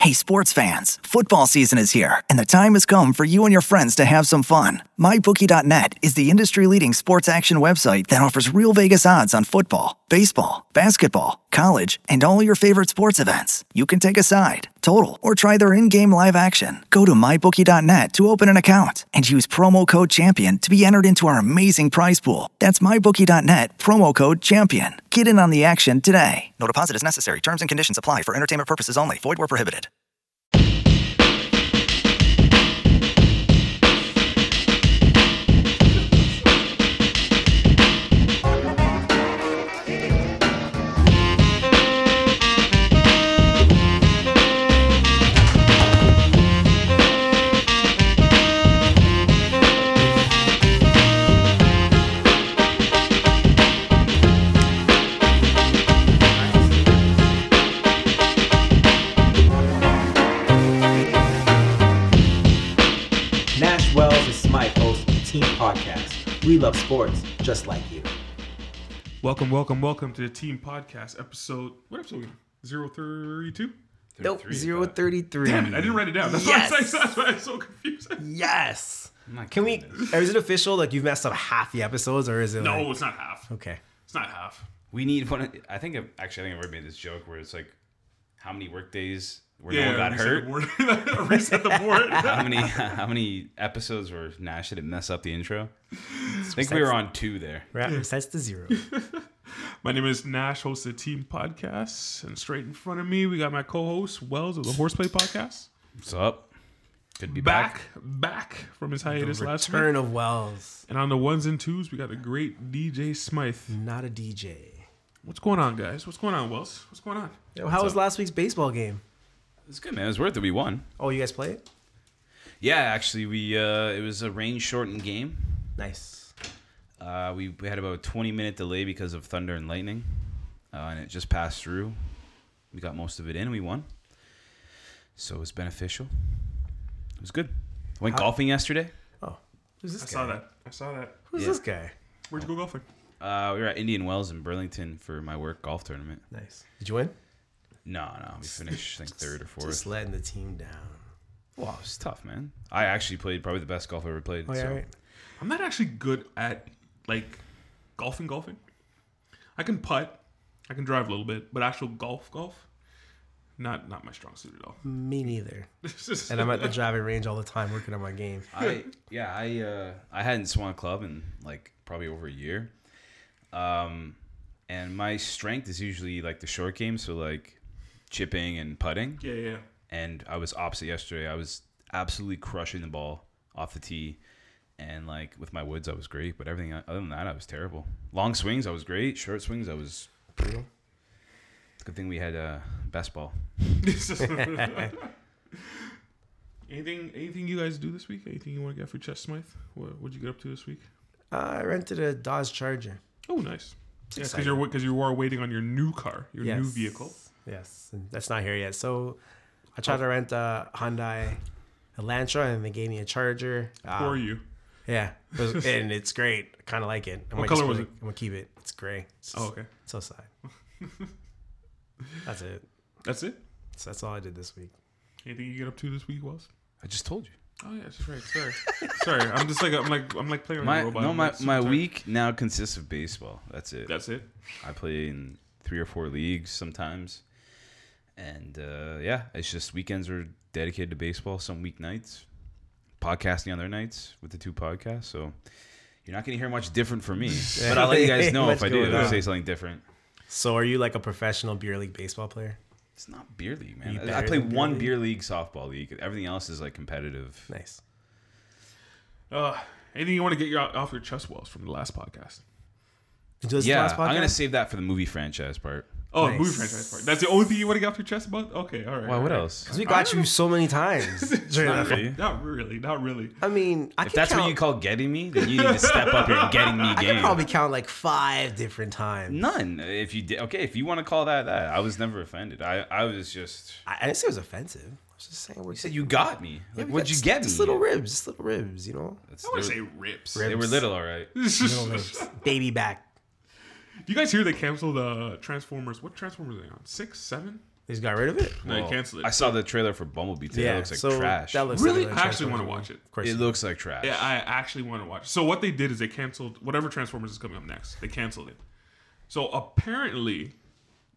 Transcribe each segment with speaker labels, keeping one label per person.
Speaker 1: Hey, sports fans, football season is here, and the time has come for you and your friends to have some fun. MyBookie.net is the industry leading sports action website that offers real Vegas odds on football, baseball, basketball, college, and all your favorite sports events. You can take a side, total, or try their in game live action. Go to MyBookie.net to open an account and use promo code CHAMPION to be entered into our amazing prize pool. That's MyBookie.net, promo code CHAMPION. Get in on the action today. No deposit is necessary. Terms and conditions apply for entertainment purposes only. Void where prohibited.
Speaker 2: Nash Wells is Smythe, host of the Team Podcast. We love sports just like you.
Speaker 3: Welcome, welcome, welcome to the Team Podcast episode. What episode? Zero thirty two.
Speaker 2: Nope, 033.
Speaker 3: Damn it! I didn't write it down. That's
Speaker 2: Yes.
Speaker 3: why I, that's why I'm so confused.
Speaker 2: Yes. Can we? Or is it official? Like you've messed up half the episodes, or is it?
Speaker 3: No,
Speaker 2: like-
Speaker 3: it's not half.
Speaker 2: okay.
Speaker 3: It's not half.
Speaker 4: We need one. Of, I think I've- actually I think I've already made this joke where it's like, how many work days where no one got
Speaker 3: reset
Speaker 4: hurt?
Speaker 3: The board. reset the board.
Speaker 4: How many how many episodes where Nash didn't mess up the intro? I think we were on two there.
Speaker 5: We're at sets to zero.
Speaker 3: my name is Nash, host of the Team Podcast, and straight in front of me we got my co-host Wells of the Horseplay Podcast.
Speaker 4: What's up? Could be
Speaker 3: Back,
Speaker 4: back.
Speaker 3: back from his hiatus last week.
Speaker 5: Return of Wells,
Speaker 3: And on the ones and twos, we got the great DJ Smythe.
Speaker 5: not a DJ.
Speaker 3: What's going on, guys? What's going on, Wells? What's going on?
Speaker 5: How was last week's baseball game?
Speaker 4: It's good, man. It was worth it. We won.
Speaker 5: Oh, you guys play it?
Speaker 4: Yeah, actually, we uh, it was a rain shortened game.
Speaker 5: Nice.
Speaker 4: Uh, we, we had about a 20 minute delay because of thunder and lightning, uh, and it just passed through. We got most of it in. We won, so it was beneficial. It was good. Went golfing yesterday.
Speaker 5: Oh, who's this
Speaker 3: I
Speaker 5: guy?
Speaker 3: saw that. I saw that.
Speaker 5: Who's
Speaker 4: Yeah.
Speaker 5: this guy?
Speaker 3: Where'd you go golfing?
Speaker 4: Uh, we were at Indian Wells in Burlington for my work golf tournament.
Speaker 5: Nice. Did you win?
Speaker 4: No, no, we finished I think third or
Speaker 5: Just
Speaker 4: fourth.
Speaker 5: letting the team down.
Speaker 4: Wow, it's tough, man. I actually played probably the best golf I ever played.
Speaker 5: Oh, yeah,
Speaker 4: so.
Speaker 5: right.
Speaker 3: I'm not actually good at like golfing, golfing. I can putt, I can drive a little bit, but actual golf, golf, not not my strong suit at all.
Speaker 5: Me neither.
Speaker 3: It's just-
Speaker 5: And I'm at the driving range all the time working on my game.
Speaker 4: I yeah, I uh, I hadn't swung a club in like probably over a year. Um, and my strength is usually like the short game, so like chipping and putting.
Speaker 3: yeah, yeah. yeah.
Speaker 4: And I was opposite yesterday. I was absolutely crushing the ball off the tee, and like with my woods, I was great. But everything other than that, I was terrible. Long swings, I was great. Short swings, I was. It's a good thing we had uh, best ball.
Speaker 3: It's just- anything anything you guys do this week? Anything you want to get off your chest, Smythe? What would you get up to this week?
Speaker 5: Uh, I rented a Dodge Charger.
Speaker 3: Oh, nice. Yeah, because
Speaker 5: exciting.
Speaker 3: you're because you are waiting on your new car, your new
Speaker 5: Yes.
Speaker 3: vehicle.
Speaker 5: Yes. And that's not here yet. So I tried to rent a Hyundai Elantra and they gave me a Charger.
Speaker 3: Who
Speaker 5: Uh,
Speaker 3: are you?
Speaker 5: yeah. It was- and it's great. I kind of like it. I'm
Speaker 3: What
Speaker 5: gonna just
Speaker 3: color was
Speaker 5: put
Speaker 3: it?
Speaker 5: I'm going to keep it. It's gray. It's
Speaker 3: Oh,
Speaker 5: just-
Speaker 3: okay.
Speaker 5: So sad. That's it.
Speaker 3: That's it.
Speaker 5: So that's all I did this week.
Speaker 3: Anything you get up to this week, Wells?
Speaker 4: I just told you.
Speaker 3: Oh yeah, that's right. Sorry, sorry. I'm just like I'm like I'm like playing on
Speaker 4: My
Speaker 3: a robot.
Speaker 4: no, my,
Speaker 3: It's-
Speaker 4: my
Speaker 3: sorry.
Speaker 4: week now consists of baseball. That's it.
Speaker 3: That's it.
Speaker 4: I play in three or four leagues sometimes, and uh, yeah, it's just weekends are dedicated to baseball. Some weeknights, podcasting on their nights with the two podcasts. So you're not going to hear much different from me, but I'll let you guys know if
Speaker 5: What's
Speaker 4: I do.
Speaker 5: going
Speaker 4: If I
Speaker 5: on?
Speaker 4: say something different.
Speaker 5: So are you like a professional beer league baseball player?
Speaker 4: It's not beer league, man.
Speaker 5: You
Speaker 4: I- I
Speaker 5: better
Speaker 4: play
Speaker 5: than beer
Speaker 4: one
Speaker 5: league.
Speaker 4: beer league softball league. Everything else is like competitive.
Speaker 5: Nice.
Speaker 3: Uh, anything you want to get your, off your chest walls from the last podcast?
Speaker 5: Did you listen to
Speaker 4: Yeah,
Speaker 5: last
Speaker 4: I'm gonna
Speaker 5: podcast?
Speaker 4: save that for the movie franchise part.
Speaker 3: Oh,
Speaker 5: Nice.
Speaker 3: movie franchise part. That's the only thing you want to get off your chest about? Okay, all right.
Speaker 4: Why?
Speaker 3: all
Speaker 4: What
Speaker 3: right.
Speaker 4: else?
Speaker 5: 'Cause we got you so many times. during
Speaker 4: Not
Speaker 5: that-
Speaker 4: really.
Speaker 3: Not really. Not really.
Speaker 5: I mean, I
Speaker 4: If
Speaker 5: can
Speaker 4: that's
Speaker 5: count,
Speaker 4: what you call getting me, then you need to step up your getting me
Speaker 5: I
Speaker 4: game.
Speaker 5: could probably count like five different times.
Speaker 4: None. If you did, okay, if you want to call that that, I was never offended. I, I was just
Speaker 5: I, I didn't say it was offensive. I was just saying we
Speaker 4: you said you got me.
Speaker 5: Yeah,
Speaker 4: Like,
Speaker 5: we
Speaker 4: what'd
Speaker 5: got
Speaker 4: you
Speaker 5: just-
Speaker 4: get me?
Speaker 5: Just little ribs, just little ribs, you know,
Speaker 4: That's-
Speaker 3: I want to
Speaker 4: they
Speaker 3: say
Speaker 4: were-
Speaker 3: rips.
Speaker 4: they were little, all right.
Speaker 5: little ribs, baby back.
Speaker 3: you guys hear they canceled uh, Transformers? What Transformers are they on? Six, seven?
Speaker 5: They just got rid of it.
Speaker 3: No,
Speaker 4: Well,
Speaker 3: they canceled
Speaker 4: I
Speaker 3: it.
Speaker 4: saw the trailer for Bumblebee today.
Speaker 5: yeah,
Speaker 4: it looks like
Speaker 5: so
Speaker 4: trash.
Speaker 5: That looks
Speaker 3: Really?
Speaker 5: like
Speaker 3: I actually
Speaker 5: trash
Speaker 3: wanna
Speaker 5: movie.
Speaker 3: watch it.
Speaker 5: Of course,
Speaker 4: it looks like trash.
Speaker 3: Yeah, I actually want to watch. it. So what they did is they canceled whatever Transformers is coming up next. They canceled it. So apparently,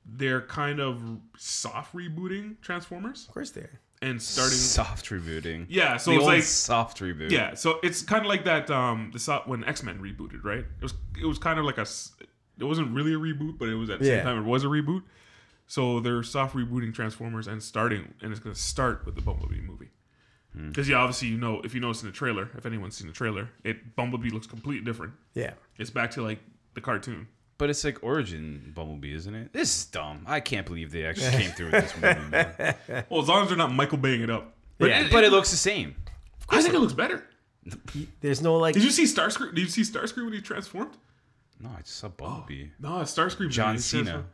Speaker 3: they're kind of soft rebooting Transformers
Speaker 5: of course, they are.
Speaker 3: and starting.
Speaker 4: soft rebooting.
Speaker 3: Yeah, so
Speaker 4: the
Speaker 3: it's
Speaker 4: old
Speaker 3: like-
Speaker 4: soft reboot.
Speaker 3: Yeah, so it's kind of like that. Um, the so- when X Men rebooted, right? It was it was kind of like a. s- It wasn't really a reboot, but it was at the
Speaker 5: Yeah.
Speaker 3: same time it was a reboot. So they're soft rebooting Transformers and starting, and it's going to start with the Bumblebee movie.
Speaker 4: Hmm.
Speaker 3: Because yeah, obviously you know if you notice in the trailer, if anyone's seen the trailer, it Bumblebee looks completely different.
Speaker 5: Yeah.
Speaker 3: It's back to like the cartoon.
Speaker 4: But it's like origin Bumblebee, isn't it? This is dumb. I can't believe they actually came through with this movie. man.
Speaker 3: Well, as long as they're not Michael Baying it up. But
Speaker 5: Yeah.
Speaker 3: it,
Speaker 4: But it looks the same.
Speaker 3: I think it looks better.
Speaker 5: There's no like.
Speaker 3: Did you see Starscream? Did you see Starscream when he transformed?
Speaker 4: No, I just saw Bumblebee.
Speaker 3: No, Starscream.
Speaker 4: John
Speaker 3: when he
Speaker 4: Cena.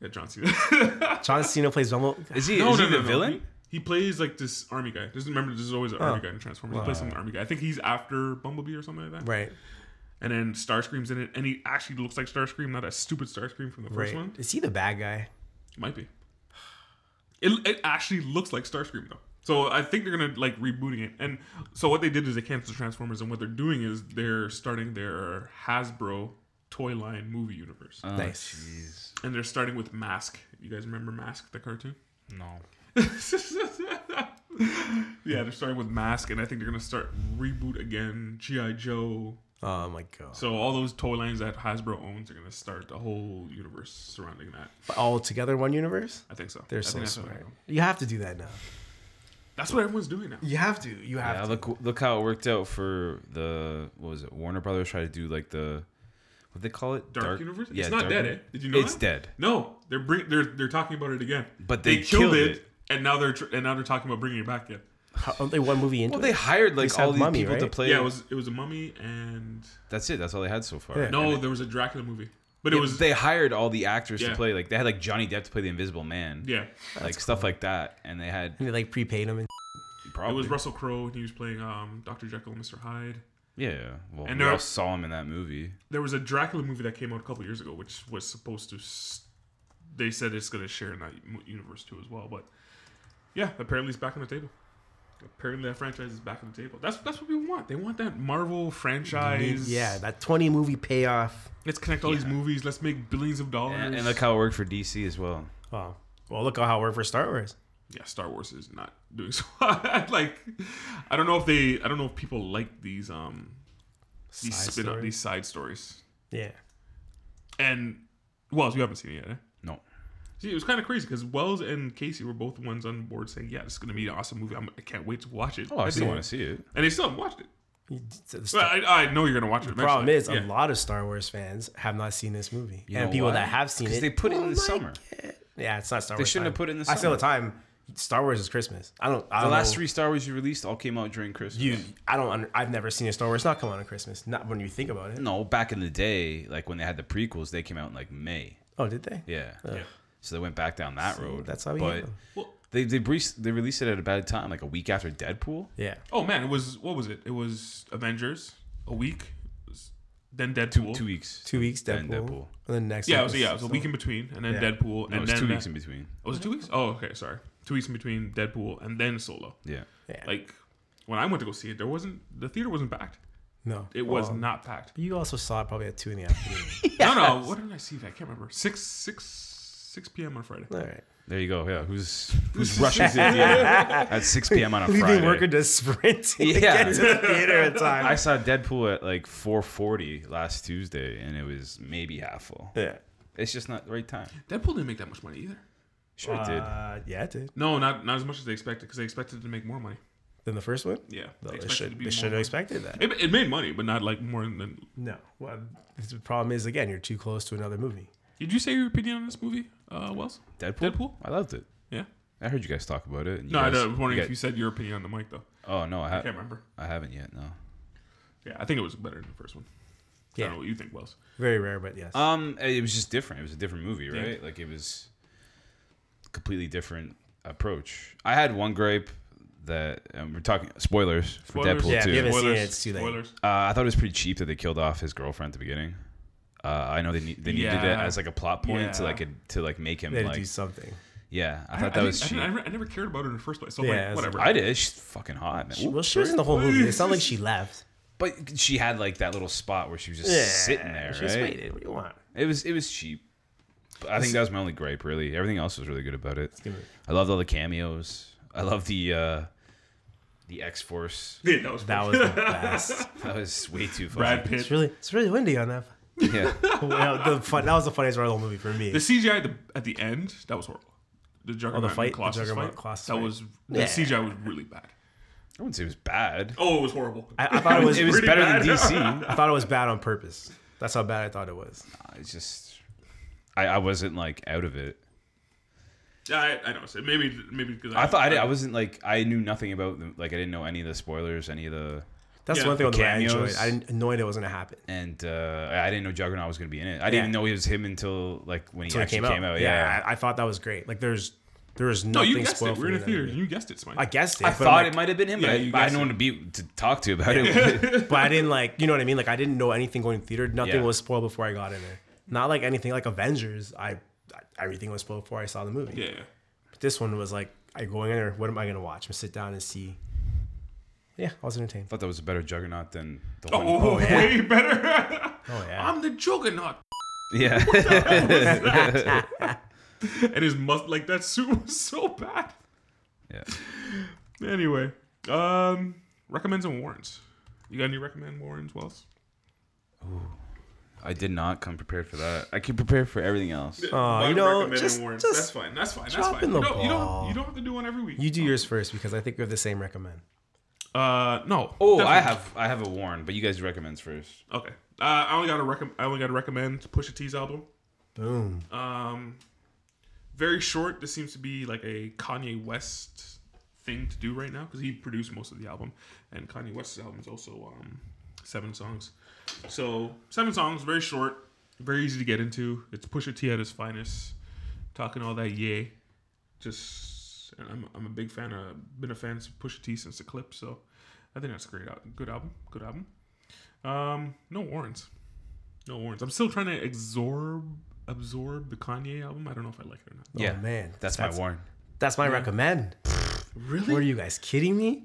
Speaker 3: transformed- Yeah, John Cena.
Speaker 5: John Cena plays Bumble.
Speaker 4: Is he,
Speaker 3: No,
Speaker 4: is
Speaker 3: no,
Speaker 4: he
Speaker 3: no,
Speaker 4: the
Speaker 3: no.
Speaker 4: villain? Oh.
Speaker 3: He, he plays like this army guy. Just remember, there's always an army guy in Transformers. He plays some army guy. I think he's after Bumblebee or something like that.
Speaker 5: Right.
Speaker 3: And then Starscream's in it, and he actually looks like Starscream, not a stupid Starscream from the first
Speaker 5: Right.
Speaker 3: one.
Speaker 5: Is he the bad guy?
Speaker 3: Might be. It, it actually looks like Starscream though. So I think they're gonna like rebooting it. And so what they did is they canceled Transformers, and what they're doing is they're starting their Hasbro toy line movie universe,
Speaker 4: Oh,
Speaker 5: Nice.
Speaker 4: jeez.
Speaker 3: and they're starting with Mask. You guys remember Mask, the cartoon?
Speaker 4: No.
Speaker 3: yeah, they're starting with Mask, and I think they're gonna start reboot again. GI Joe.
Speaker 5: Oh my god.
Speaker 3: So all those toy lines that Hasbro owns are gonna start the whole universe surrounding that.
Speaker 5: But all together one universe?
Speaker 3: I think so.
Speaker 5: They're
Speaker 3: I
Speaker 5: so
Speaker 3: think that's what they're
Speaker 5: smart.
Speaker 3: doing.
Speaker 5: You have to do that now.
Speaker 3: That's what everyone's doing now.
Speaker 5: You have to. You have
Speaker 4: Yeah,
Speaker 5: to.
Speaker 4: look look how it worked out for the what was it? Warner Brothers tried to do like the what they call it?
Speaker 3: Dark, Universe. it's not
Speaker 4: Dark
Speaker 3: dead. Eh?
Speaker 4: Uni-
Speaker 3: Did you know
Speaker 4: it's
Speaker 3: that?
Speaker 4: dead?
Speaker 3: No, they're bring, they're they're talking about it again.
Speaker 4: But they killed it.
Speaker 3: and now they're tr- and now they're talking about bringing it back again.
Speaker 5: How- Aren't they one movie into
Speaker 4: Well, they
Speaker 5: it?
Speaker 4: hired like
Speaker 5: Just
Speaker 4: all
Speaker 5: have
Speaker 4: these
Speaker 5: Mummy,
Speaker 4: people to
Speaker 5: right?
Speaker 4: play.
Speaker 3: Yeah, it was it was a mummy and
Speaker 4: that's it. That's all they had so far.
Speaker 5: Yeah.
Speaker 3: no, there was a Dracula movie, but it
Speaker 4: it
Speaker 3: was
Speaker 4: they hired all the actors
Speaker 3: Yeah.
Speaker 4: to play. Like they had like Johnny Depp to play the Invisible Man.
Speaker 3: yeah,
Speaker 4: like stuff like that. And they had
Speaker 5: And they like prepaid him. And
Speaker 4: probably
Speaker 3: it was Russell Crowe and he was playing um Dr. Jekyll and Mr. Hyde.
Speaker 4: Yeah, well,
Speaker 3: And
Speaker 4: we
Speaker 3: there-
Speaker 4: all saw him in that movie.
Speaker 3: There was a Dracula movie that came out a couple years ago, which was supposed to. S- they said it's going to share in that mu- universe too as well, but yeah, apparently it's back on the table. Apparently that franchise is back on the table. That's that's what we want. They want that Marvel franchise.
Speaker 5: yeah, that 20 movie payoff.
Speaker 3: let's connect all these movies. Let's make billions of dollars.
Speaker 4: And, and look how it worked for DC as well.
Speaker 5: Oh. Well, look how it worked for Star Wars.
Speaker 3: yeah, Star Wars is not doing so. hot. like, I don't know if they. I don't know if people like these um these
Speaker 5: Side
Speaker 3: spin off
Speaker 5: story.
Speaker 3: these side stories.
Speaker 5: Yeah.
Speaker 3: And Wells, you haven't seen it yet. Eh?
Speaker 4: No,
Speaker 3: See, it was kind of crazy because Wells and Casey were both ones on board saying, "Yeah, this is going to be an awesome movie. I'm, I can't wait to watch it."
Speaker 4: oh, I
Speaker 3: And
Speaker 4: still
Speaker 3: they-
Speaker 4: want to see it.
Speaker 3: And they still haven't watched it.
Speaker 5: You- the st-
Speaker 3: Well, I, I know you're going to watch it.
Speaker 5: the problem
Speaker 3: eventually.
Speaker 5: is, a
Speaker 3: Yeah.
Speaker 5: lot of Star Wars fans have not seen this movie.
Speaker 4: You
Speaker 5: and
Speaker 4: know
Speaker 5: people
Speaker 4: why?
Speaker 5: that have seen
Speaker 4: 'Cause
Speaker 5: it. Oh
Speaker 4: They put it in
Speaker 3: Oh
Speaker 5: won't
Speaker 4: the
Speaker 5: like
Speaker 4: summer.
Speaker 5: it. Yeah, it's not Star
Speaker 4: They
Speaker 5: Wars.
Speaker 4: shouldn't have
Speaker 5: time.
Speaker 4: put it in the
Speaker 5: I say all the
Speaker 4: summer.
Speaker 5: time, Star Wars is Christmas. I don't. I
Speaker 4: The
Speaker 5: don't
Speaker 4: last
Speaker 5: know.
Speaker 4: three Star Wars you released all came out during Christmas.
Speaker 5: You, I don't. under- I've never seen a Star Wars not come out on Christmas. Not when you think about it.
Speaker 4: no, back in the day, like when they had the prequels, they came out in like May.
Speaker 5: Oh, did they?
Speaker 4: Yeah, so they went back down that road.
Speaker 5: that's how we
Speaker 4: But
Speaker 5: get them.
Speaker 3: Well-
Speaker 4: they they, brees- they released it at a bad time, like a week after Deadpool.
Speaker 5: Yeah.
Speaker 3: Oh man, it was what was it? It was Avengers a week, it was- then Deadpool.
Speaker 4: Two weeks.
Speaker 5: Two weeks Deadpool.
Speaker 4: Then
Speaker 5: And,
Speaker 4: Deadpool.
Speaker 5: then next.
Speaker 3: Yeah,
Speaker 5: week
Speaker 3: it was, yeah, it was a week in between, and then Deadpool,
Speaker 4: No,
Speaker 3: and
Speaker 4: it was
Speaker 3: then
Speaker 4: two weeks in between.
Speaker 3: Oh, was it two weeks? Oh, okay, sorry. Two weeks in between Deadpool and then Solo.
Speaker 4: Yeah.
Speaker 5: Yeah.
Speaker 3: Like when I went to go see it, there wasn't the theater wasn't packed.
Speaker 5: no,
Speaker 3: It was
Speaker 4: Oh.
Speaker 5: Well,
Speaker 3: not packed.
Speaker 5: You also saw it probably at two in the afternoon.
Speaker 3: No, no. What did I see? I can't remember. Six, six, six p.m. on Friday.
Speaker 5: All right.
Speaker 4: There you go. Yeah, who's who's rushing to the theater at six p.m. on a
Speaker 5: Leaving
Speaker 4: Friday?
Speaker 5: worker just sprinting to
Speaker 4: Yeah.
Speaker 5: get to the theater in time.
Speaker 4: I saw Deadpool at like 4:40 last Tuesday, and it was maybe half full.
Speaker 5: yeah.
Speaker 4: It's just not the right time.
Speaker 3: Deadpool didn't make that much money either.
Speaker 4: Sure it did.
Speaker 5: Uh, yeah, it did.
Speaker 3: No, not not as much as they expected because they expected it to make more money.
Speaker 5: Then the first one.
Speaker 3: Yeah,
Speaker 5: No,
Speaker 3: they
Speaker 5: they
Speaker 3: expected it to
Speaker 5: should.
Speaker 3: be
Speaker 5: They
Speaker 3: more
Speaker 5: should have
Speaker 3: money.
Speaker 5: expected that.
Speaker 3: It, it made money, but not like more than.
Speaker 5: No. Well, the problem is again, you're too close to another movie.
Speaker 3: Did you say your opinion on this movie, uh, Wells?
Speaker 4: Deadpool.
Speaker 3: Deadpool?
Speaker 4: I loved it.
Speaker 3: Yeah.
Speaker 4: I heard you guys talk about it. and you
Speaker 3: No, I
Speaker 4: guys-
Speaker 3: I was wondering
Speaker 4: you
Speaker 3: if you
Speaker 4: guys-
Speaker 3: said your opinion on the mic though.
Speaker 4: Oh no, I, ha-
Speaker 3: I can't remember.
Speaker 4: I haven't yet. No.
Speaker 3: Yeah, I think it was better than the first one. I don't
Speaker 5: Yeah.
Speaker 3: know what you think, Wells.
Speaker 5: Very rare, but yes.
Speaker 4: Um, it was just different. It was a different movie, right? Like it was completely different approach. I had one gripe that um, we're talking spoilers,
Speaker 3: Spoilers.
Speaker 4: for Deadpool
Speaker 5: yeah, if
Speaker 4: too.
Speaker 5: you haven't seen
Speaker 3: Spoilers.
Speaker 5: it, it's too late.
Speaker 3: Spoilers.
Speaker 4: Uh, I thought it was pretty cheap that they killed off his girlfriend at the beginning. Uh, I know they need, they needed
Speaker 3: Yeah.
Speaker 4: it as like a plot point to
Speaker 3: Yeah.
Speaker 4: like a, to like make him
Speaker 5: They had to
Speaker 4: like
Speaker 5: do something.
Speaker 4: Yeah, I
Speaker 3: I,
Speaker 4: thought
Speaker 3: I
Speaker 4: that was
Speaker 3: didn't-
Speaker 4: cheap.
Speaker 3: I,
Speaker 4: I,
Speaker 3: didn't- I never cared about her in the first place. So
Speaker 5: Yeah,
Speaker 3: like,
Speaker 5: it's
Speaker 3: whatever.
Speaker 4: did. She's fucking hot, man.
Speaker 5: She,
Speaker 4: Ooh,
Speaker 5: well, she was in the whole movie. It's not like she left.
Speaker 4: but she had like that little spot where she was just sitting there,
Speaker 5: She
Speaker 4: right?
Speaker 5: just waited. What do you want?
Speaker 4: It was it was cheap. But I think that was my only gripe. Really, everything else was really good about it.
Speaker 5: give it-
Speaker 4: I loved all the cameos. I love the uh, the X Force.
Speaker 3: Yeah, that was
Speaker 5: That was the best.
Speaker 4: That was way too funny.
Speaker 3: Brad Pitt.
Speaker 5: It's really, it's really windy on that.
Speaker 4: Yeah,
Speaker 5: Well, the fun, that was the funniest part of the whole movie for me.
Speaker 3: The CGI at the, at the end that was horrible. The Juggernaut, and
Speaker 5: fight? The
Speaker 3: Colossus
Speaker 5: Juggernaut
Speaker 3: fight,
Speaker 5: Colossus
Speaker 3: that
Speaker 5: fight.
Speaker 3: was the
Speaker 5: Yeah.
Speaker 3: CGI was really bad.
Speaker 4: I wouldn't say it was bad.
Speaker 3: Oh, it was horrible.
Speaker 5: I, I thought it was,
Speaker 4: It was
Speaker 3: pretty
Speaker 4: better
Speaker 3: bad.
Speaker 4: than DC.
Speaker 5: I thought it was bad on purpose. That's how bad I thought it was.
Speaker 4: It's just I, I wasn't like out of it.
Speaker 3: I, I know. So maybe maybe because
Speaker 4: I thought I, did, I wasn't like I knew nothing about them. Like I didn't know any of the spoilers, any of the
Speaker 5: That's
Speaker 3: Yeah.
Speaker 5: one thing on the way I enjoyed.
Speaker 4: Cameos.
Speaker 5: I didn't know it was gonna happen.
Speaker 4: and uh, I didn't know Juggernaut was gonna be in it. I didn't even know he was him until like when he
Speaker 5: So it
Speaker 4: actually
Speaker 5: came out.
Speaker 4: yeah.
Speaker 5: I, I thought that was great. Like there's, there was
Speaker 3: No,
Speaker 5: nothing
Speaker 3: you guessed
Speaker 5: spoiled
Speaker 3: it.
Speaker 5: for
Speaker 3: We're in
Speaker 5: me
Speaker 3: a
Speaker 5: that
Speaker 3: theater.
Speaker 5: movie.
Speaker 3: You guessed it, Mike.
Speaker 5: I guessed it.
Speaker 4: I
Speaker 5: but I'm
Speaker 4: thought
Speaker 5: like-
Speaker 4: it might have been him,
Speaker 3: Yeah,
Speaker 4: but, I,
Speaker 3: you
Speaker 4: but I
Speaker 3: guessed
Speaker 4: didn't want to be to talk to you about it.
Speaker 5: but I didn't like, you know what I mean? Like I didn't know anything going to theater. Nothing
Speaker 4: Yeah.
Speaker 5: was spoiled before I got in there. Not like anything like Avengers. I, I everything was spoiled before I saw the movie.
Speaker 3: yeah, yeah.
Speaker 5: But this one was like, I go in there. What am I gonna watch? I'm gonna sit down and see. Yeah, I was entertained.
Speaker 4: I thought that was a better Juggernaut than the
Speaker 3: Oh,
Speaker 4: one.
Speaker 5: yeah.
Speaker 3: way better.
Speaker 5: Oh yeah.
Speaker 3: I'm the Juggernaut,
Speaker 4: Yeah,
Speaker 3: and his must like that suit was so bad.
Speaker 4: yeah.
Speaker 3: Anyway, um, recommends and warrants. You got any recommend warrants, Wells?
Speaker 4: I did not come prepared for that. I came prepared for everything else.
Speaker 5: Aw,
Speaker 3: Why
Speaker 5: Uh, you know,
Speaker 3: recommend and
Speaker 5: just-
Speaker 3: warrants?
Speaker 5: just
Speaker 3: that's fine. That's fine. That's
Speaker 5: drop
Speaker 3: fine.
Speaker 5: in
Speaker 3: You
Speaker 5: the
Speaker 3: don't, you don't.
Speaker 5: ball.
Speaker 3: You don't have to do one every week.
Speaker 5: You do yours first because I think we have the same recommend.
Speaker 3: Uh, no.
Speaker 4: Oh, I
Speaker 3: Definitely-
Speaker 4: have I have a warn, but you guys recommends first.
Speaker 3: Okay. Uh, I only got to recommend. I only got to recommend Pusha T's album.
Speaker 5: Boom.
Speaker 3: Um, very short. This seems to be like a Kanye West thing to do right now because he produced most of the album, and Kanye West's album is also um, seven songs. So seven songs, very short, very easy to get into. It's Pusha T at his finest, talking all that yay. Just, and I'm, I'm a big fan of, been a fan of Pusha T since the clip, so I think that's a great, al- good album, good album. Um, no warrants. No warrants. I'm still trying to absorb absorb the Kanye album. I don't know if I like it or not.
Speaker 4: yeah,
Speaker 5: Oh, man.
Speaker 4: that's, my warn.
Speaker 5: That's my recommend.
Speaker 3: Really?
Speaker 5: Were you guys kidding me?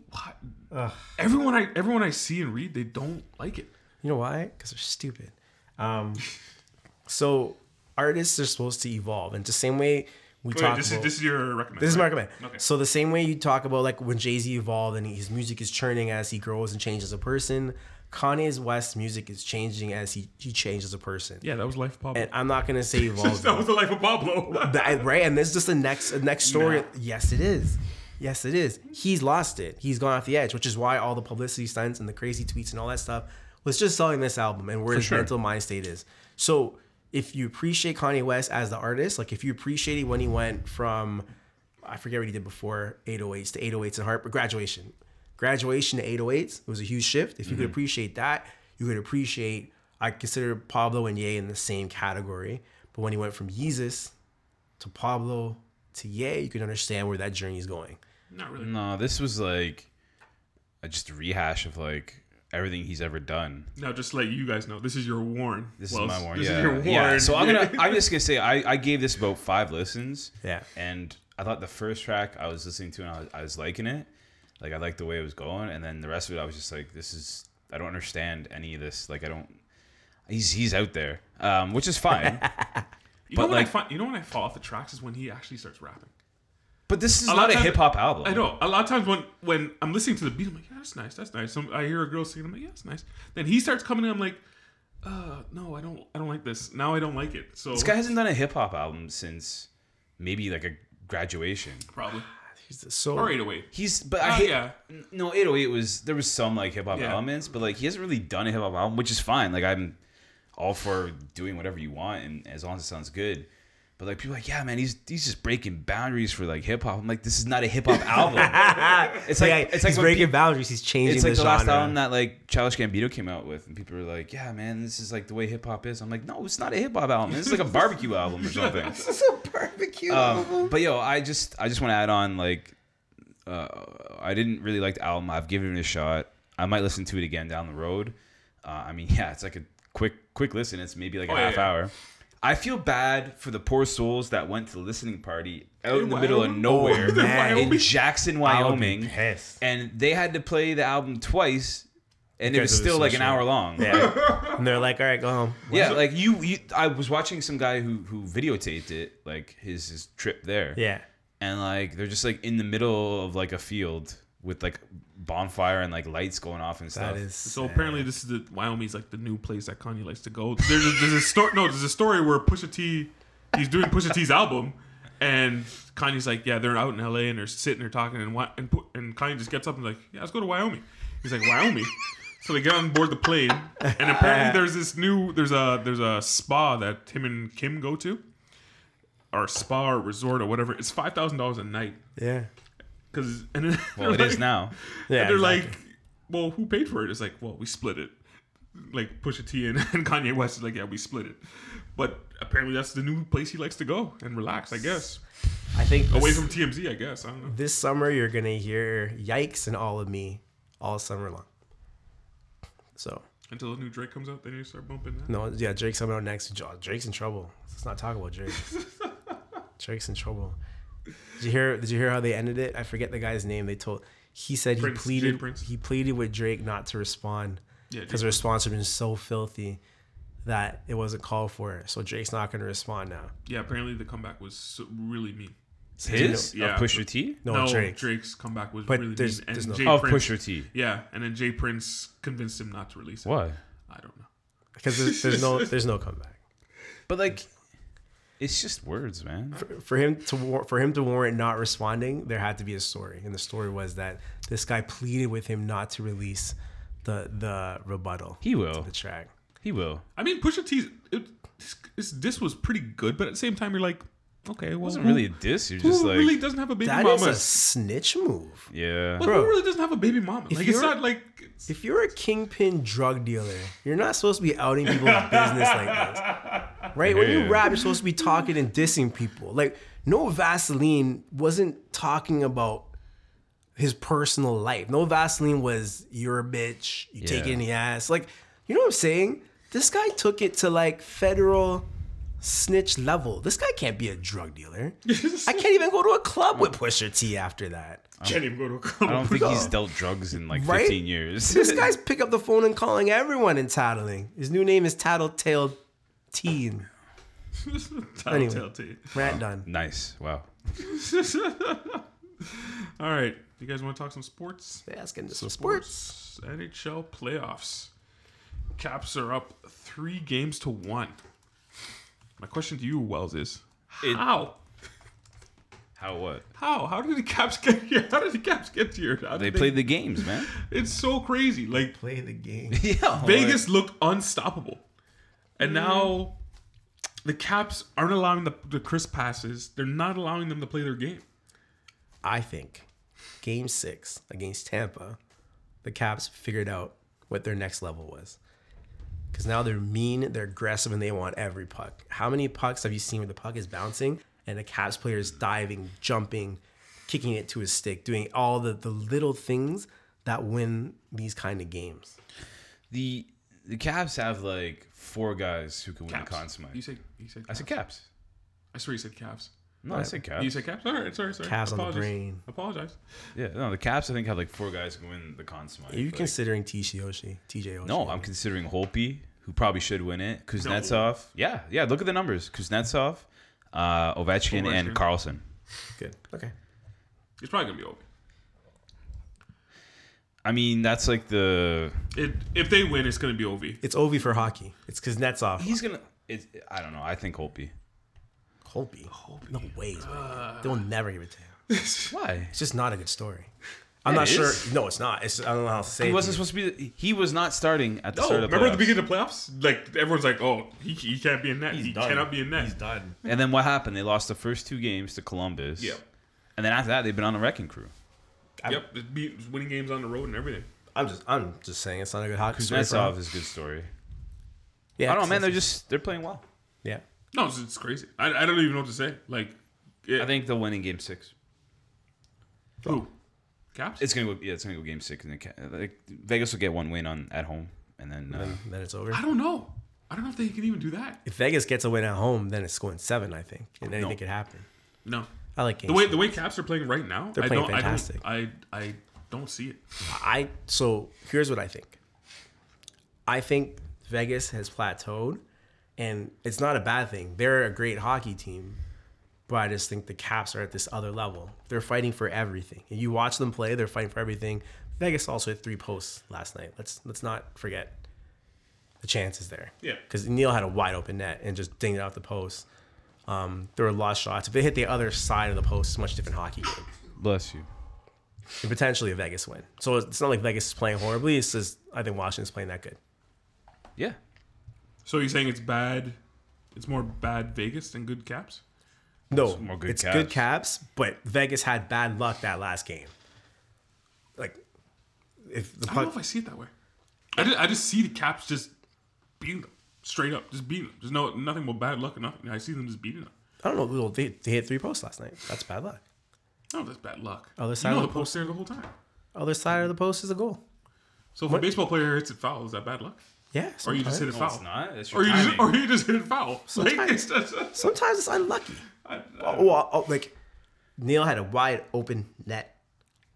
Speaker 3: What? Everyone I everyone I see and read, they don't like it.
Speaker 5: You know why? Because they're stupid. Um, so artists are supposed to evolve, and the same way we
Speaker 3: Wait,
Speaker 5: talk
Speaker 3: this is
Speaker 5: about
Speaker 3: this is your recommend.
Speaker 5: This is my
Speaker 3: right?
Speaker 5: recommend.
Speaker 3: Okay.
Speaker 5: So the same way you talk about like when Jay Z evolved and his music is churning as he grows and changes as a person, Kanye's West music is changing as he he changes as a person.
Speaker 3: Yeah, that was Life of Pablo.
Speaker 5: And I'm not gonna say evolve.
Speaker 3: that was the Life of Pablo.
Speaker 5: That- right? And this is just the next the next story. Yes, it is. Yes, it is. He's lost it. He's gone off the edge, which is why all the publicity stunts and the crazy tweets and all that stuff was just selling this album and where his mental mind state is. So if you appreciate Kanye West as the artist, like if you appreciate it when he went from I forget what he did before 808s to 808s and heart, but graduation, graduation to 808s it was a huge shift. If you could appreciate that, you could appreciate. I consider Pablo and Ye in the same category, but when he went from Yeezus to Pablo to Ye, you can understand where that journey is going.
Speaker 3: Not really.
Speaker 4: No, this was like a, just a rehash of like everything he's ever done.
Speaker 3: Now just to let you guys know, this is your Warren.
Speaker 4: This
Speaker 3: Wells.
Speaker 4: is my warn.
Speaker 3: This
Speaker 4: yeah.
Speaker 3: is your Warren.
Speaker 4: yeah. So I'm gonna I'm just gonna say I, I gave this about five listens.
Speaker 5: Yeah.
Speaker 4: And I thought the first track I was listening to and I was, I was liking it. Like I liked the way it was going, and then the rest of it I was just like, this is I don't understand any of this. Like I don't. He's he's out there, um, which is fine.
Speaker 3: You know
Speaker 4: But,
Speaker 3: when
Speaker 4: like-
Speaker 3: I find, you know when I fall off the tracks is when he actually starts rapping.
Speaker 4: but this is
Speaker 3: lot
Speaker 4: not
Speaker 3: of
Speaker 4: a
Speaker 3: times-
Speaker 4: hip hop album.
Speaker 3: I know. A lot of times when when I'm listening to the beat, I'm like, yeah, that's nice, that's nice. Some, I hear a girl singing, I'm like, yeah, that's nice. Then he starts coming in, I'm like, uh, no, I don't, I don't like this. Now I don't like it. So
Speaker 4: This guy hasn't done a hip hop album since maybe like a graduation.
Speaker 3: probably
Speaker 5: He's so
Speaker 3: or 808.
Speaker 4: He's but
Speaker 3: Oh,
Speaker 4: I hate,
Speaker 3: yeah.
Speaker 4: no 808 was there was some like hip hop
Speaker 3: Yeah.
Speaker 4: elements, but like he hasn't really done a hip hop album, which is fine. Like I'm all for doing whatever you want and as long as it sounds good. But like people are like, yeah, man, he's he's just breaking boundaries for like hip hop. I'm like, this is not a hip hop album. it's like it's like
Speaker 5: he's
Speaker 4: when
Speaker 5: breaking
Speaker 4: pe-
Speaker 5: boundaries. He's changing
Speaker 4: It's like
Speaker 5: the,
Speaker 4: the last
Speaker 5: genre.
Speaker 4: album that like Childish Gambino came out with, and people were like, "Yeah, man, this is like the way hip hop is." I'm like, "No, it's not a hip hop album. This is like a barbecue album or something."
Speaker 5: It's a barbecue.
Speaker 4: Um, but yo, I just I just want to add on like uh, I didn't really like the album. I've given it a shot. I might listen to it again down the road. Uh, I mean, yeah, it's like a quick quick listen. It's maybe like
Speaker 3: Oh,
Speaker 4: a
Speaker 3: yeah,
Speaker 4: half
Speaker 3: yeah.
Speaker 4: hour. I feel bad for the poor souls that went to the listening party out in the
Speaker 3: Wyoming?
Speaker 4: middle of nowhere
Speaker 3: Oh, man.
Speaker 4: in Jackson, Wyoming,
Speaker 5: pissed.
Speaker 4: and they had to play the album twice, and it
Speaker 5: Because
Speaker 4: was
Speaker 5: of the
Speaker 4: still like an
Speaker 5: social-
Speaker 4: hour long.
Speaker 5: Yeah. and they're like, all right, go home.
Speaker 4: yeah, like you, you. I was watching some guy who who videotaped it, like his his trip there.
Speaker 5: Yeah.
Speaker 4: and like they're just like in the middle of like a field with like bonfire and like lights going off and stuff.
Speaker 5: That is.
Speaker 3: So apparently, this is the Wyoming's like the new place that Kanye likes to go. There's a, there's a story. No, there's a story where Pusha T, he's doing Pusha T's album, and Kanye's like, yeah, they're out in L.A. and they're sitting there talking, and Wy- and Pu- and Kanye just gets up and like, yeah, let's go to Wyoming. He's like, Wyoming. So they get on board the plane, and apparently there's this new there's a there's a spa that Tim and Kim go to, or spa or resort or whatever. It's five thousand dollars a night.
Speaker 5: Yeah.
Speaker 3: Cause and then
Speaker 4: well, it is now.
Speaker 5: Yeah.
Speaker 3: and they're
Speaker 5: exactly.
Speaker 3: like, well, who paid for it? It's like, well, we split it. Like Pusha T and, and Kanye West is like, yeah, we split it. But apparently, that's the new place he likes to go and relax. I guess
Speaker 5: I think
Speaker 3: away
Speaker 5: this,
Speaker 3: from TMZ. I guess I don't know.
Speaker 5: this summer you're gonna hear yikes and all of me all summer long. So
Speaker 3: Until the new Drake comes out, then you start bumping that.
Speaker 5: no, yeah, Drake's coming out next. Jo- Drake's in trouble. Let's not talk about Drake. Drake's in trouble. Did you hear? Did you hear how they ended it? I forget the guy's name. They told. He said
Speaker 3: Prince,
Speaker 5: he
Speaker 3: Jay
Speaker 5: pleaded.
Speaker 3: Prince.
Speaker 5: He pleaded with Drake not to respond
Speaker 3: Yeah,
Speaker 5: because the response had been so filthy that it wasn't called for. So Drake's not going to respond now.
Speaker 3: Yeah, apparently the comeback was so, really mean.
Speaker 4: His
Speaker 3: Yeah.
Speaker 4: of Pusher T.
Speaker 5: No,
Speaker 3: no,
Speaker 5: Drake.
Speaker 3: Drake's comeback was
Speaker 5: But
Speaker 3: really
Speaker 5: there's-
Speaker 3: mean. And
Speaker 5: there's no- Oh,
Speaker 3: Jay
Speaker 4: Of
Speaker 3: Prince,
Speaker 4: Pusher T.
Speaker 3: yeah, and then Jay Prince convinced him not to release it.
Speaker 4: Why?
Speaker 3: I don't know.
Speaker 5: because there's, there's no there's no comeback
Speaker 4: But like, it's just words, man.
Speaker 5: for him to war- for him to warrant not responding. There had to be a story, and the story was that this guy pleaded with him not to release the the rebuttal.
Speaker 4: He will.
Speaker 5: the track.
Speaker 4: He will.
Speaker 3: I mean, Pusha T's it, this, this was pretty good, but at the same time, you're like, okay, well, it
Speaker 4: Wasn't really a diss. You're
Speaker 3: who
Speaker 4: just like,
Speaker 3: really doesn't have a baby
Speaker 5: That is
Speaker 3: mama?
Speaker 5: a snitch move.
Speaker 4: yeah.
Speaker 3: But who really doesn't have a baby mama? Like it's
Speaker 5: you're-
Speaker 3: not like it's,
Speaker 5: If you're a kingpin drug dealer, you're not supposed to be outing people's business like this, right? When you
Speaker 4: Yeah.
Speaker 5: rap, you're supposed to be talking and dissing people. Like, no Vaseline wasn't talking about his personal life. No Vaseline was you're a bitch, you take it
Speaker 4: Yeah.
Speaker 5: in the ass. Like, you know what I'm saying? This guy took it to like federal snitch level. This guy can't be a drug dealer. I can't even go to a club with Pusher T after that.
Speaker 3: can't even go to a
Speaker 4: I
Speaker 3: club.
Speaker 4: don't think he's dealt drugs in like
Speaker 5: Right?
Speaker 4: 15 years.
Speaker 5: This guy's pick up the phone and calling everyone and tattling. His new name is Tattletale Teen. Anyway.
Speaker 3: Tattletale tea.
Speaker 5: Rat done.
Speaker 4: nice. Wow.
Speaker 3: All right, you guys want to talk some sports?
Speaker 5: They asking this some sports.
Speaker 3: NHL playoffs. Caps are up three games to one. My question to you, Wells, is
Speaker 4: It-
Speaker 3: how?
Speaker 4: How what?
Speaker 3: How? How did the Caps get here? How did the Caps get here? How
Speaker 4: They
Speaker 3: did
Speaker 4: played the games, man.
Speaker 3: It's so crazy. Like
Speaker 5: Play the game.
Speaker 4: yeah.
Speaker 3: Vegas looked unstoppable. And
Speaker 4: Mm-hmm.
Speaker 3: now the Caps aren't allowing the, the crisp passes. They're not allowing them to play their game.
Speaker 5: I think game six against Tampa, the Caps figured out what their next level was. Because now they're mean, they're aggressive, and they want every puck. How many pucks have you seen where the puck is bouncing and the Caps player is diving, jumping, kicking it to his stick, doing all the, the little things that win these kind of games?
Speaker 4: The the Caps have like four guys who can win the
Speaker 3: Caps.
Speaker 4: Conn Smythe.
Speaker 3: You said you said
Speaker 4: I
Speaker 3: caps.
Speaker 4: said Caps.
Speaker 3: I swear you said Caps.
Speaker 4: No, I said Caps.
Speaker 3: You said Caps. All right, sorry, sorry.
Speaker 5: Caps on the brain.
Speaker 3: Apologize.
Speaker 4: yeah, no, the Caps I think have like four guys who can win the Conn Smythe.
Speaker 5: Are you
Speaker 4: Like,
Speaker 5: considering TJ Oshie? TJ Oshie?
Speaker 4: No, I'm considering Holpe, who probably should win it. Kuznetsov. Yeah, yeah. Look at the numbers. Kuznetsov, uh, Ovechkin,
Speaker 3: Ovechkin.
Speaker 4: and Carlson.
Speaker 5: good. Okay.
Speaker 3: It's probably gonna be over.
Speaker 4: I mean, that's like the
Speaker 3: It, if they win, it's gonna be OV.
Speaker 5: It's Ovi for hockey. It's Kuznetsov.
Speaker 4: he's gonna. It's, I don't know. I think Holpe.
Speaker 5: Holby. No way. he's winning.
Speaker 4: Uh.
Speaker 5: They'll never give it to him.
Speaker 4: Why?
Speaker 5: It's just not a good story. I'm
Speaker 4: Yeah,
Speaker 5: not
Speaker 4: it
Speaker 5: sure.
Speaker 4: is.
Speaker 5: No, it's not. It's, I don't know how to say
Speaker 4: He
Speaker 5: it.
Speaker 4: wasn't supposed to be. The, he was not starting at the
Speaker 3: Oh,
Speaker 4: start of the
Speaker 3: remember at the
Speaker 4: playoffs.
Speaker 3: beginning of the playoffs? Like everyone's like, "Oh, he, he can't be in net. he
Speaker 6: done.
Speaker 3: cannot be in net."
Speaker 6: He's done.
Speaker 4: And then what happened? They lost the first two games to Columbus.
Speaker 3: Yep.
Speaker 4: And then after that, they've been on a wrecking crew.
Speaker 3: Yep, it be, winning games on the road and everything.
Speaker 5: I'm just, I'm just saying it's not a good hockey story. for
Speaker 4: Kuznetsov
Speaker 5: him.
Speaker 4: is a good story.
Speaker 5: Yeah,
Speaker 4: I don't know, man. They're
Speaker 5: Kuznetsov.
Speaker 4: just they're playing well.
Speaker 5: yeah.
Speaker 3: No, it's, it's crazy. I, I don't even know what to say. Like, it,
Speaker 4: I think they'll win in Game Six.
Speaker 3: who? Caps.
Speaker 4: It's gonna go. Yeah, it's gonna go Game Six, and it ca- like Vegas will get one win on at home, and then uh,
Speaker 5: Then it's over.
Speaker 3: I don't know. I don't know if they can even do that.
Speaker 5: If Vegas gets a win at home, then it's going seven, I think, and anything
Speaker 4: No.
Speaker 5: could happen.
Speaker 3: No.
Speaker 5: I like games.
Speaker 3: The way the way Caps are playing right now,
Speaker 5: They're
Speaker 3: I
Speaker 5: playing
Speaker 3: don't,
Speaker 5: fantastic.
Speaker 3: I don't, I I don't see it.
Speaker 5: I so here's what I think. I think Vegas has plateaued, and it's not a bad thing. They're a great hockey team, but I just think the Caps are at this other level. They're fighting for everything. And you watch them play; they're fighting for everything. Vegas also hit three posts last night. Let's let's not forget the chances there.
Speaker 3: Yeah.
Speaker 5: because Neil had a wide open net and just dinged it off the post. Um, there were lost shots. If they hit the other side of the post, it's a much different hockey game
Speaker 4: Bless you.
Speaker 5: and potentially a Vegas win. So it's not like Vegas is playing horribly. It's just I think Washington's playing that good.
Speaker 4: Yeah.
Speaker 3: So you're saying it's bad? It's more bad Vegas than good Caps.
Speaker 5: No, it's,
Speaker 4: more good
Speaker 5: good caps, but Vegas had bad luck that last game. Like, if the
Speaker 3: I don't know
Speaker 5: puck,
Speaker 3: if I see it that way. I just, I just see the Caps just beating them straight up, just beating them. There's no nothing but bad luck or nothing. I see them just beating them.
Speaker 5: I don't know, well, they, they hit three posts last night. That's bad luck.
Speaker 3: No, that's bad luck.
Speaker 5: Other
Speaker 3: you
Speaker 5: side
Speaker 3: know
Speaker 5: of
Speaker 3: the
Speaker 5: Oh, the
Speaker 3: post there the whole time.
Speaker 5: Other side of the post is a goal.
Speaker 3: So if a baseball player hits it foul, is that bad luck?
Speaker 5: Yeah.
Speaker 3: Or you just hit it foul?
Speaker 5: sometimes.
Speaker 4: It's not. It's your
Speaker 3: Or you just,
Speaker 4: timing.
Speaker 3: or you just hit it foul. Like,
Speaker 5: Sometimes.
Speaker 3: it's just,
Speaker 5: Sometimes it's unlucky.
Speaker 3: I,
Speaker 5: Oh, well, oh, like Neil had a wide open net,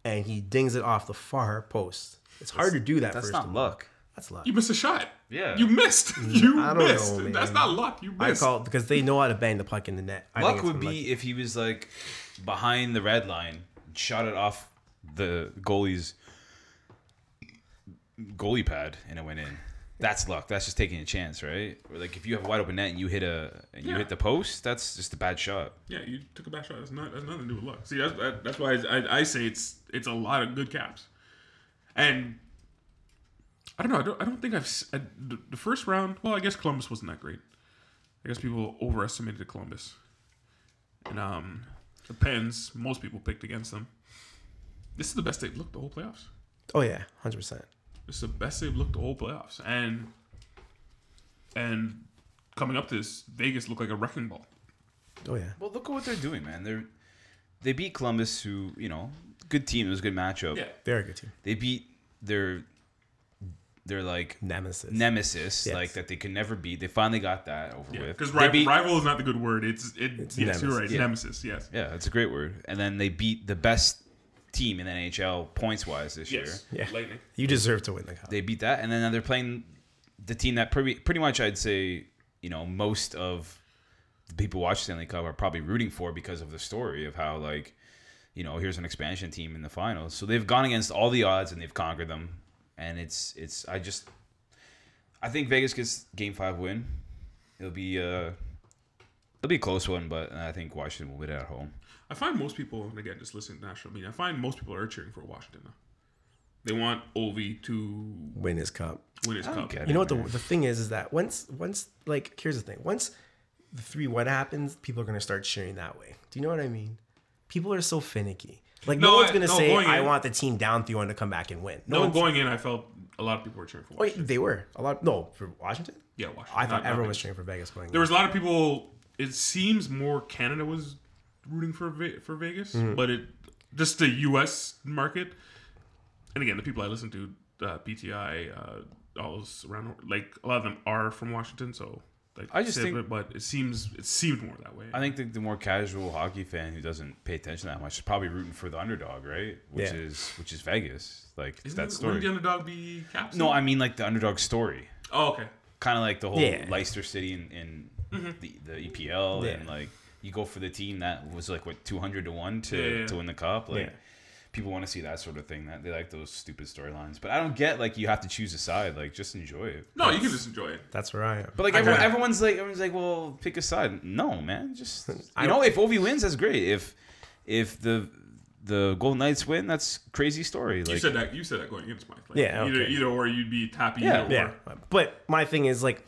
Speaker 5: and he dings it off the far post. It's hard to do that.
Speaker 4: That's
Speaker 5: first
Speaker 4: not
Speaker 5: of all.
Speaker 4: luck.
Speaker 5: That's luck.
Speaker 3: you missed a shot.
Speaker 4: Yeah.
Speaker 3: You missed. You
Speaker 5: Mm, I don't
Speaker 3: missed.
Speaker 5: know,
Speaker 3: That's
Speaker 5: man.
Speaker 3: not luck. You
Speaker 5: I
Speaker 3: missed.
Speaker 5: call it because they know how to bang the puck in the net. I think
Speaker 4: Luck
Speaker 5: it's
Speaker 4: would
Speaker 5: unlucky.
Speaker 4: be if he was like behind the red line, shot it off the goalie's goalie pad, and it went in. That's luck. That's just taking a chance, right? Or like if you have a wide open net and you hit a and you
Speaker 3: Yeah.
Speaker 4: hit the post, that's just a bad shot.
Speaker 3: Yeah, you took a bad shot. That's not that's nothing to do with luck. See, that's that, that's why I, I, I say it's it's a lot of good caps, and I don't know. I don't, I don't think I've s- I- the the first round. Well, I guess Columbus wasn't that great. I guess people overestimated Columbus, and um, the Pens. Most people picked against them. This is the best they've looked the whole playoffs.
Speaker 5: Oh yeah, hundred percent.
Speaker 3: This is the best they've looked the whole playoffs, and and coming up to this, Vegas looked like a wrecking ball.
Speaker 5: Oh yeah.
Speaker 4: Well, look at what they're doing, man. They're they beat Columbus, who you know, good team. It was a good matchup.
Speaker 3: Yeah.
Speaker 5: They're a good team.
Speaker 4: They beat their their like
Speaker 5: Nemesis.
Speaker 4: nemesis,
Speaker 5: Yes.
Speaker 4: like that they could never beat. They finally got that over with.
Speaker 3: Because
Speaker 4: They
Speaker 3: rival,
Speaker 4: beat-
Speaker 3: rival is not the good word. It's it. yes, you're
Speaker 5: nemesis.
Speaker 3: right.
Speaker 4: Yeah.
Speaker 3: Nemesis. Yes.
Speaker 4: Yeah, that's a great word. And then they beat the best team in the NHL points wise this year.
Speaker 3: Yes.
Speaker 5: Yeah.
Speaker 3: Lightning.
Speaker 5: you deserve to win the cup.
Speaker 4: They beat that, and then now they're playing the team that pretty pretty much I'd say you know most of the people who watch Stanley Cup are probably rooting for because of the story of how like you know here's an expansion team in the finals. So they've gone against all the odds and they've conquered them, and it's it's I just I think Vegas gets Game Five win. It'll be uh it'll be a close one, but I think Washington will win at home.
Speaker 3: I find most people, and again, just listening to national media, I find most people are cheering for Washington now. They want Ovi to
Speaker 5: win his cup.
Speaker 3: win his
Speaker 4: I don't
Speaker 3: cup.
Speaker 4: get it,
Speaker 5: You know what the,
Speaker 4: man.
Speaker 5: the thing is is that once once like here's the thing. Once the three one happens, people are gonna start cheering that way. Do you know what I mean? People are so finicky. Like no,
Speaker 3: No,
Speaker 5: one's
Speaker 3: I-
Speaker 5: gonna
Speaker 3: no,
Speaker 5: say
Speaker 3: going
Speaker 5: I
Speaker 3: in-
Speaker 5: want the team down three one to come back and win.
Speaker 3: No,
Speaker 5: one's-
Speaker 3: going in, I felt a lot of people were cheering for
Speaker 5: Oh,
Speaker 3: Washington.
Speaker 5: yeah, they were a lot. No, for Washington.
Speaker 3: yeah, Washington.
Speaker 5: I thought
Speaker 3: Not- not
Speaker 5: everyone
Speaker 3: Vegas.
Speaker 5: was cheering for Vegas going.
Speaker 3: There was a lot of people. It seems more Canada was rooting for Ve- for Vegas,
Speaker 4: Mm-hmm.
Speaker 3: but it just the U.S. market. And again, the people I listen to, uh, PTI, uh, all those around, like a lot of them are from Washington, so like
Speaker 4: I just
Speaker 3: say
Speaker 4: think-
Speaker 3: it, but it seems it seemed more that way.
Speaker 4: I think the, the more casual hockey fan who doesn't pay attention that much is probably rooting for the underdog, right? Which
Speaker 5: Yeah.
Speaker 4: is which is Vegas, like
Speaker 3: Isn't
Speaker 4: that
Speaker 3: the- wouldn't
Speaker 4: story.
Speaker 3: the underdog be Caps?
Speaker 4: No, I mean like the underdog story,
Speaker 3: Oh, okay.
Speaker 4: kind of like the whole
Speaker 5: Yeah.
Speaker 4: Leicester City and, and
Speaker 3: Mm-hmm.
Speaker 4: the, the EPL, and
Speaker 5: Yeah.
Speaker 4: like you go for the team that was like what two hundred to one to
Speaker 3: Yeah, yeah,
Speaker 4: to
Speaker 3: yeah.
Speaker 4: win the cup, like.
Speaker 5: Yeah.
Speaker 4: People want to see that sort of thing. That they like those stupid storylines, but I don't get like you have to choose a side. Like just enjoy it.
Speaker 3: No, you can just enjoy it.
Speaker 5: That's where I am.
Speaker 4: But like
Speaker 5: I
Speaker 4: everyone,
Speaker 5: got-
Speaker 4: everyone's like everyone's like, well, pick a side. No, man, just
Speaker 5: I
Speaker 4: you know, if Ovi wins, that's great. If if the the Golden Knights win, that's crazy story.
Speaker 3: You
Speaker 4: Like
Speaker 3: said that. You said that going against Mike. Like,
Speaker 5: Yeah,
Speaker 3: Either,
Speaker 5: okay.
Speaker 3: either or, you'd be happy.
Speaker 4: Yeah,
Speaker 3: either
Speaker 5: Yeah.
Speaker 3: Or.
Speaker 5: But my thing is like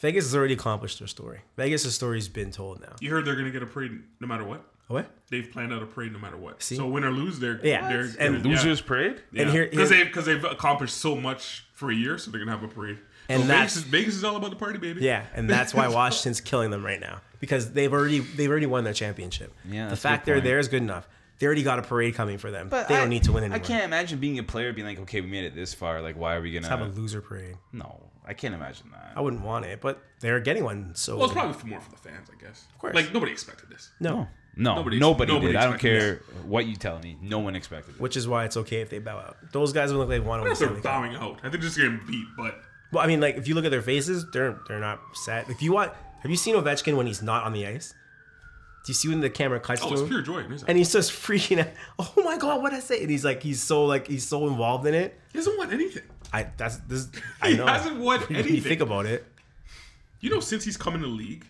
Speaker 5: Vegas has already accomplished their story. Vegas' story's been told now.
Speaker 3: You heard they're gonna get a parade no matter what.
Speaker 5: What?
Speaker 3: They've planned out a parade no matter what.
Speaker 5: See?
Speaker 3: So win or lose, they're
Speaker 5: Yeah.
Speaker 3: they're
Speaker 5: And
Speaker 3: they're- yeah.
Speaker 4: losers parade.
Speaker 3: Yeah.
Speaker 5: And here-
Speaker 3: because
Speaker 5: here-
Speaker 3: they've because they've accomplished so much for a year, so they're gonna have a parade.
Speaker 5: And
Speaker 3: So
Speaker 5: that's-
Speaker 3: Vegas, is, Vegas is all about the party, baby.
Speaker 5: Yeah, and that's why Washington's killing them right now because they've already they've already won their championship.
Speaker 4: Yeah,
Speaker 5: the
Speaker 4: that's a
Speaker 5: fact
Speaker 4: good
Speaker 5: they're
Speaker 4: point.
Speaker 5: there is good enough. They already got a parade coming for them.
Speaker 4: But
Speaker 5: they
Speaker 4: I-
Speaker 5: don't need to win anymore.
Speaker 4: I can't imagine being a player being like, okay, we made it this far. Like, why are we gonna
Speaker 5: have a loser parade.
Speaker 4: No, I can't imagine that.
Speaker 5: I wouldn't want it, but they're getting one. So
Speaker 3: Well, it's probably for more for the fans, I guess. Of
Speaker 5: course.
Speaker 3: Like nobody expected this.
Speaker 5: no,
Speaker 4: No,
Speaker 3: Nobody
Speaker 4: nobody,
Speaker 3: ex- nobody
Speaker 4: did. I don't
Speaker 3: expected
Speaker 4: care what you tell me. No one expected it.
Speaker 5: which is why it's okay if they bow out. Those guys look like they want
Speaker 3: I
Speaker 5: to win.
Speaker 3: guess they're
Speaker 5: Stanley Cup.
Speaker 3: bowing out. I think they're just getting beat, but
Speaker 5: Well, I mean, like if you look at their faces, they're they're not sad. If you want, have you seen Ovechkin when he's not on the ice? Do you see when the camera cuts
Speaker 3: oh,
Speaker 5: to
Speaker 3: it's
Speaker 5: him?
Speaker 3: pure joy, isn't it?
Speaker 5: and he's just freaking out. Oh my god, what I say? And he's like, he's so like, he's so involved in it.
Speaker 3: he doesn't want anything.
Speaker 5: I that's this. I
Speaker 3: He
Speaker 5: know.
Speaker 3: hasn't won
Speaker 5: When you think
Speaker 3: anything.
Speaker 5: about it.
Speaker 3: You know, since he's come in the league,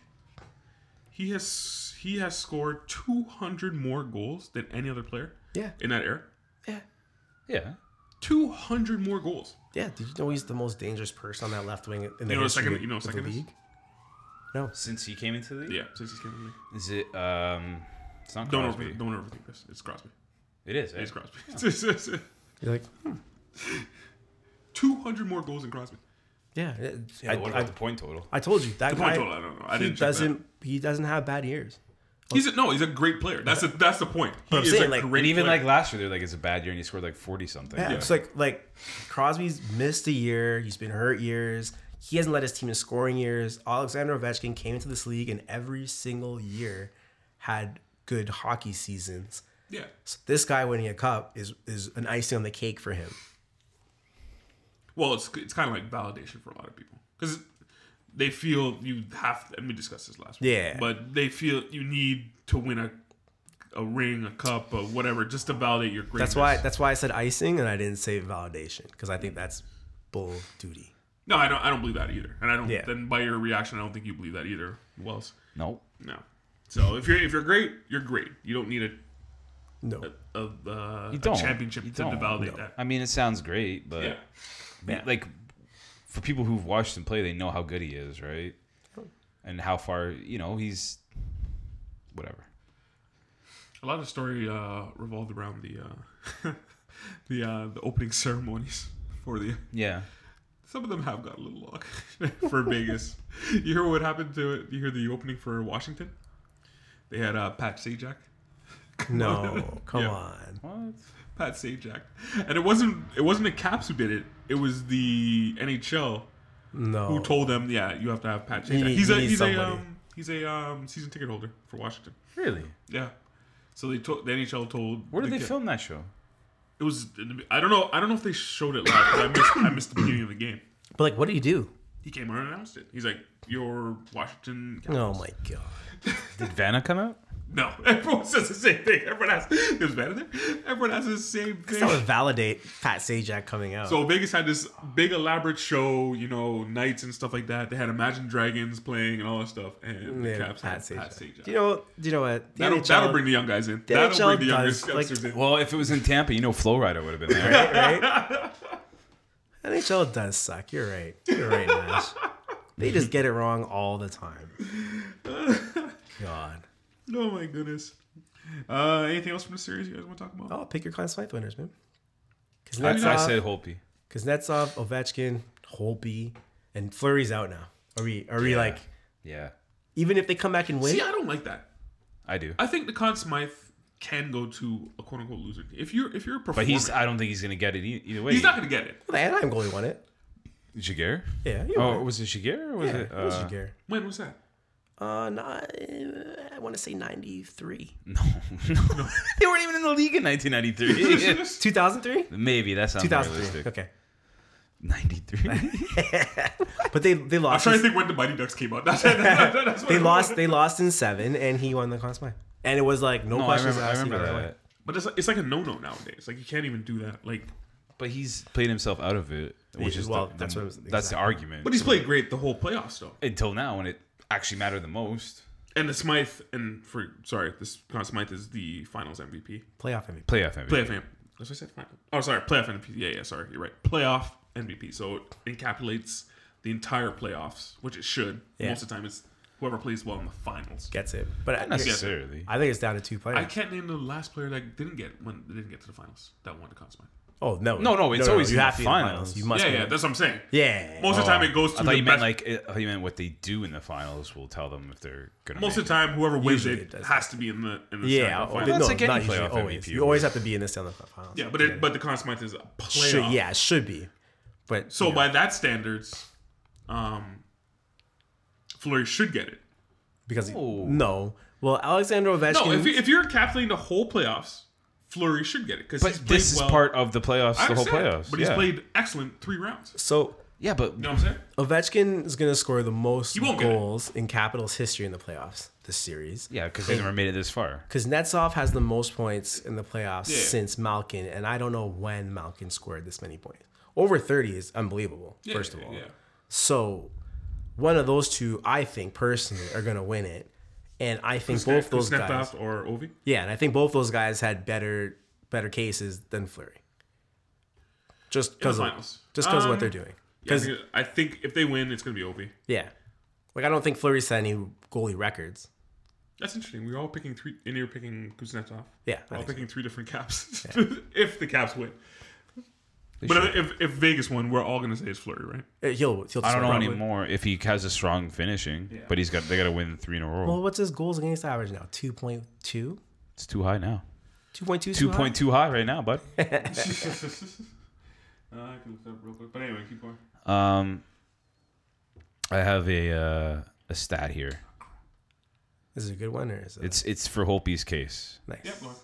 Speaker 3: he has he has scored 200 more goals than any other player
Speaker 5: Yeah,
Speaker 3: in that era.
Speaker 4: Yeah.
Speaker 3: 200 more goals.
Speaker 5: yeah. Did you know he's the most dangerous person on that left wing in
Speaker 3: You
Speaker 5: the
Speaker 3: know,
Speaker 5: history
Speaker 3: second. You know,
Speaker 5: of the
Speaker 3: second. Is?
Speaker 5: league? No,
Speaker 4: Since he came into the league,
Speaker 3: Yeah, since he's came in the league.
Speaker 4: Is it? Um, it's not
Speaker 3: Don't
Speaker 4: Crosby.
Speaker 3: overthink, don't overthink this. It's Crosby.
Speaker 4: It is. eh?
Speaker 3: It's Crosby.
Speaker 5: you're like, hmm,
Speaker 3: 200 more goals than Crosby.
Speaker 5: yeah.
Speaker 4: Yeah,
Speaker 5: I,
Speaker 4: what
Speaker 5: I,
Speaker 4: about the point total?
Speaker 5: I told you that
Speaker 3: The point
Speaker 5: guy.
Speaker 3: total, I don't know. I
Speaker 5: he
Speaker 3: didn't check that.
Speaker 5: doesn't. He doesn't have bad years.
Speaker 3: He's a, no, he's a great player. That's the that's the point. He
Speaker 5: I'm
Speaker 3: is
Speaker 5: saying,
Speaker 3: a
Speaker 5: like,
Speaker 3: great
Speaker 4: and even
Speaker 3: player.
Speaker 4: like last year, they're like it's a bad year, and he scored like forty something.
Speaker 5: Yeah, it's like like Crosby's missed a year. He's been hurt years. He hasn't led his team in scoring years. Alexander Ovechkin came into this league and every single year had good hockey seasons.
Speaker 3: yeah.
Speaker 5: So this guy winning a cup is is an icing on the cake for him.
Speaker 3: Well, it's it's kind of like validation for a lot of people because they feel you have. And we discussed this last week.
Speaker 5: Yeah.
Speaker 3: but they feel you need to win a a ring, a cup, or whatever, just to validate your greatness.
Speaker 5: That's why that's why I said icing and I didn't say validation because I think that's bull duty.
Speaker 3: No, I don't. I don't believe that either. And I don't.
Speaker 5: Yeah.
Speaker 3: Then by your reaction, I don't think you believe that either. Wells.
Speaker 4: no.
Speaker 3: No. So if you're if you're great, you're great. You don't need
Speaker 5: No,
Speaker 3: a a, uh,
Speaker 4: You don't.
Speaker 3: a championship
Speaker 4: You
Speaker 3: to
Speaker 4: don't.
Speaker 3: validate that.
Speaker 4: I mean, it sounds great, but
Speaker 3: Yeah.
Speaker 4: Yeah, like for people who've watched him play, they know how good he is, right? And how far, you know, he's whatever.
Speaker 3: A lot of the story uh, revolved around the uh, the uh, the opening ceremonies for the.
Speaker 4: Yeah.
Speaker 3: Some of them have got a little luck for Vegas. You hear what happened to it? You hear the opening for Washington? They had uh, Pat Sajak.
Speaker 5: no, come
Speaker 3: Yeah.
Speaker 5: on.
Speaker 4: What?
Speaker 3: Pat Sajak, and it wasn't it wasn't the Caps who did it. It was the NHL
Speaker 5: No,
Speaker 4: Oh.
Speaker 3: who told them, yeah, you have to have Pat Sajak.
Speaker 5: need-
Speaker 3: He's
Speaker 5: you
Speaker 3: a
Speaker 5: need
Speaker 3: he's a
Speaker 5: somebody.
Speaker 3: um, he's a um, season ticket holder for Washington.
Speaker 4: Really?
Speaker 3: Yeah. So they told the NHL told
Speaker 4: Where did
Speaker 3: the
Speaker 4: they
Speaker 3: Ca-
Speaker 4: film that show?
Speaker 3: It was. I don't know. I don't know if they showed it live. 'cause I missed. I missed the beginning of the game.
Speaker 5: But like, what do you do?
Speaker 3: He came on and announced it. He's like, "Your Washington."
Speaker 5: Oh
Speaker 3: Capitals."
Speaker 5: my god.
Speaker 4: Did Vanna come out?
Speaker 3: No, everyone says the same thing. Everyone asks. It was better there. Everyone has the same
Speaker 5: That would
Speaker 3: thing.
Speaker 5: validate Pat Sajak coming out.
Speaker 3: So Vegas had this big elaborate show, you know, nights and stuff like that. They had Imagine Dragons playing and all that stuff, and the
Speaker 5: Yeah,
Speaker 3: Caps had
Speaker 5: Sajak.
Speaker 3: Pat Sajak.
Speaker 5: Do you know? Do you know what? The
Speaker 3: that'll,
Speaker 5: NHL
Speaker 3: that'll bring the young guys in.
Speaker 5: the
Speaker 3: That'll
Speaker 5: NHL
Speaker 3: bring the youngest
Speaker 5: does, like-
Speaker 3: youngsters in.
Speaker 4: Well, if it was in Tampa, you know, Flow Rider would have been there.
Speaker 5: right? NHL does suck. You're right. You're right, Nash. They just get it wrong all the time. God.
Speaker 3: Oh my goodness. Uh, anything else from the series you guys want to talk about?
Speaker 5: Oh, pick your Conn Smythe winners, man. Because
Speaker 4: That's I
Speaker 5: Netsov,
Speaker 4: said Holpe.
Speaker 5: Kuznetsov, Ovechkin, Holby, and Flurry's out now. Are we? Are we like?
Speaker 4: Yeah,
Speaker 5: Even if they come back and win,
Speaker 3: See, I don't like that.
Speaker 4: I do.
Speaker 3: I think the Conn Smythe can go to a quote unquote loser. If you're if you're
Speaker 4: But
Speaker 3: performing,
Speaker 4: he's. I don't think he's gonna get it e- either way.
Speaker 3: he's not gonna get it.
Speaker 5: the Anaheim goalie won it.
Speaker 4: Jaguar?
Speaker 5: Yeah. You
Speaker 4: Oh,
Speaker 5: won.
Speaker 4: was it Jaguar? Or was
Speaker 5: yeah.
Speaker 4: it?
Speaker 5: It was
Speaker 4: uh,
Speaker 5: Jaguar.
Speaker 3: When was that?
Speaker 5: Uh, not, I want to say ninety three.
Speaker 4: No, no. they weren't even in the league in 1993.
Speaker 5: Two thousand three.
Speaker 4: Maybe that sounds
Speaker 5: Two thousand
Speaker 4: realistic.
Speaker 5: three. Okay.
Speaker 4: 93.
Speaker 5: But they they
Speaker 3: I'm
Speaker 5: lost.
Speaker 3: trying
Speaker 5: in-
Speaker 3: to think when the Mighty Ducks came out. That's, that's, that's, what
Speaker 5: they
Speaker 3: I'm-
Speaker 5: lost. They lost in seven, and he won the Conn Smythe. And it was like no,
Speaker 4: no, I
Speaker 5: questions
Speaker 4: remember, I
Speaker 5: asked. he
Speaker 4: remember
Speaker 5: got it
Speaker 4: that.
Speaker 5: away.
Speaker 3: But it's, it's like a no no nowadays. Like you can't even do that. Like,
Speaker 4: But he's played himself out of it, which is
Speaker 5: well,
Speaker 4: the,
Speaker 5: that's
Speaker 4: the,
Speaker 5: what I was-
Speaker 4: that's the
Speaker 5: exactly.
Speaker 4: argument.
Speaker 3: but he's played great the whole playoffs though.
Speaker 4: until now when it actually mattered the most.
Speaker 3: And the Smythe and for sorry, this Conn Smythe is the Finals MVP.
Speaker 5: Playoff MVP.
Speaker 4: Playoff MVP.
Speaker 3: Playoff MVP. That's what I said. Final. Oh, sorry, playoff MVP. Yeah, yeah. Sorry, you're right. Playoff MVP. So it encapsulates the entire playoffs, which it should.
Speaker 5: Yeah.
Speaker 3: Most of the time, it's whoever plays well in the finals.
Speaker 5: Gets it. But I,
Speaker 4: Not necessarily.
Speaker 5: I think it's down to two players.
Speaker 3: I can't name the last player that didn't get when they didn't get to the finals that won the Conn Smythe.
Speaker 5: Oh no,
Speaker 4: No, no, it's always
Speaker 5: you
Speaker 4: in
Speaker 5: have
Speaker 4: the
Speaker 5: to be in the
Speaker 4: finals.
Speaker 5: finals. You
Speaker 3: yeah,
Speaker 5: must. be
Speaker 3: yeah,
Speaker 5: in the-
Speaker 3: that's what I'm saying.
Speaker 5: yeah.
Speaker 3: Most of the time it goes to
Speaker 4: Oh, I
Speaker 3: the
Speaker 4: thought you meant
Speaker 3: best-
Speaker 4: like it- I thought you meant what they do in the finals will tell them if they're gonna.
Speaker 3: most
Speaker 4: make
Speaker 3: of the time whoever wins
Speaker 5: Usually it
Speaker 3: it
Speaker 5: does.
Speaker 3: has to be in the in the
Speaker 5: yeah,
Speaker 3: semifinal
Speaker 5: oh,
Speaker 3: final.
Speaker 5: no,
Speaker 4: like any
Speaker 5: not usually,
Speaker 4: playoff
Speaker 5: always.
Speaker 4: MVP
Speaker 5: You always have to be in the Stanley Cup Finals.
Speaker 3: Yeah, but it, but the consequence is a playoff.
Speaker 5: should, yeah, it should be. But
Speaker 3: So
Speaker 5: you know,
Speaker 3: by that standards, um, Flurry should get it.
Speaker 5: because he-
Speaker 4: Oh.
Speaker 5: no, well, Alexander Ovechkin.
Speaker 3: No, if, you- if you're encapsulating the whole playoffs, Flurry should get it because
Speaker 4: But this is part of the playoffs, the whole playoffs.
Speaker 3: But
Speaker 4: yeah.
Speaker 3: he's played excellent three rounds.
Speaker 5: so
Speaker 4: Yeah, but
Speaker 3: You know what I'm saying?
Speaker 5: Ovechkin is going to score the most
Speaker 3: won't get it.
Speaker 5: goals in Capitals history in the playoffs this series.
Speaker 4: yeah, because they never made it this far.
Speaker 5: Because Netsov has the most points in the playoffs
Speaker 3: Yeah.
Speaker 5: since Malkin, and I don't know when Malkin scored this many points. Over 30 is unbelievable,
Speaker 3: Yeah,
Speaker 5: first of all.
Speaker 3: yeah.
Speaker 5: So, one of those two, I think personally, are going to win it. And I think both those
Speaker 3: Kuznetsov
Speaker 5: guys.
Speaker 3: or Ovi.
Speaker 5: Yeah, and I think both those guys had better better cases than Fleury. Just because of
Speaker 3: finals.
Speaker 5: just because of
Speaker 3: Um,
Speaker 5: what they're doing.
Speaker 3: Yeah, I
Speaker 5: 'Cause-
Speaker 3: think, I think if they win, it's gonna be Ovi.
Speaker 5: yeah, like I don't think Fleury set any goalie records.
Speaker 3: That's interesting. We're all picking three, and you're picking Kuznetsov.
Speaker 5: Yeah, I
Speaker 3: we're all
Speaker 5: think so.
Speaker 3: picking three different caps. if the Caps win,
Speaker 4: They
Speaker 3: but
Speaker 4: should.
Speaker 3: if, if Vegas won, we're all gonna say it's Flurry, right?
Speaker 5: Uh, He'll he'll.
Speaker 4: I don't know
Speaker 5: score.
Speaker 4: anymore if he has a strong finishing. But he's got they got to win three in a row.
Speaker 5: Well, what's his goals against average now? 2.2? 2.2?
Speaker 4: it's too high now.
Speaker 5: 2.2?
Speaker 4: Two point two high right now, bud.
Speaker 3: Uh, I can look that up real quick. But anyway, keep going.
Speaker 4: Um, I have a uh, a stat here.
Speaker 5: Is it a good one or is it
Speaker 4: It's it's for Holpe's case.
Speaker 5: nice?
Speaker 3: Yep. go on.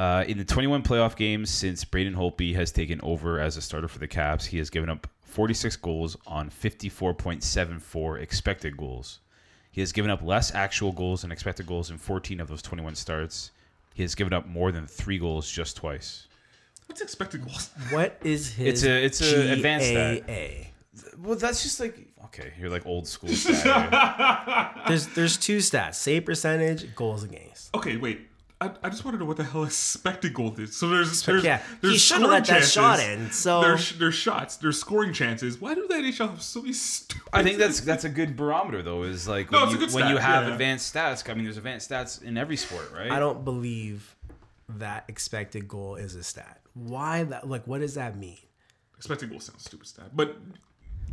Speaker 4: Uh, in the 21 playoff games since Braden Holtby has taken over as a starter for the Caps, he has given up 46 goals on 54.74 expected goals. He has given up less actual goals than expected goals in 14 of those 21 starts. He has given up more than three goals just twice.
Speaker 3: What's expected goals?
Speaker 5: What is his?
Speaker 4: It's a- it's a advanced stat.
Speaker 5: GAA?
Speaker 4: Well, that's just like okay, you're like old school. stat here.
Speaker 5: There's there's two stats: save percentage, goals against.
Speaker 3: Okay, wait. I, I just want to know what the hell expected goal is. So there's there's,
Speaker 5: yeah.
Speaker 3: there's
Speaker 5: He should've
Speaker 3: scoring
Speaker 5: let that shot
Speaker 3: chances,
Speaker 5: in, so-
Speaker 3: there's there's shots, there's scoring chances. Why do the NHL have so many stupid?
Speaker 4: I think that's that's a good barometer though. Is like
Speaker 3: No,
Speaker 4: when,
Speaker 3: it's a
Speaker 4: you,
Speaker 3: good
Speaker 4: when you
Speaker 3: stat,
Speaker 4: have
Speaker 3: yeah.
Speaker 4: advanced stats. I mean, there's advanced stats in every sport, right?
Speaker 5: I don't believe that expected goal is a stat. Why that? Like, what does that mean?
Speaker 3: expected goal sounds stupid stat, but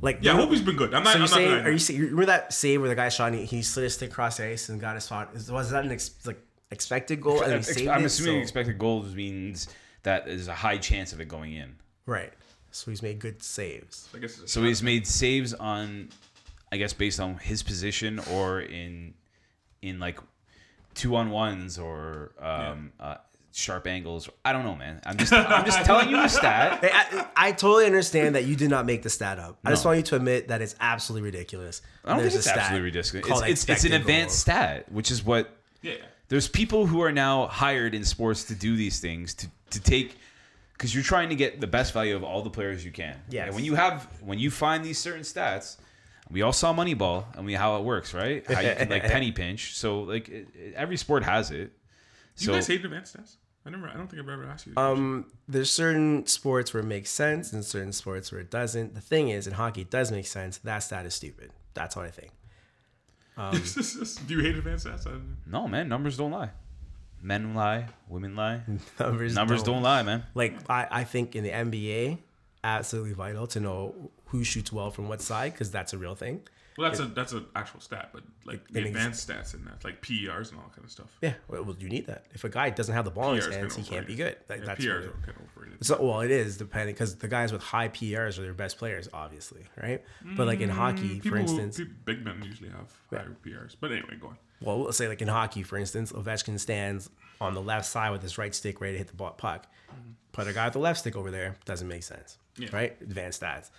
Speaker 5: Like,
Speaker 3: yeah,
Speaker 5: you-
Speaker 3: Hobie's been good. I'm not.
Speaker 5: so
Speaker 3: I'm
Speaker 5: you're
Speaker 3: not
Speaker 5: saying?
Speaker 3: denying
Speaker 5: Are you
Speaker 3: that.
Speaker 5: saying? you Remember that save where the guy shot and he, he slid his stick across the ice and got his spot? Is- Was that an ex, like expected goal? And he
Speaker 4: Ex-
Speaker 5: saved
Speaker 4: I'm
Speaker 5: it?
Speaker 4: assuming
Speaker 5: So-
Speaker 4: expected goals means that is a high chance of it going in.
Speaker 5: right. So he's made good saves.
Speaker 3: I guess it's a
Speaker 4: So he's made saves on, I guess, based on his position or in, in like, two on ones or um, uh, sharp angles. I don't know, man. I'm just I'm just telling you the stat.
Speaker 5: I, I, I totally understand that you did not make the stat up. I just want you to admit that it's absolutely ridiculous.
Speaker 4: I don't
Speaker 5: There's
Speaker 4: think it's
Speaker 5: a stat
Speaker 4: absolutely ridiculous.
Speaker 5: called
Speaker 4: It's, it's, it's an
Speaker 5: expected
Speaker 4: advanced
Speaker 5: goals.
Speaker 4: stat, which is what
Speaker 3: yeah.
Speaker 4: there's people who are now hired in sports to do these things to to take because you're trying to get the best value of all the players you can.
Speaker 5: Yes.
Speaker 4: And when you have when you find these certain stats, we all saw Moneyball and we how it works, right? How you can like penny pinch. So like it, it- every sport has it.
Speaker 3: Do
Speaker 4: So
Speaker 3: you guys hate advanced stats? I never. I don't think I've ever asked you.
Speaker 5: Um, there's certain sports where it makes sense and certain sports where it doesn't. The thing is, in hockey, it does make sense. That stat is stupid. That's what I think.
Speaker 3: do you hate advanced stats? I don't know.
Speaker 4: no man, numbers don't lie. Men lie, women lie.
Speaker 5: Numbers,
Speaker 4: Numbers don't lie, man.
Speaker 5: Like I, I think in the NBA, absolutely vital to know who shoots well from what side because that's a real thing.
Speaker 3: Well, that's a that's an actual stat, but like the
Speaker 5: It makes-
Speaker 3: advanced stats and that, like PERs and all that kind of stuff.
Speaker 5: Yeah, well, well, you need that. If a guy doesn't have the ball in his
Speaker 3: PRs
Speaker 5: hands, he
Speaker 3: kinda
Speaker 5: can't be good.
Speaker 3: overrated.
Speaker 5: Like,
Speaker 3: Yeah,
Speaker 5: that's
Speaker 3: PRs
Speaker 5: what it-
Speaker 3: are kind of overrated.
Speaker 5: So well, it is depending because the guys with high PRs are their best players, obviously, right? But like in hockey, for
Speaker 3: Mm, People,
Speaker 5: instance,
Speaker 3: people- big men usually have higher PRs. But anyway, go on.
Speaker 5: well, let's say like in hockey, for instance, Ovechkin stands on the left side with his right stick ready to hit the ball- puck. Put a guy with the left stick over there doesn't make sense,
Speaker 3: Mm-hmm. Yeah.
Speaker 5: right? Advanced stats,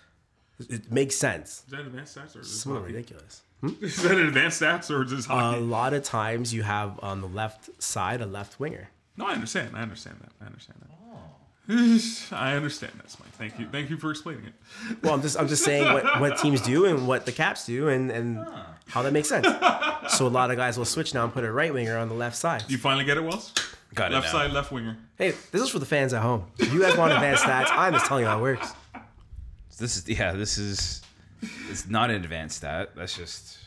Speaker 5: It- it makes sense.
Speaker 3: Is that advanced stats or is,
Speaker 5: It's
Speaker 3: this
Speaker 5: a little
Speaker 3: hockey?
Speaker 5: ridiculous. Um,
Speaker 3: is that advanced stats or is this
Speaker 5: A
Speaker 3: hockey?
Speaker 5: lot of times you have on the left side a left winger.
Speaker 3: no, I understand. I understand that. I understand
Speaker 5: Oh.
Speaker 3: that. I understand that, Mike. Thank you. Thank you for explaining it.
Speaker 5: Well, I'm just I'm just saying what, what teams do and what the Caps do and and how that makes sense. So a lot of guys will switch now and put a right winger on the left side.
Speaker 3: Do you finally get it, Wells?
Speaker 4: Got it
Speaker 3: left
Speaker 4: now.
Speaker 3: side, left winger.
Speaker 5: Hey, this is for the fans at home. If you guys want advanced stats, I'm just telling you how it works.
Speaker 4: This is yeah, this is it's not an advanced stat. That's just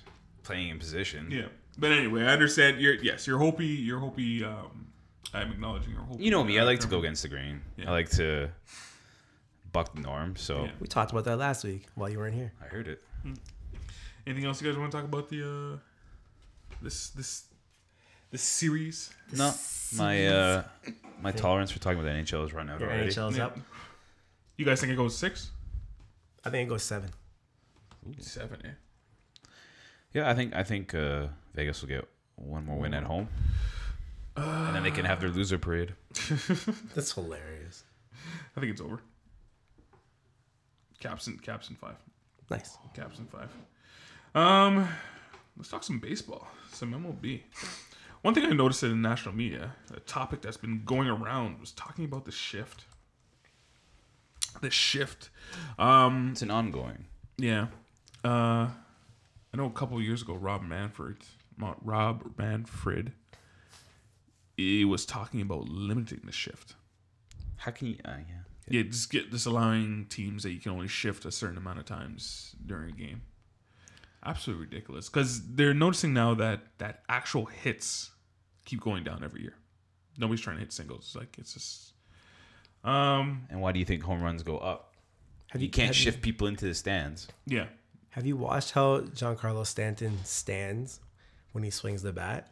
Speaker 4: playing in position.
Speaker 3: Yeah. But anyway, I understand. You're yes, your Hopi, your Hopi um, I'm acknowledging your whole.
Speaker 4: You know me. I like to go against the grain.
Speaker 3: Yeah.
Speaker 4: I like to buck the norm. So
Speaker 3: Yeah.
Speaker 5: We talked about that last week while you weren't here.
Speaker 4: I heard it.
Speaker 3: Anything else you guys want to talk about the uh, this this this series?
Speaker 4: No, my uh, my tolerance for talking about the NHL is run out already.
Speaker 5: NHL's
Speaker 3: Yeah.
Speaker 5: up.
Speaker 3: You guys think it goes six,
Speaker 5: I think it goes seven.
Speaker 3: seven? eh? Yeah.
Speaker 4: Yeah, I think I think uh, Vegas will get one more win at home, and then they can have their loser parade.
Speaker 5: That's hilarious.
Speaker 3: I think it's over. Caps in caps in five.
Speaker 5: Nice.
Speaker 3: Caps in five. Um, let's talk some baseball, some MLB. One thing I noticed in the national media, a topic that's been going around, was talking about the shift. The shift. Um,
Speaker 4: It's an ongoing.
Speaker 3: yeah. Uh, I know a couple of years ago, Rob Manfred, Ma- Rob Manfred, he was talking about limiting the shift.
Speaker 4: How can you? Uh, yeah.
Speaker 3: Yeah, just get just allowing teams that you can only shift a certain amount of times during a game. Absolutely ridiculous. Because they're noticing now that that actual hits keep going down every year. Nobody's trying to hit singles. It's Like it's just. Um.
Speaker 4: And why do you think home runs go up?
Speaker 5: Have
Speaker 4: You can't
Speaker 5: have
Speaker 4: shift people into the stands.
Speaker 3: Yeah.
Speaker 5: have you watched how Giancarlo Stanton stands when he swings the bat?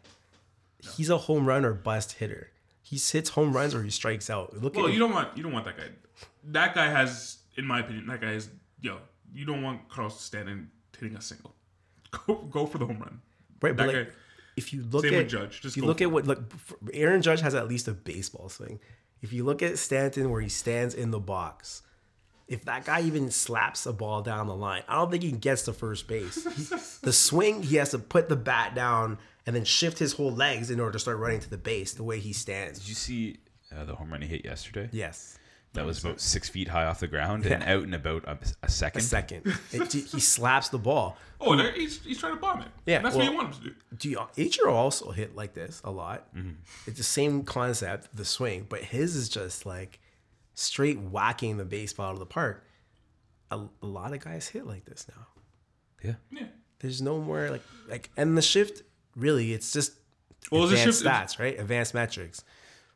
Speaker 5: He's a home run or bust hitter. He hits home runs or he strikes out. Look
Speaker 3: Well,
Speaker 5: at
Speaker 3: you don't want you don't want that guy. That guy has, in my opinion, that guy is yo. You don't want Carlos Stanton hitting a single. Go go for the home run.
Speaker 5: right, but
Speaker 3: That
Speaker 5: like,
Speaker 3: guy.
Speaker 5: if you look
Speaker 3: Same
Speaker 5: at
Speaker 3: with Judge. Just
Speaker 5: if you
Speaker 3: go
Speaker 5: look
Speaker 3: for
Speaker 5: at what look, for- Aaron Judge has at least a baseball swing. If you look at Stanton where he stands in the box, if that guy even slaps a ball down the line, I don't think he gets to first base. He- the swing, he has to put the bat down and then shift his whole legs in order to start running to the base the way he stands.
Speaker 4: Did you see uh, the home run he hit yesterday?
Speaker 5: Yes.
Speaker 4: That was about six feet high off the ground and out in about a, a second.
Speaker 5: A second. It- he slaps the ball.
Speaker 3: Oh, there- he's, he's trying to bomb it.
Speaker 5: Yeah,
Speaker 3: And that's what
Speaker 5: well-
Speaker 3: you want him to do.
Speaker 5: Do you, Ichiro also hit like this a lot. It's the same concept, the swing, but his is just like straight whacking the baseball out of the park. A, a lot of guys hit like this now.
Speaker 4: Yeah.
Speaker 3: Yeah.
Speaker 5: There's no more like like and the shift really it's just
Speaker 3: Well, it's a
Speaker 5: advanced
Speaker 3: shift-
Speaker 5: stats, right? Advanced metrics,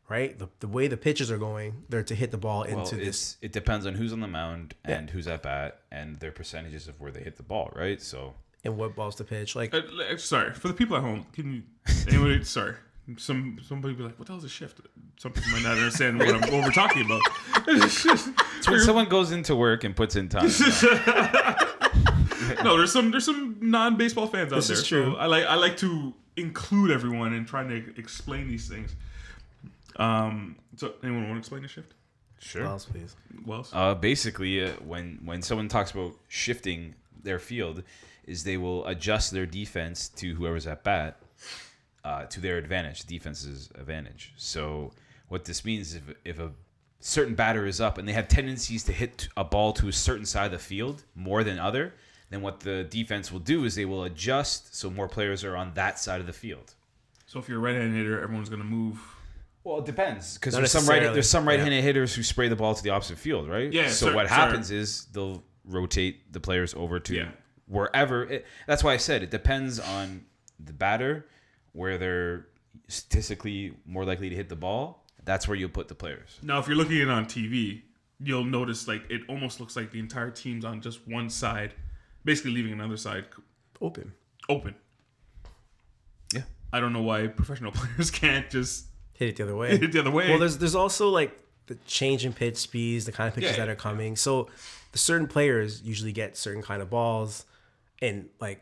Speaker 5: right? The, the way the pitches are going, they're to hit the ball into
Speaker 4: Well,
Speaker 5: this.
Speaker 4: it's, it depends on who's on the mound and who's at bat and their percentages of where they hit the ball, right? So
Speaker 5: And what balls to pitch? Like
Speaker 3: Uh, l- sorry for the people at home. Can you? Anyway, sorry. Some somebody be like, "What the hell's a shift?" Some people might not understand what, I'm, what we're talking about.
Speaker 4: It's when someone goes into work and puts in time. No.
Speaker 3: no, there's some there's some non-baseball fans out there.
Speaker 5: is
Speaker 3: so
Speaker 5: true.
Speaker 3: I like I like to include everyone in trying to explain these things. Um. So anyone want to explain the shift?
Speaker 4: sure.
Speaker 5: balls, please.
Speaker 3: Wells.
Speaker 4: Uh, basically, uh, when when someone talks about shifting their field, is they will adjust their defense to whoever's at bat uh, to their advantage, defense's advantage. So what this means is if, if a certain batter is up and they have tendencies to hit a ball to a certain side of the field more than other, then what the defense will do is they will adjust so more players are on that side of the field.
Speaker 3: So if you're a right-handed hitter, everyone's gonna move.
Speaker 4: Well, it depends because
Speaker 5: Not
Speaker 4: there's some right
Speaker 5: necessarily.
Speaker 4: there's some right-handed hitters who spray the ball to the opposite field, right?
Speaker 3: Yeah,
Speaker 4: So
Speaker 3: cer-
Speaker 4: what
Speaker 3: cer-
Speaker 4: happens is they'll rotate the players over to
Speaker 3: Yeah.
Speaker 4: wherever. It, that's why I said it depends on the batter where they're statistically more likely to hit the ball. That's where you put the players.
Speaker 3: Now, if you're looking at it on TV, you'll notice like it almost looks like the entire team's on just one side, basically leaving another side c-
Speaker 5: Open.
Speaker 3: open.
Speaker 4: Yeah.
Speaker 3: I don't know why professional players can't just
Speaker 5: Hit it the other way.
Speaker 3: hit it the other way.
Speaker 5: Well, there's there's also like the change in pitch speeds, the kind of pitches
Speaker 3: Yeah,
Speaker 5: that are coming. So the certain players usually get certain kind of balls, and like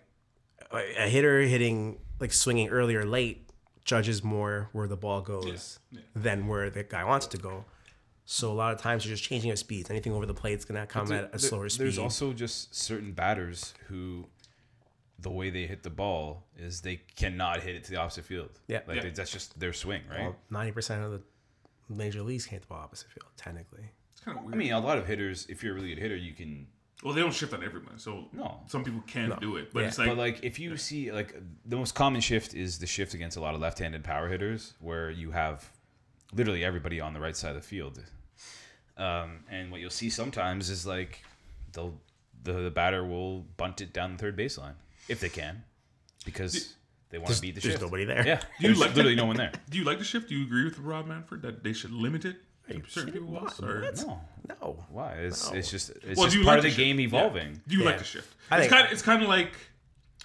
Speaker 5: a a hitter hitting like swinging early or late judges more where the ball goes than where the guy wants it to go. So a lot of times you're just changing your speeds. Anything over the plate's gonna come at a
Speaker 4: There-
Speaker 5: slower speed.
Speaker 4: There's also just certain batters who the way they hit the ball is they cannot hit it to the opposite field.
Speaker 5: Yeah.
Speaker 4: Like
Speaker 3: Yeah.
Speaker 4: that's just their swing, right?
Speaker 5: ninety percent of the major leagues can't hit the ball opposite field technically.
Speaker 3: it's kind of weird.
Speaker 4: I mean, a lot of hitters, if you're a really good hitter, you can
Speaker 3: well, they don't shift on everyone, so
Speaker 4: No.
Speaker 3: some people can do it, but
Speaker 5: Yeah.
Speaker 3: it's like,
Speaker 4: but like if you see like the most common shift is the shift against a lot of left-handed power hitters where you have literally everybody on the right side of the field um, and what you'll see sometimes is like they'll the, the batter will bunt it down the third baseline if they can because They want
Speaker 5: There's-
Speaker 4: to beat the
Speaker 5: there's
Speaker 4: shift.
Speaker 5: nobody there.
Speaker 4: Yeah,
Speaker 3: Do you
Speaker 4: there's
Speaker 3: like
Speaker 4: literally
Speaker 3: that?
Speaker 4: no one there.
Speaker 3: Do you like the shift? Do you agree with Rob Manfred that they should limit it to certain people? Else, or?
Speaker 4: No,
Speaker 5: No.
Speaker 4: why? It's
Speaker 5: No.
Speaker 4: it's just it's
Speaker 3: Well,
Speaker 4: just
Speaker 3: do you like
Speaker 4: part of the
Speaker 3: shift?
Speaker 4: game
Speaker 3: Yeah.
Speaker 4: evolving.
Speaker 3: Do you like
Speaker 5: Yeah.
Speaker 3: the shift?
Speaker 5: I
Speaker 3: it's
Speaker 5: think-
Speaker 3: kind of it's kind of like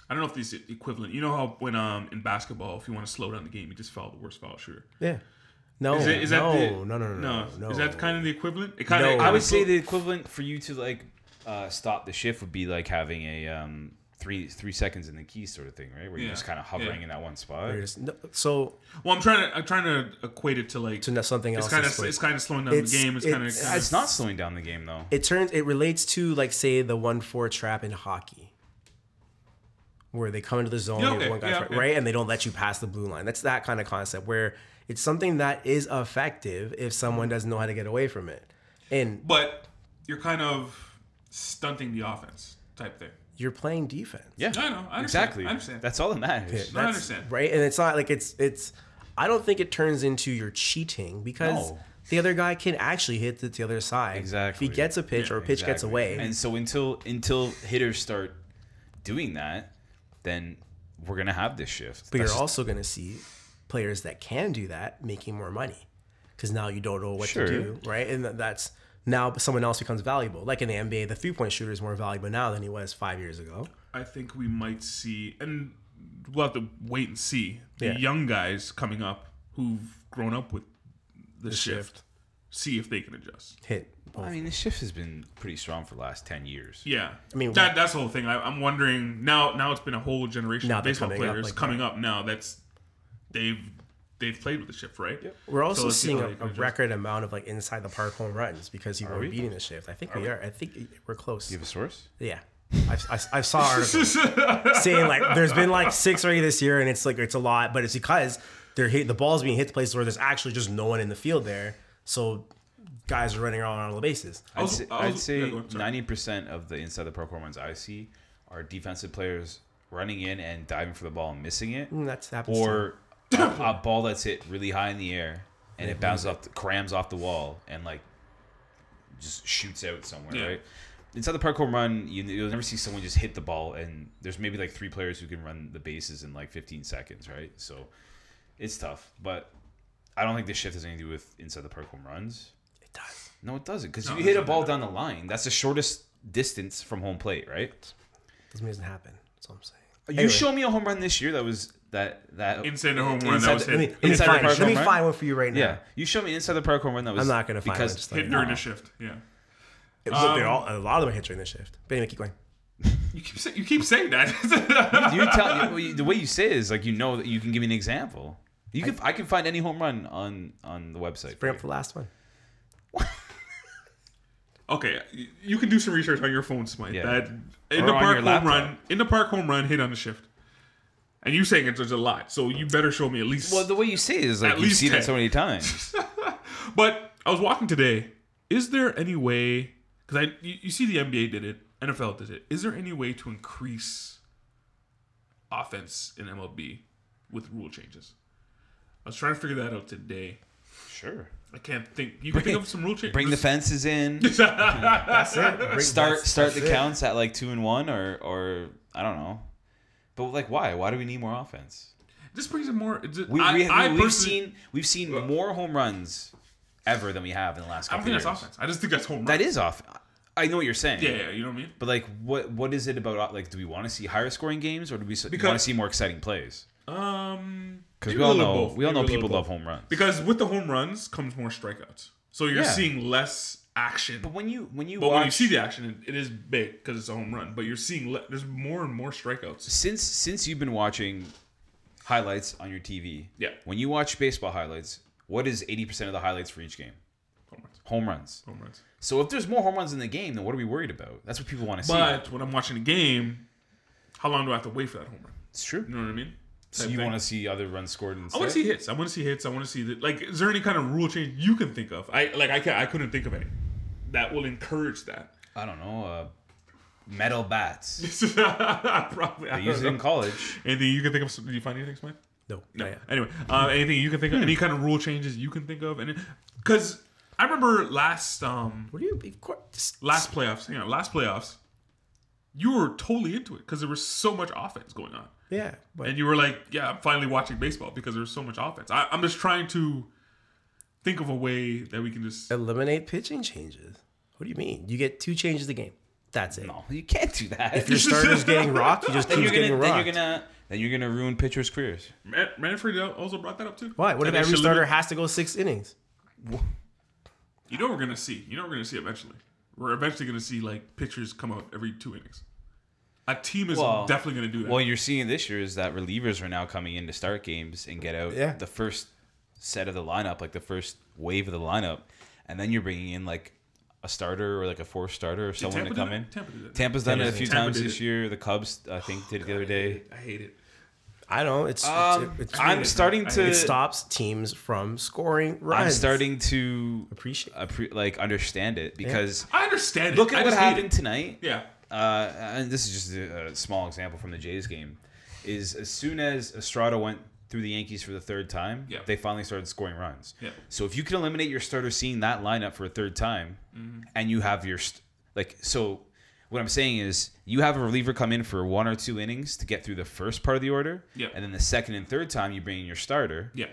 Speaker 3: I don't know if these are equivalent. You know how when um in basketball, if you want to slow down the game, you just foul the worst foul shooter.
Speaker 5: Yeah. No.
Speaker 3: Is, it, is
Speaker 5: no,
Speaker 3: that the,
Speaker 5: no, no, no, no, no.
Speaker 3: Is that kind of the equivalent? It kind of.
Speaker 5: No.
Speaker 4: I would say the equivalent for you to like uh, stop the shift would be like having a um, three three seconds in the key sort of thing, right? Where you're
Speaker 3: Yeah.
Speaker 4: just kind of hovering
Speaker 3: Yeah.
Speaker 4: in that one spot.
Speaker 5: You're just- no, so
Speaker 3: Well, I'm trying to I'm trying to equate it to like
Speaker 5: to know something
Speaker 3: it's
Speaker 5: else.
Speaker 3: kind
Speaker 5: is
Speaker 3: of
Speaker 5: what-
Speaker 3: it's kind of slowing down
Speaker 5: It's-
Speaker 3: the game. It's, kind of
Speaker 5: it's-
Speaker 4: It's not slowing down the game though.
Speaker 5: it turns it relates to like say the one four trap in hockey where they come into the zone
Speaker 3: Yeah,
Speaker 5: you have
Speaker 3: okay,
Speaker 5: one guy
Speaker 3: yeah,
Speaker 5: fr-
Speaker 3: okay.
Speaker 5: right and they don't let you pass the blue line that's that kind of concept where it's something that is effective if someone
Speaker 3: Mm-hmm.
Speaker 5: doesn't know how to get away from it and
Speaker 3: but you're kind of stunting the offense type thing.
Speaker 5: you're playing defense
Speaker 4: Yeah,
Speaker 3: No, no, I understand.
Speaker 4: exactly.
Speaker 3: I understand.
Speaker 4: That's all that matters.
Speaker 3: No, I understand.
Speaker 5: right and it's not like it's it's i don't think it turns into your cheating because
Speaker 4: No.
Speaker 5: the other guy can actually hit the, the other side
Speaker 4: Exactly.
Speaker 5: if he gets a pitch or a pitch gets
Speaker 4: Exactly.
Speaker 5: away
Speaker 4: And so until until hitters start doing that, then we're gonna have this shift.
Speaker 5: But
Speaker 4: That's
Speaker 5: you're
Speaker 4: just-
Speaker 5: also going to see players that can do that making more money because now you don't know what
Speaker 4: Sure.
Speaker 5: to do, right? And that- that's now someone else becomes valuable. Like in the NBA, the three point shooter is more valuable now than he was five years ago.
Speaker 3: I think we might see, and we'll have to wait and see the
Speaker 5: Yeah.
Speaker 3: young guys coming up who've grown up with the, shift, see if they can adjust.
Speaker 5: Hit. both.
Speaker 4: I mean, the shift has been pretty strong for the last ten years.
Speaker 3: Yeah, I
Speaker 5: mean,
Speaker 3: that, that's the whole thing. I, I'm wondering now. Now it's been a whole generation
Speaker 5: Now
Speaker 3: of
Speaker 5: they're
Speaker 3: baseball
Speaker 5: coming up
Speaker 3: players
Speaker 5: like
Speaker 3: coming up now. That's they've they've played with the shift, right?
Speaker 5: We're also
Speaker 3: let's see
Speaker 5: seeing
Speaker 3: how
Speaker 5: a,
Speaker 3: they can
Speaker 5: a
Speaker 3: adjust.
Speaker 5: record amount of like inside the park home runs because people are, beating the shift. I think we are. I think we're close.
Speaker 4: You have a source?
Speaker 5: Yeah. I, I, I saw articles saying like there's been like six or eight this year, and it's like it's a lot, but it's because they're hit, the ball's being hit to places where there's actually just no one in the field there, so guys are running around on all the bases.
Speaker 4: I'd
Speaker 3: was-
Speaker 4: say-
Speaker 3: I was-
Speaker 4: I'd say
Speaker 3: yeah, go on, sorry.
Speaker 4: ninety percent of the inside the park home runs I see are defensive players running in and diving for the ball and missing it,
Speaker 5: Mm, That's happened.
Speaker 4: or a, a ball that's hit really high in the air and it bounces off, the, crams off the wall and like just shoots out somewhere,
Speaker 3: Yeah.
Speaker 4: right? Inside the park home run, you, you'll never see someone just hit the ball, and there's maybe like three players who can run the bases in like 15 seconds, right? So it's tough, but I don't think this shift has anything to do with inside the park home runs.
Speaker 5: it does.
Speaker 4: No, it doesn't. Because
Speaker 3: No,
Speaker 4: if you
Speaker 3: it
Speaker 4: hit a
Speaker 3: doesn't.
Speaker 4: ball down the line, that's the shortest distance from home plate, right?
Speaker 5: Doesn't mean it doesn't happen. That's all I'm saying.
Speaker 4: You show me a home run this year that was that that
Speaker 3: Inside the home run,
Speaker 4: inside
Speaker 3: that was
Speaker 4: the-
Speaker 5: Let me,
Speaker 3: hit,
Speaker 5: let me,
Speaker 4: Inside the
Speaker 5: find,
Speaker 4: park
Speaker 5: let me
Speaker 4: home run?
Speaker 5: find one for you right now.
Speaker 4: Yeah, you show me inside the park home run that was.
Speaker 5: I'm not gonna find
Speaker 4: because
Speaker 5: it. It's
Speaker 3: hit
Speaker 5: like-
Speaker 3: during
Speaker 4: Nah.
Speaker 3: the shift. Yeah,
Speaker 5: It was- they're all, a lot of them are hits during the shift. But anyway, keep going.
Speaker 3: you keep say, you keep saying that.
Speaker 4: you tell you- you, the way you say it is like you know that you can give me an example. You can I can find any home run on on the website.
Speaker 5: Bring up the last one.
Speaker 3: Okay, you- you can do some research on your phone, Smite.
Speaker 4: Yeah.
Speaker 3: That in
Speaker 4: Or
Speaker 3: the
Speaker 4: on
Speaker 3: park
Speaker 4: your
Speaker 3: home
Speaker 4: laptop.
Speaker 3: run, in the park home run, hit on the shift. And you saying it's there's a lot, so you better show me at least.
Speaker 4: Well, the way you say it is like
Speaker 3: At
Speaker 4: you've
Speaker 3: least
Speaker 4: seen
Speaker 3: 10.
Speaker 4: it so many times.
Speaker 3: but I was walking today. Is there any way? Because I you, you see the NBA did it, NFL did it. Is there any way to increase offense in MLB with rule changes? I was trying to figure that out today.
Speaker 4: Sure.
Speaker 3: I can't think. You can think of some rule changes.
Speaker 4: Bring the fences in.
Speaker 5: That's it. Bring-
Speaker 4: start
Speaker 5: that's-
Speaker 4: start
Speaker 5: that's
Speaker 4: the
Speaker 5: it.
Speaker 4: counts at like two and one or or I don't know. But like, why? Why do we need more offense?
Speaker 3: This brings in more. it's-
Speaker 4: We,
Speaker 3: I,
Speaker 4: we,
Speaker 3: I
Speaker 4: we've
Speaker 3: personally-
Speaker 4: seen we've seen more home runs ever than we have in the last
Speaker 3: I don't
Speaker 4: couple
Speaker 3: think
Speaker 4: years.
Speaker 3: that's offense. I just think that's home run.
Speaker 4: That is off. I know what you're saying.
Speaker 3: Yeah, yeah, you know what I mean.
Speaker 4: But like, what what is it about? Like, do we want to see higher scoring games, or do we want to
Speaker 3: Because-
Speaker 4: see more exciting plays?
Speaker 3: Um,
Speaker 4: Because
Speaker 3: maybe
Speaker 4: we
Speaker 3: a
Speaker 4: all
Speaker 3: little
Speaker 4: know
Speaker 3: both.
Speaker 4: we all
Speaker 3: Maybe
Speaker 4: know
Speaker 3: a little
Speaker 4: people
Speaker 3: both.
Speaker 4: love home runs.
Speaker 3: Because with the home runs comes more strikeouts, so you're
Speaker 4: Yeah.
Speaker 3: seeing less action.
Speaker 4: But when you when you
Speaker 3: But
Speaker 4: watch
Speaker 3: when you see the action, it, it is big because it's a home run. But you're seeing le- there's more and more strikeouts.
Speaker 4: since since you've been watching highlights on your TV,
Speaker 3: Yeah.
Speaker 4: When you watch baseball highlights, what is eighty percent of the highlights for each game?
Speaker 3: Home runs,
Speaker 4: Home runs.
Speaker 3: home runs.
Speaker 4: So if there's more home runs in the game, then what are we worried about? That's what people want to see.
Speaker 3: But when I'm watching a game, how long do I have to wait for that home run?
Speaker 4: it's true.
Speaker 3: You know what I mean?
Speaker 4: So
Speaker 3: Type
Speaker 4: you
Speaker 3: thing.
Speaker 4: want to see other runs scored instead.
Speaker 3: I want to see hits. I want to see hits. I want to see that. Like, is there any kind of rule change you can think of? I like I can I couldn't think of any that will encourage that.
Speaker 4: I don't know. Uh, metal bats.
Speaker 3: Probably. I
Speaker 4: I used
Speaker 3: don't
Speaker 4: it in
Speaker 3: know.
Speaker 4: college.
Speaker 3: Anything you can think of? Did you find anything, Smith?
Speaker 5: No.
Speaker 3: No.
Speaker 5: no. Yeah.
Speaker 3: Anyway, uh, anything you can think of, any kind of rule changes you can think of, and because I remember last um
Speaker 5: What do you? Of course.
Speaker 3: last playoffs, hang on, last playoffs, you were totally into it because there was so much offense going on.
Speaker 5: Yeah, but
Speaker 3: And you were like, yeah, I'm finally watching baseball because there's so much offense. I, I'm just trying to think of a way that we can just.
Speaker 5: eliminate pitching changes. What do you mean? You get two changes a game. That's it.
Speaker 4: No, you can't do that.
Speaker 5: If your starter's getting rocked, you just
Speaker 4: then
Speaker 5: keep
Speaker 4: you're
Speaker 5: getting
Speaker 4: gonna then
Speaker 5: rocked.
Speaker 4: you're gonna then you're gonna ruin pitchers' careers.
Speaker 3: Man- Manfred also brought that up too.
Speaker 5: Why? What if
Speaker 3: That they
Speaker 5: every
Speaker 3: should
Speaker 5: starter
Speaker 3: limit-
Speaker 5: has to go six innings?
Speaker 3: You know what we're gonna see. You know what we're gonna see eventually. We're eventually gonna see like pitchers come out every two innings. A team is
Speaker 4: Well-
Speaker 3: definitely gonna do that.
Speaker 4: What you're seeing this year is that relievers are now coming in to start games and get out
Speaker 5: Yeah.
Speaker 4: the first set of the lineup, like the first wave of the lineup, and then you're bringing in like a starter or like a fourth starter or someone
Speaker 3: Tampa
Speaker 4: to
Speaker 3: did
Speaker 4: come
Speaker 3: it?
Speaker 4: in.
Speaker 3: Tampa did it.
Speaker 4: Tampa's done it a
Speaker 3: Tampa
Speaker 4: few
Speaker 3: did
Speaker 4: times
Speaker 3: it. Oh,
Speaker 4: this year. The Cubs, I think, did it the other day.
Speaker 3: I hate it.
Speaker 5: I don't. It's,
Speaker 4: Um,
Speaker 5: it's, it's
Speaker 4: I'm starting
Speaker 3: I
Speaker 4: to.
Speaker 5: it stops teams from scoring runs.
Speaker 4: I'm starting to
Speaker 5: Appreciate.
Speaker 4: appre- like understand it because
Speaker 3: I understand.
Speaker 4: look
Speaker 3: it.
Speaker 4: at
Speaker 3: I
Speaker 4: what
Speaker 3: just hate
Speaker 4: happened
Speaker 3: it.
Speaker 4: tonight.
Speaker 3: Yeah.
Speaker 4: uh, and this is just a, a small example from the Jays game, is as soon as Estrada went through the Yankees for the third time,
Speaker 3: Yeah.
Speaker 4: they finally started scoring runs.
Speaker 3: Yeah.
Speaker 4: So if you can eliminate your starter seeing that lineup for a third time,
Speaker 3: Mm-hmm.
Speaker 4: and you have your st- like so. What I'm saying is, you have a reliever come in for one or two innings to get through the first part of the order,
Speaker 3: Yeah.
Speaker 4: and then the second and third time you bring in your starter,
Speaker 3: Yeah.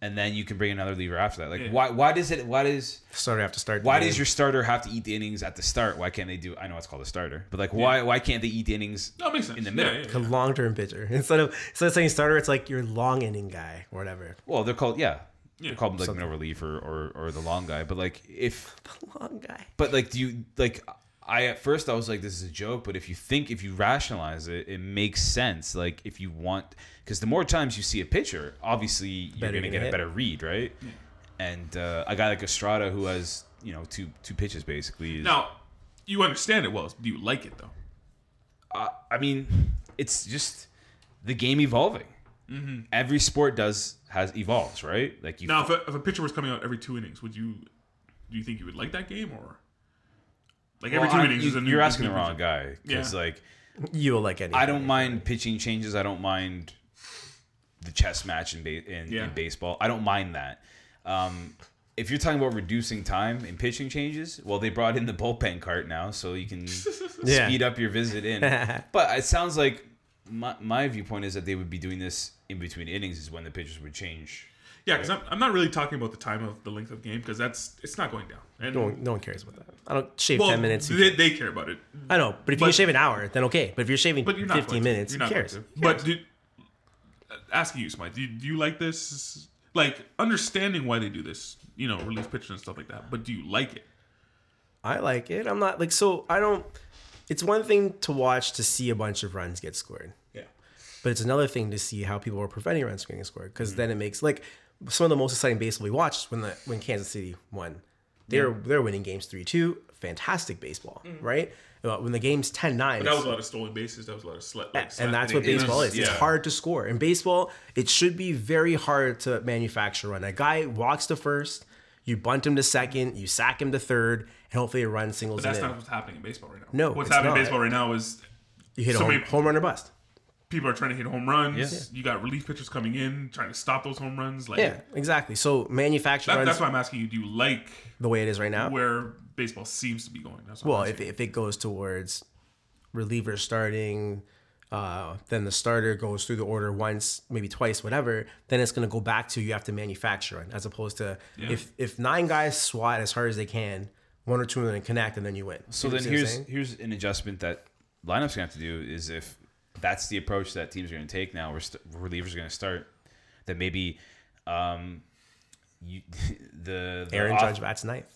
Speaker 4: and then you can bring another reliever after that. Like,
Speaker 3: Yeah.
Speaker 4: why? Why does it? Why does?
Speaker 5: Starter have to start. the
Speaker 4: Why
Speaker 5: game.
Speaker 4: does your starter have to eat the innings at the start? Why can't they do? I know it's called a starter, but like, why why can't they eat the innings
Speaker 3: No, it makes sense.
Speaker 4: in the middle?
Speaker 3: Yeah, yeah,
Speaker 5: a
Speaker 3: yeah.
Speaker 5: long term pitcher instead of instead of saying starter, it's like your long inning guy or whatever.
Speaker 4: Well, they're called yeah,
Speaker 3: Yeah,
Speaker 4: they're called like middle reliever or, or the long guy. But like if
Speaker 5: Long guy.
Speaker 4: but like do you like I at first I was like this is a joke, but if you think if you rationalize it, it makes sense. Like if you want because the more times you see a pitcher, obviously you're
Speaker 5: Better
Speaker 4: gonna
Speaker 5: you
Speaker 4: get
Speaker 5: hit.
Speaker 4: a better read, right? And uh, a guy like Estrada who has you know two two pitches basically. Is,
Speaker 3: Now, you understand it well. Do you like it though?
Speaker 4: I- I mean, it's just the game evolving.
Speaker 3: Mm-hmm.
Speaker 4: Every sport does has evolves, right? Like you,
Speaker 3: Now, if a, if a pitcher was coming out every two innings, would you? Do you think you would like that game or? Like every
Speaker 4: Well,
Speaker 3: two
Speaker 4: I-
Speaker 3: innings
Speaker 4: you,
Speaker 3: is a new.
Speaker 4: you're
Speaker 3: is
Speaker 4: asking
Speaker 3: new
Speaker 4: the wrong
Speaker 3: pitcher.
Speaker 4: guy because
Speaker 3: Yeah.
Speaker 4: like
Speaker 5: You will like any.
Speaker 4: I don't mind pitching changes. I don't mind the chess match in, ba- in,
Speaker 3: Yeah.
Speaker 4: in baseball. I don't mind that. Um, if you're talking about reducing time and pitching changes, well, they brought in the bullpen cart now, so you can
Speaker 5: Yeah.
Speaker 4: speed up your visit in. but it sounds like my, my viewpoint is that they would be doing this in between innings, is when the pitchers would change.
Speaker 3: Yeah, because I'm, I'm not really talking about the time of the length of game because that's it's not going down. And
Speaker 5: No one, no one cares about that. I don't shave
Speaker 3: well,
Speaker 5: ten minutes.
Speaker 3: They, they care about it.
Speaker 5: I know, but if you
Speaker 3: But-
Speaker 5: shave an hour, then okay. But if you're shaving
Speaker 3: But you're not going
Speaker 5: fifteen
Speaker 3: to.
Speaker 5: minutes,
Speaker 3: You're
Speaker 5: who
Speaker 3: not going
Speaker 5: cares?
Speaker 3: to.
Speaker 5: Who
Speaker 3: But
Speaker 5: cares?
Speaker 3: do, asking you, Smite, do you, do you like this? Like understanding why they do this, you know, relief pitching and stuff like that. But do you like it?
Speaker 5: I like it. I'm not like so. I don't. It's one thing to watch to see a bunch of runs get scored.
Speaker 3: Yeah.
Speaker 5: but it's another thing to see how people are preventing runs from getting scored because then it makes like some of the most exciting baseball we watched was when the when Kansas City won. They're they're winning games three two, fantastic baseball, right? Uh, When the game's 10-9,
Speaker 3: Mm. That was a lot of stolen bases. That was a lot of slut. Like,
Speaker 5: and that's what
Speaker 3: slapping. It
Speaker 5: baseball
Speaker 3: was-
Speaker 5: is. It's
Speaker 3: yeah.
Speaker 5: hard to score. In baseball, it should be very hard to manufacture a run. A guy walks to first, you bunt him to second, you sack him to third, and hopefully a run singles
Speaker 3: But that's
Speaker 5: it
Speaker 3: not
Speaker 5: in.
Speaker 3: what's happening in baseball right now.
Speaker 5: No,
Speaker 3: what's
Speaker 5: it's
Speaker 3: happening
Speaker 5: not.
Speaker 3: in baseball right now is
Speaker 5: You hit a
Speaker 3: so
Speaker 5: home,
Speaker 3: many-
Speaker 5: home run or bust.
Speaker 3: people are trying to hit home runs.
Speaker 4: Yeah.
Speaker 3: You got relief pitchers coming in trying to stop those home runs. Like
Speaker 5: Yeah, exactly. So manufacture
Speaker 3: that,
Speaker 5: runs
Speaker 3: that's why I'm asking you. Do you like
Speaker 5: the way it is right now.
Speaker 3: where baseball seems to be going? That's what
Speaker 5: Well,
Speaker 3: I'm
Speaker 5: if,
Speaker 3: saying.
Speaker 5: if it goes towards reliever starting, uh, then the starter goes through the order once, maybe twice, whatever. Then it's going to go back to you have to manufacture it, as opposed to if if nine guys swat as hard as they can, one or two of them connect, and then you win.
Speaker 4: So
Speaker 5: You
Speaker 4: then
Speaker 5: see what I'm
Speaker 4: here's
Speaker 5: saying?
Speaker 4: here's an adjustment that lineups gonna have to do is if that's the approach that teams are gonna take now, where st- relievers are gonna start, that maybe um, you the, the
Speaker 5: Aaron
Speaker 4: off-
Speaker 5: Judge bats ninth.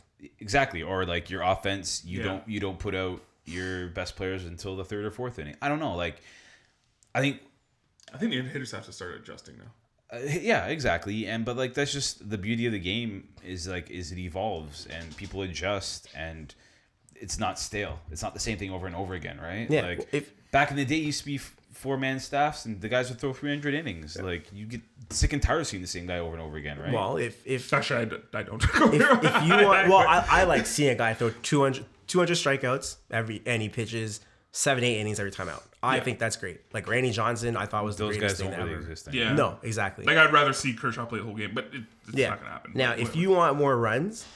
Speaker 4: exactly or like your offense you
Speaker 3: Yeah.
Speaker 4: don't you don't put out your best players until the third or fourth inning. I don't know. Like I think
Speaker 3: I think the hitters have to start adjusting now.
Speaker 4: uh, yeah exactly and but like that's just the beauty of the game is like is it evolves and people adjust and it's not stale it's not the same thing over and over again right
Speaker 5: Yeah,
Speaker 4: like
Speaker 5: if-
Speaker 4: back in the day it used to be four man staffs and the guys would throw 300 innings like you get sick and tired of seeing the same guy over and over again right
Speaker 5: Well, if if if,
Speaker 3: Actually, I, d- I don't.
Speaker 5: if you want, well, I, I like seeing a guy throw 200, 200 strikeouts every and he pitches seven eight innings every time out. I think that's great. Like Randy Johnson, I thought was the
Speaker 4: those
Speaker 5: greatest
Speaker 4: guys
Speaker 5: thing
Speaker 4: don't really
Speaker 5: ever.
Speaker 4: exist anymore.
Speaker 3: yeah.
Speaker 5: No, exactly.
Speaker 3: Like I'd rather see Kershaw play the whole game, but it, it's
Speaker 5: Yeah.
Speaker 3: not gonna happen.
Speaker 5: Now,
Speaker 3: Like,
Speaker 5: if
Speaker 3: whatever.
Speaker 5: you want more runs,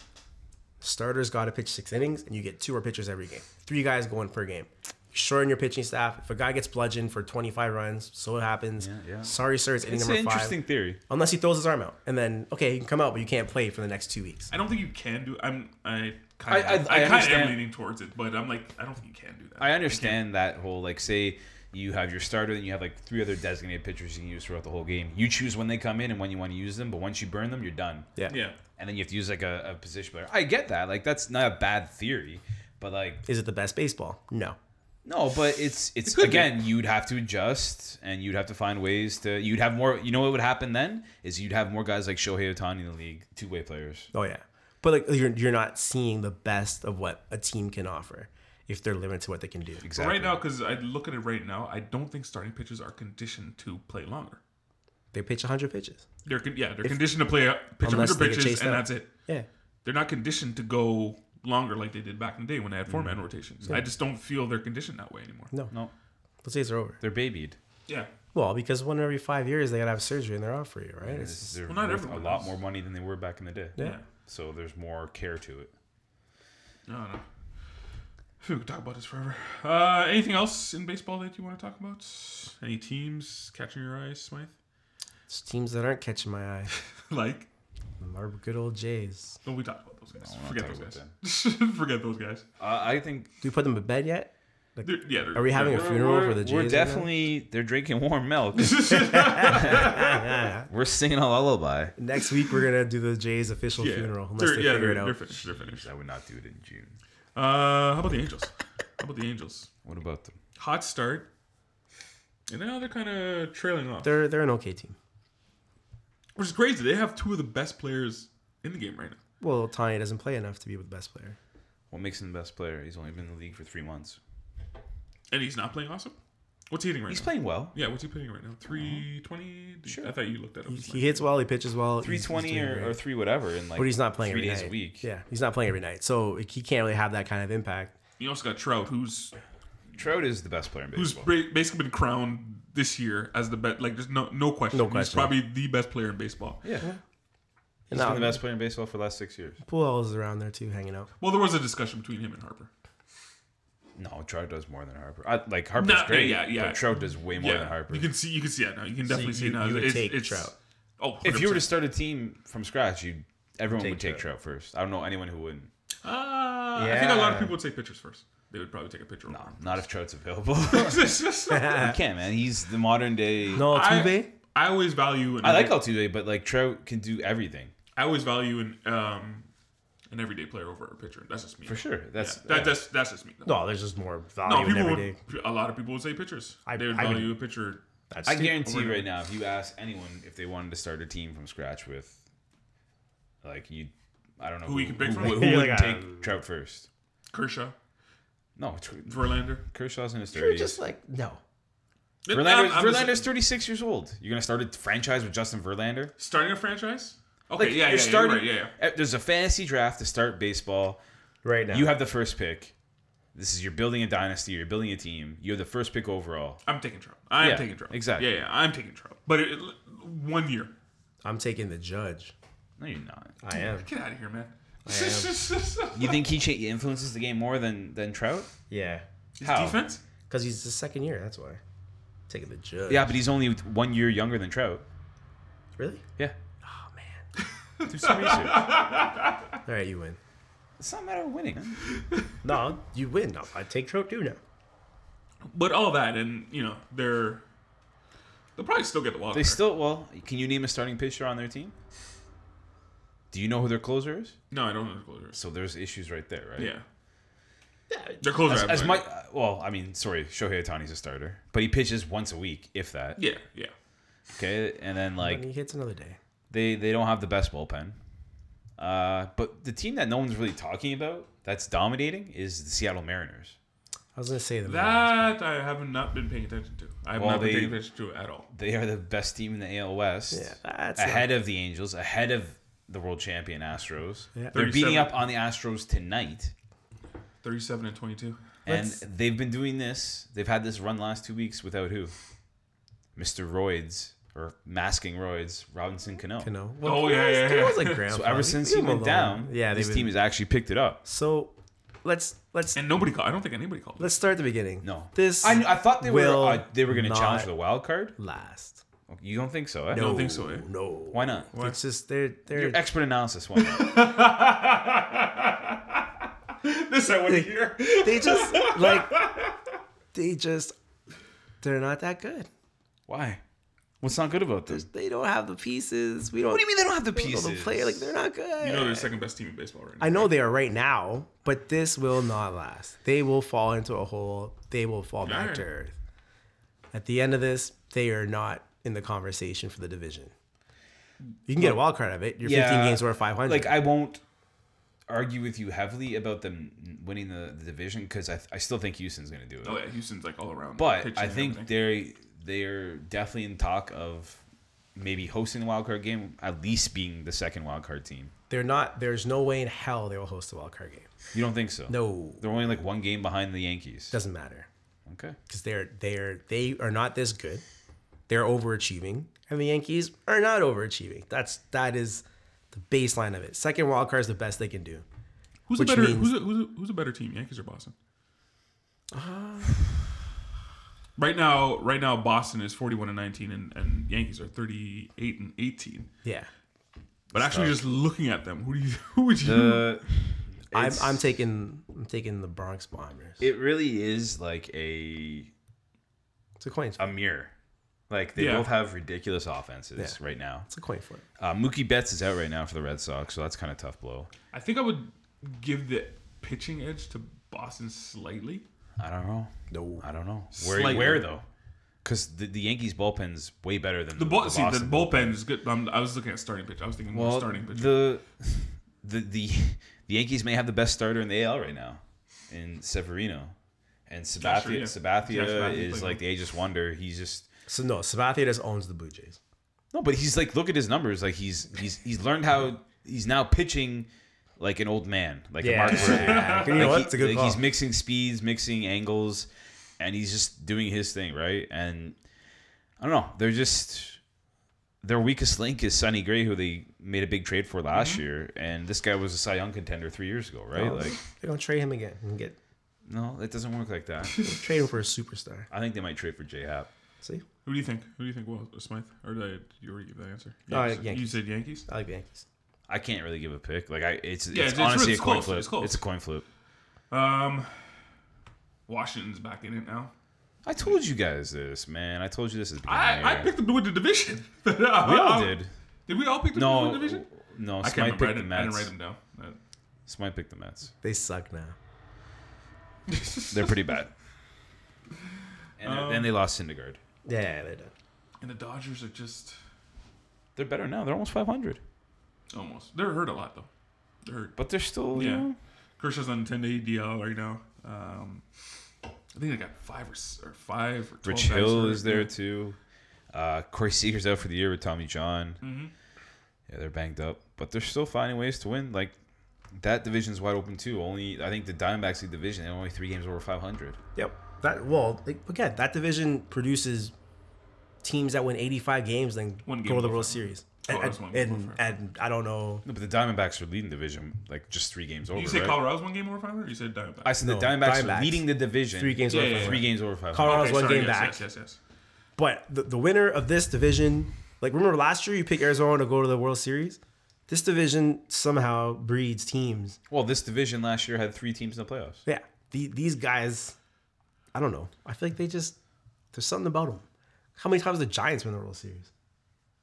Speaker 5: starters got to pitch six innings, and you get two or pitchers every game. Three guys going per game. shorten your pitching staff. If a guy gets bludgeoned for 25 runs, so it happens.
Speaker 4: Yeah, yeah.
Speaker 5: Sorry, sir, it's inning
Speaker 4: It's an
Speaker 5: number five.
Speaker 4: interesting theory.
Speaker 5: Unless he throws his arm out, and then okay, he can come out, but you can't play for the next two weeks.
Speaker 3: I don't think you can do. I'm. I kind of.
Speaker 4: I- I-
Speaker 3: I,
Speaker 4: I
Speaker 3: kind of
Speaker 4: understand.
Speaker 3: am leaning towards it, but I'm like, I don't think you can do that.
Speaker 4: I understand that whole like say you have your starter and you have like three other designated pitchers you can use throughout the whole game. You choose when they come in and when you want to use them, but once you burn them, you're done.
Speaker 3: Yeah.
Speaker 4: And then you have to use like a, a position player. I get that. Like that's not a bad theory, but like
Speaker 5: Is it the best baseball? No.
Speaker 4: no, but it's it's
Speaker 3: could be.
Speaker 4: again you'd have to adjust and you'd have to find ways to you'd have more. You know what would happen then is you'd have more guys like Shohei Otani in the league, two way players.
Speaker 5: Oh yeah, but like you're you're not seeing the best of what a team can offer if they're limited to what they can do.
Speaker 3: But
Speaker 4: Exactly.
Speaker 3: right now, because I look at it right now, I don't think starting pitchers are conditioned to play longer.
Speaker 5: They pitch 100 pitches.
Speaker 3: They're con- yeah, they're conditioned to play uh, pitch
Speaker 5: Unless
Speaker 3: 100
Speaker 5: they get
Speaker 3: pitches,
Speaker 5: chased
Speaker 3: and
Speaker 5: out.
Speaker 3: that's it.
Speaker 5: Yeah.
Speaker 3: They're not conditioned to go longer like they did back in the day when they had four man rotations. I just don't feel they're conditioned that way anymore.
Speaker 5: Mm. No.
Speaker 4: no,
Speaker 5: Those days are over.
Speaker 4: they're babied.
Speaker 3: Yeah.
Speaker 5: Well, because one every five years they gotta have surgery and they're off for you, right? It's-
Speaker 4: They're
Speaker 3: Well, not
Speaker 4: worth a
Speaker 3: everyone
Speaker 4: lot
Speaker 3: is.
Speaker 4: more money than they were back in the day.
Speaker 5: yeah.
Speaker 3: Yeah.
Speaker 4: So there's more care to it.
Speaker 3: No, no. Phew, we could talk about this forever. Uh, anything else in baseball that you want to talk about? Any teams catching your eye, Smythe?
Speaker 5: It's teams that aren't catching my eye
Speaker 3: like,
Speaker 5: are good old Jays.
Speaker 3: well, we talked about those guys.
Speaker 4: we're not
Speaker 3: Forget those
Speaker 4: talking
Speaker 3: guys. Forget those guys.
Speaker 4: Uh, I think
Speaker 5: Do we put them to bed yet?
Speaker 3: They're, yeah, they're,
Speaker 5: Are we having a
Speaker 3: they're-
Speaker 5: funeral
Speaker 4: we're,
Speaker 5: for the Jays?
Speaker 4: we're
Speaker 5: right now?
Speaker 4: definitely they're drinking warm milk. we're singing a lullaby.
Speaker 5: Next week we're gonna do the Jays official
Speaker 3: yeah,
Speaker 5: funeral unless
Speaker 3: they're,
Speaker 5: they
Speaker 3: yeah,
Speaker 5: figure
Speaker 3: they're,
Speaker 5: it out.
Speaker 3: they're finished. They're finished.
Speaker 4: I would not do it in June.
Speaker 3: Uh, how about the Angels? How about the Angels?
Speaker 4: What about them?
Speaker 3: Hot start, and now they're kind of trailing off,
Speaker 5: They're they're an okay team.
Speaker 3: which is crazy. They have two of the best players in the game right now.
Speaker 5: Well, Tanya doesn't play enough to be the best player.
Speaker 4: What makes him the best player? He's only been in the league for three months.
Speaker 3: And he's not playing awesome. What's he hitting right
Speaker 4: He's
Speaker 3: now?
Speaker 4: playing well.
Speaker 3: yeah, what's he playing right now? 320?
Speaker 4: Sure.
Speaker 3: I thought you looked that up.
Speaker 5: He, he hits well, he pitches well. he's-
Speaker 4: Three
Speaker 5: he's
Speaker 4: twenty
Speaker 5: doing
Speaker 4: or,
Speaker 5: great.
Speaker 4: or three whatever, and like
Speaker 5: but he's not playing
Speaker 4: three
Speaker 5: every
Speaker 4: days
Speaker 5: night.
Speaker 4: a week.
Speaker 5: Yeah, he's not playing every night, so he can't really have that kind of impact.
Speaker 3: You also got Trout, who's
Speaker 4: Trout is the best player in
Speaker 3: who's
Speaker 4: baseball.
Speaker 3: ba- basically been crowned this year as the best. Like, there's no no question.
Speaker 5: No
Speaker 3: He's
Speaker 5: question.
Speaker 3: probably the best player in baseball.
Speaker 4: yeah, he's
Speaker 5: No.
Speaker 4: been the best player in baseball for the last six years.
Speaker 5: Pujols is around there too, hanging out.
Speaker 3: Well, there was a discussion between him and Harper.
Speaker 4: No, Trout does more than Harper. I, like Harper's
Speaker 3: Nah,
Speaker 4: great.
Speaker 3: yeah, yeah.
Speaker 4: But Trout does way more than Harper.
Speaker 3: you can see you can see that now. You can definitely
Speaker 5: you-
Speaker 3: see it now.
Speaker 5: you would
Speaker 3: It's-
Speaker 5: take
Speaker 3: it's-
Speaker 5: Trout.
Speaker 3: Oh,
Speaker 4: if you were to
Speaker 3: 100%.
Speaker 4: start a team from scratch, you everyone
Speaker 5: Take
Speaker 4: would take
Speaker 5: Trout.
Speaker 4: Trout first. I don't know anyone who wouldn't.
Speaker 3: uh, I think a lot of
Speaker 5: Yeah.
Speaker 3: people would take pictures first. They would probably take a picture.
Speaker 4: No, not if Trout's available.
Speaker 3: I,
Speaker 4: You can't, man. He's the modern day.
Speaker 5: No, Altuve.
Speaker 3: I always value. An
Speaker 4: I like Altuve, but like Trout can do everything
Speaker 3: I always value an um an everyday player over a pitcher. That's just me.
Speaker 4: for sure. That's uh,
Speaker 3: Yeah, that, that's that's just me.
Speaker 5: No, there's just more value
Speaker 3: No,
Speaker 5: in
Speaker 3: people
Speaker 5: every
Speaker 3: would,
Speaker 5: day.
Speaker 3: a lot of people would say pitchers.
Speaker 5: I-
Speaker 3: they would
Speaker 5: I would-
Speaker 3: value a pitcher.
Speaker 5: That's
Speaker 4: I
Speaker 5: stupid.
Speaker 4: guarantee right now, if you ask anyone if they wanted to start a team from scratch with, like you, I don't know
Speaker 3: Who you can pick
Speaker 4: who,
Speaker 3: from?
Speaker 4: who,
Speaker 5: You're
Speaker 4: would
Speaker 5: like,
Speaker 4: take Trout first.
Speaker 3: Kershaw,
Speaker 4: No, Tr-
Speaker 3: Verlander.
Speaker 4: Kershaw's in his
Speaker 5: You're
Speaker 4: thirties.
Speaker 5: just like no.
Speaker 4: Verlander's,
Speaker 3: I'm- I'm just-
Speaker 4: Verlander's 36 years old. You're gonna start a franchise with Justin Verlander?
Speaker 3: starting a franchise. Okay, yeah, yeah,
Speaker 4: you're
Speaker 3: yeah,
Speaker 4: starting.
Speaker 3: You're right, yeah, yeah.
Speaker 4: eh, There's a fantasy draft to start baseball.
Speaker 5: Right now,
Speaker 4: You have the first pick. This is you're building a dynasty. You're building a team. You're the first pick overall.
Speaker 3: I'm taking Trout. I'm
Speaker 4: Yeah,
Speaker 3: taking Trout.
Speaker 4: exactly.
Speaker 3: Yeah, yeah. I'm taking Trout. But it, it- one year.
Speaker 5: I'm taking the judge.
Speaker 4: No, you're not.
Speaker 5: I am.
Speaker 3: Get out of here, man.
Speaker 4: Uh, You think he cha- influences the game more than than Trout?
Speaker 5: Yeah,
Speaker 4: How?
Speaker 3: Defense.
Speaker 5: because he's the second year. That's why. Taking the judge.
Speaker 4: Yeah, but he's only one year younger than Trout.
Speaker 5: Really?
Speaker 4: Yeah.
Speaker 5: Oh man.
Speaker 4: Do some research.
Speaker 5: All right, you win.
Speaker 4: It's not a matter of winning. man.
Speaker 5: No, you win. No, I take Trout too now.
Speaker 3: But all that, and you know, they're they'll probably still get the wild.
Speaker 4: They
Speaker 3: card.
Speaker 4: still well. Can you name a starting pitcher on their team? Do you know who their closer is?
Speaker 3: no, I don't know the closers.
Speaker 4: So there's issues right there, right?
Speaker 3: Yeah, their closer.
Speaker 4: As,
Speaker 3: I have
Speaker 4: as
Speaker 3: no
Speaker 4: much,
Speaker 3: idea.
Speaker 4: uh, well, I mean, sorry, Shohei Otani's a starter, but he pitches once a week, if that.
Speaker 3: Yeah, yeah.
Speaker 4: Okay, and then like
Speaker 5: And he hits another day.
Speaker 4: they they don't have the best bullpen. Uh, but the team that no one's really talking about that's dominating is the Seattle Mariners.
Speaker 5: I was gonna say the Marlins.
Speaker 3: That I have not been paying attention to. I have
Speaker 4: Well,
Speaker 3: not been
Speaker 4: they-
Speaker 3: paying attention to it at all.
Speaker 4: They are the best team in the AL West.
Speaker 5: Yeah, that's not-
Speaker 4: ahead of the Angels, ahead of the world champion Astros.
Speaker 5: Yeah.
Speaker 4: They're beating
Speaker 3: 37.
Speaker 4: up on the Astros tonight.
Speaker 3: Thirty-seven and twenty-two.
Speaker 4: And
Speaker 5: Let's-
Speaker 4: they've been doing this. They've had this run last two weeks without who? Mr. Roids or masking Roids, Robinson Cano.
Speaker 5: You know.
Speaker 3: Oh, yeah, yeah, yeah.
Speaker 5: Cano's like
Speaker 4: So
Speaker 5: grandfather.
Speaker 4: ever since
Speaker 5: Leave
Speaker 4: he
Speaker 5: him
Speaker 4: went
Speaker 5: alone.
Speaker 4: down,
Speaker 5: yeah,
Speaker 4: this
Speaker 5: they've
Speaker 4: team
Speaker 5: been-
Speaker 4: has actually picked it up.
Speaker 5: So let's let's
Speaker 3: And nobody called. I don't think anybody called.
Speaker 5: let's start at the beginning.
Speaker 4: No.
Speaker 5: this
Speaker 4: I, knew- I thought they were
Speaker 5: will
Speaker 4: uh, they were going to
Speaker 5: not
Speaker 4: challenge the wild card.
Speaker 5: last.
Speaker 4: You don't think so? Eh?
Speaker 3: don't think so, eh?
Speaker 5: No,
Speaker 4: Why not?
Speaker 5: It's just they're they're
Speaker 4: Your expert analysis. Why not?
Speaker 3: this I want to hear.
Speaker 5: they just like they just they're not that good.
Speaker 4: Why? What's not good about this?
Speaker 5: They don't have the pieces. We don't.
Speaker 4: What do you mean they don't have the
Speaker 5: they don't know
Speaker 4: pieces?
Speaker 5: play like they're not good.
Speaker 3: You know they're the second best team in baseball right now.
Speaker 5: I know they are right now, but this will not last. They will fall into a hole. They will fall back
Speaker 3: Alright.
Speaker 5: to earth. At the end of this, they are not in the conversation for the division. You can get a wild card out of it. You're 15 games worth 500.
Speaker 4: Like I won't argue with you heavily about them winning the, the division because I, I still think Houston's going to do it.
Speaker 3: Oh yeah, Houston's like all around.
Speaker 4: But
Speaker 3: pitching
Speaker 4: I
Speaker 3: and
Speaker 4: think
Speaker 3: everything.
Speaker 4: they they're definitely in talk of maybe hosting a wild card game, at least being the second wild card team.
Speaker 5: they're not. There's no way in hell they will host a wild card game.
Speaker 4: You don't think so?
Speaker 5: No,
Speaker 4: They're only like one game behind the Yankees.
Speaker 5: doesn't matter
Speaker 4: okay.
Speaker 5: because they're they're they are not this good. They're overachieving, and the Yankees are not overachieving. That's that is the baseline of it. Second wild card is the best they can do.
Speaker 3: who's a
Speaker 5: which
Speaker 3: better
Speaker 5: means-
Speaker 3: who's, a, who's, a, who's a better team, Yankees or Boston? right now, right now Boston is forty-one and nineteen, and, and Yankees are thirty-eight and eighteen.
Speaker 5: Yeah.
Speaker 3: But actually, just looking at them, who do you who would you?
Speaker 4: The
Speaker 5: I'm,
Speaker 4: It's-
Speaker 5: I'm taking I'm taking the Bronx Bombers.
Speaker 4: it really is like a
Speaker 5: it's a coin.
Speaker 4: a mirror. Like they
Speaker 3: Yeah.
Speaker 4: both have ridiculous offenses
Speaker 5: Yeah.
Speaker 4: right now.
Speaker 5: it's a coin flip.
Speaker 4: Uh, Mookie Betts is out right now for the Red Sox, so that's kind of tough blow.
Speaker 3: I think I would give the pitching edge to Boston slightly.
Speaker 4: I don't know.
Speaker 5: No.
Speaker 4: I don't know where
Speaker 3: Slightly.
Speaker 4: where though, because the, the Yankees bullpen's way better than
Speaker 3: The, ball, see, the
Speaker 4: Boston
Speaker 3: bullpen is good. Um, I was looking at starting pitch. I was thinking
Speaker 4: Well,
Speaker 3: more starting pitch.
Speaker 4: the the the the Yankees may have the best starter in the AL right now, in Severino, and Sabathia.
Speaker 3: sure, yeah.
Speaker 4: Sabathia,
Speaker 3: Yeah, Sabathia
Speaker 4: is
Speaker 3: played
Speaker 4: like
Speaker 3: well.
Speaker 4: the ageless wonder. He's just
Speaker 5: So no, Sabathia just owns the Blue Jays.
Speaker 4: no, but he's like look at his numbers. Like he's he's he's learned how he's now pitching like an old man, like a Mark Burley.
Speaker 5: you know
Speaker 4: Like,
Speaker 5: what?
Speaker 4: he-
Speaker 5: It's a good
Speaker 4: like,
Speaker 5: call.
Speaker 4: he's mixing speeds, mixing angles, and he's just doing his thing, right? And I don't know. They're just their weakest link is Sonny Gray, who they made a big trade for last
Speaker 3: Mm-hmm.
Speaker 4: year, and this guy was a Cy Young contender three years ago, right?
Speaker 3: Oh.
Speaker 4: Like,
Speaker 5: They're gonna trade him again and get
Speaker 4: no, it doesn't work like that.
Speaker 5: trade him for a superstar.
Speaker 4: I think they might trade for J Hap.
Speaker 5: See,
Speaker 3: who do you think? Who do you think? Well, Smythe or did, I, did you already give that answer?
Speaker 5: Uh,
Speaker 3: Yankees. You
Speaker 5: Yankees.
Speaker 3: said Yankees.
Speaker 5: I like the Yankees.
Speaker 4: I can't really give a pick. Like, I it's
Speaker 3: Yeah,
Speaker 4: it's,
Speaker 3: it's- it's
Speaker 4: honestly
Speaker 3: really-
Speaker 4: a
Speaker 3: it's
Speaker 4: coin
Speaker 3: close,
Speaker 4: flip.
Speaker 3: it's close.
Speaker 4: a coin flip.
Speaker 3: Um, Washington's back in it now.
Speaker 4: I told you guys this, man. I told you this is.
Speaker 3: I, I picked them to win the division. we
Speaker 4: We all did.
Speaker 3: Did we all pick them to win
Speaker 4: No,
Speaker 3: the division?
Speaker 4: no.
Speaker 3: I can't
Speaker 4: Smite
Speaker 3: remember. I
Speaker 4: picked the
Speaker 3: didn't, I didn't write
Speaker 4: Mets.
Speaker 3: them down. Uh,
Speaker 4: Smite picked the Mets.
Speaker 5: They suck now.
Speaker 4: They're pretty bad. And uh, then
Speaker 3: Um,
Speaker 4: they lost Syndergaard.
Speaker 5: Yeah, they're done.
Speaker 3: And the Dodgers are just
Speaker 4: They're better now. They're almost 500,
Speaker 3: almost. They're hurt a lot though. They're hurt.
Speaker 4: but they're still you
Speaker 3: Yeah.
Speaker 4: know,
Speaker 3: Kershaw's on 10 day DL right now. Um, I think they got five or, s- or five or 12
Speaker 4: Rich
Speaker 3: guys
Speaker 4: Hill
Speaker 3: hurt.
Speaker 4: is there
Speaker 3: Yeah.
Speaker 4: too. Uh, Corey Seager's out for the year with Tommy John.
Speaker 3: Mm-hmm.
Speaker 4: Yeah, they're banged up, but they're still finding ways to win. Like that division's wide open too. Only I think the Diamondbacks lead division. They're only three games over 500.
Speaker 5: Yep. That well, like, again, that division produces teams that win 85 games then
Speaker 3: One game
Speaker 5: go to the
Speaker 3: over.
Speaker 5: World Series.
Speaker 3: Oh,
Speaker 5: And,
Speaker 3: that's one
Speaker 5: and,
Speaker 3: game
Speaker 5: and,
Speaker 3: over.
Speaker 5: and I don't know.
Speaker 4: No, but the Diamondbacks are leading division like just three games over.
Speaker 3: You say
Speaker 4: right?
Speaker 3: Colorado's one game over 500? Or you said Diamondbacks?
Speaker 4: I said
Speaker 5: No,
Speaker 4: the Diamondbacks,
Speaker 5: Diamondbacks.
Speaker 4: are leading the division.
Speaker 5: Three games
Speaker 3: Yeah,
Speaker 5: over.
Speaker 3: yeah, yeah.
Speaker 4: Three games over 500.
Speaker 5: Colorado's one game
Speaker 3: yes,
Speaker 5: back.
Speaker 3: Yes, yes, yes.
Speaker 5: But the, the winner of this division, like remember last year you picked Arizona to go to the World Series? This division somehow breeds teams.
Speaker 4: Well, this division last year had three teams in the playoffs.
Speaker 5: Yeah. The, these guys, I don't know. I feel like they just, there's something about them. How many times the Giants win the World Series?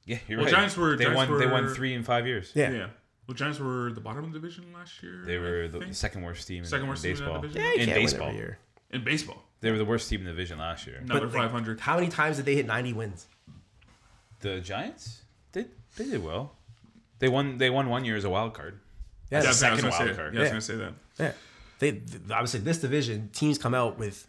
Speaker 4: Yeah, you're
Speaker 3: Well,
Speaker 4: right.
Speaker 3: Giants were-
Speaker 4: they
Speaker 3: Giants
Speaker 4: won. They won
Speaker 3: were-
Speaker 4: three in five years.
Speaker 5: Yeah.
Speaker 3: Yeah. Well, Giants were the bottom of the division last year.
Speaker 4: They were
Speaker 3: I
Speaker 4: the
Speaker 3: think.
Speaker 4: second worst team.
Speaker 3: Second
Speaker 4: in,
Speaker 3: worst team in that
Speaker 4: baseball.
Speaker 3: division? Yeah, you
Speaker 4: in
Speaker 5: Can't win every
Speaker 4: baseball,
Speaker 5: year.
Speaker 3: in baseball.
Speaker 4: they were the worst team in the division last year.
Speaker 3: Another
Speaker 5: like,
Speaker 3: 500.
Speaker 5: How many times did they hit 90 wins?
Speaker 4: The Giants, they they did well. They won. They won one year as a wild card.
Speaker 5: Yeah.
Speaker 3: Yeah, I was
Speaker 4: second
Speaker 3: gonna say
Speaker 4: wild
Speaker 3: that.
Speaker 4: card.
Speaker 3: Yeah, I was
Speaker 5: Yeah.
Speaker 3: gonna say that.
Speaker 5: Yeah. They, th- I would say this division, teams come out with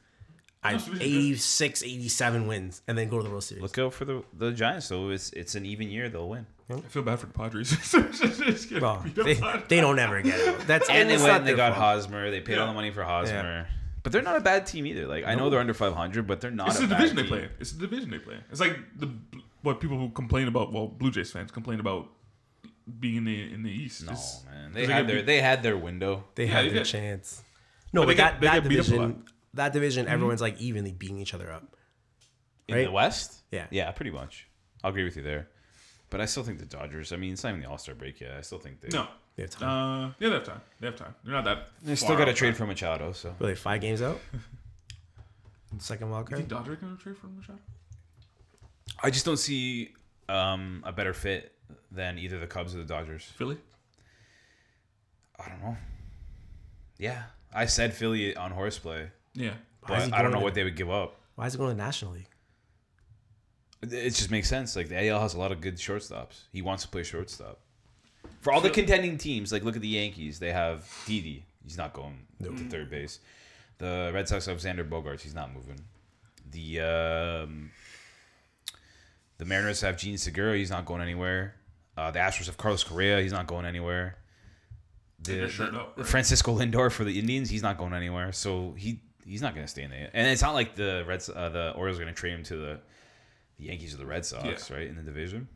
Speaker 5: I,
Speaker 3: division's good.
Speaker 5: 86, 87 wins and then go to the World Series.
Speaker 4: Look out for the the Giants though. It's it's an even year. They'll win.
Speaker 3: I feel bad for the Padres. Just get
Speaker 5: Well,
Speaker 3: beat up
Speaker 5: they,
Speaker 3: on.
Speaker 5: they don't ever get it. That's
Speaker 4: And they
Speaker 5: it's
Speaker 4: went.
Speaker 5: not
Speaker 4: They
Speaker 5: their
Speaker 4: got
Speaker 5: fault.
Speaker 4: Hosmer. They paid all the money for Hosmer.
Speaker 5: Yeah.
Speaker 4: But they're not a bad team either. Like I know they're under 500, but they're not.
Speaker 3: It's
Speaker 4: a
Speaker 3: the
Speaker 4: bad
Speaker 3: division they
Speaker 4: team.
Speaker 3: play. in. It's the division they play. in. It's like the what people who complain about. Well, Blue Jays fans complain about being in the in the East.
Speaker 4: No
Speaker 3: It's-
Speaker 4: Oh, man, they
Speaker 3: it's
Speaker 4: had
Speaker 3: a
Speaker 4: their
Speaker 3: big-
Speaker 4: they had their window.
Speaker 5: They
Speaker 3: Yeah,
Speaker 5: had
Speaker 3: you
Speaker 5: their
Speaker 3: get-
Speaker 5: chance. No, but,
Speaker 4: they
Speaker 5: that,
Speaker 4: get- they
Speaker 5: that
Speaker 4: get beat up a lot.
Speaker 5: division, that division,
Speaker 4: Mm-hmm.
Speaker 5: everyone's like evenly beating each other up.
Speaker 4: In
Speaker 5: Right?
Speaker 4: the West?
Speaker 5: Yeah.
Speaker 4: Yeah, pretty much. I'll agree with you there. But I still think the Dodgers, I mean, it's not even the All Star break yet. I still think they.
Speaker 3: No.
Speaker 5: They have time.
Speaker 3: Uh, yeah, they have time. They have time. They're not that.
Speaker 4: They still got to trade for Machado, so.
Speaker 5: Really, five games out. Second wild
Speaker 3: I
Speaker 5: card.
Speaker 3: think Dodgers going to trade for Machado.
Speaker 4: I just don't see um, a better fit than either the Cubs or the Dodgers.
Speaker 3: Philly.
Speaker 4: I don't know. Yeah. I said Philly on horseplay,
Speaker 3: Yeah.
Speaker 5: Why is he
Speaker 4: but I
Speaker 5: going
Speaker 4: don't know
Speaker 5: to-
Speaker 4: what they would give up.
Speaker 5: Why is it going to the National League?
Speaker 4: It just makes sense. Like the AL has a lot of good shortstops. He wants to play shortstop. For all the contending teams, like look at the Yankees, they have Didi. He's not going to third base. The Red Sox have Xander Bogarts. He's not moving. The um, the Mariners have Gene Segura. He's not going anywhere. Uh, the Astros have Carlos Correa. He's not going anywhere. The,
Speaker 3: They're sure
Speaker 4: the-
Speaker 3: not, right?
Speaker 4: Francisco Lindor for the Indians. He's not going anywhere. So he he's not going to stay in the. And it's not like the Reds, uh, the Orioles, are going to trade him to the the Yankees or the Red Sox,
Speaker 3: Yeah.
Speaker 4: right, in the division.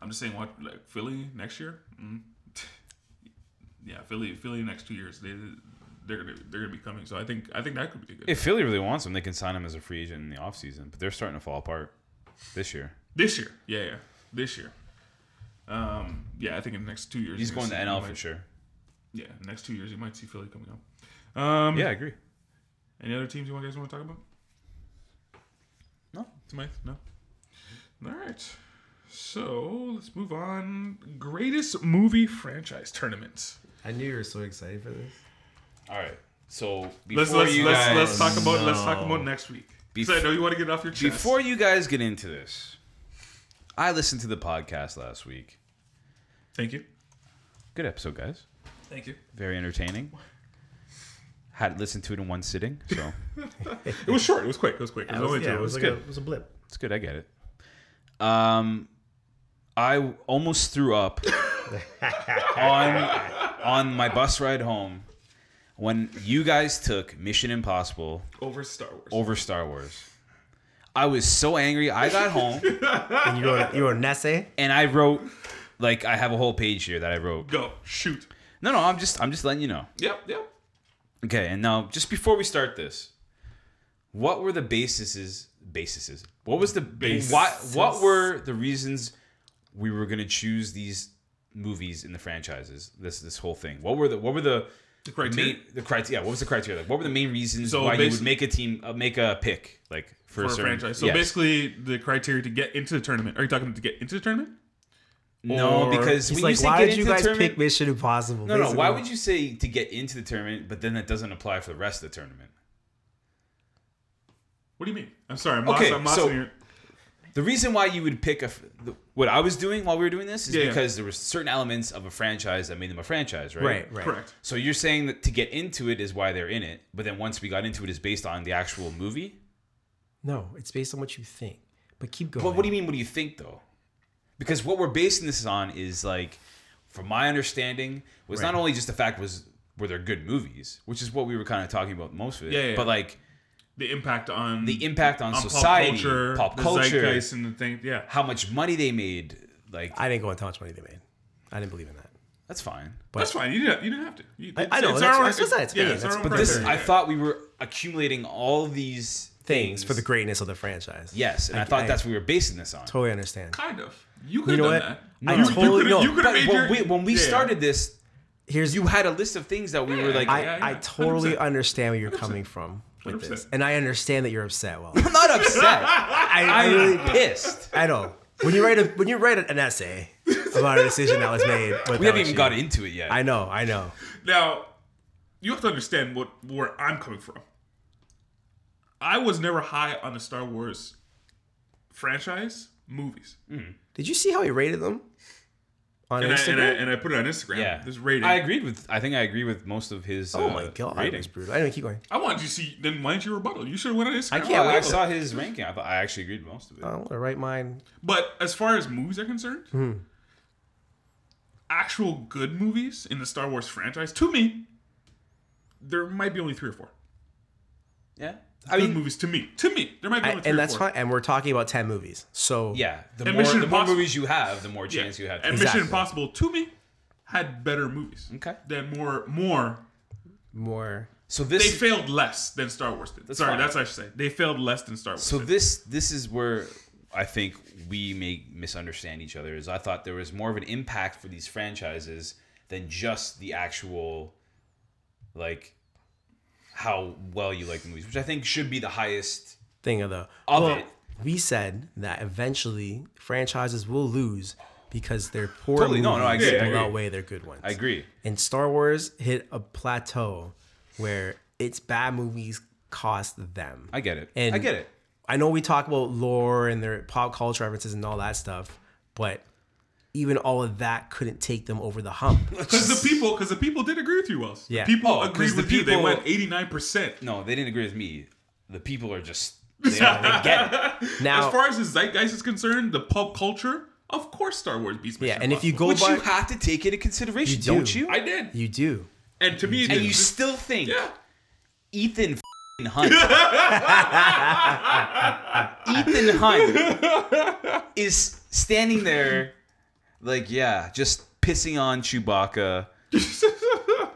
Speaker 3: I'm just saying, what like Philly next year? Mm. yeah, Philly. Philly next two years. They they're gonna they're gonna be coming. So I think I think that could be good
Speaker 4: If Philly really wants him, they can sign him as a free agent in the offseason, but they're starting to fall apart this year.
Speaker 3: this year. Yeah, yeah, this year. Um, yeah, I think in the next two years
Speaker 4: He's
Speaker 3: you're gonna
Speaker 4: going to
Speaker 3: see- you
Speaker 4: NL
Speaker 3: might-
Speaker 4: for sure.
Speaker 3: Yeah, next two years you might see Philly coming up. Um,
Speaker 4: Yeah, I agree.
Speaker 3: Any other teams you guys want to talk about?
Speaker 4: No.
Speaker 3: Tonight? No. All right. So let's move on. Greatest movie franchise tournament.
Speaker 5: I knew you were so excited for this.
Speaker 4: All right. So before
Speaker 3: Let's let's
Speaker 4: you
Speaker 3: let's,
Speaker 4: guys,
Speaker 3: let's talk about let's talk about next week.
Speaker 4: Bef-
Speaker 3: so I know you want to get it off your chest.
Speaker 4: before you guys get into this, I listened to the podcast last week.
Speaker 3: thank you,
Speaker 4: Good episode, guys.
Speaker 3: thank you.
Speaker 4: Very entertaining. Had listened to it in one sitting, so
Speaker 3: It was short. It was quick. It was quick. It was, only
Speaker 5: yeah,
Speaker 3: two.
Speaker 5: it was
Speaker 3: hours.
Speaker 5: like a, it was a blip.
Speaker 4: it's good. I get it. Um, I almost threw up on on my bus ride home when you guys took Mission Impossible
Speaker 3: over Star Wars.
Speaker 4: over Star Wars. I was so angry. I got home
Speaker 5: And you wrote, you wrote an essay.
Speaker 4: and I wrote like I have a whole page here that I wrote.
Speaker 3: Go shoot.
Speaker 4: No, no, I'm just I'm just letting you know.
Speaker 3: Yep, yep.
Speaker 4: Okay, and now just before we start this, what were the bases bases? What was the
Speaker 3: Basis.
Speaker 4: what what were the reasons we were gonna choose these movies in the franchises? This this whole thing. What were the what were the
Speaker 3: The criteria.
Speaker 4: main the criteria? What was the criteria? Like, what were the main reasons
Speaker 3: So
Speaker 4: why you would
Speaker 3: basi-
Speaker 4: make a team uh, make a pick like
Speaker 3: For
Speaker 4: for, a
Speaker 3: a
Speaker 4: certain
Speaker 3: franchise. So
Speaker 4: Yes.
Speaker 3: basically, the criteria to get into the tournament. Are you talking to get into the tournament?
Speaker 4: no,
Speaker 3: or-
Speaker 4: because
Speaker 5: He's
Speaker 4: we
Speaker 5: like,
Speaker 4: used to
Speaker 5: why
Speaker 4: get
Speaker 5: did you
Speaker 4: into the
Speaker 5: guys
Speaker 4: tournament-
Speaker 5: pick Mission Impossible?
Speaker 4: No, no. Why would you say to get into the tournament, but then that doesn't apply for the rest of the tournament?
Speaker 3: What do you mean? I'm sorry. I'm
Speaker 4: Okay,
Speaker 3: lost. I'm lost
Speaker 4: so-
Speaker 3: in your.
Speaker 4: The reason why you would pick a f- the- what I was doing while we were doing this is
Speaker 3: Yeah, yeah.
Speaker 4: because there were certain elements of a franchise that made them a franchise, right?
Speaker 5: Right, right.
Speaker 3: Correct.
Speaker 4: So you're saying that to get into it is why they're in it, but then once we got into it is based on the actual movie.
Speaker 5: No, it's based on what you think. But keep going.
Speaker 4: But what do you mean? What do you think though? Because what we're basing this on is like, from my understanding, was not only just the fact was were there good movies, which is what we were kind of talking about most of it,
Speaker 3: Yeah, yeah, yeah.
Speaker 4: but like
Speaker 3: The impact on
Speaker 4: the impact on, society, pop culture,
Speaker 3: the zeitgeist, and the thing. Yeah.
Speaker 4: how much money they made. Like
Speaker 5: I didn't go into how much money they made. I didn't believe in that.
Speaker 4: that's fine.
Speaker 3: That's fine. You didn't. You didn't have to. You,
Speaker 5: I know, that's- that's what I said, it's
Speaker 3: yeah,
Speaker 5: me,
Speaker 3: it's our
Speaker 5: that's-
Speaker 3: own
Speaker 4: But this,
Speaker 3: criteria.
Speaker 4: I thought we were accumulating all these
Speaker 5: Things for the greatness of the franchise.
Speaker 4: Yes, and I,
Speaker 5: I-
Speaker 4: thought
Speaker 5: I-
Speaker 4: that's what we were basing this on.
Speaker 5: Totally understand.
Speaker 3: kind of. You could
Speaker 5: You
Speaker 3: have
Speaker 5: know
Speaker 3: done
Speaker 5: what?
Speaker 3: that.
Speaker 5: I
Speaker 3: you,
Speaker 5: totally-
Speaker 3: you
Speaker 5: no,
Speaker 3: You could
Speaker 4: But
Speaker 3: have made
Speaker 4: when
Speaker 3: your,
Speaker 4: we, when we
Speaker 3: yeah.
Speaker 4: started this,
Speaker 5: Here's
Speaker 4: you had a list of things that we were like,
Speaker 5: I,
Speaker 4: I,
Speaker 3: yeah,
Speaker 5: I
Speaker 3: yeah.
Speaker 5: totally
Speaker 3: 100%.
Speaker 5: understand where you're coming from with this.
Speaker 3: 100%.
Speaker 5: And I understand that you're upset. Well,
Speaker 4: am not upset.
Speaker 5: I, I
Speaker 4: I'm
Speaker 5: really
Speaker 4: pissed.
Speaker 5: I know. When you write a when you write an essay about a decision that was made.
Speaker 4: We haven't even got into it yet.
Speaker 5: I know, I know.
Speaker 3: Now, you have to understand what where I'm coming from. I was never high on the Star Wars franchise movies,
Speaker 5: Did you see how he rated them on
Speaker 3: and I,
Speaker 5: Instagram?
Speaker 3: and, I, and I put it on Instagram.
Speaker 4: yeah,
Speaker 3: this rating.
Speaker 4: I agreed with. I think I agree with most of his.
Speaker 5: oh
Speaker 4: uh,
Speaker 5: my god, it was
Speaker 4: ratings.
Speaker 5: brutal. Anyway, keep going.
Speaker 3: I wanted you to see. Then why didn't you rebuttal? You should have went on Instagram.
Speaker 5: I
Speaker 4: Yeah,
Speaker 5: can't
Speaker 4: when I
Speaker 5: wait. Uh,
Speaker 4: saw his ranking, I thought I actually agreed with most of it.
Speaker 5: I want to Oh, write mine.
Speaker 3: But as far as movies are concerned,
Speaker 4: Hmm.
Speaker 3: actual good movies in the Star Wars franchise, to me, there might be only three or four.
Speaker 4: yeah,
Speaker 3: I
Speaker 4: I
Speaker 3: good
Speaker 4: mean,
Speaker 3: movies to me. To me, there might be
Speaker 5: I-
Speaker 3: only three
Speaker 5: and
Speaker 3: or
Speaker 5: that's
Speaker 3: four.
Speaker 5: fine. And we're talking about ten movies, so
Speaker 4: yeah. The
Speaker 3: And
Speaker 4: more,
Speaker 3: Mission
Speaker 4: the more
Speaker 3: Impossible-
Speaker 4: movies you have, the more
Speaker 3: Yeah.
Speaker 4: chance you have.
Speaker 3: and
Speaker 4: To
Speaker 5: Exactly.
Speaker 3: Mission Impossible to me had better movies.
Speaker 4: Okay.
Speaker 3: Than more more
Speaker 5: more
Speaker 4: So
Speaker 3: They
Speaker 4: this
Speaker 3: failed less than Star Wars did. Sorry,
Speaker 4: fine.
Speaker 3: that's what I should say. They failed less than Star Wars.
Speaker 4: So
Speaker 3: did.
Speaker 4: this this is where I think we may misunderstand each other. Is I thought there was more of an impact for these franchises than just the actual, like, how well you like the movies, which I think should be the highest.
Speaker 5: thing of the
Speaker 4: Of
Speaker 5: well,
Speaker 4: it.
Speaker 5: we said that eventually franchises will lose because their poor
Speaker 4: Totally,
Speaker 5: movies
Speaker 4: no, no, I agree, I
Speaker 5: will
Speaker 4: agree.
Speaker 5: outweigh their good ones.
Speaker 4: I agree.
Speaker 5: And Star Wars hit a plateau where its bad movies cost them.
Speaker 4: I get it.
Speaker 5: And
Speaker 4: I get it.
Speaker 5: I know we talk about lore and their pop culture references and all that stuff, but even all of that couldn't take them over the hump.
Speaker 3: Because the people, because the people did agree with you, Wells.
Speaker 5: Yeah.
Speaker 3: The people
Speaker 4: Oh, 'cause
Speaker 3: agreed
Speaker 4: the
Speaker 3: with you. They
Speaker 4: people-
Speaker 3: went eighty nine percent.
Speaker 4: No, they didn't agree with me. The people are just they, don't- they get it.
Speaker 5: Now,
Speaker 3: As far as the zeitgeist is concerned, the pop culture, of course, Star Wars beats.
Speaker 5: yeah,
Speaker 3: Mission
Speaker 5: and if you
Speaker 3: Impossible.
Speaker 5: go
Speaker 4: Which
Speaker 5: by,
Speaker 4: you have to take into consideration,
Speaker 5: You do.
Speaker 4: don't you?
Speaker 3: I did,
Speaker 5: you do.
Speaker 3: and to me, it
Speaker 4: and you
Speaker 3: is-
Speaker 4: still think
Speaker 3: yeah.
Speaker 4: Ethan f***ing Hunt. Ethan Hunt is standing there like, yeah, just pissing on Chewbacca.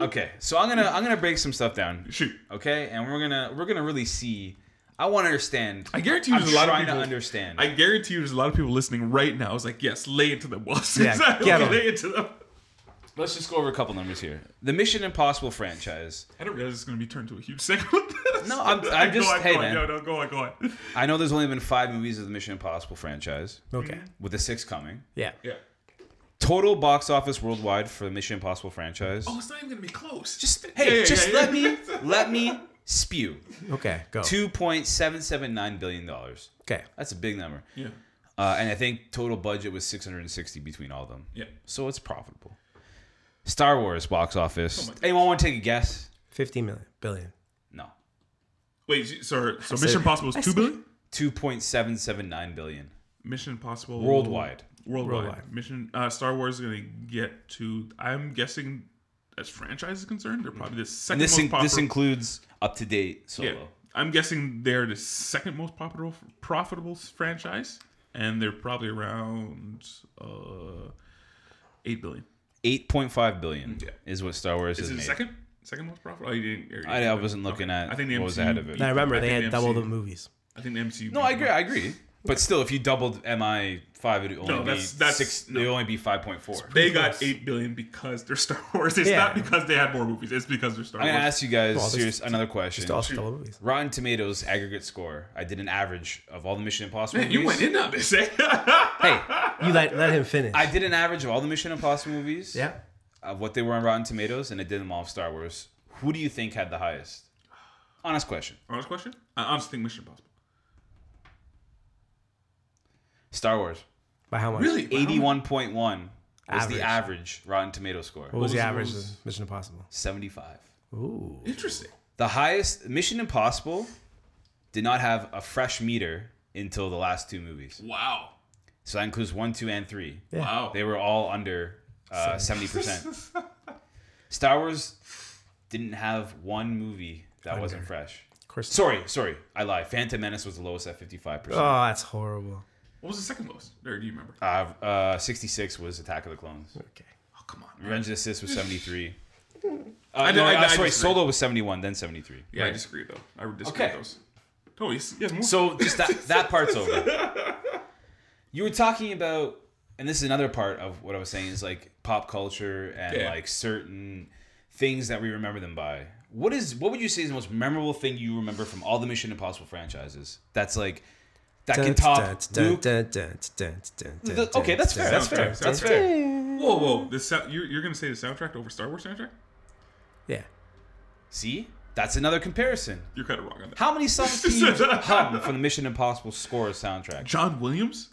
Speaker 4: Okay, so I'm gonna I'm gonna break some stuff down.
Speaker 3: Shoot.
Speaker 4: Okay, and we're gonna we're gonna really see. I want to understand.
Speaker 3: I guarantee you,
Speaker 4: I'm
Speaker 3: there's a lot of
Speaker 4: trying
Speaker 3: people
Speaker 4: to understand.
Speaker 3: I guarantee you, there's a lot of people listening right now. It's like, yes, lay into them, Wells.
Speaker 5: Yeah,
Speaker 3: exactly.
Speaker 5: get 'em.
Speaker 3: lay into them.
Speaker 4: Let's just go over a couple numbers here. The Mission Impossible franchise.
Speaker 3: I didn't realize it's going to be turned to a huge segment.
Speaker 4: No, I'm-
Speaker 3: Go
Speaker 4: I'm just-
Speaker 3: on,
Speaker 4: hey,
Speaker 3: go on.
Speaker 4: man.
Speaker 3: No, no, go on, go on.
Speaker 4: I know there's only been five movies of the Mission Impossible franchise,
Speaker 5: Okay.
Speaker 4: with the sixth coming.
Speaker 5: Yeah.
Speaker 3: Yeah.
Speaker 4: Total box office worldwide for the Mission Impossible franchise.
Speaker 3: Oh, it's not even going to be close.
Speaker 4: just
Speaker 3: Yeah,
Speaker 4: hey,
Speaker 3: yeah,
Speaker 4: just
Speaker 3: yeah,
Speaker 4: let
Speaker 3: yeah.
Speaker 4: me let me spew.
Speaker 5: Okay. Go.
Speaker 4: Two point seven seven nine billion dollars.
Speaker 5: Okay.
Speaker 4: That's a big number.
Speaker 3: Yeah.
Speaker 4: Uh, and I think total budget was six hundred and sixty between all of them.
Speaker 3: Yeah.
Speaker 4: So it's profitable. Star Wars box
Speaker 3: Oh
Speaker 4: office. Anyone want to take a guess?
Speaker 5: 50 million billion.
Speaker 4: No.
Speaker 3: Wait, so- sorry. So Mission Impossible is two billion.
Speaker 4: Two point seven seven nine billion.
Speaker 3: Mission Impossible
Speaker 4: Worldwide.
Speaker 3: Worldwide.
Speaker 5: Worldwide.
Speaker 3: Mission uh, Star Wars is going to get to. I'm guessing, as franchise is concerned, they're probably the second
Speaker 4: And this
Speaker 3: most
Speaker 4: in,
Speaker 3: popular.
Speaker 4: this includes up to date solo.
Speaker 3: yeah, I'm guessing they're the second most profitable profitable franchise, and they're probably around uh, eight billion.
Speaker 4: Eight point five billion
Speaker 3: Yeah.
Speaker 4: is what Star Wars
Speaker 3: Is
Speaker 4: is
Speaker 3: it
Speaker 4: made.
Speaker 3: second? Second most profitable? Oh, you didn't,
Speaker 4: I- I wasn't looking at what was ahead of it.
Speaker 3: beat
Speaker 5: Now, remember,
Speaker 3: them. I
Speaker 5: they
Speaker 3: think
Speaker 5: had double
Speaker 3: MCU
Speaker 5: the movies.
Speaker 3: I think the MCU.
Speaker 4: No, I agree. I agree. But still, if you doubled MI five, it would only
Speaker 3: No,
Speaker 4: be
Speaker 3: that's- that's-
Speaker 4: six.
Speaker 3: no.
Speaker 4: It would only be five point four.
Speaker 3: They got eight billion because they're Star Wars. It's
Speaker 5: Yeah.
Speaker 3: not because they had more movies. It's because they're Star
Speaker 4: I'm
Speaker 3: Wars.
Speaker 4: gonna ask you guys
Speaker 5: Well, there's-
Speaker 4: serious another question.
Speaker 5: Just also double the movies.
Speaker 4: Rotten Tomatoes aggregate score. I did an average of all the Mission Impossible.
Speaker 3: Man, you
Speaker 4: movies.
Speaker 3: went in on this. Eh?
Speaker 4: Hey,
Speaker 5: You let, let him finish.
Speaker 4: I did an average of all the Mission Impossible movies.
Speaker 5: yeah.
Speaker 4: Of what they were on Rotten Tomatoes, and I did them all of Star Wars. Who do you think had the highest? Honest question.
Speaker 3: Honest question? I honestly think Mission Impossible.
Speaker 4: Star Wars.
Speaker 5: By how much?
Speaker 4: Eighty-one point one was
Speaker 5: Average.
Speaker 4: the average Rotten Tomato score.
Speaker 5: What was the
Speaker 3: was-
Speaker 5: average
Speaker 3: what
Speaker 5: of
Speaker 3: was-
Speaker 5: Mission Impossible?
Speaker 4: Seventy-five.
Speaker 5: Ooh.
Speaker 3: Interesting.
Speaker 4: The highest Mission Impossible did not have a fresh meter until the last two movies.
Speaker 3: Wow.
Speaker 4: So that includes one, two, and three.
Speaker 3: Wow.
Speaker 4: They were all under uh, seventy percent. Star Wars didn't have one movie that wasn't fresh.
Speaker 5: Of course.
Speaker 4: Sorry, sorry, I lied. Phantom Menace was the lowest at fifty-five percent.
Speaker 5: Oh, that's horrible.
Speaker 3: what was the second lowest? There, do you remember?
Speaker 4: Uh, uh, Sixty-six was Attack of the Clones.
Speaker 5: Okay.
Speaker 3: Oh, come on. man.
Speaker 4: Revenge of the Sith was seventy-three. Uh,
Speaker 3: I
Speaker 4: no,
Speaker 3: know- I-
Speaker 4: uh,
Speaker 3: I
Speaker 4: sorry,
Speaker 3: disagree.
Speaker 4: Solo was seventy-one, then seventy-three.
Speaker 3: Yeah, I disagree though. I would disagree
Speaker 4: Okay.
Speaker 3: with those. Totally. yes- yes, more.
Speaker 4: So just that that part's over. You were talking about, and this is another part of what I was saying is like pop culture and
Speaker 3: Yeah.
Speaker 4: like certain things that we remember them by. What is what would you say is the most memorable thing you remember from all the Mission Impossible franchises? That's like that can top Luke. The- okay, that's fair. That's fair.
Speaker 3: Soundtrack,
Speaker 4: That's
Speaker 3: soundtrack.
Speaker 4: fair.
Speaker 3: whoa, whoa. The sound, you're, you're gonna say the soundtrack over Star Wars soundtrack?
Speaker 5: Yeah.
Speaker 4: See, that's another comparison.
Speaker 3: You're kind of wrong on that.
Speaker 4: How many songs can you hum from the Mission Impossible score soundtrack?
Speaker 3: John Williams?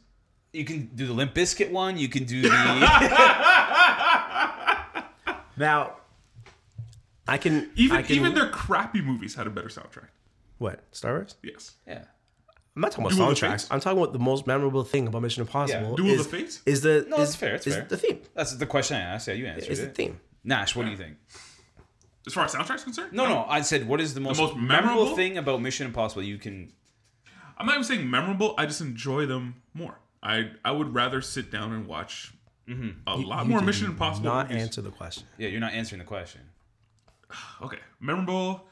Speaker 4: You can do the Limp Biscuit one. You can do the
Speaker 5: Now, I can
Speaker 3: Even
Speaker 5: I can,
Speaker 3: even their crappy movies had a better soundtrack.
Speaker 5: what Star Wars.
Speaker 3: Yes.
Speaker 4: yeah.
Speaker 5: I'm not talking about
Speaker 3: Duel of the
Speaker 5: soundtracks.
Speaker 3: Fates?
Speaker 5: I'm talking about the most memorable thing about Mission Impossible.
Speaker 3: Duel of
Speaker 5: is,
Speaker 3: the Fates?
Speaker 5: is the
Speaker 4: No,
Speaker 5: is,
Speaker 4: it's fair, it's
Speaker 5: is
Speaker 4: fair.
Speaker 5: the theme.
Speaker 4: That's the question I asked. Yeah, you answered
Speaker 5: Is the
Speaker 4: it.
Speaker 5: theme.
Speaker 4: Nash, what do you think?
Speaker 3: As far as soundtrack's concerned?
Speaker 4: No, no. I said, what is the most,
Speaker 3: most
Speaker 4: memorable?
Speaker 3: memorable?
Speaker 4: thing about Mission Impossible? You can.
Speaker 3: I'm not even saying memorable. I just enjoy them more. I I would rather sit down and watch
Speaker 4: Mm-hmm.
Speaker 3: a lot more Mission Impossible.
Speaker 5: Not
Speaker 3: movies.
Speaker 5: answer the question.
Speaker 4: Yeah, you're not answering the question.
Speaker 3: Okay, memorable.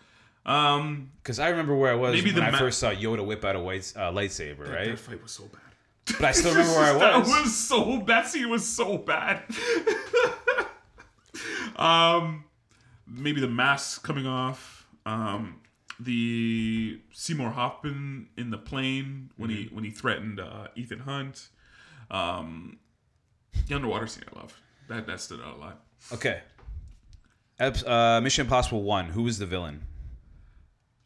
Speaker 3: Um,
Speaker 4: Because I remember where I was
Speaker 3: Maybe
Speaker 4: when
Speaker 3: the
Speaker 4: I
Speaker 3: ma-
Speaker 4: first saw Yoda whip out a white uh, lightsaber,
Speaker 3: that
Speaker 4: right?
Speaker 3: fight was so bad.
Speaker 4: But I still remember where I
Speaker 3: That
Speaker 4: was.
Speaker 3: was so that scene was so bad. um, maybe the mask coming off. Um, the Seymour Hoffman in the plane when
Speaker 4: Mm-hmm.
Speaker 3: he when he threatened uh, Ethan Hunt. Um, the underwater scene I love. That that stood out a lot.
Speaker 4: Okay. Eps- uh, Mission Impossible One. Who was the villain?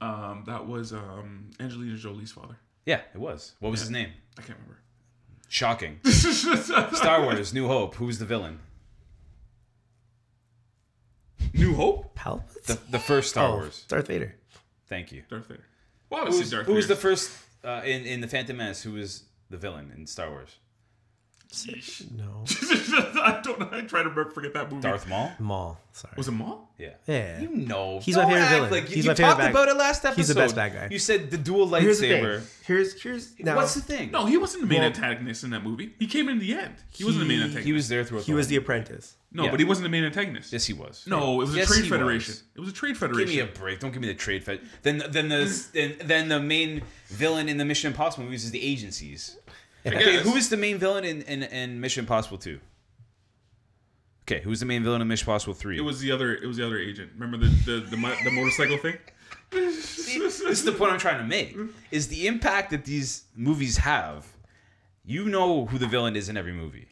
Speaker 3: Um, that was um, Angelina Jolie's father.
Speaker 4: Yeah, it was. What was his name?
Speaker 3: I can't remember.
Speaker 4: Shocking. Star Wars: New Hope. Who was the villain?
Speaker 3: New Hope.
Speaker 5: Palpatine?
Speaker 4: The, the first
Speaker 5: Oh.
Speaker 4: Star Wars.
Speaker 5: Darth Vader.
Speaker 4: Thank you.
Speaker 3: Darth Vader. Well,
Speaker 4: Who was,
Speaker 3: Darth
Speaker 4: who was the
Speaker 3: Vader.
Speaker 4: first uh, in in the Phantom Menace? Who was the villain in Star Wars?
Speaker 5: No.
Speaker 3: I don't. know. I try to remember, forget that movie.
Speaker 4: Darth Maul.
Speaker 5: Maul. Sorry.
Speaker 3: was it Maul?
Speaker 4: Yeah.
Speaker 5: Yeah.
Speaker 4: You know.
Speaker 5: He's
Speaker 4: Don't
Speaker 5: my favorite
Speaker 4: act
Speaker 5: villain.
Speaker 4: Like you
Speaker 5: He's
Speaker 4: you
Speaker 5: my favorite
Speaker 4: talked
Speaker 5: bad-
Speaker 4: about it last episode.
Speaker 5: He's the best bad guy.
Speaker 4: You said the dual
Speaker 5: Here's the
Speaker 4: lightsaber.
Speaker 5: thing. Here's here's now.
Speaker 4: What's the thing?
Speaker 3: No, he wasn't the main
Speaker 5: Well-
Speaker 3: antagonist in that movie. He came in the end. He, wasn't the main
Speaker 5: He-
Speaker 3: antagonist.
Speaker 4: He was there throughout.
Speaker 5: he was the
Speaker 4: whole-
Speaker 5: apprentice.
Speaker 3: no,
Speaker 4: yeah.
Speaker 3: but he wasn't the main antagonist.
Speaker 4: Yes, he was.
Speaker 3: no, it was
Speaker 4: Yes,
Speaker 3: a
Speaker 4: he
Speaker 3: trade federation.
Speaker 4: was.
Speaker 3: It was a trade
Speaker 4: Give me a
Speaker 3: federation.
Speaker 4: break. Don't give me the trade fed. Then, then the then,
Speaker 5: Mm.
Speaker 4: then the main villain in the Mission Impossible movies is the agencies. Okay,
Speaker 3: guess.
Speaker 4: who is the main villain in, in, in Mission Impossible Two? Okay, who's the main villain in Mission Impossible Three?
Speaker 3: it was the other. It was the other agent. Remember the the the, mo- the motorcycle thing?
Speaker 4: this is the point I'm trying to make.
Speaker 3: Mm-hmm.
Speaker 4: Is the impact that these movies have? You know who the villain is in every movie.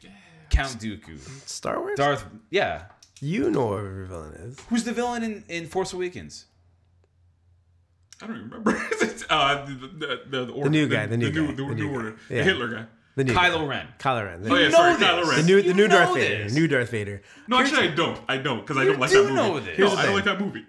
Speaker 4: Count
Speaker 3: Mm-hmm.
Speaker 4: Dooku,
Speaker 5: Star Wars.
Speaker 4: Darth. Yeah,
Speaker 5: You know what every villain is.
Speaker 4: who's the villain in, in Force Awakens?
Speaker 3: I don't even remember. uh, the, the, the, the, order-
Speaker 5: new guy, the new guy,
Speaker 3: The,
Speaker 5: the new
Speaker 3: new
Speaker 5: guy.
Speaker 3: order.
Speaker 5: Yeah.
Speaker 3: The Hitler guy.
Speaker 5: The new
Speaker 4: Kylo Ren.
Speaker 5: Kylo Ren. The,
Speaker 3: Oh, yeah,
Speaker 4: You
Speaker 3: sorry,
Speaker 4: know
Speaker 3: Kylo
Speaker 4: this.
Speaker 5: the
Speaker 3: Ren.
Speaker 5: new the
Speaker 4: You
Speaker 5: new Darth
Speaker 4: know
Speaker 5: Vader.
Speaker 4: this.
Speaker 5: New Darth Vader.
Speaker 3: No, actually, I don't. I don't because I
Speaker 4: You
Speaker 3: don't like
Speaker 4: do
Speaker 3: that movie.
Speaker 4: know this.
Speaker 3: No,
Speaker 4: Here's the
Speaker 3: I don't
Speaker 5: thing.
Speaker 3: like that movie.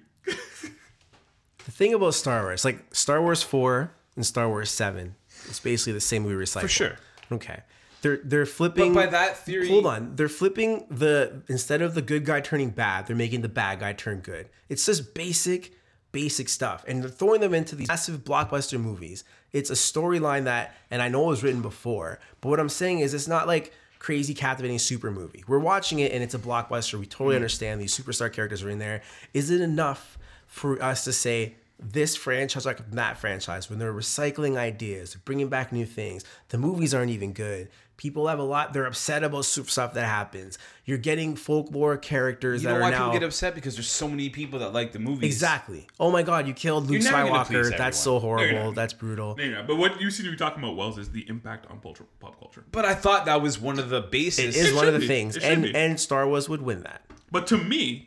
Speaker 5: The thing about Star Wars, like Star Wars Four and Star Wars Seven, it's basically the same movie recycle.
Speaker 4: For sure.
Speaker 5: Okay. They're they're flipping.
Speaker 4: But by that theory-
Speaker 5: hold on. They're flipping the instead of the good guy turning bad, they're making the bad guy turn good. It's just basic, basic stuff, and they're throwing them into these massive blockbuster movies. It's a storyline that, and I know it was written before, but what I'm saying is, it's not like crazy captivating super movie. We're watching it, and it's a blockbuster. We totally
Speaker 4: Mm.
Speaker 5: understand these superstar characters are in there. Is it enough for us to say this franchise like that franchise when they're recycling ideas they're bringing back new things the movies aren't even good people have a lot they're upset about soup stuff that happens you're getting folklore characters
Speaker 4: You
Speaker 5: that
Speaker 4: know
Speaker 5: are
Speaker 4: why
Speaker 5: now
Speaker 4: people get upset because there's so many people that like the movies.
Speaker 5: exactly oh my god you killed luke
Speaker 4: You're never gonna please
Speaker 5: skywalker that's so
Speaker 4: everyone.
Speaker 5: horrible
Speaker 3: not.
Speaker 5: that's brutal
Speaker 3: Anyway, but what you seem to be talking about, Wells, is the impact on pop pop culture.
Speaker 4: But I thought that was one of the
Speaker 5: it
Speaker 4: bases.
Speaker 5: is one of the
Speaker 3: be.
Speaker 5: things
Speaker 3: It should
Speaker 5: and
Speaker 3: be.
Speaker 5: and star wars would win that
Speaker 3: But to me,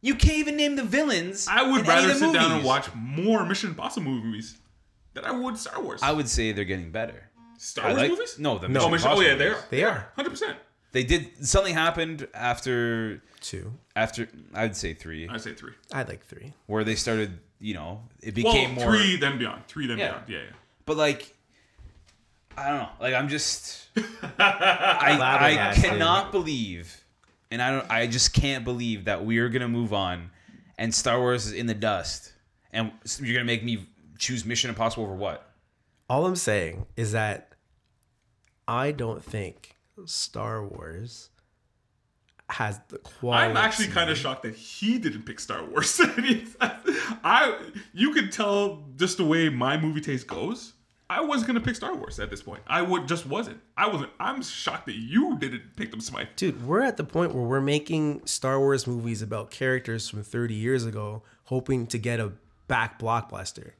Speaker 4: you can't even name the villains.
Speaker 3: I
Speaker 4: in
Speaker 3: would
Speaker 4: any of
Speaker 3: rather
Speaker 4: the
Speaker 3: sit down and
Speaker 4: movies.
Speaker 3: watch more Mission Impossible movies than I would Star Wars.
Speaker 4: I would say they're getting better.
Speaker 3: Star
Speaker 4: I
Speaker 3: Wars
Speaker 4: like-
Speaker 3: movies?
Speaker 4: No, the
Speaker 3: Oh,
Speaker 5: No.
Speaker 4: Mission
Speaker 3: Mission, oh
Speaker 4: Impossible
Speaker 3: yeah, they are.
Speaker 4: movies.
Speaker 5: they are
Speaker 3: Hundred percent.
Speaker 4: They did something happened after
Speaker 5: two
Speaker 4: after I would say three,
Speaker 3: I'd say three.
Speaker 5: i like three
Speaker 4: where they started. You know, it
Speaker 3: Well,
Speaker 4: became more.
Speaker 3: three then beyond. Three then
Speaker 4: Yeah.
Speaker 3: beyond. Yeah, yeah.
Speaker 4: But like, I don't know. Like I'm just, I, I
Speaker 5: Flabbergasted.
Speaker 4: cannot believe, and I don't. I just can't believe that we are gonna move on, and Star Wars is in the dust, and you're gonna make me choose Mission Impossible over what?
Speaker 5: all i'm saying is that i don't think star wars has the quality
Speaker 3: I'm actually kind of shocked that he didn't pick Star Wars. I, you could tell just the way my movie taste goes. I was gonna pick Star Wars at this point. I would just wasn't. I wasn't. I'm shocked that you didn't pick them, Smythe.
Speaker 5: Dude, we're at the point where we're making Star Wars movies about characters from 30 years ago, hoping to get a back blockbuster,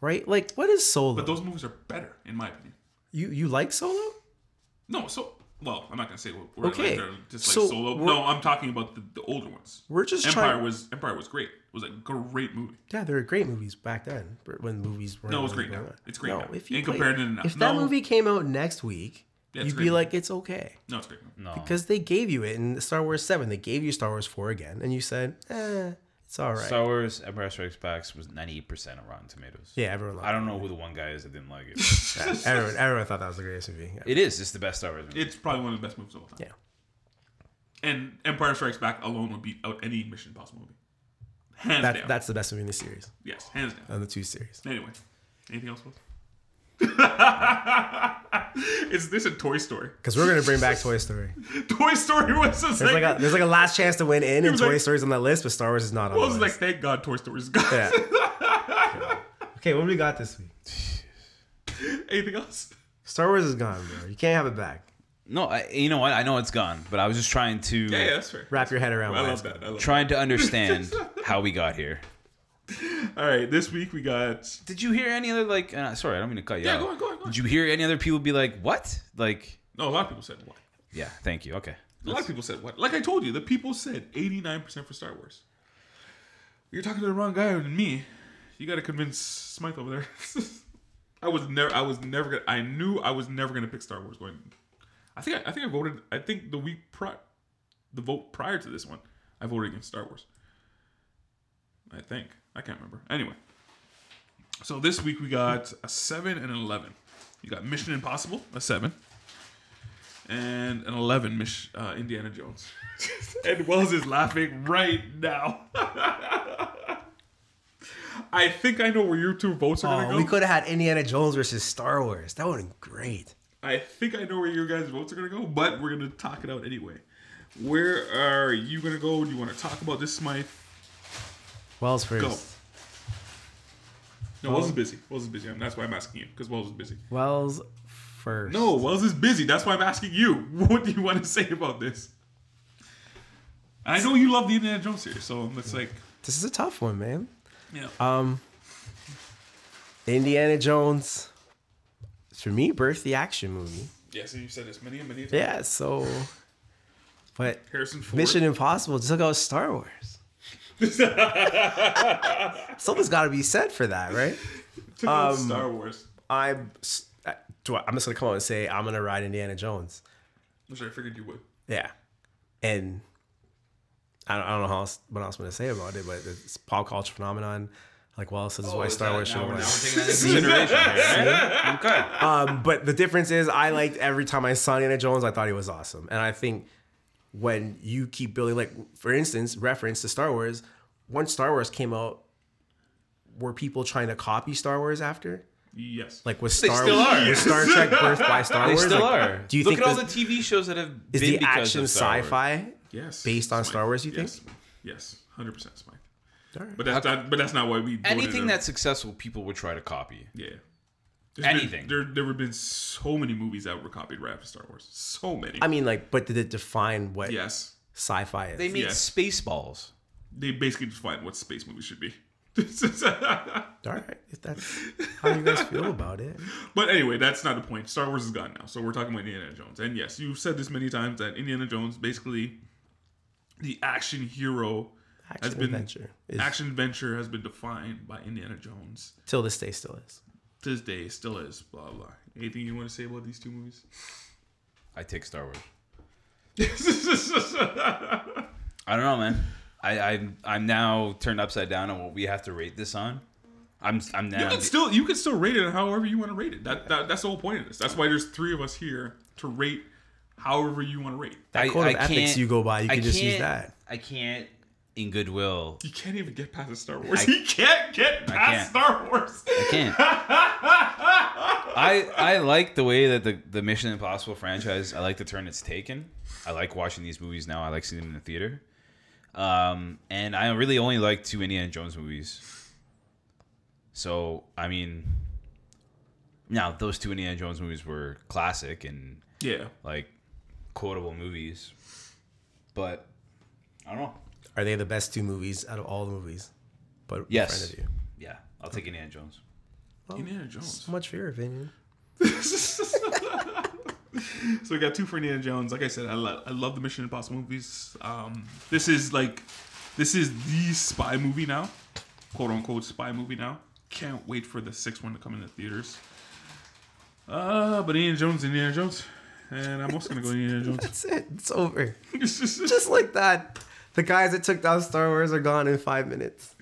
Speaker 5: right? Like, what is Solo?
Speaker 3: But those movies are better, in my opinion.
Speaker 5: you you like Solo?
Speaker 3: No, so well, I'm not gonna say what we're
Speaker 5: Okay,
Speaker 3: like, they're just like
Speaker 5: so
Speaker 3: solo.
Speaker 5: we're-
Speaker 3: No, I'm talking about the, the older ones.
Speaker 5: We're just
Speaker 3: Empire
Speaker 5: trying-
Speaker 3: was Empire was great. It was a great movie.
Speaker 5: Yeah, they were great movies back then, when movies were.
Speaker 3: No, it was great now. It's great now. And compared to now-
Speaker 5: if that
Speaker 3: no.
Speaker 5: movie came out next week,
Speaker 3: Yeah, it's
Speaker 5: you'd
Speaker 3: great
Speaker 5: be
Speaker 3: now.
Speaker 5: like, it's okay.
Speaker 3: No, it's great.
Speaker 4: Mm.
Speaker 3: No,
Speaker 5: Because they gave you it in Star Wars 7. They gave you Star Wars 4 again, and you said, eh, it's all right.
Speaker 4: Star Wars Empire Strikes Back was 98 percent on Rotten Tomatoes.
Speaker 5: yeah, everyone
Speaker 4: I
Speaker 5: loved
Speaker 4: don't know who the one guy is that didn't like it.
Speaker 5: it. Everyone, everyone thought that was the greatest movie. Yeah.
Speaker 4: it is. It's the best Star Wars movie.
Speaker 3: it's probably one of the best movies of all time.
Speaker 5: Yeah.
Speaker 3: And Empire Strikes Back alone would beat out any Mission Impossible movie. Hands
Speaker 5: That,
Speaker 3: down.
Speaker 5: that's the best movie in the series,
Speaker 3: yes, hands down.
Speaker 5: of the two series.
Speaker 3: Anyway, anything else? Will? Is this a Toy Story?
Speaker 5: Because we're gonna bring back Toy Story.
Speaker 3: Toy Story was just
Speaker 5: There's
Speaker 3: like,
Speaker 5: like a, there's like a last chance to win in, and
Speaker 3: was
Speaker 5: Toy
Speaker 3: like-
Speaker 5: Story's on that list, but Star Wars is not on.
Speaker 3: I
Speaker 5: the
Speaker 3: was like,
Speaker 5: list.
Speaker 3: thank God Toy Story's gone.
Speaker 5: yeah. Okay, what do we got this week?
Speaker 3: Anything else?
Speaker 5: Star Wars is gone, bro. You can't have it back.
Speaker 4: No, I, you know what? I know it's gone, but I was just trying to
Speaker 3: Yeah, yeah, that's fair.
Speaker 5: Wrap your head around
Speaker 3: I
Speaker 5: why
Speaker 3: love
Speaker 5: it's gone.
Speaker 3: that. I love
Speaker 4: trying to understand how we got here.
Speaker 3: that. All right, this week we got.
Speaker 4: Did you hear any other like? Uh, sorry, I don't mean to cut you
Speaker 3: Yeah,
Speaker 4: out.
Speaker 3: go on, go on, go on.
Speaker 4: Did you hear any other people be like, "What?" Like,
Speaker 3: No, a lot of people said what.
Speaker 4: yeah, thank you. Okay,
Speaker 3: A lot of people said what. Like I told you, the people said 89% for Star Wars. You're talking to the wrong guy than me. You got to convince Smythe over there. I was never. I was never gonna. I knew I was never gonna pick Star Wars. Going. I think. I, I think I voted. I think the week pri the vote prior to this one, I voted against Star Wars. I think. I can't remember. Anyway. So this week we got a seven and an eleven. You got Mission Impossible, a seven, and an eleven, Mich- uh, Indiana Jones. Ed Wells is laughing right now. I think I know where your two votes are gonna
Speaker 5: Oh,
Speaker 3: go.
Speaker 5: we could have had Indiana Jones versus Star Wars. That would have been great.
Speaker 3: I think I know where your guys' votes are gonna go, but we're gonna talk it out anyway. Where are you gonna go? Do you want to talk about this, Smythe?
Speaker 5: Wells first.
Speaker 3: Go. No, Wells is busy. Wells is busy. That's why I'm asking you because Wells is busy.
Speaker 5: Wells first.
Speaker 3: No, Wells is busy. That's why I'm asking you. What do you want to say about this? I know you love the Indiana Jones series, so it's like,
Speaker 5: This is a tough one, man.
Speaker 3: yeah,
Speaker 5: Um, Indiana Jones, for me, birthed the action movie.
Speaker 3: yeah. So you said this many and many times.
Speaker 5: Yeah, so. But
Speaker 3: Harrison Ford.
Speaker 5: Mission Impossible just took out Star Wars. Something's got to be said for that, right?
Speaker 3: took out Star Wars.
Speaker 5: I'm. s- I- do I- I'm just gonna come out and say I'm gonna ride Indiana Jones.
Speaker 3: Which I figured you would.
Speaker 5: Yeah, and I don't, I don't know how else, what else I'm gonna say about it, but it's pop culture phenomenon. Like Wallace says, is why Star Wars should
Speaker 4: Oh, Now
Speaker 5: have
Speaker 4: we're,
Speaker 5: won.
Speaker 4: now we're taking that into consideration. here, right? Okay.
Speaker 5: Um, but the difference is, I liked every time I saw Indiana Jones, I thought he was awesome, and I think when you keep building, like for instance, reference to Star Wars, once Star Wars came out, were people trying to copy Star Wars after?
Speaker 3: Yes.
Speaker 5: Like was Star
Speaker 4: still
Speaker 5: Wars,
Speaker 4: are.
Speaker 5: was Star Trek birthed by Star
Speaker 4: They
Speaker 5: Wars?
Speaker 4: still
Speaker 5: Like,
Speaker 4: are.
Speaker 5: Do you
Speaker 4: Look
Speaker 5: think
Speaker 4: at all
Speaker 5: this-
Speaker 4: the TV shows that have
Speaker 5: is
Speaker 4: been
Speaker 5: the
Speaker 4: because
Speaker 5: action
Speaker 4: of Star Wars.
Speaker 5: sci-fi
Speaker 3: yes.
Speaker 5: based on
Speaker 3: Smythe.
Speaker 5: Star Wars? You think?
Speaker 3: Yes. Yes. Hundred percent, Smythe.
Speaker 5: All right.
Speaker 3: But that's not. But that's not why we. voted
Speaker 4: Anything
Speaker 3: him.
Speaker 4: that's successful, people would try to copy.
Speaker 3: Yeah. There's been-
Speaker 4: Anything.
Speaker 3: there, there have been so many movies that were copied right after Star Wars. So many.
Speaker 5: I mean, like, but did it define what
Speaker 3: yes.
Speaker 5: sci-fi is?
Speaker 4: They made
Speaker 3: Yes.
Speaker 4: Spaceballs.
Speaker 3: They basically defined what space movies should be.
Speaker 5: All right, if that's how you guys feel about it.
Speaker 3: but anyway, that's not the point. Star Wars is gone now, so we're talking about Indiana Jones. And yes, you've said this many times that Indiana Jones, basically, the action hero has
Speaker 5: Action
Speaker 3: been
Speaker 5: adventure is
Speaker 3: action adventure has been defined by Indiana Jones.
Speaker 5: till this day still is.
Speaker 3: To this day, still is. Blah blah. Anything you want to say about these two movies?
Speaker 4: I take Star Wars. I don't know, man. I, I'm I'm now turned upside down on what we have to rate this on. I'm I'm
Speaker 3: You
Speaker 4: now
Speaker 3: can still you can still rate it however you want to rate it. That, that that's the whole point of this. That's why there's three of us here to rate however you want to rate.
Speaker 5: That
Speaker 4: I-
Speaker 5: code
Speaker 4: I
Speaker 5: of ethics
Speaker 4: can't-
Speaker 5: you go by, you
Speaker 4: I
Speaker 5: can just use
Speaker 4: can't-
Speaker 5: that.
Speaker 4: I can't in goodwill.
Speaker 3: You can't even get past the Star Wars. he can't get past
Speaker 4: can't.
Speaker 3: Star Wars.
Speaker 4: I can't. I I like the way that the the Mission Impossible franchise. I like the turn it's taken. I like watching these movies now. I like seeing them in the theater. Um, and I really only like two Indiana Jones movies. So I mean, now those two Indiana Jones movies were classic and
Speaker 3: Yeah.
Speaker 4: like quotable movies, but I don't know.
Speaker 5: Are they the best two movies out of all the movies? But in
Speaker 4: Yes,
Speaker 5: front of you.
Speaker 4: yeah, I'll take Indiana Jones.
Speaker 3: Indiana Jones.
Speaker 5: So much for your opinion.
Speaker 3: So we got two for Indiana Jones. Like I said, I, lo- I love the Mission Impossible movies. Um, this is like, this is the spy movie now, quote unquote spy movie now. Can't wait for the sixth one to come in the theaters. Uh, but Indiana Jones, Indiana Jones, and I'm also gonna go Indiana Jones.
Speaker 5: That's it. It's over. Just like that. The guys that took down Star Wars are gone in five minutes.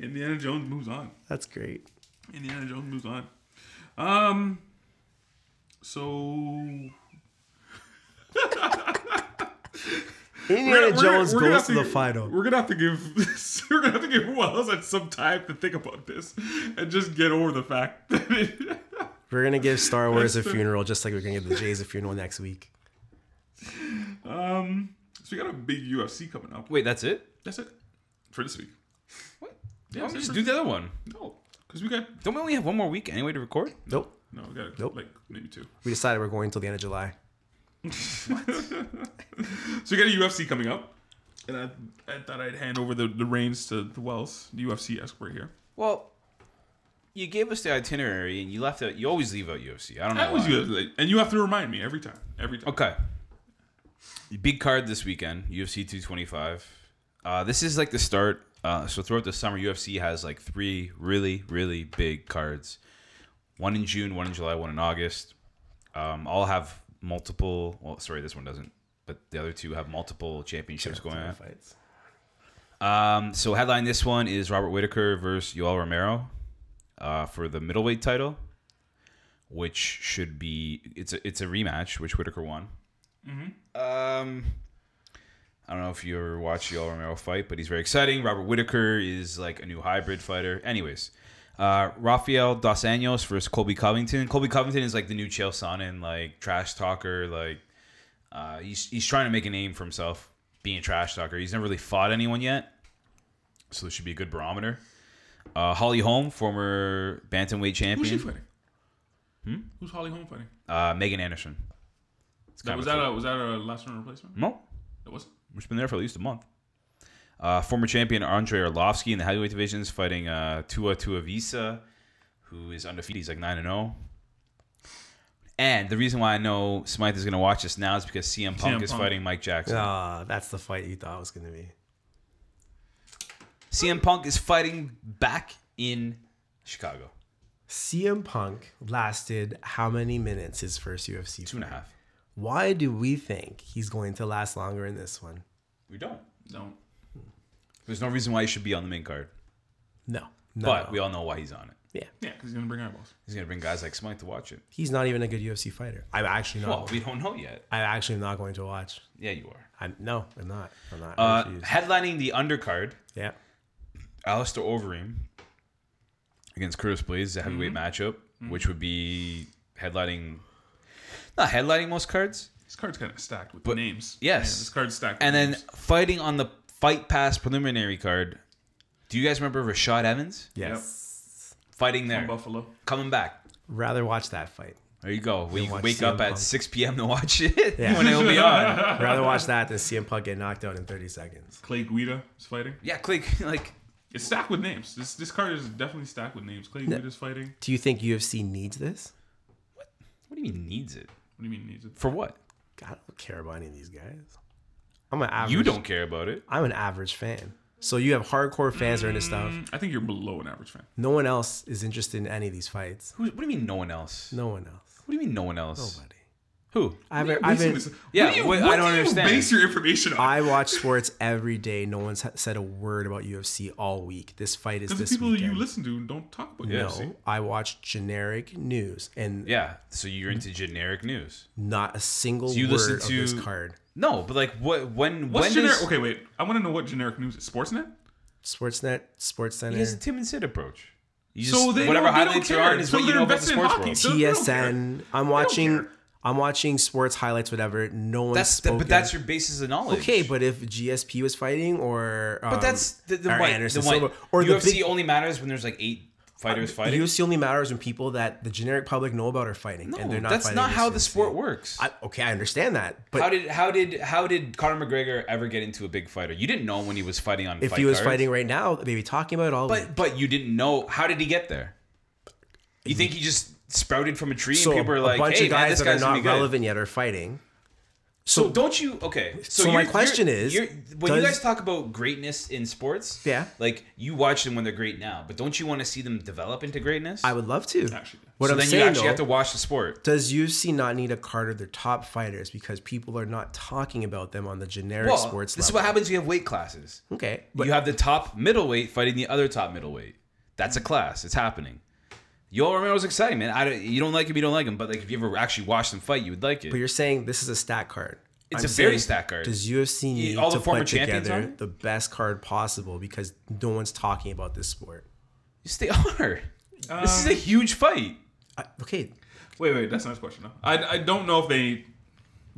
Speaker 3: Indiana Jones moves on.
Speaker 5: That's great.
Speaker 3: Indiana Jones moves on. Um. So
Speaker 5: Indiana
Speaker 3: We're- we're-
Speaker 5: Jones
Speaker 3: we're gonna
Speaker 5: goes
Speaker 3: have
Speaker 5: to the final.
Speaker 3: We're gonna have to give we're gonna have to give Wells like some time to think about this and just get over the fact that it,
Speaker 5: We're gonna give Star Wars a funeral, just like we're gonna give the Jays a funeral next week.
Speaker 3: um, so we got a big UFC coming up.
Speaker 4: Wait, that's it. Oh,
Speaker 3: That's it for this week.
Speaker 4: What?
Speaker 3: Yeah,
Speaker 4: Why don't
Speaker 3: so
Speaker 4: we just
Speaker 3: for-
Speaker 4: do the other one?
Speaker 3: No, Because we got
Speaker 4: Don't we only have one more week anyway to record?
Speaker 5: Nope.
Speaker 3: no, we got
Speaker 5: Nope.
Speaker 3: like maybe two.
Speaker 5: We decided we're going until the end of July.
Speaker 3: So we got a UFC coming up, and I, I thought I'd hand over the, the reins to the Wells, the UFC expert here.
Speaker 4: Well, you gave us the itinerary and you left out. You always leave out UFC. I don't know.
Speaker 3: I always
Speaker 4: why.
Speaker 3: do that, like- and you have to remind me every time. Every time.
Speaker 4: Okay. Big card this weekend, UFC 225. Uh, this is like the start. Uh, so throughout the summer, UFC has like three really, really big cards. One in June, one in July, one in August. Um, all have multiple. Well, sorry, this one doesn't, but the other two have multiple championships going on.
Speaker 5: Fights.
Speaker 4: Um, so headline this one is Robert Whitaker versus Yoel Romero uh, for the middleweight title, which should be it's a it's a rematch which Whitaker won. Um, I don't know if you ever watched Yoel Romero fight, but he's very exciting. Robert Whitaker is like a new hybrid fighter. Anyways, uh, Rafael Dos Anjos versus Colby Covington. Colby Covington is like the new Chael Sonnen, like trash talker, like uh, he's, he's trying to make a name for himself being a trash talker. He's never really fought anyone yet, so this should be a good barometer. Uh, Holly Holm, former bantamweight
Speaker 3: Who's she
Speaker 4: champion,
Speaker 3: fighting? Hmm? Who's Holly Holm fighting?
Speaker 4: uh, Megan Anderson. It's
Speaker 3: That,
Speaker 4: kind
Speaker 3: was
Speaker 4: of
Speaker 3: that
Speaker 4: a-
Speaker 3: a, was that a last round replacement?
Speaker 4: no?
Speaker 3: That wasn't.
Speaker 4: We've been there for at least a month. Uh, former champion Andre Arlovsky in the heavyweight division is fighting uh, Tua Tuavisa, who is undefeated. He's like 9 and 0. And the reason why I know Smythe is going to watch this now is because CM Punk
Speaker 3: CM
Speaker 4: is
Speaker 3: Punk.
Speaker 4: fighting Mike Jackson.
Speaker 5: Ah, that's the fight you thought it was going to be.
Speaker 4: CM Punk is fighting back in Chicago.
Speaker 5: CM Punk lasted how many minutes his first UFC?
Speaker 4: Two and a half.
Speaker 5: Why do we think he's going to last longer in this one?
Speaker 4: We don't.
Speaker 3: No.
Speaker 4: There's no reason why he should be on the main card.
Speaker 5: No. No.
Speaker 4: but
Speaker 5: no.
Speaker 4: we all know why he's on it.
Speaker 5: yeah.
Speaker 3: Yeah, because he's gonna bring eyeballs.
Speaker 4: He's going to bring guys like Smythe to watch it.
Speaker 5: He's not even a good UFC fighter. I'm actually not.
Speaker 4: Well, we don't know yet.
Speaker 5: I'm actually not going to watch.
Speaker 4: Yeah, you are.
Speaker 5: I'm no, I'm not. I'm not. I
Speaker 4: Uh,
Speaker 5: refuse.
Speaker 4: headlining the undercard
Speaker 5: yeah.
Speaker 4: Alistair Overeem against Curtis Blaze, a
Speaker 3: Mm-hmm.
Speaker 4: heavyweight matchup, which would be headlining, not headlining most cards.
Speaker 3: This card's kind of stacked with
Speaker 4: But-
Speaker 3: names.
Speaker 4: yes.
Speaker 3: Yeah, this card's stacked.
Speaker 4: And
Speaker 3: with
Speaker 4: then
Speaker 3: names.
Speaker 4: fighting on the fight pass preliminary card. Do you guys remember Rashad Evans
Speaker 5: Yes.
Speaker 4: fighting there,
Speaker 3: From Buffalo.
Speaker 4: coming back?
Speaker 5: Rather watch that fight.
Speaker 4: There you go. We
Speaker 5: watch
Speaker 4: wake
Speaker 5: CM
Speaker 4: up at
Speaker 5: Punk.
Speaker 4: 6 p.m. to watch it
Speaker 5: Yeah.
Speaker 4: when it'll be on.
Speaker 5: Rather watch that than CM Punk get knocked out in 30 seconds.
Speaker 3: Clay Guida is fighting.
Speaker 4: Yeah, click. Like,
Speaker 3: It's stacked with names. This this card is definitely stacked with names. Clay Guida's fighting. What
Speaker 5: Do you think UFC needs this?
Speaker 4: what do you mean needs it?
Speaker 3: do you mean needs it?
Speaker 4: For what?
Speaker 5: God, I don't care about any of these guys. I'm an average.
Speaker 4: You don't care about it.
Speaker 5: I'm an average fan. So you have hardcore fans that are into stuff.
Speaker 3: I think you're below an average fan.
Speaker 5: No one else is interested in any of these fights.
Speaker 4: Who, what do you mean no one else?
Speaker 5: No one else.
Speaker 4: What do you mean no one else?
Speaker 5: Nobody.
Speaker 4: Who?
Speaker 5: I've,
Speaker 3: What are you
Speaker 5: I've
Speaker 3: basing
Speaker 5: been,
Speaker 3: this-
Speaker 4: Yeah,
Speaker 3: what do you,
Speaker 4: what- I
Speaker 3: what
Speaker 4: don't
Speaker 3: do you
Speaker 4: understand.
Speaker 3: Base your information on
Speaker 5: I watch sports every day. No one's ha- said a word about UFC all week. This fight is
Speaker 3: because the
Speaker 5: this
Speaker 3: people
Speaker 5: weekend.
Speaker 3: you listen to don't talk about
Speaker 4: Yeah.
Speaker 3: UFC.
Speaker 5: no, I watch generic news and
Speaker 4: Yeah, so you're into generic news.
Speaker 5: not a single
Speaker 4: you
Speaker 5: word
Speaker 4: listen
Speaker 5: of this
Speaker 4: to-
Speaker 5: card.
Speaker 4: No, but like what? When?
Speaker 3: What's
Speaker 4: when
Speaker 3: generic?
Speaker 4: does-
Speaker 3: Okay, wait. I want to know what generic news is. Sportsnet.
Speaker 5: Sportsnet, SportsCenter,
Speaker 4: He has a Tim and Sid approach. You
Speaker 3: So
Speaker 4: just-
Speaker 3: they
Speaker 4: whatever
Speaker 3: don't- they don't
Speaker 4: highlights there
Speaker 3: care.
Speaker 4: are is
Speaker 3: So
Speaker 4: what you
Speaker 3: they're
Speaker 4: know about
Speaker 3: invested
Speaker 4: the
Speaker 3: in
Speaker 4: sports
Speaker 3: hockey.
Speaker 4: world.
Speaker 3: So- they don't care.
Speaker 5: TSN. I'm
Speaker 3: don't
Speaker 5: watching.
Speaker 3: care.
Speaker 5: I'm watching sports highlights. Whatever. No one's
Speaker 4: That's the,
Speaker 5: spoken.
Speaker 4: but that's your basis of knowledge.
Speaker 5: okay. But if GSP was fighting or um,
Speaker 4: but that's the, the
Speaker 5: or
Speaker 4: what?
Speaker 5: Anderson
Speaker 4: the what-
Speaker 5: Silva or the
Speaker 4: UFC
Speaker 5: big Uh,
Speaker 4: only matters when there's like eight fighters fighting.
Speaker 5: UFC only matters when people that the generic public know about are fighting,
Speaker 4: no,
Speaker 5: and they're not.
Speaker 4: that's
Speaker 5: fighting
Speaker 4: not how the
Speaker 5: against
Speaker 4: sport
Speaker 5: UFC.
Speaker 4: works.
Speaker 5: I, okay, I understand that, but
Speaker 4: how did how did how did Conor McGregor ever get into a big fighter? You didn't know when he was fighting on.
Speaker 5: if
Speaker 4: fight
Speaker 5: he was
Speaker 4: cards.
Speaker 5: fighting right now, they'd be talking about it all. week.
Speaker 4: But but you didn't know how did he get there? You think he just sprouted from a tree
Speaker 5: so
Speaker 4: and people are
Speaker 5: a
Speaker 4: like,
Speaker 5: bunch
Speaker 4: hey,
Speaker 5: of
Speaker 4: man,
Speaker 5: guys
Speaker 4: this
Speaker 5: that are
Speaker 4: guy's gonna
Speaker 5: not
Speaker 4: be good."
Speaker 5: relevant yet are fighting.
Speaker 4: So don't you? Okay.
Speaker 5: So my
Speaker 4: you're- you're-
Speaker 5: question is,
Speaker 4: you're, when you
Speaker 5: does-
Speaker 4: guys talk about greatness in sports,
Speaker 5: Yeah.
Speaker 4: like you watch them when they're great now, but don't you want to see them develop into greatness?
Speaker 5: I would love to.
Speaker 3: Actually,
Speaker 5: what
Speaker 4: so
Speaker 5: I'm
Speaker 4: then
Speaker 5: saying
Speaker 4: you actually
Speaker 5: though,
Speaker 4: have to watch the sport.
Speaker 5: does UFC not need a card of their top fighters because people are not talking about them on the generic
Speaker 4: Well,
Speaker 5: sports
Speaker 4: this is
Speaker 5: level?
Speaker 4: what happens. You have weight classes.
Speaker 5: Okay, but
Speaker 4: you have the top middleweight fighting the other top middleweight. That's a class. It's happening. Yoel Romero's exciting, man. I don't, you don't like him, you don't like him, but like if you ever actually watched them fight, you would like it.
Speaker 5: but you're saying this is a stat card.
Speaker 4: It's
Speaker 5: I'm
Speaker 4: a very
Speaker 5: saying,
Speaker 4: stat card.
Speaker 5: Does UFC need
Speaker 4: all
Speaker 5: to
Speaker 4: the former
Speaker 5: put
Speaker 4: champions on
Speaker 5: together
Speaker 4: it?
Speaker 5: the best card possible because no one's talking about this sport?
Speaker 4: Yes, they are. this is a huge fight.
Speaker 5: I, okay,
Speaker 3: Wait, wait. That's not his question. No. I I don't know if they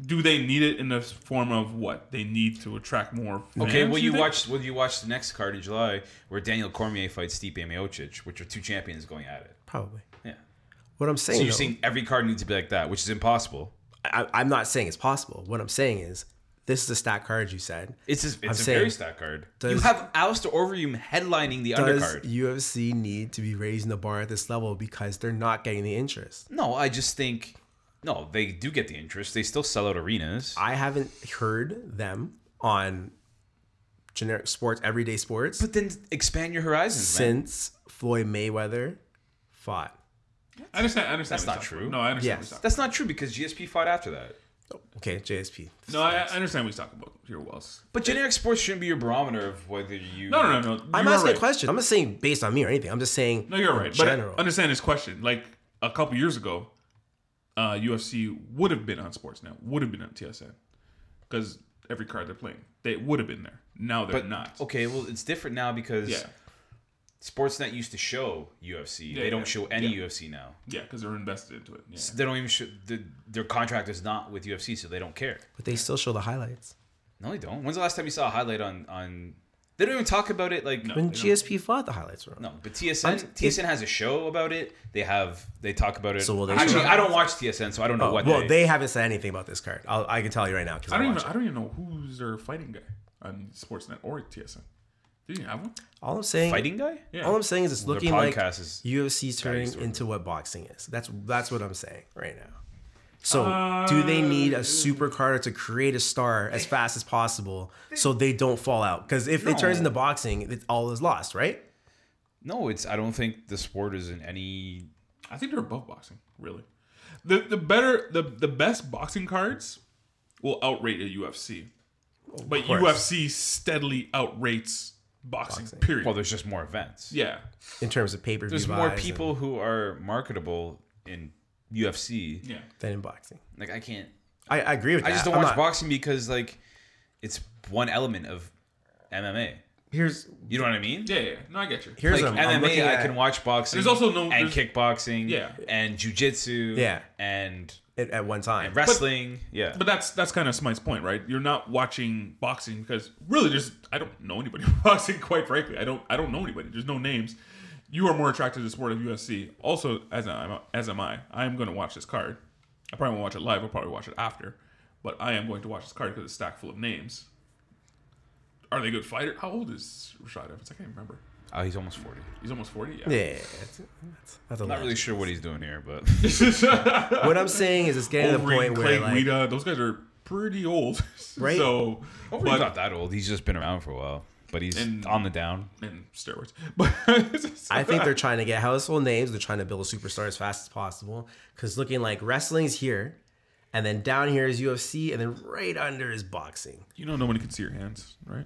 Speaker 3: do they need it in the form of what they need to attract more? Fans,
Speaker 4: Okay, well you
Speaker 3: think?
Speaker 4: watch well you watch the next card in July where Daniel Cormier fights Stipe Miocic, which are two champions going at it.
Speaker 5: Probably.
Speaker 4: Yeah.
Speaker 5: What I'm
Speaker 4: So
Speaker 5: saying,
Speaker 4: you're
Speaker 5: though-
Speaker 4: seeing every card needs to be like that, which is impossible.
Speaker 5: I, I'm not saying it's possible. What I'm saying is, this is a stack card you said.
Speaker 4: It's just, it's a
Speaker 5: saying-
Speaker 4: very stacked card. you
Speaker 5: Does-
Speaker 4: have Alistair Overeem headlining the
Speaker 5: Does
Speaker 4: undercard.
Speaker 5: UFC need to be raising the bar at this level because they're not getting the interest?
Speaker 4: No, I just think no, they do get the interest. They still sell out arenas.
Speaker 5: I haven't heard them on generic sports, everyday sports,
Speaker 4: but then expand your horizons, man.
Speaker 5: since Floyd Mayweather fought.
Speaker 3: I understand. I understand.
Speaker 4: That's
Speaker 3: what
Speaker 4: not
Speaker 3: he's talking
Speaker 4: true.
Speaker 3: about. No, I understand.
Speaker 5: Yes.
Speaker 3: What he's talking
Speaker 4: That's not true because GSP fought after that.
Speaker 5: Okay, JSP.
Speaker 3: about. No, I, I understand what he's talking about here, Wells.
Speaker 4: But generic sports shouldn't be your barometer of whether you
Speaker 3: No, no, no, no.
Speaker 5: I'm
Speaker 3: you are
Speaker 5: asking
Speaker 3: right.
Speaker 5: a question. I'm not saying based on me or anything. I'm just saying.
Speaker 3: No, you're
Speaker 5: in
Speaker 3: right.
Speaker 5: General.
Speaker 3: But understand his question. Like a couple years ago, uh, UFC would have been on Sports Now, would have been on TSN, because every card they're playing, they would have been there. Now they're
Speaker 4: But
Speaker 3: not.
Speaker 4: Okay, well it's different now because
Speaker 3: Yeah,
Speaker 4: Sportsnet used to show UFC.
Speaker 3: Yeah,
Speaker 4: they don't
Speaker 3: yeah,
Speaker 4: show any
Speaker 3: yeah.
Speaker 4: UFC now.
Speaker 3: yeah, because they're invested into it. Yeah.
Speaker 4: They don't even show the, their contract is not with UFC, so they don't care.
Speaker 5: but they still show the highlights.
Speaker 4: No, they don't. When's the last time you saw a highlight on on? They don't even talk about it. Like no,
Speaker 5: When GSP fought, the highlights were on.
Speaker 4: but TSN
Speaker 5: I'm-
Speaker 4: TSN has a show about it. They have they talk about it.
Speaker 5: So will they show
Speaker 4: Actually,
Speaker 5: it?
Speaker 4: I don't watch TSN, so I don't know
Speaker 5: Oh,
Speaker 4: what.
Speaker 5: well,
Speaker 4: they,
Speaker 5: they, haven't said anything about this card. I'll, I can tell you right now. 'cause
Speaker 3: I
Speaker 5: I
Speaker 3: don't even.
Speaker 5: watched
Speaker 3: I don't even know who's their fighting guy on Sportsnet or TSN. Did you have one?
Speaker 5: it. All I'm saying,
Speaker 4: fighting guy.
Speaker 3: Yeah.
Speaker 5: all I'm saying is it's
Speaker 4: Well,
Speaker 5: looking
Speaker 4: their
Speaker 5: like
Speaker 4: podcast is-
Speaker 5: UFC turning into what boxing is. That's that's what I'm saying right now. So,
Speaker 4: Uh,
Speaker 5: do they need a super carder to create a star as fast as possible so they don't fall out? Because if it turns
Speaker 4: No.
Speaker 5: into boxing, it, all is lost, right?
Speaker 4: No, it's. I don't think the sport is in any.
Speaker 3: I think they're above boxing. Really, the the better the the best boxing cards will outrate a UFC, but
Speaker 5: course.
Speaker 3: UFC steadily outrates boxing. Period.
Speaker 4: Well, there's just more events.
Speaker 3: yeah,
Speaker 5: In terms of pay per view,
Speaker 4: there's more people who are marketable in UFC.
Speaker 3: yeah.
Speaker 5: than in boxing.
Speaker 4: Like I can't.
Speaker 5: I, I agree with
Speaker 4: I
Speaker 5: that.
Speaker 4: just don't
Speaker 5: I'm
Speaker 4: watch
Speaker 5: not-
Speaker 4: boxing because like it's one element of MMA.
Speaker 5: Here's
Speaker 4: You know what I mean?
Speaker 3: yeah, yeah, yeah. No, I get you.
Speaker 5: here's
Speaker 4: like
Speaker 5: what I'm, I'm
Speaker 4: MMA,
Speaker 5: looking
Speaker 4: I
Speaker 5: at
Speaker 4: can watch boxing.
Speaker 3: There's also no-
Speaker 4: and
Speaker 3: there's-
Speaker 4: kickboxing.
Speaker 3: Yeah.
Speaker 4: and jujitsu.
Speaker 5: Yeah.
Speaker 4: and
Speaker 5: it at one time.
Speaker 4: wrestling. yeah,
Speaker 3: But that's that's kind of Smite's point, right? You're not watching boxing because really, there's I don't know anybody in boxing. Quite frankly, I don't I don't know anybody. There's no names. You are more attracted to the sport of USC. Also, as I'm as am I. I am going to watch this card. I probably won't watch it live. I'll probably watch it after. But I am going to watch this card because it's stacked full of names. Are they a good fighter? How old is Rashad Evans? I can't remember.
Speaker 4: oh, he's almost forty.
Speaker 3: He's almost forty.
Speaker 5: Yeah, that's, that's, that's a
Speaker 4: I'm not
Speaker 5: lot.
Speaker 4: really sure what he's doing here, but
Speaker 5: What I'm saying is, it's getting to the
Speaker 3: Overeem,
Speaker 5: point
Speaker 3: Clay
Speaker 5: where like,
Speaker 3: Guida, those guys are pretty old.
Speaker 5: Right.
Speaker 3: So,
Speaker 4: he's
Speaker 3: but-
Speaker 4: not that old. He's just been around for a while, but he's
Speaker 3: And-
Speaker 4: on the down.
Speaker 3: and steroids. But
Speaker 5: I think they're trying to get household names. They're trying to build a superstar as fast as possible. Because looking like wrestling's here, and then down here is UFC, and then right under is boxing.
Speaker 3: You know, nobody can see your hands, right?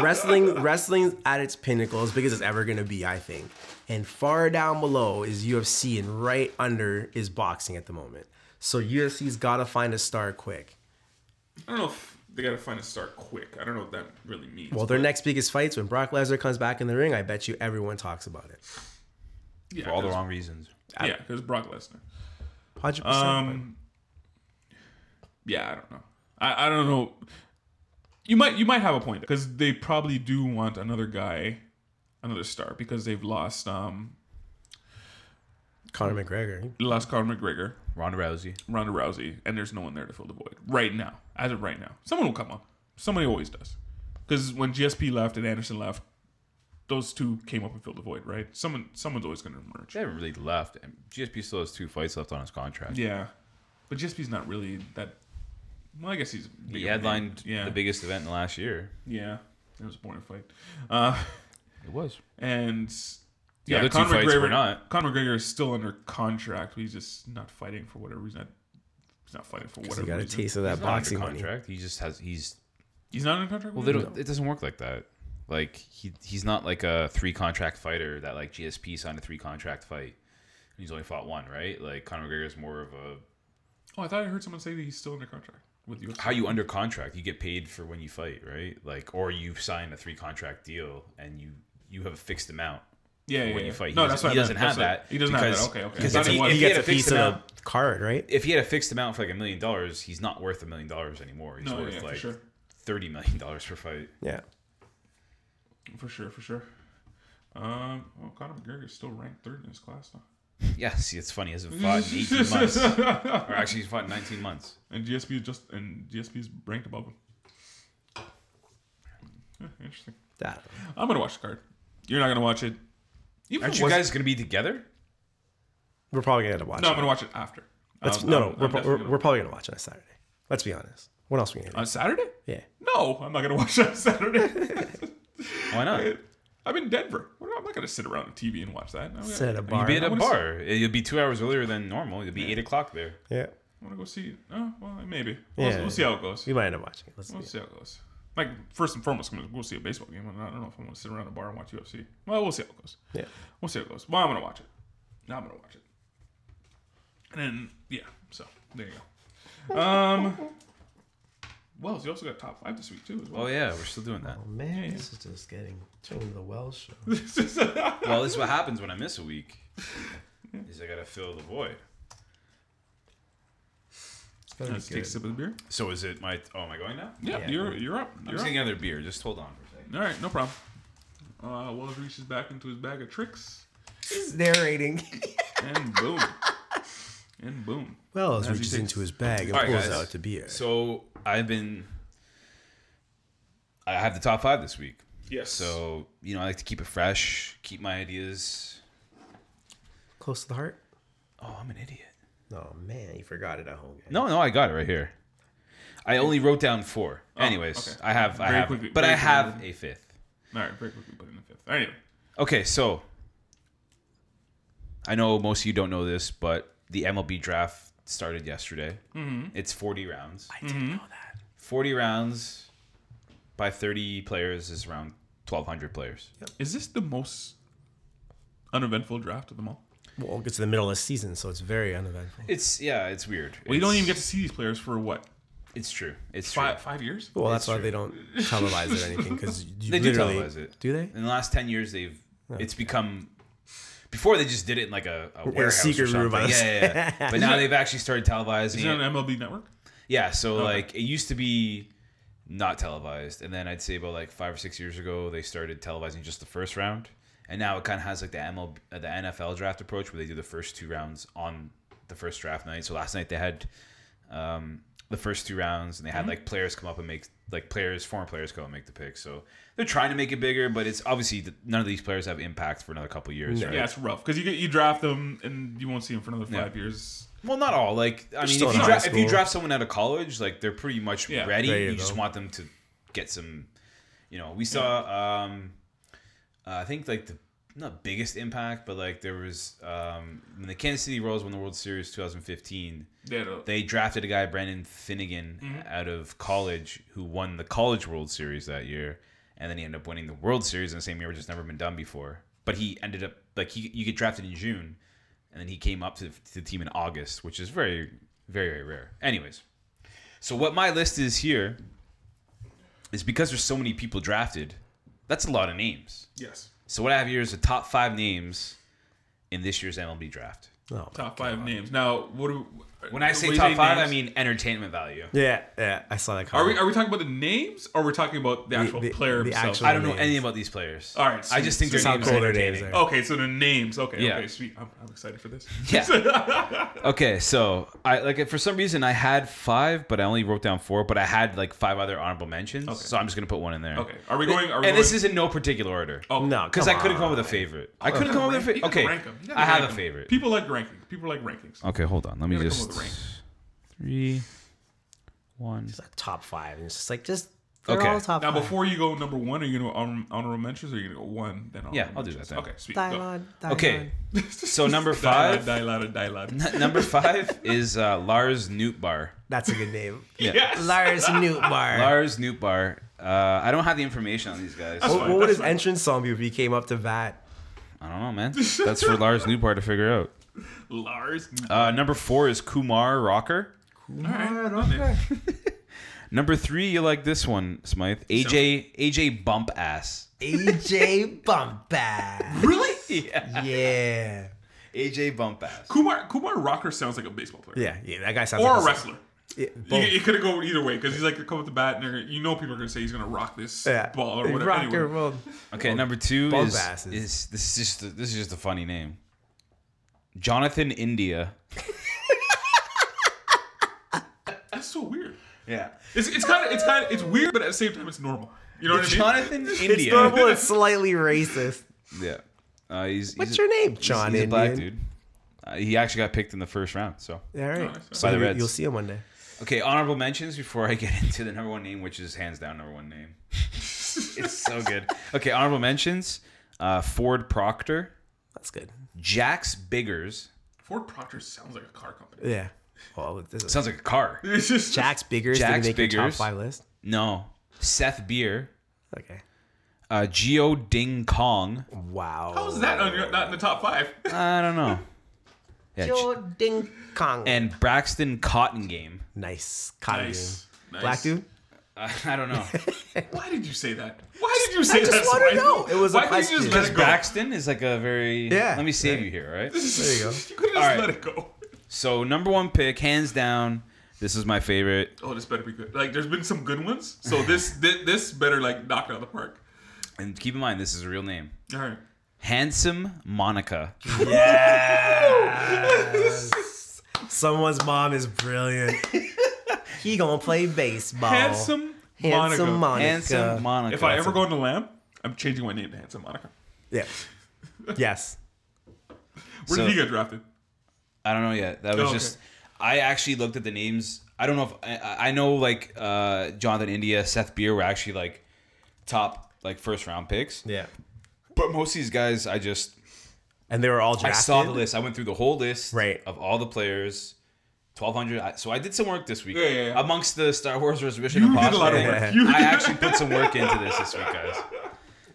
Speaker 5: Wrestling, wrestling's at its pinnacle, as big as it's ever gonna be, I think. And far down below is UFC, and right under is boxing at the moment. So UFC's gotta find a star quick.
Speaker 3: I don't know if they got to find a start quick. I don't know what that really means.
Speaker 5: Well, their next biggest fights when Brock Lesnar comes back in the ring, I bet you everyone talks about it.
Speaker 3: yeah,
Speaker 4: For all the
Speaker 3: 'cause-
Speaker 4: wrong reasons.
Speaker 3: Yeah, because Brock Lesnar.
Speaker 5: 100%.
Speaker 3: Um, yeah, I don't know. I, I don't know. You might you might have a point because they probably do want another guy, another star because they've lost um
Speaker 5: Conor McGregor.
Speaker 3: they lost Conor McGregor,
Speaker 4: Ronda Rousey.
Speaker 3: Ronda Rousey, and there's no one there to fill the void right now. As of right now, someone will come up. Somebody always does. Because when GSP left and Anderson left, those two came up and filled the void, right? Someone someone's always going to emerge.
Speaker 4: They haven't really left. and GSP still has two fights left on his contract.
Speaker 3: Yeah, but GSP's not really that. Well, I guess he's big
Speaker 4: He
Speaker 3: of a
Speaker 4: headlined
Speaker 3: name. Yeah,
Speaker 4: the biggest event in the last year.
Speaker 3: Yeah, it was a boring fight. Uh,
Speaker 4: It was.
Speaker 3: and
Speaker 4: The other two fights were not.
Speaker 3: Conor McGregor is still under contract. He's just not fighting for whatever reason. He's not fighting for
Speaker 5: We
Speaker 3: whatever
Speaker 5: got a
Speaker 3: reason.
Speaker 5: taste of that
Speaker 4: He's not
Speaker 5: boxing
Speaker 4: under
Speaker 5: money.
Speaker 4: contract. He just has. He's
Speaker 3: He's not under contract.
Speaker 4: Well, they don't, it doesn't work like that. Like he he's not like a three contract fighter that like GSP signed a three contract fight. and He's only fought one, right? Like Conor McGregor's more of a
Speaker 3: Oh, I thought I heard someone say that he's still under contract with UFC.
Speaker 4: how you under contract. You get paid for when you fight, right? Like or you sign a three contract deal and you you have a fixed amount.
Speaker 3: Yeah, yeah,
Speaker 4: when
Speaker 3: yeah.
Speaker 4: you fight.
Speaker 3: No,
Speaker 4: he
Speaker 3: that's
Speaker 4: doesn't,
Speaker 3: what
Speaker 4: he
Speaker 3: I
Speaker 4: doesn't
Speaker 3: meant. That's
Speaker 4: have that.
Speaker 3: what- he doesn't have that.
Speaker 4: because-
Speaker 3: Okay, okay.
Speaker 4: Because
Speaker 3: I
Speaker 4: if
Speaker 3: mean,
Speaker 4: he,
Speaker 3: what-
Speaker 4: if
Speaker 5: He
Speaker 4: he
Speaker 5: gets
Speaker 4: had
Speaker 5: a
Speaker 4: a
Speaker 5: fixed
Speaker 4: piece
Speaker 5: amount
Speaker 4: of
Speaker 5: of card, right?
Speaker 4: if he had a fixed amount for like a million dollars, he's not worth a million dollars anymore. He's
Speaker 3: No, yeah,
Speaker 4: worth
Speaker 3: yeah, for
Speaker 4: like
Speaker 3: sure.
Speaker 4: thirty million dollars per fight.
Speaker 5: Yeah.
Speaker 3: For sure, for sure. Um, well, Conor McGregor is still ranked third in his class now.
Speaker 4: Yeah, see, it's funny. He hasn't fought in eighteen months, or actually, he's fought in nineteen months.
Speaker 3: And GSP is just and GSP is ranked above him. Yeah, interesting.
Speaker 5: That.
Speaker 3: I'm gonna watch the card. You're not gonna watch it. Even
Speaker 4: Aren't
Speaker 3: if it
Speaker 4: you
Speaker 3: was-
Speaker 4: guys gonna be together?
Speaker 5: We're probably going to watch
Speaker 3: No, I'm
Speaker 5: it.
Speaker 3: gonna watch it after.
Speaker 5: Let's,
Speaker 3: I'm-
Speaker 5: no,
Speaker 3: I'm-
Speaker 5: no,
Speaker 3: I'm
Speaker 5: we're, pro-
Speaker 3: definitely
Speaker 5: we're,
Speaker 3: gonna- Uh,
Speaker 5: we're probably going to watch it on Saturday. Let's be honest. What else are we going to do?
Speaker 3: on Saturday.
Speaker 5: Yeah.
Speaker 3: No, I'm not gonna watch that on Saturday.
Speaker 4: Why not? You'd
Speaker 3: I'm in Denver. What am I- I'm not gonna sit around on TV and watch that. I'm
Speaker 5: Sit at a bar.
Speaker 4: be at
Speaker 3: I
Speaker 4: a
Speaker 3: wanna see-
Speaker 4: bar. It'll be two hours earlier than normal. It'll be eight o'clock there.
Speaker 5: Yeah.
Speaker 3: I want to go see. Oh, well, maybe. We'll,
Speaker 5: Yeah.
Speaker 3: we'll see how it goes.
Speaker 5: We might end up watching it. Let's
Speaker 3: We'll
Speaker 5: see.
Speaker 3: see how it goes. Like first and foremost, I'm gonna go see a baseball game. I don't know if I'm gonna sit around a bar and watch UFC. Well, we'll see how it goes.
Speaker 5: Yeah.
Speaker 3: We'll see how it goes. Well, I'm gonna watch it. Now I'm gonna watch it. And then yeah, so there you go. Um. Wells, you also got top five this week too, as well.
Speaker 4: Oh yeah, we're still doing that.
Speaker 5: Man, this is just getting turning into the Wells show.
Speaker 4: Well, this is what happens when I miss a week. Is I gotta fill the void.
Speaker 3: Let's take a sip of the beer.
Speaker 4: So is it my? Oh, am I going now?
Speaker 3: Yeah,
Speaker 5: Yeah.
Speaker 3: you're you're up.
Speaker 4: I'm
Speaker 3: You're
Speaker 4: just
Speaker 3: up.
Speaker 4: getting another beer. Just hold on for a second.
Speaker 3: All right, no problem. Uh, Wells reaches back into his bag of tricks,
Speaker 5: narrating.
Speaker 3: and boom, and boom.
Speaker 5: Wells
Speaker 3: As he
Speaker 5: reaches
Speaker 3: takes-
Speaker 5: into his bag and
Speaker 4: All right,
Speaker 5: pulls
Speaker 4: guys.
Speaker 5: out the beer.
Speaker 4: So I've been. I have the top five this week.
Speaker 3: Yes.
Speaker 4: So you know I like to keep it fresh, keep my ideas.
Speaker 5: Close to the heart?
Speaker 4: Oh, I'm an idiot.
Speaker 5: Oh, man, you forgot it at home. guys.
Speaker 4: No, no, I got it right here. I only wrote down four. Anyways,
Speaker 3: Oh, okay.
Speaker 4: I have, I
Speaker 3: Very
Speaker 4: have,
Speaker 3: quickly-
Speaker 4: but
Speaker 3: very
Speaker 4: I have
Speaker 3: quickly.
Speaker 4: a fifth.
Speaker 3: All right, very quickly put in the fifth. Anyway,
Speaker 4: Okay, so I know most of you don't know this, but the MLB draft started yesterday. Mm-hmm. It's 40 rounds. I didn't know that. 40 rounds by 30 players is around 1,200 players.
Speaker 3: is this the most uneventful draft of them all?
Speaker 5: Well, it's the middle of the season, so it's very uneventful.
Speaker 4: It's yeah, it's weird.
Speaker 3: We don't
Speaker 4: It's-
Speaker 3: even get to see these players for what
Speaker 4: It's true. It's
Speaker 3: five
Speaker 4: true.
Speaker 3: five years.
Speaker 5: Well, that's why they don't televise it or anything because
Speaker 4: They do
Speaker 5: literally,
Speaker 4: televise it.
Speaker 5: Do they?
Speaker 4: In the last 10 years, they've it's become. Before they just did it in like a, a warehouse
Speaker 5: secret
Speaker 4: or something.
Speaker 5: room, I was-
Speaker 4: Yeah, yeah, yeah. But now they've actually started televising.
Speaker 3: Is it
Speaker 4: it.
Speaker 3: on MLB Network?
Speaker 4: Yeah, so like it used to be not televised, and then I'd say about like five or six years ago they started televising just the first round, and now it kind of has like the MLB, uh, the NFL draft approach where they do the first two rounds on the first draft night. So last night they had um, the first two rounds, and they had like players come up and make like players, former players go and make the pick. So they're trying to make it bigger, but it's obviously th- none of these players have impact for another couple years. Right?
Speaker 3: Yeah, it's rough because you get you draft them and you won't see them for another five years.
Speaker 4: Well, not all. Like, I mean,
Speaker 5: still
Speaker 4: if
Speaker 5: in
Speaker 4: you,
Speaker 5: high
Speaker 4: draft, if you
Speaker 5: school.
Speaker 4: draft someone out of college, like they're pretty much
Speaker 3: Yeah.
Speaker 4: ready.
Speaker 5: There
Speaker 4: You,
Speaker 5: you
Speaker 4: just
Speaker 5: go.
Speaker 4: want them to get some. You know, we saw. Um, uh, I think like the not biggest impact, but like there was um, when the Kansas City Royals won the World Series 2015.
Speaker 3: They had a-
Speaker 4: They drafted a guy Brandon Finnegan
Speaker 3: Mm-hmm.
Speaker 4: out of college who won the college World Series that year, and then he ended up winning the World Series in the same year, which has never been done before. But he ended up like he you get drafted in June, and then he came up to, to the team in August, which is very very very rare. Anyways, so what my list is here is because there's so many people drafted. That's a lot of names.
Speaker 3: yes,
Speaker 4: So what I have here is the top five names in this year's MLB draft.
Speaker 5: No.
Speaker 3: top five names. Now, what do
Speaker 4: When I say
Speaker 3: we
Speaker 4: top five,
Speaker 3: names-
Speaker 4: I mean entertainment value.
Speaker 5: Yeah, yeah, I saw that.
Speaker 3: are we
Speaker 5: comment.
Speaker 3: are we talking about the names or are we talking about the actual
Speaker 5: the-
Speaker 3: player
Speaker 5: the
Speaker 3: himself?
Speaker 5: actual-
Speaker 4: I don't know
Speaker 5: names.
Speaker 4: anything about these players.
Speaker 3: All right, so-
Speaker 4: I just think
Speaker 3: so
Speaker 4: their
Speaker 5: how
Speaker 4: names are
Speaker 5: cool their names
Speaker 4: entertaining.
Speaker 5: are.
Speaker 3: Okay, so the names. Okay,
Speaker 4: Yeah.
Speaker 3: okay, sweet. I'm, I'm excited for this.
Speaker 4: Yeah. okay, so I like for some reason I had five, but I only wrote down four. But I had like five other honorable mentions, so I'm just gonna put one in there.
Speaker 3: Okay, are we going? Are we
Speaker 4: and this
Speaker 3: going-
Speaker 4: is in no particular order.
Speaker 3: Oh,
Speaker 5: No,
Speaker 4: because I
Speaker 5: come
Speaker 4: couldn't come
Speaker 5: on.
Speaker 4: up with a favorite. I couldn't come up with a
Speaker 3: You
Speaker 4: favorite.
Speaker 3: gotta
Speaker 4: Okay,
Speaker 3: rank 'em. You gotta
Speaker 4: I have
Speaker 3: rank
Speaker 4: a
Speaker 3: 'em.
Speaker 4: favorite.
Speaker 3: People like ranking. People like rankings.
Speaker 4: Okay, hold on. Let me
Speaker 3: gotta come
Speaker 4: just
Speaker 3: with a rank.
Speaker 4: three, one.
Speaker 5: Like top five, and it's just like just they're
Speaker 4: Okay.
Speaker 5: all top
Speaker 3: Now,
Speaker 5: five.
Speaker 3: before you go number one, are you going to honor, honorable mentions or are you going to go one, then honorable
Speaker 4: Yeah, I'll do that
Speaker 3: mentions?
Speaker 4: then.
Speaker 3: Okay, sweet.
Speaker 5: Die
Speaker 3: go.
Speaker 5: on, die
Speaker 4: Okay, so number
Speaker 3: Die loud,
Speaker 4: five.
Speaker 3: die loud, die loud.
Speaker 4: N- number five is uh, Lars Nootbaar.
Speaker 5: That's a good name.
Speaker 4: Yeah.
Speaker 3: Yes.
Speaker 5: Lars Newtbar.
Speaker 4: Lars Nootbaar. Uh, I don't have the information on these guys.
Speaker 5: What-
Speaker 3: fine,
Speaker 5: what would
Speaker 3: that's
Speaker 5: his entrance song be if he came up to bat?
Speaker 4: I don't know, man. That's for Lars Nootbaar to figure out.
Speaker 3: Lars.
Speaker 4: Uh, number four is Kumar Rocker. Number three, you like this one, Smythe. AJ AJ Bump Ass.
Speaker 5: AJ Bumpa.
Speaker 3: Really?
Speaker 5: Yeah.
Speaker 4: AJ bump ass.
Speaker 3: Kumar Kumar Rocker sounds like a baseball player
Speaker 5: Yeah, yeah, that guy sounds
Speaker 3: or
Speaker 5: like
Speaker 3: a wrestler.
Speaker 5: Yeah,
Speaker 3: You,
Speaker 5: both.
Speaker 3: it could have gone either way because he's like come up the bat and they're, gonna- you know people are gonna say he's gonna rock this
Speaker 5: Yeah.
Speaker 3: ball or whatever.
Speaker 5: Rock
Speaker 3: anyway.
Speaker 5: and roll.
Speaker 4: Okay, number two
Speaker 5: bump
Speaker 4: is,
Speaker 5: asses.
Speaker 4: is this is just a, this is just a funny name. Jonathan India.
Speaker 3: That's so weird.
Speaker 4: Yeah.
Speaker 3: It's it's kind of it's kind of it's weird, but at the same time it's normal. You know what I mean?
Speaker 4: Jonathan India.
Speaker 5: It's normal and slightly racist.
Speaker 4: Yeah. Uh, he's,
Speaker 5: What's
Speaker 4: he's
Speaker 5: your name,
Speaker 4: he's-
Speaker 5: John
Speaker 4: He's, a black
Speaker 5: Indian?
Speaker 4: dude. Uh, he actually got picked in the first round. So
Speaker 5: All right.
Speaker 3: nice.
Speaker 5: so
Speaker 4: By the
Speaker 5: you,
Speaker 4: Reds.
Speaker 5: you'll see him one day.
Speaker 4: okay, honorable mentions before I get into the number one name, which is hands down number one name. it's so good. Okay, honorable mentions: uh, Ford Proctor,
Speaker 5: That's good.
Speaker 4: Jax Biggers.
Speaker 3: Ford Proctor sounds like a car company.
Speaker 5: Yeah. Well, this is
Speaker 4: Sounds like a car.
Speaker 3: It's just
Speaker 5: Jack's Biggers
Speaker 4: Jax
Speaker 5: didn't make your top
Speaker 4: Biggers.
Speaker 5: five list.
Speaker 4: No, Seth Beer,
Speaker 5: Okay.
Speaker 4: uh, Geo Ding Kong.
Speaker 5: Wow.
Speaker 3: How is that on your, not in the top five?
Speaker 4: I don't know. Yeah, Ch-
Speaker 5: Ding Kong.
Speaker 4: and Braxton Cotton Game.
Speaker 5: nice. Cotton
Speaker 3: Nice.
Speaker 5: dude.
Speaker 3: Nice.
Speaker 5: Black dude.
Speaker 4: Uh, I don't know.
Speaker 3: Why did you say that? Why did you say
Speaker 5: I just
Speaker 3: that?
Speaker 5: wanna
Speaker 3: Spike?
Speaker 5: know. It was a
Speaker 3: Why couldn't you just let
Speaker 5: question.
Speaker 4: Because
Speaker 3: it go?
Speaker 4: Braxton is like a very.
Speaker 5: Yeah,
Speaker 4: Let me save you here, all right?
Speaker 5: There you
Speaker 3: You
Speaker 5: go.
Speaker 3: could have just
Speaker 4: All right.
Speaker 3: let it go.
Speaker 4: So number one pick, hands down. This is my favorite.
Speaker 3: Oh, this better be good. Like, there's been some good ones, so this this, this better like knock it out of the park.
Speaker 4: And keep in mind, this is a real name.
Speaker 3: All right.
Speaker 4: Handsome Monica.
Speaker 5: Someone's mom is brilliant. he gonna play baseball.
Speaker 3: Handsome Monica.
Speaker 5: Handsome Monica.
Speaker 4: Handsome Monica.
Speaker 3: If I ever go into Lamb, I'm changing my name to Handsome Monica.
Speaker 5: Yeah. Yes.
Speaker 3: Where
Speaker 4: So-
Speaker 3: did he get drafted?
Speaker 4: I don't know yet. That
Speaker 3: Oh,
Speaker 4: was
Speaker 3: okay.
Speaker 4: just. I actually looked at the names. I don't know if I- I, I know like uh, Jonathan India, Seth Beer were actually like top like first round picks.
Speaker 5: Yeah.
Speaker 4: But most of these guys, I just
Speaker 5: And they were all drafted.
Speaker 4: I saw the list. I went through the whole list
Speaker 5: Right.
Speaker 4: of all the players. 1200 I- so i did some work this week
Speaker 3: Yeah, yeah, yeah.
Speaker 4: amongst the star wars reservation
Speaker 3: You
Speaker 4: Impossible,
Speaker 3: did a lot of
Speaker 5: possible.
Speaker 3: work. You
Speaker 4: i actually put some work into this this week guys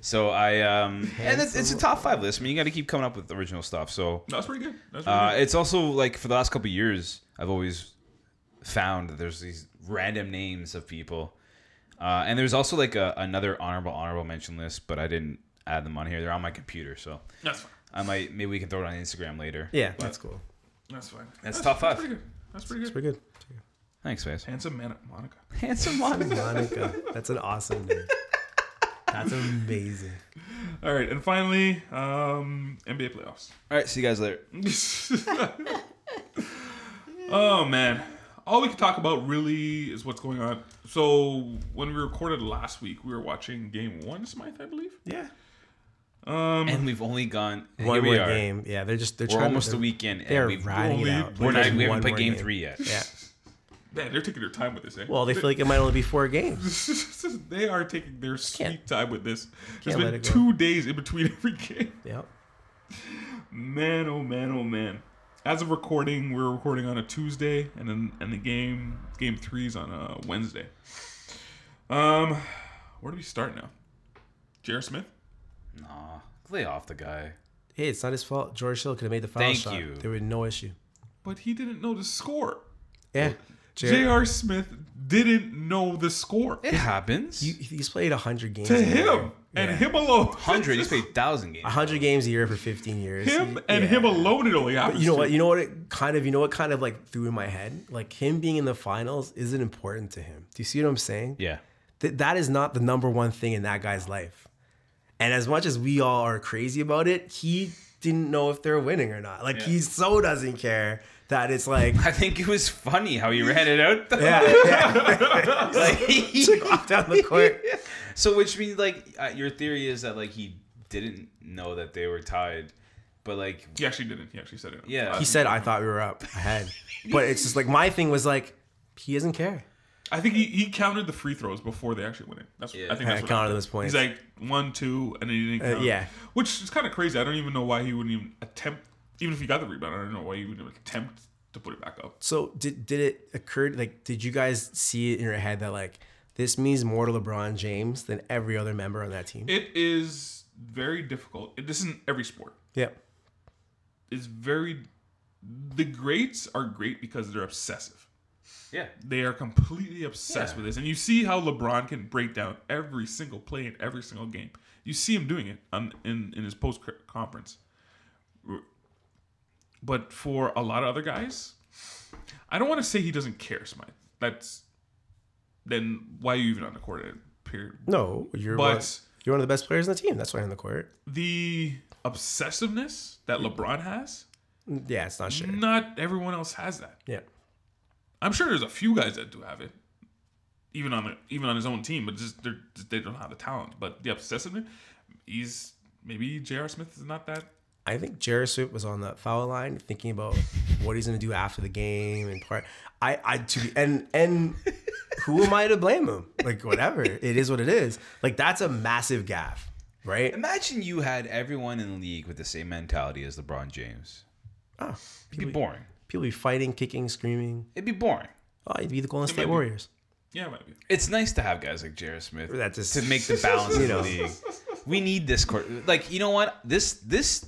Speaker 4: so i um and it's, it's a top five list i mean you gotta keep coming up with original stuff so
Speaker 3: That's pretty good. That's pretty
Speaker 4: uh,
Speaker 3: good.
Speaker 4: it's also like for the last couple of years i've always found that there's these random names of people uh, and there's also like a, another honorable honorable mention list but i didn't add them on here they're on my computer so
Speaker 3: That's fine.
Speaker 4: i might maybe we can throw it on instagram later
Speaker 5: Yeah, that's cool.
Speaker 3: That's fine. That's,
Speaker 4: top five.
Speaker 3: Pretty good. That's pretty good.
Speaker 5: Pretty good.
Speaker 4: thanks guys
Speaker 3: Handsome man, Monica.
Speaker 4: handsome monica
Speaker 5: Monica. That's an awesome name. That's amazing.
Speaker 3: All right, and finally, um, NBA playoffs.
Speaker 4: All right, see you guys later.
Speaker 5: Mm-hmm.
Speaker 3: oh man, all we can talk about really is what's going on. So when we recorded last week, we were watching Game One, Smythe, I believe. Um,
Speaker 5: Yeah.
Speaker 4: and we've only gone
Speaker 5: One
Speaker 4: here we
Speaker 5: more
Speaker 4: are.
Speaker 5: game. Yeah, they're just they're
Speaker 4: We're
Speaker 5: trying
Speaker 4: almost
Speaker 5: to,
Speaker 4: a weekend, and
Speaker 5: They're
Speaker 4: we've
Speaker 5: riding it
Speaker 3: only
Speaker 5: out.
Speaker 4: we're
Speaker 5: Like,
Speaker 4: not, we
Speaker 5: one
Speaker 4: haven't played
Speaker 5: more
Speaker 4: game, three yet.
Speaker 5: Yeah.
Speaker 3: Man, they're taking their time with this. Eh?
Speaker 5: Well, they feel like it might only be four games.
Speaker 3: they are taking their sweet time with this. There's
Speaker 5: let
Speaker 3: been
Speaker 5: it go.
Speaker 3: two days in between every game.
Speaker 5: Yep.
Speaker 3: Man, oh man, oh man. As of recording, we're recording on a Tuesday, and then and the game game three is on a Wednesday. Um, where do we start now? J.R. Smith.
Speaker 4: Aw, lay off the guy.
Speaker 5: Hey, it's not his fault. George Hill could have made the foul
Speaker 4: Thank
Speaker 5: shot.
Speaker 4: you.
Speaker 5: There was no issue.
Speaker 3: But he didn't know the score.
Speaker 5: Yeah. Jar-
Speaker 3: J.R. Smith didn't know the score.
Speaker 4: It happens.
Speaker 5: he- he's played hundred games.
Speaker 3: To
Speaker 5: in a year.
Speaker 3: him and him alone.
Speaker 4: Hundred, he's played thousand games.
Speaker 5: 100 games a year for 15 years.
Speaker 3: Him and
Speaker 5: Yeah.
Speaker 3: him alone. It only happens.
Speaker 5: You know
Speaker 3: to.
Speaker 5: what? You know what? It kind of. You know what? Kind of like threw in my head. Like him being in the finals isn't important to him. Do you see what I'm saying?
Speaker 4: Yeah,
Speaker 5: Th- that is not the number one thing in that guy's life. And as much as we all are crazy about it, he didn't know if they're winning or not. Like he so doesn't care that it's like.
Speaker 4: I think it was funny how he ran it out. though.
Speaker 5: Yeah, yeah.
Speaker 4: Like,
Speaker 5: off down the court.
Speaker 4: so which means like uh, your theory is that like he didn't know that they were tied, but like
Speaker 3: He actually didn't. He actually said it. Uh,
Speaker 4: Yeah.
Speaker 3: I-
Speaker 5: He said, "I thought we were up ahead," but it's just like my thing was like, he doesn't care.
Speaker 3: I think he, he counted the free throws before they actually went in. That's I think
Speaker 5: Yeah,
Speaker 3: that's what
Speaker 5: counted
Speaker 3: happened.
Speaker 5: those points.
Speaker 3: He's like one, two, and then he didn't
Speaker 5: Uh,
Speaker 3: count.
Speaker 5: yeah.
Speaker 3: which is kind of crazy. I don't even know why he wouldn't even attempt. Even if he got the rebound, I don't know why he wouldn't even attempt to put it back up.
Speaker 5: So did did it occur? Like, did you guys see it in your head that like this means more to LeBron James than every other member on that team?
Speaker 3: It is very difficult. It, this isn't every sport.
Speaker 5: Yep.
Speaker 3: It's very. The greats are great because they're obsessive.
Speaker 4: yeah,
Speaker 3: They are completely obsessed with this. And you see how LeBron can break down every single play in every single game. You see him doing it on, in, in his post conference. But for a lot of other guys, I don't want to say he doesn't care, Smythe. That's then why are you even on the court? uh, Period.
Speaker 5: No, you're
Speaker 3: But-
Speaker 5: one, you're one of the best players on the team. That's why I'm on the court.
Speaker 3: The obsessiveness that LeBron has,
Speaker 5: Yeah, it's not
Speaker 3: Mm.
Speaker 5: sure.
Speaker 3: not everyone else has that.
Speaker 5: Yeah.
Speaker 3: I'm sure there's a few guys that do have it, even on the, even on his own team, but just they're, they don't have the talent. But the obsessiveness, he's maybe J.R. Smith is not that.
Speaker 5: I think Jared Swift was on the foul line thinking about what he's gonna do after the game and part. I I to be, and and who am I to blame him? Like whatever, it is what it is. Like that's a massive gaff, right?
Speaker 4: Imagine you had everyone in the league with the same mentality as LeBron James.
Speaker 5: Oh,
Speaker 4: It'd be boring.
Speaker 5: people be fighting, kicking, screaming.
Speaker 4: It'd be boring.
Speaker 5: Oh, you'd be the Golden
Speaker 3: might
Speaker 5: State
Speaker 3: be-
Speaker 5: Warriors.
Speaker 3: Yeah, it might be.
Speaker 4: It's nice to have guys like Jared Smith
Speaker 5: That just-
Speaker 4: to make the balance
Speaker 5: You
Speaker 4: of the
Speaker 5: know.
Speaker 4: league. We need this court. Like you know what? This this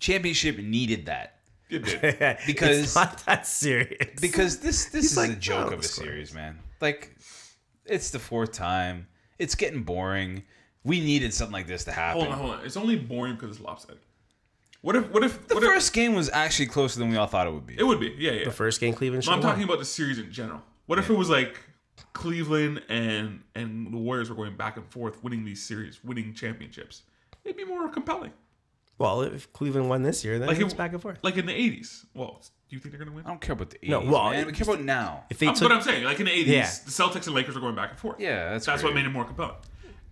Speaker 4: championship needed that
Speaker 3: It did.
Speaker 4: Because-
Speaker 5: it's not that serious.
Speaker 4: because this this is
Speaker 5: like,
Speaker 4: a joke
Speaker 5: "Oh,
Speaker 4: of a
Speaker 5: this court
Speaker 4: series, man. Like it's the fourth time. It's getting boring. We needed something like this to happen.
Speaker 3: hold on, hold on. It's only boring because it's lopsided. What if? What if?
Speaker 4: The
Speaker 3: What
Speaker 4: first game was actually closer than we all thought it would be.
Speaker 3: if? It would be. Yeah, yeah.
Speaker 5: the first game Cleveland
Speaker 3: No,
Speaker 5: should
Speaker 3: I'm
Speaker 5: have
Speaker 3: talking
Speaker 5: won.
Speaker 3: about the series in general. What if it was like Cleveland and and the Warriors were going back and forth, winning these series, winning championships? It'd be more compelling.
Speaker 5: Well, if Cleveland won this year, then
Speaker 3: Like
Speaker 5: it's
Speaker 3: it-
Speaker 5: back and forth.
Speaker 3: Like in the '80s. Well, do you think they're gonna win?
Speaker 4: I don't care about the 80s,
Speaker 5: No, well,
Speaker 4: man. We care about now.
Speaker 5: If they
Speaker 3: That's
Speaker 5: took,
Speaker 3: what I'm saying. Like in the 80s,
Speaker 5: Yeah.
Speaker 3: the Celtics and Lakers are going back and forth.
Speaker 4: Yeah, that's
Speaker 3: that's what
Speaker 4: great.
Speaker 3: made it more compelling.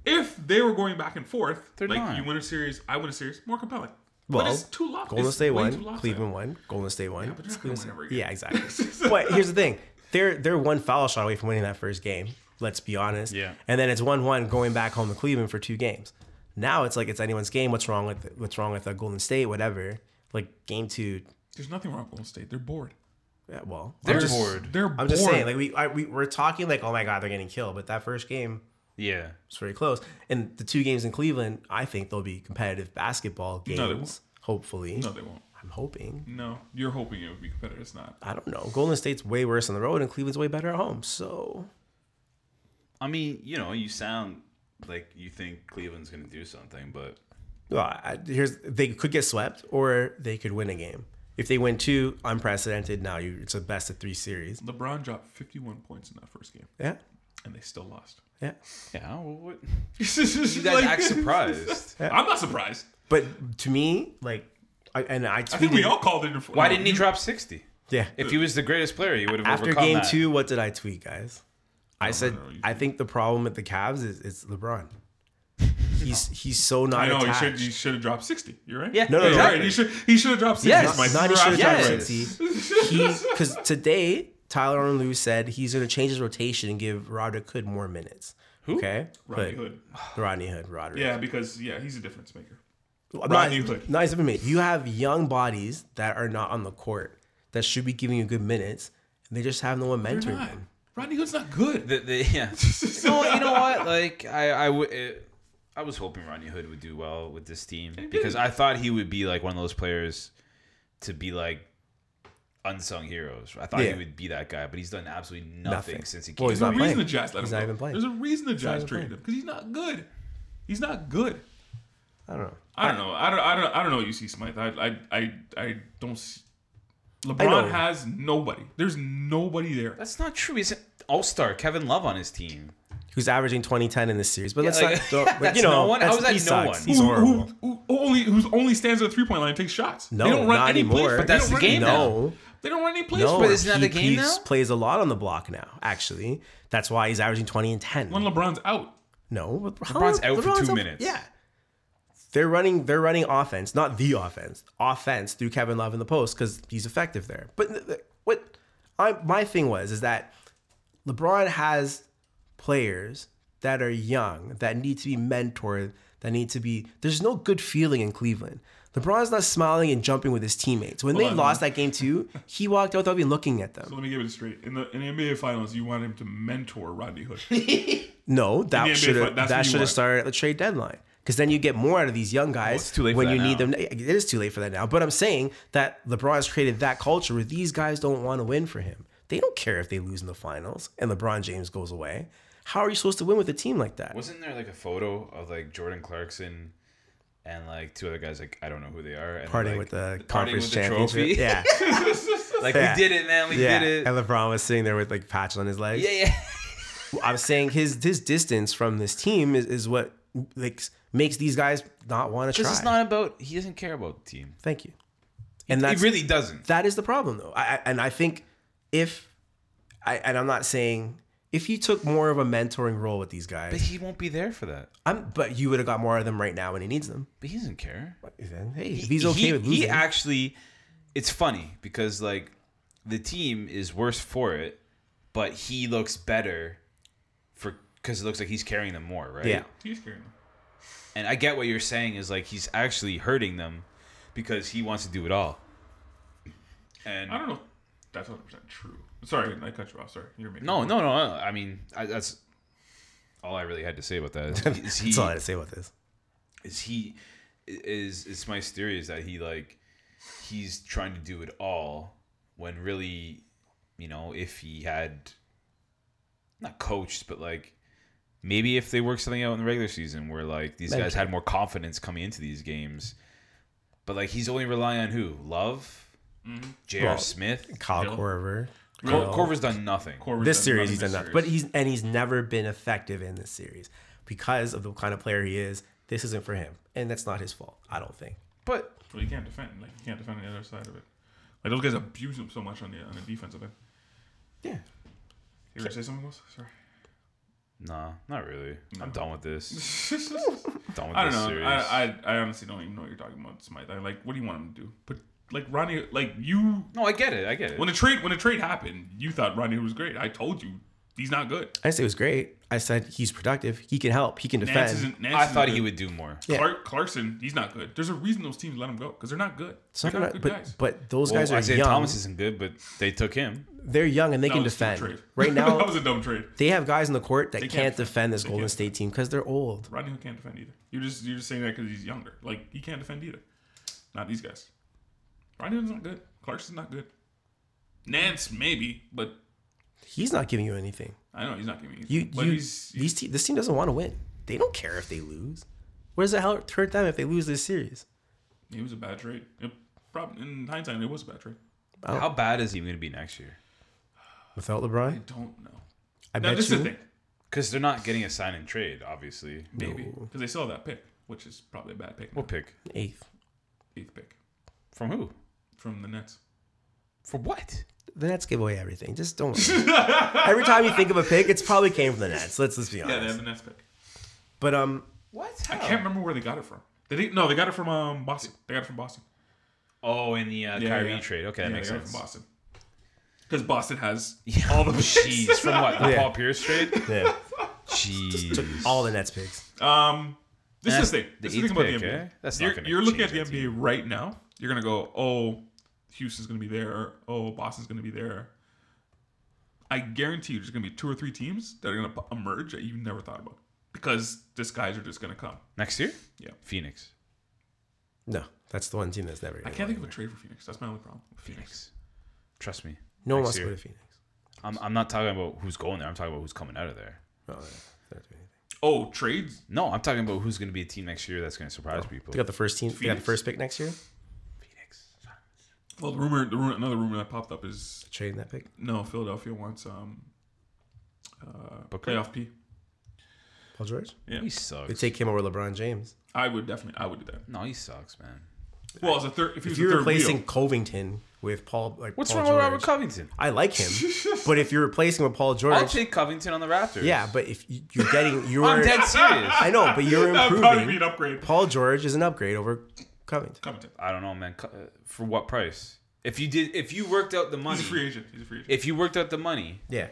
Speaker 3: If they were going back and forth,
Speaker 4: They're
Speaker 3: like
Speaker 4: not.
Speaker 3: you win a series, I win a series, more compelling.
Speaker 5: well,
Speaker 3: but it's too lopsided.
Speaker 5: Golden
Speaker 3: It's
Speaker 5: State
Speaker 3: way too
Speaker 5: won,
Speaker 3: lopsided.
Speaker 5: Cleveland won, Golden State won.
Speaker 3: Yeah, but they're not gonna win every game.
Speaker 5: Yeah, exactly. but here's the thing: they're they're one foul shot away from winning that first game. Let's be honest.
Speaker 4: Yeah.
Speaker 5: And then it's one one going back home to Cleveland for two games. Now it's like it's anyone's game. What's wrong with what's wrong with uh, Golden State? Whatever. Like game two.
Speaker 3: There's nothing wrong with Golden State. They're bored.
Speaker 5: Yeah, well,
Speaker 4: They're
Speaker 5: I'm just,
Speaker 4: bored.
Speaker 3: They're bored.
Speaker 5: I'm just saying, like we, I, we we're talking like, oh my god, they're getting killed. But that first game
Speaker 4: Yeah.
Speaker 5: was very close. And the two games in Cleveland, I think they'll be competitive basketball games.
Speaker 3: they won't.
Speaker 5: Hopefully,
Speaker 3: no, they won't.
Speaker 5: I'm hoping.
Speaker 3: No, you're hoping it would be competitive. It's not.
Speaker 5: I don't know. Golden State's way worse on the road, and Cleveland's way better at home. So
Speaker 4: I mean, you know, you sound like you think Cleveland's going to do something, but
Speaker 5: Well, I, here's they could get swept or they could win a game. If they win two, unprecedented. Now you, it's a best of three series.
Speaker 3: LeBron dropped 51 points in that first game,
Speaker 5: Yeah,
Speaker 3: and they still lost.
Speaker 5: yeah.
Speaker 4: yeah, well, what,
Speaker 3: you
Speaker 4: you guys act surprised.
Speaker 3: I'm not surprised.
Speaker 5: But to me, like, I, and I tweeted.
Speaker 3: I think we all called it. in-
Speaker 4: Why
Speaker 3: no,
Speaker 4: didn't he
Speaker 3: you-
Speaker 4: drop 60?
Speaker 5: yeah.
Speaker 4: If he was the greatest player, he would have
Speaker 5: After
Speaker 4: overcome
Speaker 5: game
Speaker 4: that.
Speaker 5: two, what did I tweet, guys? I said
Speaker 3: no, you-
Speaker 5: I think the problem with the Cavs is it's LeBron. He's he's so not
Speaker 3: I know
Speaker 5: attached.
Speaker 3: he should. He should have dropped 60. You're right.
Speaker 4: Yeah.
Speaker 5: No, no,
Speaker 3: You're
Speaker 5: no.
Speaker 3: right. He should. He should have dropped 60.
Speaker 4: Yes.
Speaker 3: Mike.
Speaker 5: Not he
Speaker 3: You're
Speaker 5: should have
Speaker 3: absolutely
Speaker 5: dropped
Speaker 4: Yes.
Speaker 3: right.
Speaker 5: sixty. He because today Tyler Onlu said he's going to change his rotation and give Roderick Hood more minutes. Who? Okay,
Speaker 3: Rodney
Speaker 5: But-
Speaker 3: Hood.
Speaker 5: Rodney Hood, Roderick.
Speaker 3: Yeah, because yeah, he's a difference maker.
Speaker 5: I'm
Speaker 3: Rodney
Speaker 5: not,
Speaker 3: Hood.
Speaker 5: Not even me. You have young bodies that are not on the court that should be giving you good minutes, and they just have no one
Speaker 3: They're
Speaker 5: mentoring
Speaker 3: not.
Speaker 5: them.
Speaker 3: Rodney Hood's not good.
Speaker 4: The, the, yeah. no, you know what? Like, I, I, w- it, I was hoping Rodney Hood would do well with this team because I thought he would be like one of those players to be like unsung heroes. I thought
Speaker 5: Yeah.
Speaker 4: he would be that guy, but he's done absolutely nothing,
Speaker 5: Nothing.
Speaker 4: since he came.
Speaker 5: Well, he's
Speaker 3: There's a
Speaker 5: not
Speaker 3: reason
Speaker 5: playing.
Speaker 3: the Jazz let
Speaker 5: He's
Speaker 3: him
Speaker 5: not
Speaker 3: go.
Speaker 5: even playing.
Speaker 3: There's a reason the Jazz
Speaker 5: even
Speaker 3: traded him
Speaker 5: playing.
Speaker 3: because he's not good. He's not good.
Speaker 5: I don't know.
Speaker 3: I don't know. I don't. I don't. I don't know. UC Smythe. I. I. I. I don't. See,
Speaker 5: know.
Speaker 3: LeBron has nobody. There's nobody there.
Speaker 4: That's not true. He's an all star. Kevin Love on his team.
Speaker 5: Who's averaging 2010 in this series? But let's
Speaker 4: like-
Speaker 5: not. Don't, like,
Speaker 4: that's
Speaker 5: you know,
Speaker 4: no one.
Speaker 5: that's-
Speaker 4: How is that
Speaker 5: he
Speaker 4: no
Speaker 5: sucks.
Speaker 4: one?
Speaker 5: He's
Speaker 3: who, who-
Speaker 5: horrible.
Speaker 3: Who, only who's only stands at the three point line and takes shots.
Speaker 5: No,
Speaker 3: they don't run
Speaker 5: not
Speaker 3: any plays
Speaker 5: anymore.
Speaker 3: for
Speaker 5: But
Speaker 4: that's
Speaker 3: they don't
Speaker 4: the game
Speaker 3: run any-
Speaker 4: now.
Speaker 5: No.
Speaker 3: They don't run any plays
Speaker 5: No,
Speaker 3: for
Speaker 4: But
Speaker 3: this.
Speaker 4: isn't that the game
Speaker 5: he
Speaker 4: now?
Speaker 5: plays a lot on the block now. Actually, that's why he's averaging 20 and 10.
Speaker 3: When LeBron's out,
Speaker 5: no, but how-
Speaker 4: LeBron's out for two minutes.
Speaker 5: Yeah, they're running. They're running offense, not the offense. Offense through Kevin Love in the post because he's effective there. But th- th- what I my thing was is that LeBron has players that are young that need to be mentored that need to be there's no good feeling in cleveland lebron's not smiling and jumping with his teammates when they
Speaker 3: on.
Speaker 5: lost that game too he walked out without even looking at them
Speaker 3: let me get it straight. In the in the NBA Finals, you wanted him to mentor Rodney Hood. He
Speaker 5: No,
Speaker 3: In
Speaker 5: that
Speaker 3: the NBA
Speaker 5: should
Speaker 3: fight,
Speaker 5: have
Speaker 3: that's
Speaker 5: that
Speaker 3: what you
Speaker 5: should have
Speaker 3: want.
Speaker 5: started at the trade deadline because then you get more out of these young guys
Speaker 4: it's too late for
Speaker 5: when
Speaker 4: that
Speaker 5: you need
Speaker 4: now.
Speaker 5: them. It is too late for that now. But I'm saying that LeBron has created that culture where these guys don't want to win for him. They don't care if they lose in the finals and LeBron James goes away. How are you supposed to win with a team like that?
Speaker 4: Wasn't there like a photo of like Jordan Clarkson and like two other guys like I don't know who they are. And
Speaker 5: Partying
Speaker 4: like,
Speaker 5: with the
Speaker 4: partying
Speaker 5: conference
Speaker 4: with the
Speaker 5: championship.
Speaker 4: trophy.
Speaker 5: Yeah.
Speaker 4: like
Speaker 5: Yeah.
Speaker 4: we did it, man. We
Speaker 5: yeah.
Speaker 4: did it.
Speaker 5: And LeBron was sitting there with like patches on his legs.
Speaker 4: Yeah, yeah.
Speaker 5: I'm saying his his distance from this team is, is what like makes these guys not want to try.
Speaker 4: This is not about. He doesn't care about the team.
Speaker 5: Thank you. And
Speaker 4: He
Speaker 5: that's
Speaker 4: really doesn't.
Speaker 5: that is the problem though. I, I and I think if I and I'm not saying if you took more of a mentoring role with these
Speaker 4: But
Speaker 5: guys,
Speaker 4: he won't be there for that.
Speaker 5: I'm but you would have got more of them right now when he needs them.
Speaker 4: But he doesn't care.
Speaker 5: Then, hey,
Speaker 4: He-
Speaker 5: if he's okay
Speaker 4: he,
Speaker 5: with
Speaker 4: he
Speaker 5: losing,
Speaker 4: actually it's funny because like the team is worse for it but he looks better for because it looks like he's carrying them more right
Speaker 5: yeah,
Speaker 3: He's carrying them.
Speaker 4: and i get what you're saying is like he's actually hurting them because he wants to do it all and
Speaker 3: I don't know. if That's 100 percent true. Sorry, I cut you off. Sorry, you're making.
Speaker 4: no no no i mean I, that's all i really had to say about that is, is he,
Speaker 5: that's all I had to say about this.
Speaker 4: is he is it's my theory is that he like he's trying to do it all when really you know if he had not coached but like maybe if they worked something out in the regular season where like these guys had more confidence coming into these games but like he's only relying on who love
Speaker 3: Mm-hmm.
Speaker 4: J.R.
Speaker 5: Well,
Speaker 4: Smith
Speaker 5: Kyle
Speaker 3: Bill?
Speaker 5: Corver.
Speaker 4: Cor- Corver's done nothing
Speaker 3: Corver's
Speaker 5: this
Speaker 3: done nothing
Speaker 5: series he's done
Speaker 3: this
Speaker 5: that,
Speaker 3: series.
Speaker 5: but he's and he's never been effective in this series because of the kind of player he is. This isn't for him, and that's not his fault. I don't think.
Speaker 4: but
Speaker 3: Well, you can't defend. Like you can't defend the other side of it. Like those guys abuse him so much on the on the defensive end.
Speaker 5: Yeah,
Speaker 3: You were gonna say something else? Sorry.
Speaker 4: nah not really I'm done with this done with
Speaker 3: I don't
Speaker 4: this
Speaker 3: know.
Speaker 4: series
Speaker 3: I, I I honestly don't even know what you're talking about, Smythe. I like. What do you want him to do? But like Ronnie, like you,
Speaker 4: no I get it I get it
Speaker 3: when the trade when the trade happened, you thought Ronnie was great. I told you he's not good.
Speaker 5: I didn't say it was great. I said he's productive. He can help. He can
Speaker 3: Nance
Speaker 5: defend.
Speaker 3: isn't. Nance
Speaker 4: I
Speaker 3: isn't
Speaker 4: thought he
Speaker 3: good.
Speaker 4: would do more
Speaker 5: Yeah.
Speaker 3: Clark, Clarkson, he's not good. There's a reason those teams let him go because they're not good.
Speaker 5: It's not
Speaker 3: they're not
Speaker 5: gonna-
Speaker 3: good
Speaker 5: but,
Speaker 3: guys.
Speaker 5: but those
Speaker 4: Well,
Speaker 5: guys are
Speaker 4: Isaiah
Speaker 5: young.
Speaker 4: Thomas isn't good, but they took him.
Speaker 5: They're young and they
Speaker 3: That
Speaker 5: can
Speaker 3: was a dumb
Speaker 5: defend.
Speaker 3: trade.
Speaker 5: Right
Speaker 3: that was
Speaker 5: now,
Speaker 3: a dumb trade.
Speaker 5: they have guys on the court that
Speaker 3: can't
Speaker 5: can't, defend this Golden
Speaker 3: can't
Speaker 5: State team because they're old.
Speaker 3: Rodney Hood can't defend either. You're just you're just saying that because he's younger. Like he can't defend either. Not these guys. Rodney Hood's not good. Clarkson's not good. Nance maybe, but
Speaker 5: He's not giving you anything.
Speaker 3: I know he's not giving me.
Speaker 5: You,
Speaker 3: but
Speaker 5: you
Speaker 3: he's, he's
Speaker 5: these te- this team doesn't want to win. They don't care if they lose. Where's the hell hurt them if they lose this series?
Speaker 3: he was a bad trade. It, prob- in hindsight, it was a bad trade.
Speaker 5: Oh.
Speaker 4: How bad is he going to be next year?
Speaker 5: Without
Speaker 3: I
Speaker 5: LeBron,
Speaker 3: don't know.
Speaker 5: I
Speaker 3: Now
Speaker 5: bet
Speaker 3: this
Speaker 5: you.
Speaker 3: is the thing.
Speaker 4: Because they're not getting a sign and trade, obviously.
Speaker 3: Maybe because they sell that pick, which is probably a bad pick.
Speaker 4: What pick?
Speaker 5: Eighth.
Speaker 3: Eighth pick
Speaker 4: From who?
Speaker 3: from the Nets.
Speaker 4: For what?
Speaker 5: The Nets give away everything. Just don't. Every time you think of a pick, it's probably came from the Nets. Let's let's be
Speaker 3: Yeah,
Speaker 5: honest.
Speaker 3: they have the Nets pick.
Speaker 5: but um,
Speaker 4: What?
Speaker 3: I can't remember where they got it from. They didn't. No, they got it from um, Boston. They got it from Boston.
Speaker 4: Oh, in the uh,
Speaker 3: Yeah,
Speaker 4: Kyrie
Speaker 3: yeah.
Speaker 4: trade. Okay, that
Speaker 3: Yeah,
Speaker 4: makes
Speaker 3: they got it
Speaker 4: sense.
Speaker 3: From Boston, because Boston has
Speaker 4: Yeah.
Speaker 3: all the picks.
Speaker 4: Jeez, from what? The
Speaker 5: Yeah.
Speaker 4: Paul Pierce trade?
Speaker 5: yeah,
Speaker 4: Jeez.
Speaker 5: all the Nets picks.
Speaker 3: Um, this is
Speaker 4: That's
Speaker 3: the thing.
Speaker 4: the
Speaker 3: This is the
Speaker 4: eighth
Speaker 3: thing about
Speaker 4: pick,
Speaker 3: the NBA.
Speaker 4: eh? That's not
Speaker 3: you're,
Speaker 4: gonna
Speaker 3: you're looking at
Speaker 4: change
Speaker 3: the
Speaker 4: our
Speaker 3: NBA right now. You're gonna go, oh, Houston's gonna be there. Oh, Boston's gonna be there. I guarantee you, there's gonna be two or three teams that are gonna p- emerge that you never thought about because these guys are just gonna come.
Speaker 4: Next year?
Speaker 3: Yeah.
Speaker 4: Phoenix.
Speaker 5: No, that's the one team that's never.
Speaker 3: I can't think of a trade for Phoenix. That's my only problem. with Phoenix.
Speaker 4: Phoenix. Trust me.
Speaker 5: No one
Speaker 4: next
Speaker 5: wants to go
Speaker 4: year.
Speaker 5: to Phoenix.
Speaker 4: I'm, I'm not talking about who's going there. I'm talking about who's coming out of there.
Speaker 5: Oh, yeah. They're not doing anything.
Speaker 3: Oh, trades.
Speaker 4: No, I'm talking about who's going to be a team next year that's going to surprise people.
Speaker 5: They got the first team. They got the
Speaker 3: Phoenix?
Speaker 5: first pick next year.
Speaker 4: Phoenix.
Speaker 3: Well, the rumor, the rumor, another rumor that popped up is
Speaker 5: Trading that pick.
Speaker 3: no, Philadelphia wants um, uh,
Speaker 4: Booker?
Speaker 3: playoff P.
Speaker 5: Paul George.
Speaker 3: Yeah,
Speaker 4: He
Speaker 5: They
Speaker 4: sucks.
Speaker 5: take him over LeBron James.
Speaker 3: I would definitely, I would do that.
Speaker 4: no, he sucks, man.
Speaker 3: Well, as a third, if, he
Speaker 5: If
Speaker 3: was
Speaker 5: you're
Speaker 3: a third
Speaker 5: replacing
Speaker 3: wheel,
Speaker 5: Covington with Paul, like
Speaker 4: What's
Speaker 5: Paul
Speaker 4: wrong with Robert
Speaker 5: George-
Speaker 4: Covington?
Speaker 5: I like him, but if you're replacing with Paul
Speaker 4: I'll
Speaker 5: George,
Speaker 4: take Covington on the Raptors.
Speaker 5: yeah. But if you- you're getting, you're
Speaker 4: I'm dead serious.
Speaker 5: I know, but you're
Speaker 3: that'd probably be
Speaker 5: improving.
Speaker 3: an upgrade.
Speaker 5: Paul George is an upgrade over Covington.
Speaker 3: Covington.
Speaker 4: I don't know, man. Co- uh, For what price? If you did, if you worked out the money,
Speaker 3: He's a free agent. He's a free agent.
Speaker 4: if you worked out the money,
Speaker 5: Yeah,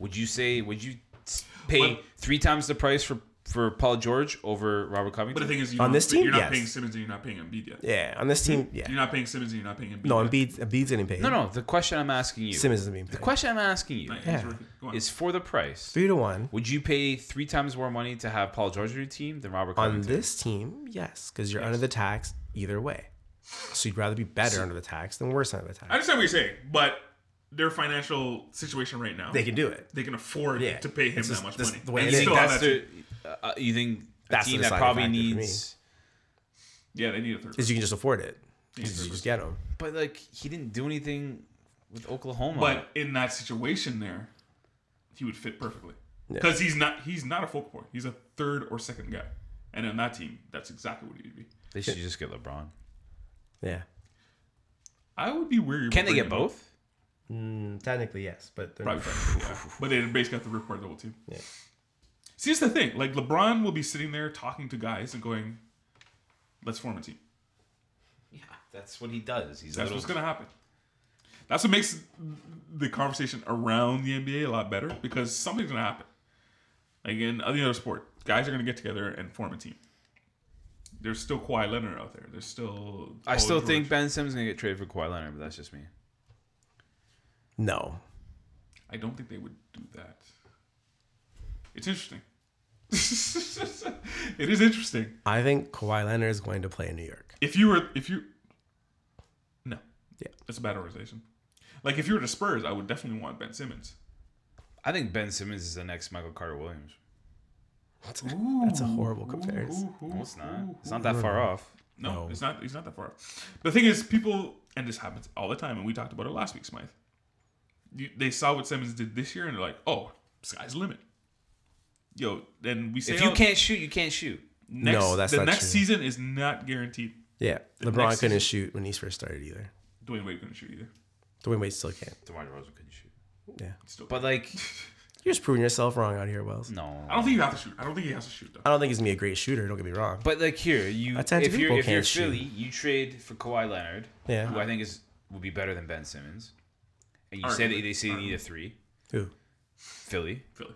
Speaker 4: would you say would you s- pay
Speaker 3: Well-
Speaker 4: three times the price for for Paul George over
Speaker 3: but
Speaker 4: Robert
Speaker 3: the
Speaker 4: Covington?
Speaker 3: thing is, you
Speaker 5: On
Speaker 3: don't-
Speaker 5: this team,
Speaker 3: you're not
Speaker 5: yes.
Speaker 3: paying Simmons and you're not paying Embiid yet.
Speaker 5: yeah. On this team, yeah.
Speaker 3: You're not paying Simmons and you're not paying Embiid.
Speaker 5: No,
Speaker 3: yet.
Speaker 5: Embiid's Embiid's getting paid.
Speaker 4: no, no. The question I'm asking you,
Speaker 5: Simmons isn't being
Speaker 4: the
Speaker 5: paid.
Speaker 4: question I'm asking you
Speaker 3: Right, he's
Speaker 5: Yeah.
Speaker 3: working. Go on.
Speaker 4: is for the price.
Speaker 5: Three to one
Speaker 4: Would you pay three times more money to have Paul George on your team than Robert
Speaker 5: on
Speaker 4: Covington?
Speaker 5: this team, yes, because you're under the tax either way. So you'd rather be better under the tax than worse under the
Speaker 3: I
Speaker 5: tax.
Speaker 3: understand what you're saying, but their financial situation right now,
Speaker 5: They can do it.
Speaker 3: they can afford
Speaker 5: Yeah.
Speaker 3: to pay him
Speaker 5: This
Speaker 3: that
Speaker 5: is-
Speaker 3: much
Speaker 5: this is
Speaker 3: money.
Speaker 5: the way
Speaker 3: And
Speaker 5: I
Speaker 3: you
Speaker 5: think
Speaker 3: still
Speaker 4: that's
Speaker 3: have that
Speaker 4: the, uh, uh, you think a
Speaker 5: That's the
Speaker 4: team that
Speaker 5: deciding
Speaker 4: probably
Speaker 5: factor for me.
Speaker 4: needs
Speaker 3: Yeah, they need a third.
Speaker 5: Because you can just afford it. You
Speaker 3: Needs a third.
Speaker 5: just get him.
Speaker 4: But like he didn't do anything with Oklahoma.
Speaker 3: But in that situation, there, he would fit perfectly because he's not he's not a focal point. He's a third or second guy, and in that team, that's exactly what he'd be.
Speaker 4: they should just get LeBron.
Speaker 5: Yeah.
Speaker 3: I would be weary. about
Speaker 4: Can they get
Speaker 3: bringing him.
Speaker 4: both?
Speaker 5: Mm, Technically, yes, but they're
Speaker 3: Probably,
Speaker 5: not-
Speaker 3: yeah. but they'd basically have to report the whole team.
Speaker 5: Yeah.
Speaker 3: See, it's the thing. Like LeBron will be sitting there talking to guys and going, "Let's form a team."
Speaker 4: Yeah, that's what he does. He's
Speaker 3: That's what's gonna happen. That's what makes the conversation around the NBA a lot better because something's gonna happen. Like in any other sport, guys are gonna get together and form a team. There's still Kawhi Leonard out there. There's still
Speaker 4: I
Speaker 3: Paul
Speaker 4: still
Speaker 3: George.
Speaker 4: think Ben Simmons is gonna get traded for Kawhi Leonard, but that's just me.
Speaker 5: No.
Speaker 3: I don't think they would do that. It's interesting. it is interesting.
Speaker 5: I think Kawhi Leonard is going to play in New York.
Speaker 3: If you were, if you, no,
Speaker 5: Yeah.
Speaker 3: it's a bad organization. Like if you were the Spurs, I would definitely want Ben Simmons.
Speaker 4: I think Ben Simmons is the next Michael Carter Williams.
Speaker 5: That's a, that's a horrible comparison.
Speaker 3: Ooh, ooh,
Speaker 4: No, it's not.
Speaker 3: ooh,
Speaker 4: It's not that far off.
Speaker 3: No,
Speaker 5: No.
Speaker 3: it's not. It's not that far. The thing is, people, and this happens all the time, and we talked about it last week, Smythe. You, they saw what Simmons did this year, and they're like, "Oh, sky's the limit." Yo, then we say
Speaker 4: If you
Speaker 3: oh,
Speaker 4: can't shoot, you can't shoot.
Speaker 3: Next,
Speaker 5: No, that's
Speaker 3: the
Speaker 5: not
Speaker 3: next
Speaker 5: true.
Speaker 3: season is not guaranteed.
Speaker 5: Yeah.
Speaker 3: next
Speaker 5: LeBron
Speaker 3: season-
Speaker 5: couldn't shoot when he first started either.
Speaker 3: Dwayne Wade couldn't shoot either.
Speaker 5: Dwayne Wade still can't.
Speaker 4: DeMar DeRozan couldn't shoot.
Speaker 5: Yeah.
Speaker 3: Still,
Speaker 4: But like,
Speaker 5: You're just proving yourself wrong out here, Wells.
Speaker 4: no.
Speaker 3: I don't think you have to shoot. I don't think he has to shoot though.
Speaker 5: I don't think he's gonna be a great shooter. Don't get me wrong.
Speaker 4: But like here, you
Speaker 5: A ton of
Speaker 4: if you're
Speaker 5: people
Speaker 4: if you're
Speaker 5: can't shoot.
Speaker 4: Philly, you trade for Kawhi Leonard,
Speaker 5: Yeah.
Speaker 4: who I think is would be better than Ben Simmons, and you say that they say they need a three,
Speaker 5: Who?
Speaker 4: Philly,
Speaker 3: Philly.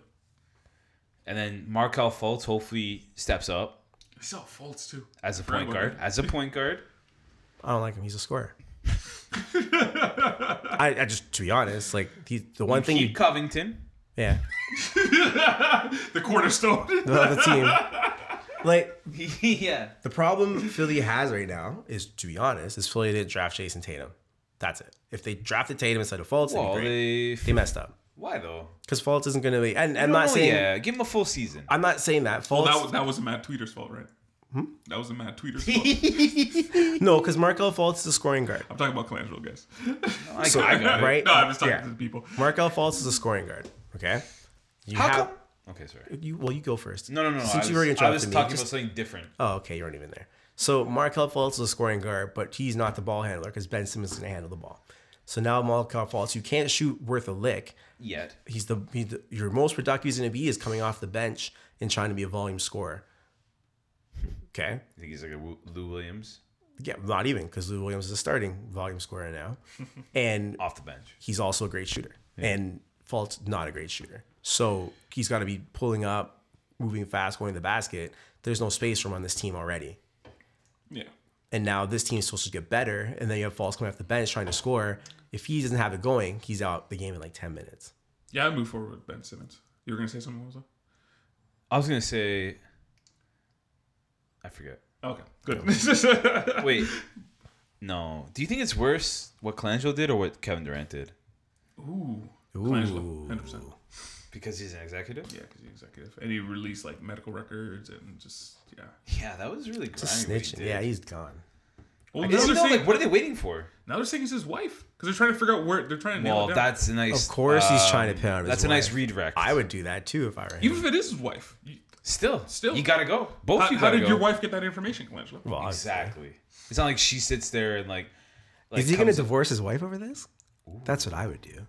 Speaker 4: and then Markel Fultz hopefully steps up
Speaker 3: He saw faults too.
Speaker 4: as a
Speaker 3: Forgot
Speaker 4: point
Speaker 3: about
Speaker 4: guard,
Speaker 3: that.
Speaker 4: as a point guard.
Speaker 5: I don't like him. He's a scorer. I, I just to be honest, like he, the one thing
Speaker 4: Keep
Speaker 5: you
Speaker 4: Covington.
Speaker 5: yeah
Speaker 3: The cornerstone.
Speaker 5: the other team. Like
Speaker 4: yeah,
Speaker 5: the problem Philly has right now is, to be honest, is Philly didn't draft Jason Tatum. That's it. If they drafted Tatum instead of Fultz,
Speaker 4: well
Speaker 5: it'd be great.
Speaker 4: they
Speaker 5: They messed up
Speaker 4: why though?
Speaker 5: because Fultz isn't going to be. And I'm
Speaker 4: No,
Speaker 5: not saying
Speaker 4: Oh, yeah, give him a full season.
Speaker 5: I'm not saying that Fultz.
Speaker 3: that was that was a Matt Tweeter's fault, right?
Speaker 5: Hmm?
Speaker 3: That was a Matt Tweeter's fault.
Speaker 5: no, because Markel Fultz is a scoring guard.
Speaker 3: I'm talking about Colangelo, guys.
Speaker 4: I, I got it.
Speaker 5: Right?
Speaker 3: No, I'm just talking
Speaker 5: Yeah.
Speaker 3: to the people.
Speaker 5: Markel Fultz is a scoring guard. Okay. You
Speaker 4: How
Speaker 5: have-
Speaker 4: come? Okay, sorry.
Speaker 5: You well, you go first.
Speaker 4: No, no, no.
Speaker 5: Since
Speaker 4: I was,
Speaker 5: you already
Speaker 4: I was
Speaker 5: interrupted me,
Speaker 4: talking
Speaker 5: just-
Speaker 4: about something different.
Speaker 5: Oh, okay, you weren't even there. So Markel Fultz is a scoring guard, but he's not the ball handler because Ben Simmons is going to handle the ball. So now Markel Fultz, you can't shoot worth a lick.
Speaker 4: Yet
Speaker 5: He's the, he's the your most productive he's going to be is coming off the bench and trying to be a volume scorer. Okay,
Speaker 4: I think he's like a Wu- Lou Williams
Speaker 5: yeah, not even because Lou Williams is a starting volume scorer now, and
Speaker 4: off the bench.
Speaker 5: he's also a great shooter, and Fultz not a great shooter. So he's got to be pulling up, moving fast, going to the basket. There's no space for him on this team already.
Speaker 3: Yeah.
Speaker 5: and now this team is supposed to get better, and then you have Falls coming off the bench trying to score. If he doesn't have it going, he's out the game in like ten minutes.
Speaker 3: Yeah, I move forward with Ben Simmons. You were gonna say something, what was
Speaker 4: I was gonna say, I forget.
Speaker 3: that? Okay, good.
Speaker 4: Wait, no. Do you think it's worse what Colangelo did or what Kevin Durant did?
Speaker 3: Ooh,
Speaker 5: Ooh.
Speaker 3: Colangelo, hundred percent.
Speaker 4: Because he's an executive.
Speaker 3: Yeah, because he's executive, and he released like medical records and just yeah.
Speaker 4: Yeah, that was really grimy. what he
Speaker 5: Snitching,
Speaker 4: did.
Speaker 5: yeah, he's gone.
Speaker 3: Well, now
Speaker 4: You know,
Speaker 3: they're, saying,
Speaker 4: like, what are they waiting for?
Speaker 3: now they're saying it's his wife because they're trying to figure out where they're trying to nail
Speaker 4: Well,
Speaker 3: it down.
Speaker 4: that's a nice. um,
Speaker 5: Of course, he's trying to pin on his
Speaker 4: That's a nice
Speaker 5: wife.
Speaker 4: redirect.
Speaker 5: I would do that too if I were him.
Speaker 3: even if it is his wife. You,
Speaker 4: still,
Speaker 3: Still.
Speaker 4: you gotta go. Both
Speaker 3: how,
Speaker 4: you
Speaker 3: how
Speaker 4: gotta
Speaker 3: did
Speaker 4: go.
Speaker 3: your wife get that information, Colangelo?
Speaker 5: Well, I-
Speaker 4: Exactly. It's not like she sits there and like. like
Speaker 5: Is he gonna
Speaker 4: comes-
Speaker 5: divorce his wife over this? That's what I would do.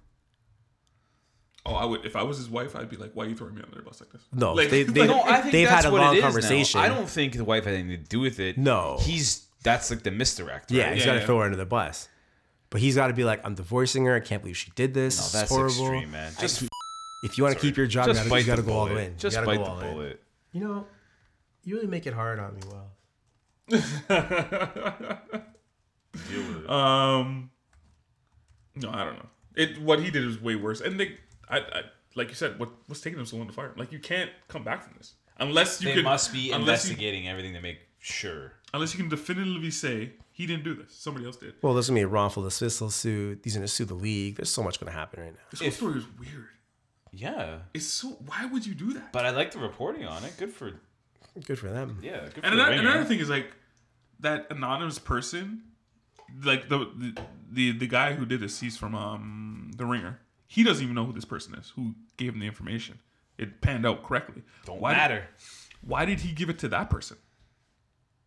Speaker 3: Oh, I would if I was his wife, I'd be like, "Why are you throwing me under the bus like this?"
Speaker 5: No,
Speaker 3: like,
Speaker 5: they- they-
Speaker 4: No, I think
Speaker 5: They've
Speaker 4: that's
Speaker 5: had a
Speaker 4: what
Speaker 5: long
Speaker 4: it is now.
Speaker 5: conversation.
Speaker 4: I don't think the wife had anything to do with it.
Speaker 5: No.
Speaker 4: he's that's like the misdirect. Right?
Speaker 5: Yeah, he's
Speaker 3: Yeah,
Speaker 5: got to
Speaker 3: yeah.
Speaker 5: throw her under the bus. But he's got to be like, I'm divorcing her. I can't believe she did this.
Speaker 4: no,
Speaker 5: It's
Speaker 4: that's
Speaker 5: horrible.
Speaker 4: extreme, man. Just
Speaker 5: If you want to keep your job, you
Speaker 4: just
Speaker 5: gotta-
Speaker 4: bite
Speaker 5: you got to
Speaker 4: the
Speaker 5: go all
Speaker 4: bullet.
Speaker 5: the way.
Speaker 4: Just bite the bullet.
Speaker 5: You know, you really make it hard on me, Well.
Speaker 3: Um, no, I don't know. It what he did was way worse, and they, I, I like you said, what what's taking them so long to fire? him? Like you can't come back from this unless you
Speaker 4: They
Speaker 3: can,
Speaker 4: must be
Speaker 3: unless you,
Speaker 4: investigating everything to make sure.
Speaker 3: unless you can definitively say he didn't do this, somebody else did.
Speaker 5: Well, there's gonna be a wrongful dismissal suit. He's gonna sue the league. There's so much gonna happen right now.
Speaker 3: This whole story is weird.
Speaker 4: Yeah,
Speaker 3: It's so why would you do that?
Speaker 4: but I like the reporting on it. Good for
Speaker 5: Good for them.
Speaker 4: yeah. Good for
Speaker 3: and another,
Speaker 4: Ringer.
Speaker 3: another thing is like that anonymous person, like the the the, the guy who did this, he's from um the Ringer. He doesn't even know who this person is who gave him the information. It panned out correctly.
Speaker 4: Don't
Speaker 3: Why did-
Speaker 4: matter.
Speaker 3: why did he give it to that person?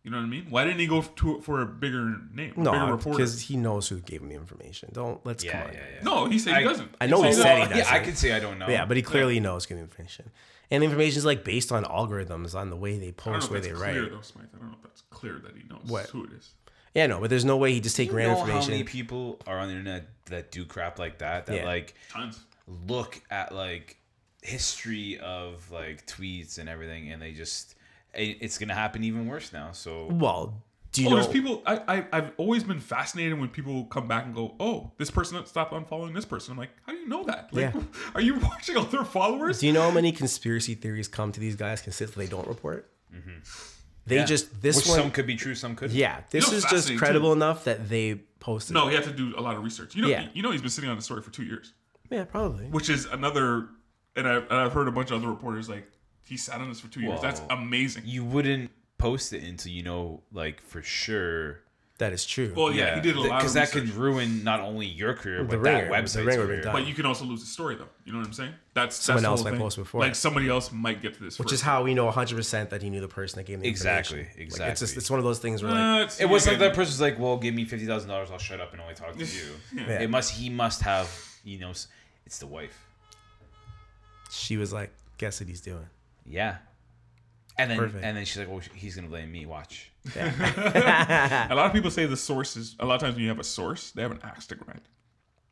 Speaker 3: You know what I mean? Why didn't he go to for a bigger name, a bigger
Speaker 5: No,
Speaker 3: reporter?
Speaker 5: because he knows who gave him the information. Don't let's
Speaker 4: Yeah,
Speaker 5: come on.
Speaker 4: yeah, yeah.
Speaker 3: No, he said
Speaker 4: I-
Speaker 3: he doesn't.
Speaker 5: I know he
Speaker 3: said
Speaker 5: said he
Speaker 4: Well, yeah, I
Speaker 5: doesn't.
Speaker 4: can say I don't know.
Speaker 5: But yeah, but he clearly knows good information. And information is like based on algorithms, on the way they
Speaker 3: I don't know
Speaker 5: post,
Speaker 3: if
Speaker 5: way
Speaker 3: that's
Speaker 5: they write.
Speaker 3: clear though, Smythe. I don't know if that's clear that he knows
Speaker 5: What?
Speaker 3: who it is.
Speaker 5: Yeah, no, but there's no way he just take
Speaker 4: you
Speaker 5: random
Speaker 4: know how many
Speaker 5: information.
Speaker 4: people are on the internet that do crap like that? That
Speaker 5: Yeah.
Speaker 4: like
Speaker 3: Tons.
Speaker 4: look at like history of like tweets and everything, and they just it- it's gonna happen even worse now. So
Speaker 5: well, do you
Speaker 3: Oh,
Speaker 5: know?
Speaker 3: there's people. I, I I've always been fascinated when people come back and go, "Oh, this person stopped unfollowing this person." I'm like, "How do you know that? Like,
Speaker 5: Yeah.
Speaker 3: are you watching all their followers?"
Speaker 5: Do you know how many conspiracy theories come to these guys consistently? They don't report.
Speaker 3: Mm-hmm.
Speaker 5: They
Speaker 4: Yeah.
Speaker 5: just this
Speaker 4: which
Speaker 5: one.
Speaker 4: some could be true, some couldn't.
Speaker 5: yeah, this
Speaker 3: You know,
Speaker 5: is just
Speaker 3: fascinating, too.
Speaker 5: credible enough that they posted.
Speaker 3: No,
Speaker 5: it.
Speaker 3: he had to do a lot of research. You know,
Speaker 5: Yeah.
Speaker 3: you know, he's been sitting on the story for two years,
Speaker 5: yeah, probably.
Speaker 3: which is another. And I've, and I've heard a bunch of other reporters like he sat on this for two years. That's
Speaker 4: Whoa.
Speaker 3: amazing.
Speaker 4: you wouldn't post it until you know like for sure.
Speaker 5: That is true.
Speaker 3: Well, Oh, yeah, he did a lot of
Speaker 4: because that
Speaker 3: research.
Speaker 4: could ruin not only your career but
Speaker 5: The
Speaker 4: that
Speaker 5: Ringer, the
Speaker 4: website's
Speaker 5: Ringer would be
Speaker 4: career.
Speaker 5: done.
Speaker 3: But you can also lose the story, though. You know what I'm saying? That's that's
Speaker 5: Someone
Speaker 3: the
Speaker 5: else
Speaker 3: whole
Speaker 5: might
Speaker 3: thing.
Speaker 5: post before.
Speaker 3: Like somebody else might get to this,
Speaker 5: which is how we know 100% that he knew the person that gave him the
Speaker 4: Exactly,
Speaker 5: information. Like, it's just
Speaker 4: exactly.
Speaker 5: it's one of those things where
Speaker 3: Uh,
Speaker 5: like
Speaker 4: It was like that person's like, "Well, give me fifty thousand dollars, I'll shut up and only talk to you."
Speaker 5: Yeah.
Speaker 4: It must. He must have. You know, s- it's the wife.
Speaker 5: she was like, guess what he's doing.
Speaker 4: Yeah. And then
Speaker 5: Perfect.
Speaker 4: and then she's like, "Well, sh- he's gonna blame me." Watch.
Speaker 3: A lot of people say the source is. A lot of times when you have a source, they have an axe to grind.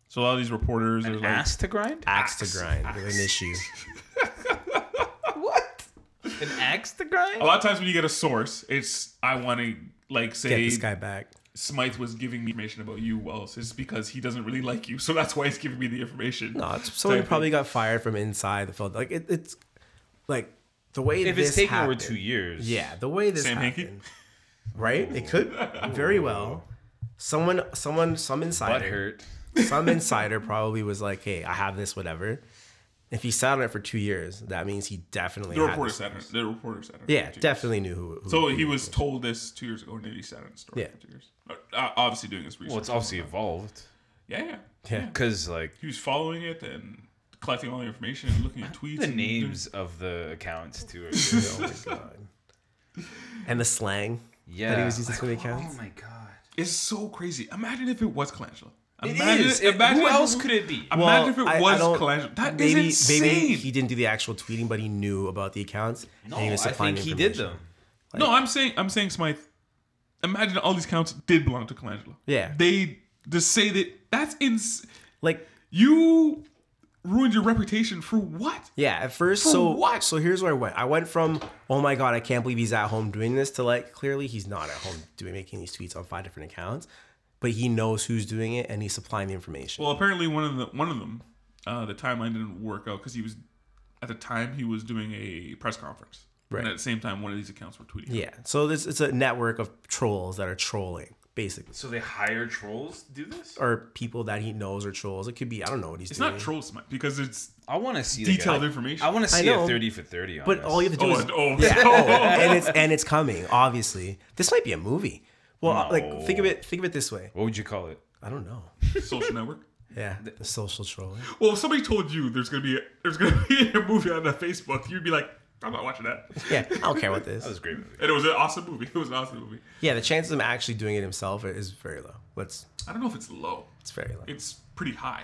Speaker 3: So a lot of these reporters are like,
Speaker 4: Ass to grind.
Speaker 5: Axe, to grind with an issue.
Speaker 4: What? An axe to
Speaker 3: a
Speaker 5: Oh,
Speaker 4: grind?
Speaker 3: lot of times when you get a source, it's I want to like
Speaker 5: Get
Speaker 3: say
Speaker 5: this guy back.
Speaker 3: Smythe was giving me information about you, Wells. It's because he doesn't really like you, so that's why he's giving me the information.
Speaker 5: No, it's someone who
Speaker 3: Type
Speaker 5: probably
Speaker 3: thing.
Speaker 5: got fired from inside the field. Like it, it's like the way
Speaker 4: If
Speaker 5: this
Speaker 4: it's taking over
Speaker 5: happened-
Speaker 4: two years,
Speaker 5: Yeah, the way this
Speaker 3: Sam Hankey?
Speaker 5: happened, right? It could very well. Someone, someone, some
Speaker 4: butt
Speaker 5: insider,
Speaker 4: hurt.
Speaker 5: some insider probably was like, "Hey, I have this, whatever." If he sat on it for two years, that means he definitely
Speaker 3: the
Speaker 5: had
Speaker 3: reporter
Speaker 5: this-
Speaker 3: said it. The reporter said it.
Speaker 5: Yeah,
Speaker 3: Jeez.
Speaker 5: definitely knew who. who
Speaker 3: So
Speaker 5: who
Speaker 3: he was told this two years ago, and then he sat on the story
Speaker 5: Yeah.
Speaker 3: for two years. Uh, Obviously doing his research.
Speaker 4: Well, it's obviously evolved
Speaker 3: yeah, yeah,
Speaker 5: Yeah.
Speaker 4: because like
Speaker 3: He was following it and collecting all the information and looking at tweets.
Speaker 4: the
Speaker 3: and
Speaker 4: names of the accounts too. Are
Speaker 5: Oh my god! And the slang
Speaker 4: yeah.
Speaker 5: that he was using for the
Speaker 4: Like,
Speaker 5: accounts.
Speaker 4: Oh my god.
Speaker 3: It's so crazy. Imagine if it was Colangelo.
Speaker 4: It
Speaker 3: Imagine,
Speaker 4: is. It-
Speaker 3: imagine
Speaker 4: who
Speaker 3: if
Speaker 4: else
Speaker 3: it-
Speaker 4: could it be?
Speaker 3: Imagine
Speaker 5: Well,
Speaker 3: if it
Speaker 5: I- I
Speaker 3: was
Speaker 5: don't-
Speaker 3: Colangelo. That is
Speaker 5: maybe
Speaker 3: insane.
Speaker 5: maybe he didn't do the actual tweeting, but he knew about the accounts.
Speaker 4: No,
Speaker 5: and he
Speaker 4: I
Speaker 5: was supplying
Speaker 4: think he
Speaker 5: information.
Speaker 4: did them.
Speaker 3: no, I'm saying I'm saying Smythe. Imagine all these counts did belong to Colangelo.
Speaker 5: Yeah.
Speaker 3: They just say that that's ins.
Speaker 5: Like
Speaker 3: You ruined your reputation for what?
Speaker 5: Yeah, at first,
Speaker 3: For
Speaker 5: so
Speaker 3: what?
Speaker 5: so here's where I went. I went from oh my god, I can't believe he's at home doing this to like clearly he's not at home doing making these tweets on five different accounts, but he knows who's doing it and he's supplying the information.
Speaker 3: Well, apparently one of the one of them, uh, the timeline didn't work out because he was at the time he was doing a press conference.
Speaker 5: Right.
Speaker 3: And at the same time, one of these accounts were tweeting.
Speaker 5: yeah, so this it's a network of trolls that are trolling basically,
Speaker 4: So they hire trolls to do this?
Speaker 5: or people that he knows are trolls. It could be I don't know what he's
Speaker 3: It's
Speaker 5: doing.
Speaker 3: not troll Smythe because it's
Speaker 4: I want to see the
Speaker 3: detailed
Speaker 4: guy.
Speaker 3: information.
Speaker 4: I want to
Speaker 5: I
Speaker 4: see
Speaker 5: know.
Speaker 4: a thirty for thirty on
Speaker 5: but
Speaker 4: this.
Speaker 5: all you have to do
Speaker 3: Oh,
Speaker 5: is
Speaker 3: and- oh,
Speaker 5: Yeah, oh, and it's and it's coming. Obviously, this might be a movie. Well, uh, like think of
Speaker 4: No.
Speaker 5: it think of it this way.
Speaker 4: what would you call it?
Speaker 5: I don't know.
Speaker 3: social network.
Speaker 5: Yeah, the social trolling.
Speaker 3: Well, if somebody told you there's gonna be a, there's gonna be a movie on the Facebook, you'd be like, I'm not watching that.
Speaker 5: Yeah, I don't care what this.
Speaker 4: That was a great movie.
Speaker 3: And it was an awesome movie. It was an awesome movie.
Speaker 5: Yeah, the chances of him actually doing it himself is very low. Let's
Speaker 3: I don't know if it's low.
Speaker 5: it's very low.
Speaker 3: It's pretty high.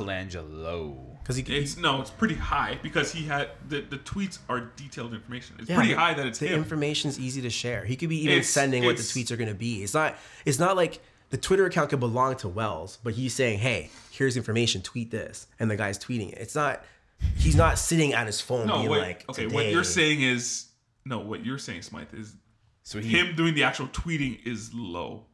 Speaker 4: Colangelo.
Speaker 5: Because he,
Speaker 3: It's no, it's pretty high because he had the, the tweets are detailed information. It's
Speaker 5: yeah,
Speaker 3: pretty
Speaker 5: but
Speaker 3: high that it's
Speaker 5: the
Speaker 3: him.
Speaker 5: information's easy to share. He could be even
Speaker 3: It's-
Speaker 5: sending what the
Speaker 3: it's-
Speaker 5: tweets are going to be. It's not it's not like the Twitter account could belong to Wells, but he's saying, "Hey, here's information. Tweet this," and the guy's tweeting it. It's not he's not sitting on his phone
Speaker 3: no,
Speaker 5: being
Speaker 3: wait.
Speaker 5: like,
Speaker 3: okay,
Speaker 5: today.
Speaker 3: what you're saying is no. What you're saying, Smythe, is
Speaker 4: So he,
Speaker 3: him doing the actual tweeting is low,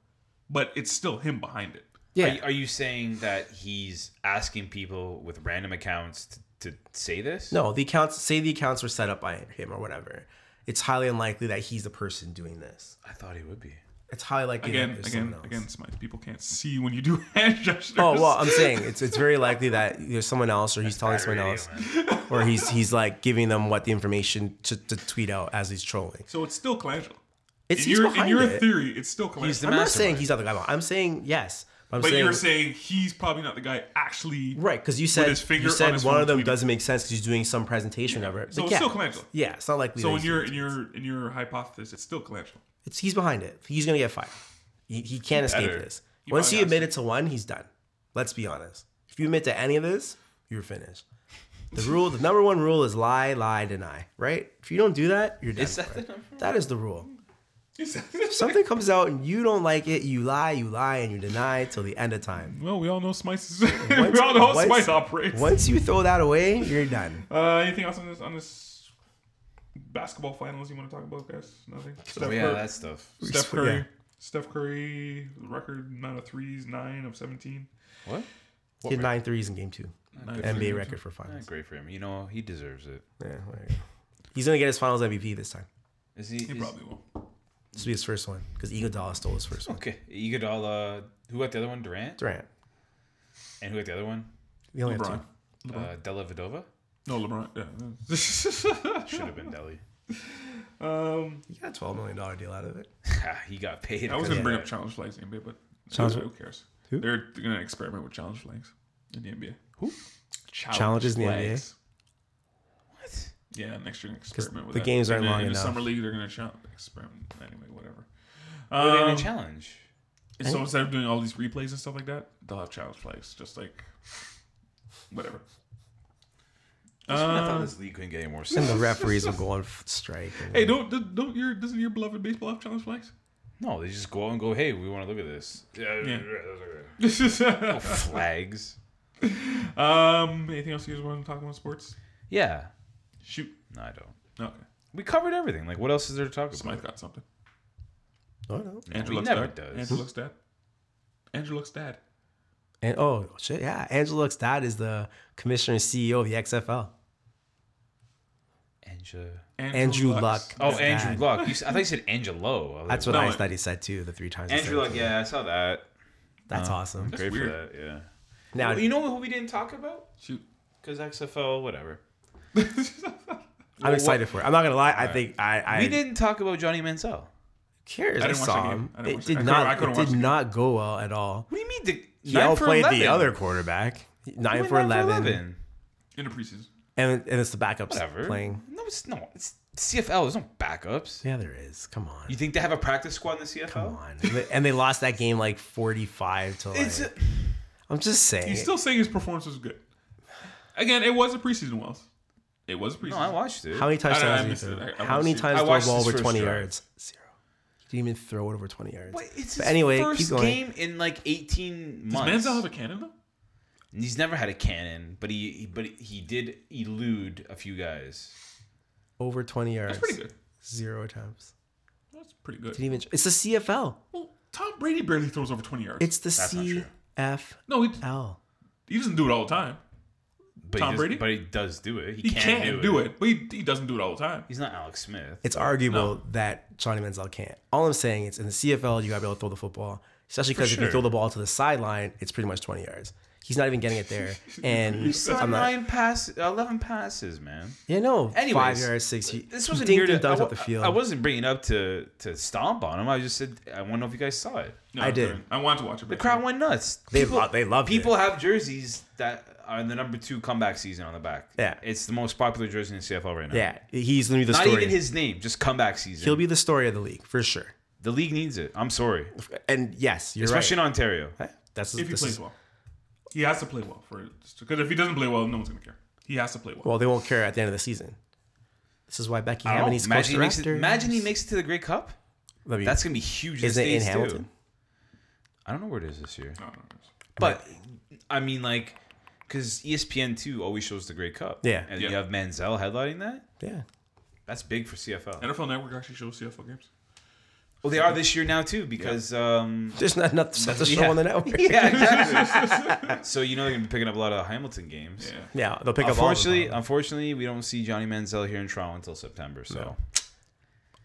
Speaker 3: but it's still him behind it.
Speaker 5: Yeah,
Speaker 4: Are you, are you saying that he's asking people with random accounts to, to say this?
Speaker 5: no, the accounts say the accounts were set up by him or whatever. It's highly unlikely that he's the person doing this.
Speaker 4: I thought he would be.
Speaker 5: It's highly likely that
Speaker 3: Again,
Speaker 5: there's
Speaker 3: again,
Speaker 5: someone else.
Speaker 3: again, Smythe. People can't see when you do hand gestures.
Speaker 5: Oh well, I'm saying it's it's very likely that there's someone else, or he's telling someone else, or he's he's like giving them what the information to, to tweet out as he's trolling.
Speaker 3: so it's still Colangelo.
Speaker 5: It's
Speaker 3: In
Speaker 5: he's
Speaker 3: your, in
Speaker 5: behind
Speaker 3: your
Speaker 5: it.
Speaker 3: theory, it's still Calamity.
Speaker 4: He's the
Speaker 5: I'm not saying
Speaker 4: mastermind.
Speaker 5: he's not the guy. behind- I'm saying yes. I'm
Speaker 3: but
Speaker 5: saying,
Speaker 3: you're saying he's probably not the guy actually.
Speaker 5: right because you said
Speaker 3: his finger
Speaker 5: you
Speaker 3: on
Speaker 5: said
Speaker 3: his
Speaker 5: one
Speaker 3: phone
Speaker 5: of them
Speaker 3: tweeting.
Speaker 5: doesn't make sense because he's doing some presentation of it.
Speaker 3: So
Speaker 5: Like,
Speaker 3: it's
Speaker 5: yeah.
Speaker 3: still Colangelo.
Speaker 5: Yeah, it's not likely. that
Speaker 3: So in
Speaker 5: he's-
Speaker 3: your in your in your hypothesis, it's still Colangelo.
Speaker 5: it's, he's behind it. He's gonna get fired. He, he can't escape
Speaker 4: better.
Speaker 5: this.
Speaker 3: He
Speaker 5: Once
Speaker 3: probably
Speaker 5: you
Speaker 3: has
Speaker 5: admit it to one, he's done. Let's be honest. If you admit to any of this, you're finished. The rule, the number one rule is lie, lie, deny. Right? If you don't do that, you're done.
Speaker 4: that
Speaker 5: for.
Speaker 4: the number
Speaker 5: that is the rule.
Speaker 3: He's-
Speaker 5: Something comes out and you don't like it, you lie, you lie, and you deny till the end of time.
Speaker 3: Well, we all know Smice is. we all know how Smice operates.
Speaker 5: Once you throw that away, you're done.
Speaker 3: Uh, anything else on this on this basketball finals you want to talk about, guys? Nothing. Steph
Speaker 4: Oh yeah,
Speaker 3: Curry.
Speaker 4: that stuff.
Speaker 3: Steph Curry.
Speaker 5: Yeah.
Speaker 3: Steph Curry record amount of threes, nine of seventeen.
Speaker 4: What?
Speaker 5: He had nine threes in game two.
Speaker 3: Nine
Speaker 5: NBA
Speaker 3: threes.
Speaker 5: record for
Speaker 4: Not
Speaker 5: finals.
Speaker 4: great for him. You know, he deserves it.
Speaker 5: Yeah, there you go. He's gonna get his finals MVP this time.
Speaker 4: Is he?
Speaker 3: He
Speaker 4: is-
Speaker 3: probably will.
Speaker 5: This will be his first one because Iguodala stole his first one.
Speaker 4: Okay. Iguodala. uh, Who got the other one? Durant.
Speaker 5: Durant.
Speaker 4: And who got the other one?
Speaker 5: We only have
Speaker 3: LeBron.
Speaker 5: two.
Speaker 4: Uh, Della Vedova.
Speaker 3: No, LeBron. Yeah.
Speaker 4: Should have been Deli.
Speaker 3: um,
Speaker 5: You got a twelve million dollar deal out of it.
Speaker 4: Ha, he got paid.
Speaker 3: I was
Speaker 4: because
Speaker 3: gonna
Speaker 4: of
Speaker 3: bring
Speaker 4: that.
Speaker 3: up challenge flags in the NBA, but
Speaker 5: Challenge-
Speaker 3: who, who cares?
Speaker 5: Who?
Speaker 3: They're gonna experiment with challenge flags in the NBA. Who? Challenge
Speaker 5: Challenges in the NBA?
Speaker 4: What?
Speaker 3: Yeah, next year gonna experiment with
Speaker 5: the
Speaker 3: that.
Speaker 5: games aren't
Speaker 3: in the,
Speaker 5: long
Speaker 3: in
Speaker 5: enough.
Speaker 3: the summer league. They're gonna cha- experiment anyway. Whatever.
Speaker 4: Who are they
Speaker 3: Um,
Speaker 4: gonna challenge?
Speaker 3: so instead of doing all these replays and stuff like that, they'll have challenge flags. Just like whatever.
Speaker 4: I thought
Speaker 3: Uh,
Speaker 4: this league couldn't get any more.
Speaker 5: And
Speaker 4: serious.
Speaker 5: the referees will go on f- strike. and-
Speaker 3: hey, don't don't- don't your doesn't your beloved baseball have challenge flags?
Speaker 4: No, they just go out and go. Hey, we want to look at this.
Speaker 3: Yeah.
Speaker 4: Yeah.
Speaker 3: This is
Speaker 4: Flags.
Speaker 3: um. Anything else you guys want to talk about in sports?
Speaker 4: Yeah.
Speaker 3: Shoot.
Speaker 4: No, I don't.
Speaker 3: No,
Speaker 4: We covered everything. Like, what else is there to talk about?
Speaker 3: Smythe got something.
Speaker 5: Oh no.
Speaker 3: Andrew
Speaker 4: he
Speaker 3: looks
Speaker 4: never
Speaker 3: dad.
Speaker 4: does.
Speaker 3: Andrew looks dad. Andrew looks dad.
Speaker 5: And oh shit, yeah. Angela Luck's dad is the commissioner and CEO of the XFL.
Speaker 4: Angela.
Speaker 5: Andrew
Speaker 3: Lux.
Speaker 5: Luck.
Speaker 4: Oh,
Speaker 5: His
Speaker 4: Andrew
Speaker 5: dad.
Speaker 4: Luck. You, s- I thought you said Angelo. I was
Speaker 5: That's
Speaker 4: like,
Speaker 5: what I
Speaker 3: No.
Speaker 5: thought he said too. The three times. he
Speaker 4: Andrew
Speaker 5: said
Speaker 4: Luck.
Speaker 5: it.
Speaker 4: Yeah, I saw that.
Speaker 5: that's awesome.
Speaker 4: Great
Speaker 3: weird.
Speaker 4: for that. Yeah.
Speaker 5: Now
Speaker 4: Well, you know who we didn't talk about?
Speaker 3: Shoot.
Speaker 4: Because XFL, whatever.
Speaker 5: I'm excited for it. I'm not gonna lie. I think I. I
Speaker 4: We didn't talk about Johnny Mansell.
Speaker 5: cares.
Speaker 3: I
Speaker 5: I,
Speaker 3: didn't watch
Speaker 5: saw
Speaker 3: that game.
Speaker 5: him.
Speaker 3: I didn't watch
Speaker 5: It
Speaker 3: that- I
Speaker 5: did
Speaker 3: couldn't- I
Speaker 5: not.
Speaker 3: couldn't
Speaker 5: It
Speaker 3: watch
Speaker 5: did
Speaker 3: the
Speaker 5: not go well at all.
Speaker 4: What do you mean? The
Speaker 5: He
Speaker 4: nine for
Speaker 5: outplayed
Speaker 4: 11?
Speaker 5: the other quarterback.
Speaker 4: He
Speaker 5: Nine
Speaker 4: went
Speaker 5: for eleven,
Speaker 3: In the preseason.
Speaker 5: and and it's the backups
Speaker 4: Whatever.
Speaker 5: playing.
Speaker 4: No, it's no. It's CFL. There's no backups.
Speaker 5: Yeah, there is. Come on.
Speaker 4: You think they have a practice squad in the CFL?
Speaker 5: Come on. And they- And they lost that game like 45 to like.
Speaker 4: It's a,
Speaker 5: I'm just saying.
Speaker 3: He's still saying his performance was good. Again, it was a preseason, Wells. It was a preseason.
Speaker 4: no. I watched it.
Speaker 5: How many
Speaker 3: I don't know, I
Speaker 5: touchdowns did he
Speaker 3: missed
Speaker 5: throw?
Speaker 3: it. I- I
Speaker 5: How
Speaker 3: watched
Speaker 5: many
Speaker 3: it.
Speaker 5: times
Speaker 4: I
Speaker 5: did
Speaker 4: watched
Speaker 5: ball
Speaker 4: his
Speaker 5: over
Speaker 4: first
Speaker 5: 20
Speaker 4: drive.
Speaker 5: yards? Zero. He didn't even throw it over 20 yards.
Speaker 4: Wait, it's
Speaker 5: but
Speaker 4: his
Speaker 5: anyway,
Speaker 4: first
Speaker 5: keep going.
Speaker 4: game in like 18
Speaker 3: Does
Speaker 4: months.
Speaker 3: Manziel have a cannon though?
Speaker 4: And He's never had a cannon, but he he- but he did elude a few guys.
Speaker 5: Over 20 yards.
Speaker 3: That's pretty good.
Speaker 5: Zero attempts.
Speaker 3: That's pretty good.
Speaker 5: Didn't even. It's the CFL.
Speaker 3: Well, Tom Brady barely throws over 20 yards.
Speaker 5: It's the
Speaker 4: not true.
Speaker 5: CFL.
Speaker 3: no, he, he doesn't do it all the time.
Speaker 4: But
Speaker 3: Tom
Speaker 4: he does,
Speaker 3: Brady?
Speaker 4: but he does do it. He,
Speaker 3: He
Speaker 4: can,
Speaker 3: can't
Speaker 4: do,
Speaker 3: do
Speaker 4: it.
Speaker 3: it. But he, he doesn't do it all the time.
Speaker 4: He's not Alex Smith.
Speaker 5: It's arguable that Johnny Manziel can't. All I'm saying is in the CFL, you got to be able to throw the football, especially because if you
Speaker 4: sure.
Speaker 5: throw the ball to the sideline, it's pretty much 20 yards. He's not even getting it there. And
Speaker 4: He's
Speaker 5: I'm
Speaker 4: on
Speaker 5: not.
Speaker 4: nine passes, eleven passes, man.
Speaker 5: Yeah, no.
Speaker 4: Anyways,
Speaker 5: five yards, six. He,
Speaker 4: This
Speaker 5: he
Speaker 4: wasn't
Speaker 5: dinked
Speaker 4: here
Speaker 5: and
Speaker 4: to. I,
Speaker 5: dunked
Speaker 4: wa-
Speaker 5: up the field.
Speaker 4: I wasn't bringing it up to to stomp on him. I just said I want to know if you guys saw it.
Speaker 3: No,
Speaker 5: I
Speaker 3: I'm
Speaker 5: did.
Speaker 3: kidding. I wanted to watch it.
Speaker 4: The crowd went nuts.
Speaker 5: They lo- they loved
Speaker 4: People have jerseys that are the number two comeback season on the back.
Speaker 5: Yeah.
Speaker 4: it's the most popular jersey in the CFL right now.
Speaker 5: yeah, he's gonna be the
Speaker 4: not
Speaker 5: story.
Speaker 4: even his name, just comeback season.
Speaker 5: He'll be the story of the league for sure.
Speaker 4: the league needs it. I'm sorry,
Speaker 5: And yes, you're
Speaker 4: especially
Speaker 5: right.
Speaker 4: in Ontario.
Speaker 5: That's
Speaker 3: if he
Speaker 5: this
Speaker 3: plays
Speaker 5: is-
Speaker 3: well. He has to play well for because if he doesn't play well, no one's gonna care. He has to play well.
Speaker 5: well, they won't care at the end of the season. This is why Becky
Speaker 4: I don't know.
Speaker 5: Hammond
Speaker 4: imagine, he makes it,
Speaker 5: Raptors.
Speaker 4: imagine he makes it to the Grey Cup.
Speaker 5: That'd be-
Speaker 4: That's gonna be huge.
Speaker 5: Is it in
Speaker 4: States, too.
Speaker 5: Hamilton?
Speaker 4: I don't know where it is this year,
Speaker 3: I don't know.
Speaker 4: but I mean, like, E because ESPN two always shows the Grey Cup.
Speaker 5: Yeah.
Speaker 4: and
Speaker 3: Yeah.
Speaker 4: you have Manziel headlining that.
Speaker 5: yeah.
Speaker 4: That's big for CFL.
Speaker 3: NFL Network actually shows CFL games.
Speaker 4: Well, they are this year now too because um,
Speaker 5: There's not enough stuff to show
Speaker 4: yeah.
Speaker 5: on the network.
Speaker 4: yeah, exactly. so you know they're gonna be picking up a lot of Hamilton games.
Speaker 3: Yeah.
Speaker 5: Yeah, they'll pick up. all of them.
Speaker 4: Unfortunately, unfortunately, we don't see Johnny Manziel here in Toronto until September. So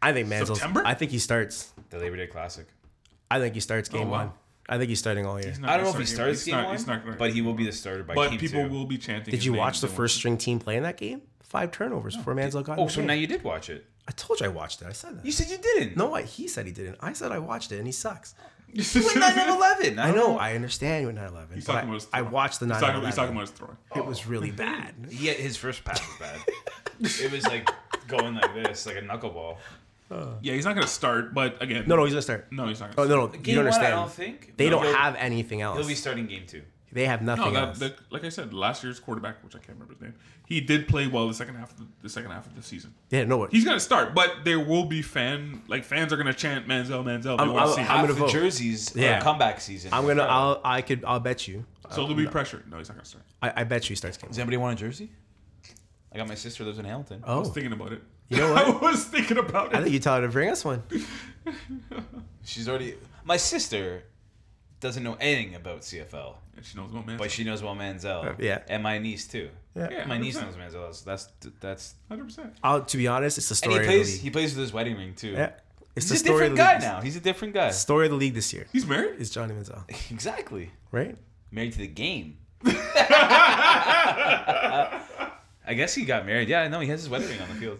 Speaker 5: I think Manziel.
Speaker 3: September?
Speaker 5: I think he starts.
Speaker 4: the Labor Day Classic. Oh,
Speaker 5: I think he starts game
Speaker 3: wow.
Speaker 5: one. I think he's starting all year.
Speaker 3: He's not
Speaker 4: I don't know if
Speaker 3: gonna
Speaker 4: he
Speaker 3: start
Speaker 4: starts game
Speaker 3: not-
Speaker 4: one,
Speaker 3: he's not gonna-
Speaker 4: but he will be the starter by
Speaker 3: But
Speaker 4: game
Speaker 3: people
Speaker 4: two. Oh,
Speaker 3: will be chanting.
Speaker 5: Did
Speaker 3: his
Speaker 5: you
Speaker 3: name
Speaker 5: watch the
Speaker 3: and-
Speaker 5: first string team play in that game? Five turnovers. Four man's got. in
Speaker 4: Oh,
Speaker 5: the
Speaker 4: so
Speaker 5: game.
Speaker 4: now you did watch it.
Speaker 5: I told you I watched it. I said that.
Speaker 4: You said you didn't.
Speaker 5: no, I, he said he didn't. I said I watched it, and he sucks.
Speaker 4: It was like 9 and 11.
Speaker 5: I know. I understand you were 9/11.
Speaker 3: He's
Speaker 5: but
Speaker 3: talking
Speaker 5: I,
Speaker 3: about his
Speaker 5: I
Speaker 3: throwing.
Speaker 5: watched the
Speaker 3: He's talking,
Speaker 5: 9/11.
Speaker 3: he's talking about his throwing.
Speaker 5: it was really bad.
Speaker 4: Yeah, his first pass was bad. it was like going like this, like a knuckleball.
Speaker 3: Yeah, he's not going to start, but again.
Speaker 5: No, no, he's gonna start.
Speaker 3: No, he's not
Speaker 5: Oh
Speaker 3: going to
Speaker 5: no, no, you don't understand.
Speaker 4: One, I don't think
Speaker 5: they
Speaker 4: No,
Speaker 5: don't
Speaker 4: he'll-
Speaker 5: have anything else.
Speaker 4: He'll be starting game two.
Speaker 5: they have
Speaker 3: No,
Speaker 5: nothing
Speaker 3: that,
Speaker 5: else.
Speaker 3: that, like I said, last year's quarterback, which I can't remember his name, he did play well the second half of the, the second half of the season.
Speaker 5: yeah, no. What?
Speaker 3: He's gonna start, but there will be fan like fans are gonna chant Manziel, Manziel. They
Speaker 5: I'm-
Speaker 3: want to see
Speaker 5: I'm
Speaker 3: it.
Speaker 4: Half
Speaker 5: gonna
Speaker 4: the
Speaker 5: vote.
Speaker 4: jerseys. Yeah.
Speaker 5: Yeah.
Speaker 4: comeback season.
Speaker 5: I'm gonna. I'll. I could. I'll bet you.
Speaker 3: so there'll be pressure. No, he's not gonna start.
Speaker 5: I, I bet you he starts game.
Speaker 4: Does anybody want a jersey? I got my sister lives in Hamilton.
Speaker 3: I was
Speaker 5: Oh,
Speaker 3: thinking about it.
Speaker 5: you know what?
Speaker 3: I was thinking about
Speaker 5: I
Speaker 3: it.
Speaker 5: think you tell her to bring us one.
Speaker 4: She's already. My sister doesn't know anything about CFL,
Speaker 3: She knows about Manziel.
Speaker 4: but she knows about Manziel.
Speaker 5: Uh, Yeah.
Speaker 4: And my niece too.
Speaker 3: Yeah,
Speaker 4: My niece
Speaker 3: 100%.
Speaker 4: knows Manziel. That's that's. that's
Speaker 3: Hundred percent.
Speaker 5: I'll, to be honest, it's the
Speaker 4: and
Speaker 5: story
Speaker 4: he
Speaker 5: of the
Speaker 4: plays. He
Speaker 5: league.
Speaker 4: plays with his wedding ring too.
Speaker 5: Yeah, it's the
Speaker 4: He's a
Speaker 5: story of
Speaker 4: different
Speaker 5: the
Speaker 4: guy
Speaker 5: league.
Speaker 4: now. He's a different guy.
Speaker 5: Story of the league this year
Speaker 3: He's married.
Speaker 5: is Johnny Manziel,
Speaker 4: Exactly.
Speaker 5: right?
Speaker 4: married to the game. I guess he got married. Yeah, no, he has his wedding ring on the field.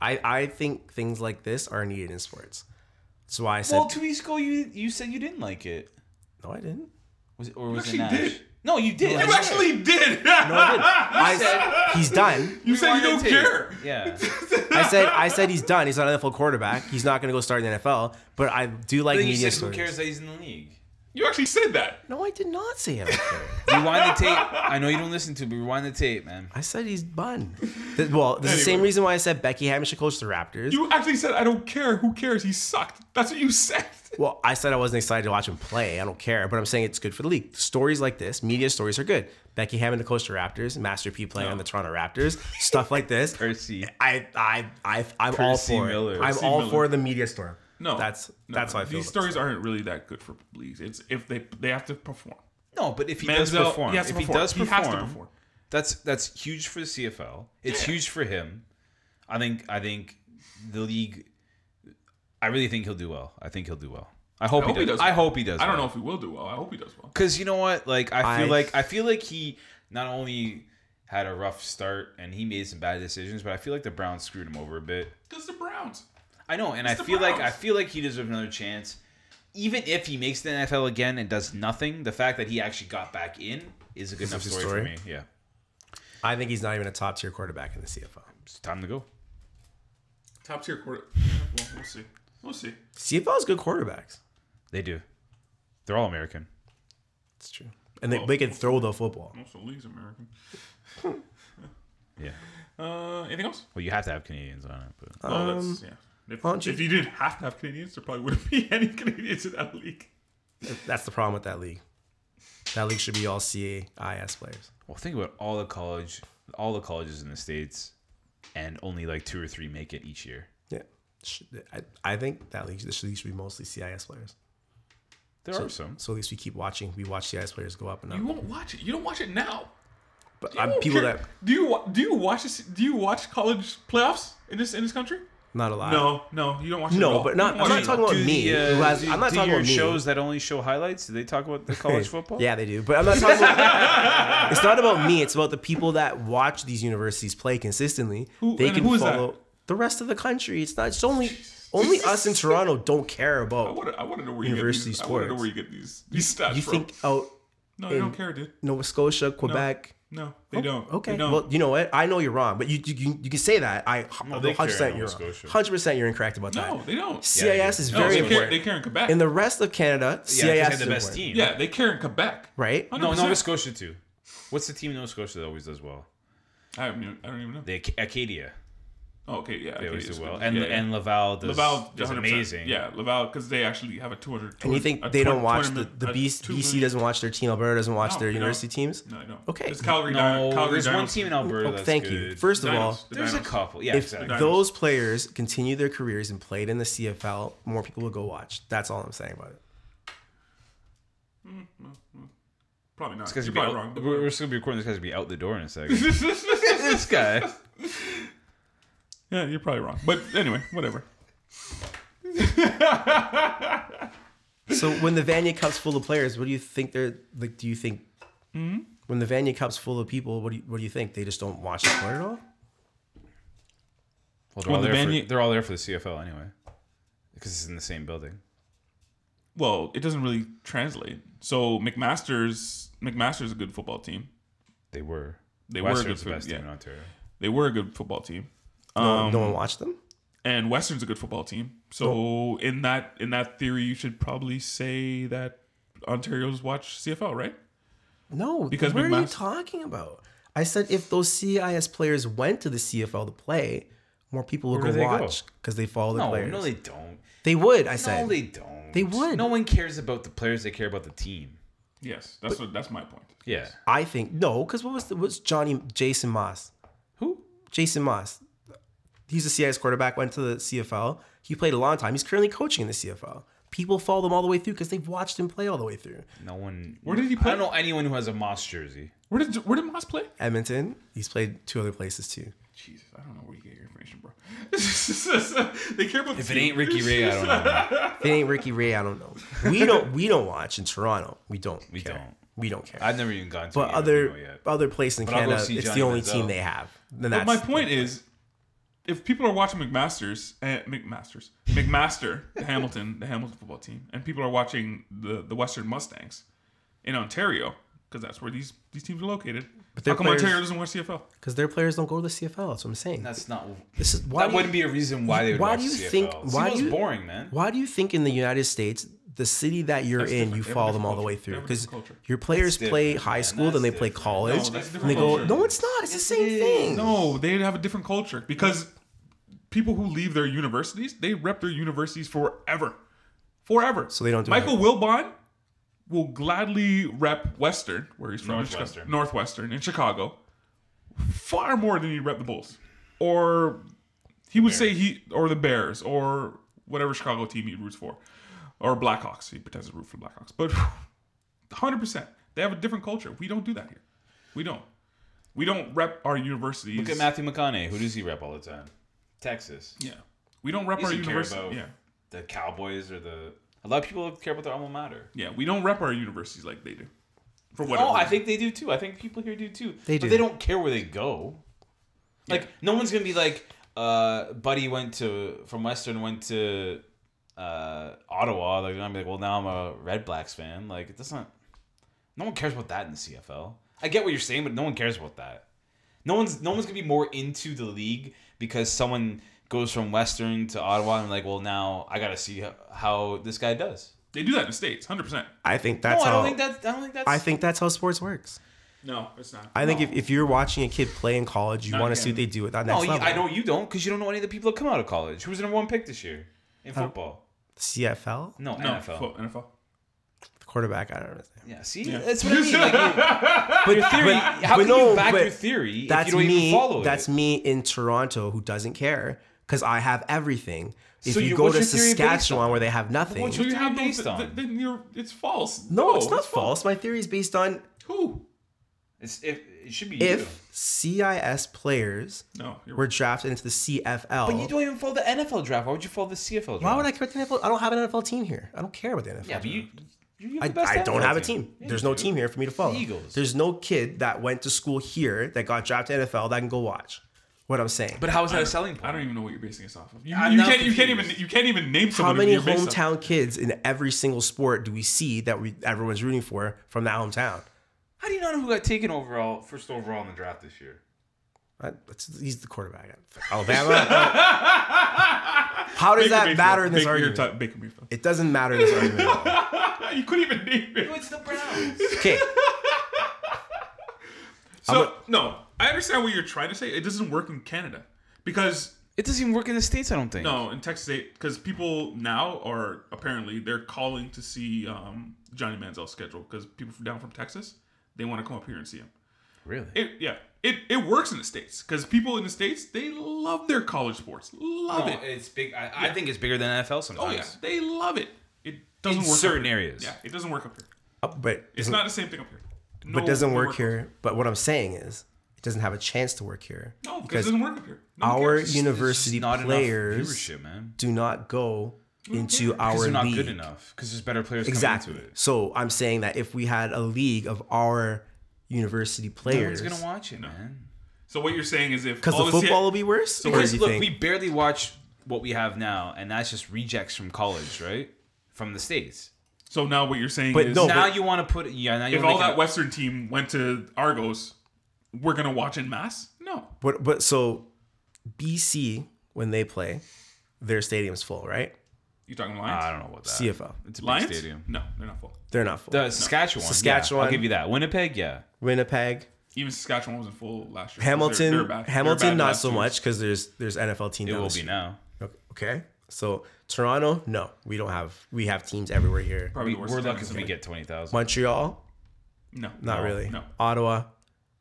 Speaker 5: I I think things like this are needed in sports. That's why I said
Speaker 4: Well, two weeks ago, you you said you didn't like it.
Speaker 5: no. I didn't.
Speaker 4: Was it, or was it
Speaker 3: actually
Speaker 4: Nash?
Speaker 3: did.
Speaker 4: No, you did. I
Speaker 3: You
Speaker 4: swear.
Speaker 3: actually did.
Speaker 5: I said he's done.
Speaker 3: you said you
Speaker 4: wanted
Speaker 3: don't
Speaker 4: to.
Speaker 3: care.
Speaker 4: Yeah.
Speaker 5: I said I said he's done. He's not an NFL quarterback. He's not going to go start in the NFL. But I do like
Speaker 4: But you
Speaker 5: media
Speaker 4: said, who
Speaker 5: stories.
Speaker 4: cares that he's in the league?
Speaker 3: You actually said that.
Speaker 5: No, I did not say him.
Speaker 4: Rewind the tape. I know you don't listen to, it, but rewind the tape, man.
Speaker 5: I said he's done. Th- well, this is the same
Speaker 3: Anyway.
Speaker 5: reason why I said Becky Hammond should coach the Raptors.
Speaker 3: You actually said I don't care. Who cares? He sucked. That's what you said.
Speaker 5: well, I said I wasn't excited to watch him play. I don't care, but I'm saying it's good for the league. Stories like this, media stories are good. Becky Hammond to coach the Raptors, Master P playing on the Toronto Raptors, stuff like this.
Speaker 4: Percy.
Speaker 5: I I I I'm all
Speaker 4: Percy
Speaker 5: for
Speaker 4: Miller.
Speaker 5: it. I'm
Speaker 3: Percy
Speaker 5: all
Speaker 3: Miller.
Speaker 5: for the media storm.
Speaker 3: No,
Speaker 5: that's
Speaker 3: No,
Speaker 5: that's
Speaker 3: no.
Speaker 5: why I feel.
Speaker 3: These stories aren't really that good for leagues. It's if they they have to perform.
Speaker 4: No, but if he does
Speaker 3: Manziel,
Speaker 4: perform,
Speaker 3: he has to
Speaker 4: if
Speaker 3: perform.
Speaker 4: he does
Speaker 3: He
Speaker 4: perform,
Speaker 3: has to perform.
Speaker 4: that's that's huge for the CFL. It's huge for him. I think I think the league. I really think he'll do well. I think he'll do well. I hope, he, does. I
Speaker 3: well.
Speaker 4: hope he does.
Speaker 3: I don't
Speaker 4: well.
Speaker 3: know if he will do well. I hope he does well.
Speaker 4: because you know what? Like I feel
Speaker 5: I-
Speaker 4: like I feel like he not only had a rough start and he made some bad decisions, but I feel like the Browns screwed him over a bit.
Speaker 3: Because the Browns.
Speaker 4: I know, and I
Speaker 3: the
Speaker 4: feel like I
Speaker 3: Browns.
Speaker 4: feel like he deserves another chance. Even if he makes the NFL again and does nothing, the fact that he actually got back in is a good enough
Speaker 5: his
Speaker 4: story, for
Speaker 5: story?
Speaker 4: me. Yeah,
Speaker 5: I think he's not even a top tier quarterback in the CFL.
Speaker 4: it's time to go.
Speaker 3: Top tier quarter. Well, we'll see. We'll see.
Speaker 5: CFL is good quarterbacks.
Speaker 4: They do. They're all American.
Speaker 5: It's true. And they, they can throw the football.
Speaker 3: Most of the league's American.
Speaker 4: Yeah.
Speaker 3: Uh, anything else?
Speaker 4: Well, you have to have Canadians on it, but
Speaker 5: Uh.
Speaker 3: Oh, that's, yeah. If,
Speaker 5: why don't you-
Speaker 3: if you didn't have to have Canadians, there probably wouldn't be any Canadians in that league.
Speaker 5: That's the problem with that league. That league should be all CAIS players.
Speaker 4: well, think about all the college, all the colleges in the states, and only like two or three make it each year.
Speaker 5: Yeah. Should- I, I think that league, this league should be mostly CIS players.
Speaker 4: There
Speaker 5: So,
Speaker 4: are some.
Speaker 5: so at least we keep watching. We watch CIS players go up and up.
Speaker 3: You won't watch it. You don't watch it now.
Speaker 5: but
Speaker 3: You
Speaker 5: I'm
Speaker 3: don't
Speaker 5: people
Speaker 3: care.
Speaker 5: that
Speaker 3: do you wa- do you watch this, do you watch college playoffs in this in this country?
Speaker 5: not a lot.
Speaker 3: No, no, you don't watch. it at
Speaker 5: No,
Speaker 3: all.
Speaker 5: but not-
Speaker 3: You don't watch
Speaker 5: I'm not
Speaker 3: it
Speaker 5: talking about me. who has- I'm not
Speaker 4: do
Speaker 5: talking
Speaker 4: your
Speaker 5: about me.
Speaker 4: shows that only show highlights. Do they talk about the college football?
Speaker 5: Yeah, they do. But I'm not talking about It's not about me. It's about the people that watch these universities play consistently.
Speaker 3: Who-
Speaker 5: they
Speaker 3: and
Speaker 5: can
Speaker 3: who is that?
Speaker 5: follow the rest of the country. It's not it's only only us in Toronto don't care
Speaker 3: I
Speaker 5: about
Speaker 3: want to. I want to know where you get
Speaker 5: University
Speaker 3: these. I want to know
Speaker 5: sports.
Speaker 3: where you get these these stats
Speaker 5: you
Speaker 3: from.
Speaker 5: think out
Speaker 3: no, they don't
Speaker 5: in-
Speaker 3: care, dude.
Speaker 5: Nova Scotia, Quebec.
Speaker 3: No, they don't. They
Speaker 5: Okay.
Speaker 3: don't.
Speaker 5: Well, you know what? I know you're wrong, but you you, you, you can say that. I hundred
Speaker 4: they care in
Speaker 5: percent you're
Speaker 4: Nova
Speaker 5: wrong.
Speaker 4: Scotia.
Speaker 5: Hundred percent you're incorrect about that.
Speaker 3: no, they don't.
Speaker 5: CIS
Speaker 4: Yeah,
Speaker 5: is
Speaker 3: No,
Speaker 5: very
Speaker 3: they care,
Speaker 5: important.
Speaker 3: they care in Quebec.
Speaker 5: in the rest of Canada,
Speaker 4: Yeah, they
Speaker 5: CIS
Speaker 4: had
Speaker 5: is
Speaker 4: the best
Speaker 5: important,
Speaker 4: team.
Speaker 3: yeah, they care in Quebec.
Speaker 5: right?
Speaker 4: No,
Speaker 3: 100%.
Speaker 4: Nova Scotia too. What's the team in Nova Scotia that always does well?
Speaker 3: I don't, even, I don't even know.
Speaker 4: The Ac- Acadia.
Speaker 3: Oh, okay, yeah.
Speaker 4: They
Speaker 3: okay,
Speaker 4: always
Speaker 3: it's
Speaker 4: do well,
Speaker 3: good.
Speaker 4: and
Speaker 3: yeah, yeah.
Speaker 4: and Laval does,
Speaker 3: Laval
Speaker 4: does
Speaker 3: 100%.
Speaker 4: amazing.
Speaker 3: Yeah, Laval because they actually have a 200.
Speaker 5: And you think they don't watch the, the BC, BC doesn't watch their team, Alberta doesn't watch
Speaker 3: No,
Speaker 5: their
Speaker 3: they don't.
Speaker 5: university teams?
Speaker 3: No, I don't.
Speaker 5: Okay.
Speaker 3: It's Calgary.
Speaker 4: No,
Speaker 3: Dynamo. Calgary
Speaker 4: there's one
Speaker 3: Dynamo's-
Speaker 4: team in Alberta.
Speaker 5: Oh,
Speaker 4: that's
Speaker 5: thank you.
Speaker 4: good.
Speaker 5: First of all,
Speaker 3: Dynamo's- the
Speaker 4: there's a
Speaker 3: Dynamo's.
Speaker 4: couple. Yeah,
Speaker 5: if
Speaker 4: exactly.
Speaker 5: those players continue their careers and played in the CFL, more people will go watch. That's all I'm saying about it.
Speaker 3: Probably not.
Speaker 4: This guy's
Speaker 3: You're
Speaker 4: gonna be
Speaker 3: probably
Speaker 4: out,
Speaker 3: wrong.
Speaker 4: we're, we're
Speaker 3: but-
Speaker 4: just gonna be recording. This guy's gonna be out the door in a second. this guy.
Speaker 3: Yeah, you're probably wrong. But anyway, whatever.
Speaker 5: So when the Vanya Cup's full of players, what do you think they're like? Do you think
Speaker 4: Hmm?
Speaker 5: when the Vanya Cup's full of people, what do you, what do you think? They just don't watch the sport at all?
Speaker 4: Well, they're,
Speaker 3: Well,
Speaker 4: all
Speaker 3: the
Speaker 4: there
Speaker 3: venue-
Speaker 4: for, they're all there for the CFL anyway, because it's in the same building.
Speaker 3: well, it doesn't really translate. So McMaster's McMaster's a good football team.
Speaker 4: They were.
Speaker 3: They were
Speaker 4: Western's
Speaker 3: good
Speaker 4: the
Speaker 3: for-
Speaker 4: best
Speaker 3: yeah.
Speaker 4: team in Ontario.
Speaker 3: They were a good football team,
Speaker 5: No, no
Speaker 4: Um,
Speaker 5: one watched them.
Speaker 3: and Western's a good football team. So in that in that theory, you should probably say that Ontario's watch CFL, right?
Speaker 5: No,
Speaker 3: Because
Speaker 5: because what are you
Speaker 3: McMaster-
Speaker 5: talking about? I said if those CIS players went to the CFL to play, more people would
Speaker 4: Where
Speaker 5: go
Speaker 4: do they go?
Speaker 5: watch because they follow the
Speaker 4: No,
Speaker 5: players.
Speaker 4: no, they don't.
Speaker 5: They would. I
Speaker 4: No,
Speaker 5: said
Speaker 4: they don't.
Speaker 5: They would.
Speaker 4: No one cares about the players. They care about the team.
Speaker 3: Yes, that's what, that's my point.
Speaker 4: Yeah.
Speaker 5: I think no, because what was the, what's Johnny Jason Moss?
Speaker 4: Who?
Speaker 5: Jason Moss. He's a CIS quarterback. Went to the CFL. He played a long time. He's currently coaching in the CFL. People follow them all the way through because they've watched him play all the way through.
Speaker 4: No one.
Speaker 3: Where did he play?
Speaker 4: I don't know anyone who has a Moss jersey.
Speaker 3: Where did where did Moss play?
Speaker 5: Edmonton. He's played two other places too.
Speaker 3: Jesus, I don't know where you get your information, bro. they care about
Speaker 4: If it ain't Ricky Ray, I don't know.
Speaker 5: If it ain't Ricky Ray, I don't know. We don't. We don't watch in Toronto. We don't.
Speaker 4: We
Speaker 5: care.
Speaker 4: don't.
Speaker 5: We don't care.
Speaker 4: I've never even gone to. a
Speaker 5: But
Speaker 4: game of Reno
Speaker 5: other
Speaker 4: yet.
Speaker 5: other place in
Speaker 4: But I'll go
Speaker 5: Canada,
Speaker 4: see
Speaker 5: it's
Speaker 4: Johnny
Speaker 5: the only
Speaker 4: Manziel.
Speaker 5: team they have. Then
Speaker 3: But
Speaker 5: that's
Speaker 3: my point is, if people are watching McMaster's, uh, McMaster's, McMaster, the Hamilton, the Hamilton football team, and people are watching the the Western Mustangs in Ontario, because that's where these these teams are located. But
Speaker 5: their
Speaker 3: How come
Speaker 5: players-
Speaker 3: Ontario doesn't watch CFL?
Speaker 5: because their players don't go to the CFL. That's what I'm saying.
Speaker 4: That's not.
Speaker 5: this is why
Speaker 4: That
Speaker 5: do you-
Speaker 4: wouldn't be a reason why they would
Speaker 5: why
Speaker 4: watch
Speaker 5: do you
Speaker 4: CFL.
Speaker 5: think- why
Speaker 4: CFL's
Speaker 5: do you-
Speaker 4: boring, man.
Speaker 5: Why do you think in the United States, the city that you're
Speaker 3: That's
Speaker 5: in,
Speaker 3: different.
Speaker 5: you
Speaker 3: They have a
Speaker 5: follow them
Speaker 3: different
Speaker 5: all the way
Speaker 3: culture. They
Speaker 5: through
Speaker 3: have a
Speaker 5: because
Speaker 3: different culture.
Speaker 5: your players
Speaker 4: different,
Speaker 5: play
Speaker 4: man.
Speaker 5: high school, then they
Speaker 4: That's
Speaker 5: play
Speaker 4: different.
Speaker 5: college,
Speaker 3: No, that's
Speaker 5: and
Speaker 3: different
Speaker 5: they go,
Speaker 3: culture.
Speaker 5: no, it's not. It's the same thing.
Speaker 3: No, they have a different culture because people who leave their universities, they rep their universities forever, forever.
Speaker 5: So they don't do
Speaker 3: Michael Wilbon will gladly rep Western, where he's from, in Chicago-
Speaker 4: Northwestern.
Speaker 3: Northwestern in Chicago, far more than he rep the Bulls, or he would say he or the Bears or whatever Chicago team he roots for, or Blackhawks. He pretends to root for the Blackhawks, but 100. percent They have a different culture. We don't do that here. We don't. We don't rep our universities.
Speaker 4: Look at Matthew McConaughey. Who does he rep all the time? Texas.
Speaker 3: Yeah. We don't rep
Speaker 4: He
Speaker 3: our
Speaker 4: doesn't care
Speaker 3: university.
Speaker 4: about
Speaker 3: Yeah.
Speaker 4: the Cowboys or the. A lot of people care about their alma mater.
Speaker 3: Yeah, we don't rep our universities like they do. For whatever.
Speaker 4: Oh, I
Speaker 3: reason.
Speaker 4: think they do too. I think people here do too.
Speaker 5: They
Speaker 4: But
Speaker 5: do.
Speaker 4: they don't care where they go. Like no one's gonna be like, uh, buddy went to from Western went to uh, Ottawa. They're gonna be like, well, now I'm a Red Blacks fan. Like it doesn't. No one cares about that in the CFL. I get what you're saying, but no one cares about that. No one's no one's gonna be more into the league because someone goes from Western to Ottawa and like, well, now I gotta see how, how this guy does.
Speaker 3: they do that in the States, 100%.
Speaker 5: I think that's
Speaker 4: no, I
Speaker 5: how.
Speaker 4: don't think that's. I don't think that's.
Speaker 5: I think that's how sports works.
Speaker 3: No, it's not.
Speaker 5: I think
Speaker 4: No.
Speaker 5: if, if you're watching a kid play in college, you
Speaker 3: Not
Speaker 5: want to
Speaker 3: again.
Speaker 5: see what they do at that
Speaker 4: No,
Speaker 5: next
Speaker 4: Oh, you,
Speaker 5: level.
Speaker 4: I know you don't because you don't know any of the people that come out of college. Who was the number one pick this year in football?
Speaker 5: CFL
Speaker 4: No,
Speaker 3: no,
Speaker 4: NFL.
Speaker 3: fo- NFL.
Speaker 5: the quarterback. I don't understand.
Speaker 4: yeah, see, that's what I mean. Like, you-
Speaker 5: But
Speaker 4: your theory, how
Speaker 5: but
Speaker 4: can
Speaker 5: no,
Speaker 4: you back
Speaker 5: but
Speaker 4: your theory
Speaker 5: That's
Speaker 4: if you don't
Speaker 5: me.
Speaker 4: even follow
Speaker 5: that's
Speaker 4: it?
Speaker 5: me in Toronto who doesn't care because I have everything. If
Speaker 4: So
Speaker 5: you
Speaker 4: you-
Speaker 5: go
Speaker 4: what's
Speaker 5: to
Speaker 4: your theory based
Speaker 5: Saskatchewan
Speaker 4: on?
Speaker 5: where they have nothing,
Speaker 4: what's your-
Speaker 3: you have no-
Speaker 4: based
Speaker 3: th- th-
Speaker 4: on?
Speaker 3: Then you're, it's false.
Speaker 5: No, it's not
Speaker 3: false.
Speaker 5: false. My theory is based on
Speaker 3: Who?
Speaker 4: It's, if, it should be you.
Speaker 5: if CIS players
Speaker 3: No, you're
Speaker 5: were drafted into the CFL.
Speaker 4: But you don't even follow the NFL draft. Why would you follow the CFL draft?
Speaker 5: Why would I care about the NFL? I don't have an NFL team here. I don't care about the NFL.
Speaker 4: Yeah, but you, you have
Speaker 5: I,
Speaker 4: the best
Speaker 5: I don't
Speaker 4: NFL
Speaker 5: have a team.
Speaker 4: Yeah,
Speaker 5: There's
Speaker 4: you
Speaker 5: no
Speaker 4: do.
Speaker 5: team here for me to follow.
Speaker 4: Eagles.
Speaker 5: There's no kid that went to school here that got drafted to NFL that I can go watch. What I'm saying.
Speaker 4: But how is that a selling point?
Speaker 3: I don't even know what you're basing this off of. You,
Speaker 4: I'm
Speaker 3: you
Speaker 4: now
Speaker 3: can't. You can't even.
Speaker 4: confused.
Speaker 3: You can't even name
Speaker 5: how
Speaker 3: someone.
Speaker 5: many
Speaker 3: you're based on.
Speaker 5: hometown kids in every single sport do we see that we everyone's rooting for from that hometown?
Speaker 4: How do you not know who got taken overall, first overall in the draft this year?
Speaker 5: Uh, that's- he's the quarterback. Alabama. how does that
Speaker 3: Baker
Speaker 5: matter
Speaker 3: Mayfield.
Speaker 5: in this
Speaker 3: Baker,
Speaker 5: argument?
Speaker 3: you're talking- Baker Mayfield.
Speaker 5: It doesn't matter in this argument. at all.
Speaker 3: you couldn't even name it.
Speaker 4: It's the Browns.
Speaker 5: Okay.
Speaker 3: So no, I understand what you're trying to say. It doesn't work in Canada because
Speaker 4: it doesn't even work in the states. I don't think.
Speaker 3: No, in Texas State, because people now are apparently they're calling to see um, Johnny Manziel's schedule because people from down from Texas they want to come up here and see him.
Speaker 4: really.
Speaker 3: It yeah, it it works in the states because people in the states they love their college sporports,
Speaker 5: Oh,
Speaker 3: love
Speaker 4: No,
Speaker 3: it.
Speaker 4: Oh, it's big. I, I think it's bigger than NFL sometimes.
Speaker 3: Oh yeah, they love it. It doesn't
Speaker 4: In
Speaker 3: work up
Speaker 4: certain
Speaker 3: here.
Speaker 4: areas.
Speaker 3: Yeah, it doesn't work up here.
Speaker 5: But
Speaker 3: It's not the same thing up here. No,
Speaker 5: but doesn't
Speaker 3: no
Speaker 5: work here. But what I'm saying is, it doesn't have a chance to work here.
Speaker 3: No, because it doesn't work up here. No one
Speaker 5: our
Speaker 3: cares.
Speaker 5: university
Speaker 4: It's just not enough
Speaker 5: players
Speaker 4: viewership, man.
Speaker 5: do not go into our
Speaker 4: Because they're not
Speaker 5: league.
Speaker 4: good enough. Because there's better players
Speaker 5: Exactly.
Speaker 4: coming into it.
Speaker 5: So I'm saying that if we had a league of our university
Speaker 4: No one's
Speaker 5: players,
Speaker 4: gonna watch it, man.
Speaker 3: So what you're saying is if
Speaker 5: because
Speaker 3: all
Speaker 5: the
Speaker 3: this
Speaker 5: football will
Speaker 3: hit-
Speaker 5: be worse. or
Speaker 4: Because
Speaker 5: do you
Speaker 4: look,
Speaker 5: think-
Speaker 4: we barely watch what we have now, and that's just rejects from college, right? From the states.
Speaker 3: so now what you're saying
Speaker 5: But
Speaker 3: is
Speaker 5: no,
Speaker 4: now you want to put yeah. Now you
Speaker 3: if
Speaker 4: wanna
Speaker 3: all
Speaker 4: make
Speaker 3: that
Speaker 4: it-
Speaker 3: Western team went to Argos, we're gonna watch in mass? No.
Speaker 5: But but so BC when they play, their stadium's full, right?
Speaker 3: You talking
Speaker 4: I
Speaker 3: Lions?
Speaker 4: don't know what that.
Speaker 5: CFL.
Speaker 4: It's a
Speaker 3: Lions?
Speaker 4: big stadium.
Speaker 3: No, they're not full.
Speaker 5: They're not full.
Speaker 4: The Saskatchewan. yeah,
Speaker 5: Saskatchewan.
Speaker 4: I'll give you that. Winnipeg, yeah.
Speaker 5: Winnipeg,
Speaker 3: Even Saskatchewan wasn't full last year.
Speaker 5: Hamilton,
Speaker 3: They're- they're bad- they're
Speaker 5: Hamilton,
Speaker 3: bad
Speaker 5: not
Speaker 3: last
Speaker 5: so
Speaker 3: year.
Speaker 5: much because there's there's NFL team.
Speaker 4: It
Speaker 5: down
Speaker 4: will
Speaker 5: the
Speaker 4: be
Speaker 5: street.
Speaker 4: now.
Speaker 5: Okay, so Toronto, no, we don't have we have teams everywhere here.
Speaker 3: Probably
Speaker 4: We,
Speaker 3: the worst
Speaker 4: we're
Speaker 3: stadium
Speaker 4: lucky
Speaker 3: in
Speaker 4: if
Speaker 3: the
Speaker 4: we
Speaker 3: league.
Speaker 4: get twenty thousand.
Speaker 5: Montreal,
Speaker 3: no,
Speaker 5: not
Speaker 3: no,
Speaker 5: really.
Speaker 3: No,
Speaker 5: Ottawa,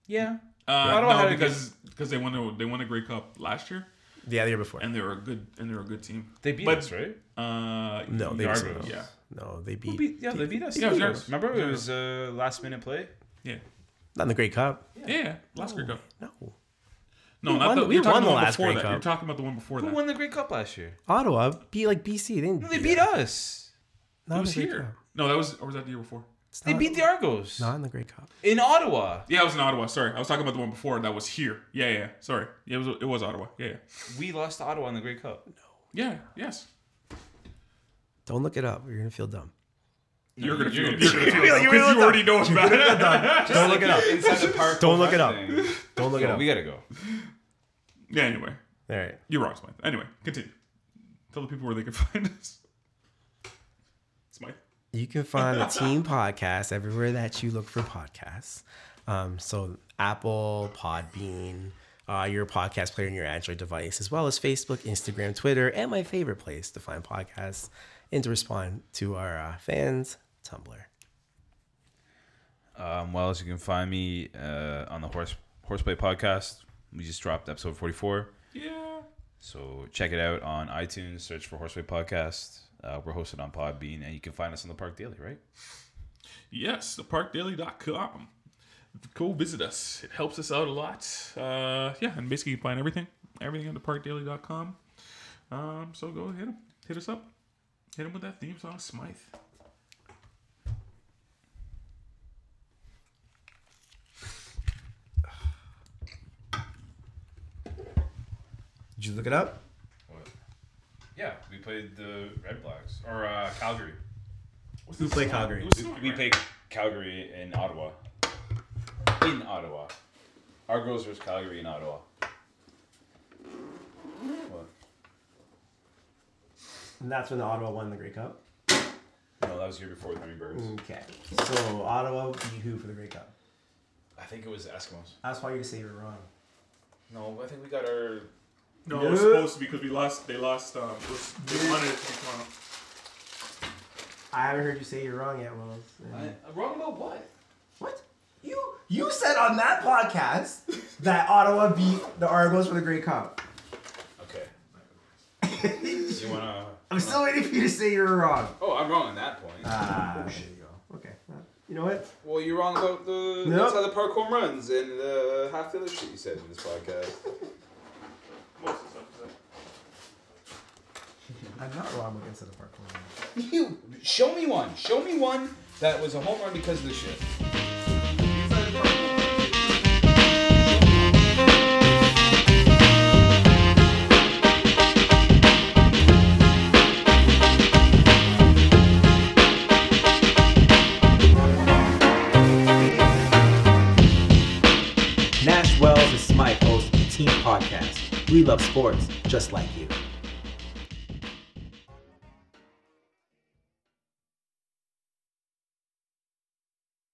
Speaker 4: Yeah.
Speaker 3: uh,
Speaker 4: Ottawa had
Speaker 3: no
Speaker 4: a good-
Speaker 3: because because they won a, they won a Grey Cup last year
Speaker 5: yeah, the year before.
Speaker 3: and they were a good and they were a good team.
Speaker 4: They beat
Speaker 3: But-
Speaker 4: us, right?
Speaker 3: Uh,
Speaker 5: no, they
Speaker 4: Yarbo,
Speaker 5: beat someone else.
Speaker 3: yeah.
Speaker 5: No, they beat,
Speaker 4: Beat, yeah, they beat us.
Speaker 3: Yeah, it was ours.
Speaker 4: Remember, it was a uh, last minute play.
Speaker 3: yeah,
Speaker 5: not in the Great Cup.
Speaker 3: yeah, yeah, Last Grey Cup.
Speaker 5: No,
Speaker 3: No,
Speaker 5: We
Speaker 3: not
Speaker 5: won-
Speaker 3: the,
Speaker 5: we
Speaker 3: you're talking
Speaker 5: won
Speaker 3: about
Speaker 5: the last
Speaker 3: before
Speaker 5: Grey
Speaker 3: that.
Speaker 5: Cup.
Speaker 3: You're talking about the one before
Speaker 4: Who
Speaker 3: that.
Speaker 4: won the Great Cup last year?
Speaker 5: Ottawa beat like BC. They didn't.
Speaker 4: They beat us.
Speaker 5: Not
Speaker 3: It
Speaker 5: in
Speaker 3: was
Speaker 5: the Great
Speaker 3: here.
Speaker 5: Cup.
Speaker 3: No, that was or was that the year before?
Speaker 5: It's
Speaker 4: They
Speaker 5: not-
Speaker 4: beat the Argos
Speaker 5: Not in the Great Cup.
Speaker 4: in Ottawa.
Speaker 3: Yeah, it was in Ottawa. Sorry, I was talking about the one before that was here. Yeah, yeah. Sorry, yeah, it was it was Ottawa. Yeah, yeah.
Speaker 4: We lost to Ottawa in the Great Cup.
Speaker 3: Yeah, yes.
Speaker 5: Don't look it up. You're gonna feel dumb.
Speaker 3: You're gonna feel
Speaker 4: you're gonna-
Speaker 3: you're gonna feel it because you already know it's bad.
Speaker 5: Don't look it up.
Speaker 4: Inside the park.
Speaker 5: Don't look it up. Don't look it
Speaker 4: Yeah,
Speaker 5: up.
Speaker 4: we gotta go.
Speaker 3: Yeah. Anyway,
Speaker 5: All right.
Speaker 3: you're wrong, Smythe. Anyway, continue. Tell the people where they can find us. Smythe.
Speaker 5: You can find the Team Podcast everywhere that you look for podcasts. Um, so Apple, Podbean, uh, your podcast player on your Android device, as well as Facebook, Instagram, Twitter, and my favorite place to find podcasts and to respond to our uh, fans, Tumblr.
Speaker 4: Um, well, as you can find me uh, on the horse horseplay podcast. We just dropped episode forty four.
Speaker 3: Yeah.
Speaker 4: So check it out on iTunes. Search for Horseway Podcast. Uh, we're hosted on Podbean, and you can find us on the Park Daily, right?
Speaker 3: Yes, theparkdaily.com. Go visit us. It helps us out a lot. Uh, yeah, and basically you can find everything, everything on theparkdaily.com. Um, so go hit 'em. hit us up, hit him with that theme song, Smythe.
Speaker 5: Did you look it up?
Speaker 4: Yeah, we played the Red Blacks or uh, Calgary.
Speaker 5: Who play Calgary?
Speaker 4: We played Calgary in Ottawa. In Ottawa, Argos versus Calgary in Ottawa. What?
Speaker 5: And that's when the Ottawa won the Great Cup.
Speaker 4: No, that was the year before the Hummingbirds.
Speaker 5: Okay. So Ottawa beat who for the Great Cup?
Speaker 4: I think it was the Eskimos.
Speaker 5: That's why you say you're wrong.
Speaker 4: No, I think we got our.
Speaker 3: No, it was supposed to be because we lost. They lost. Um, it was, they wanted it to be Toronto.
Speaker 5: I haven't heard you say you're wrong yet, Wells.
Speaker 4: wrong about what?
Speaker 5: What? You you said on that podcast that Ottawa beat the Argos for the Great Cup.
Speaker 4: Okay. you wanna?
Speaker 5: I'm still waiting for you to say you're wrong.
Speaker 4: Oh, I'm wrong on that point.
Speaker 5: Ah, there you go. Okay. well, You know what?
Speaker 4: Well, you're wrong about the
Speaker 5: Nope.
Speaker 4: that's how the park home runs and the half the other shit you said in this podcast.
Speaker 5: I'm not wrong against the park.
Speaker 4: You show me one. Show me one that was a home run because of the shit.
Speaker 2: Nash Wells is Smythe hosts the Team Podcast. We love sports just like you.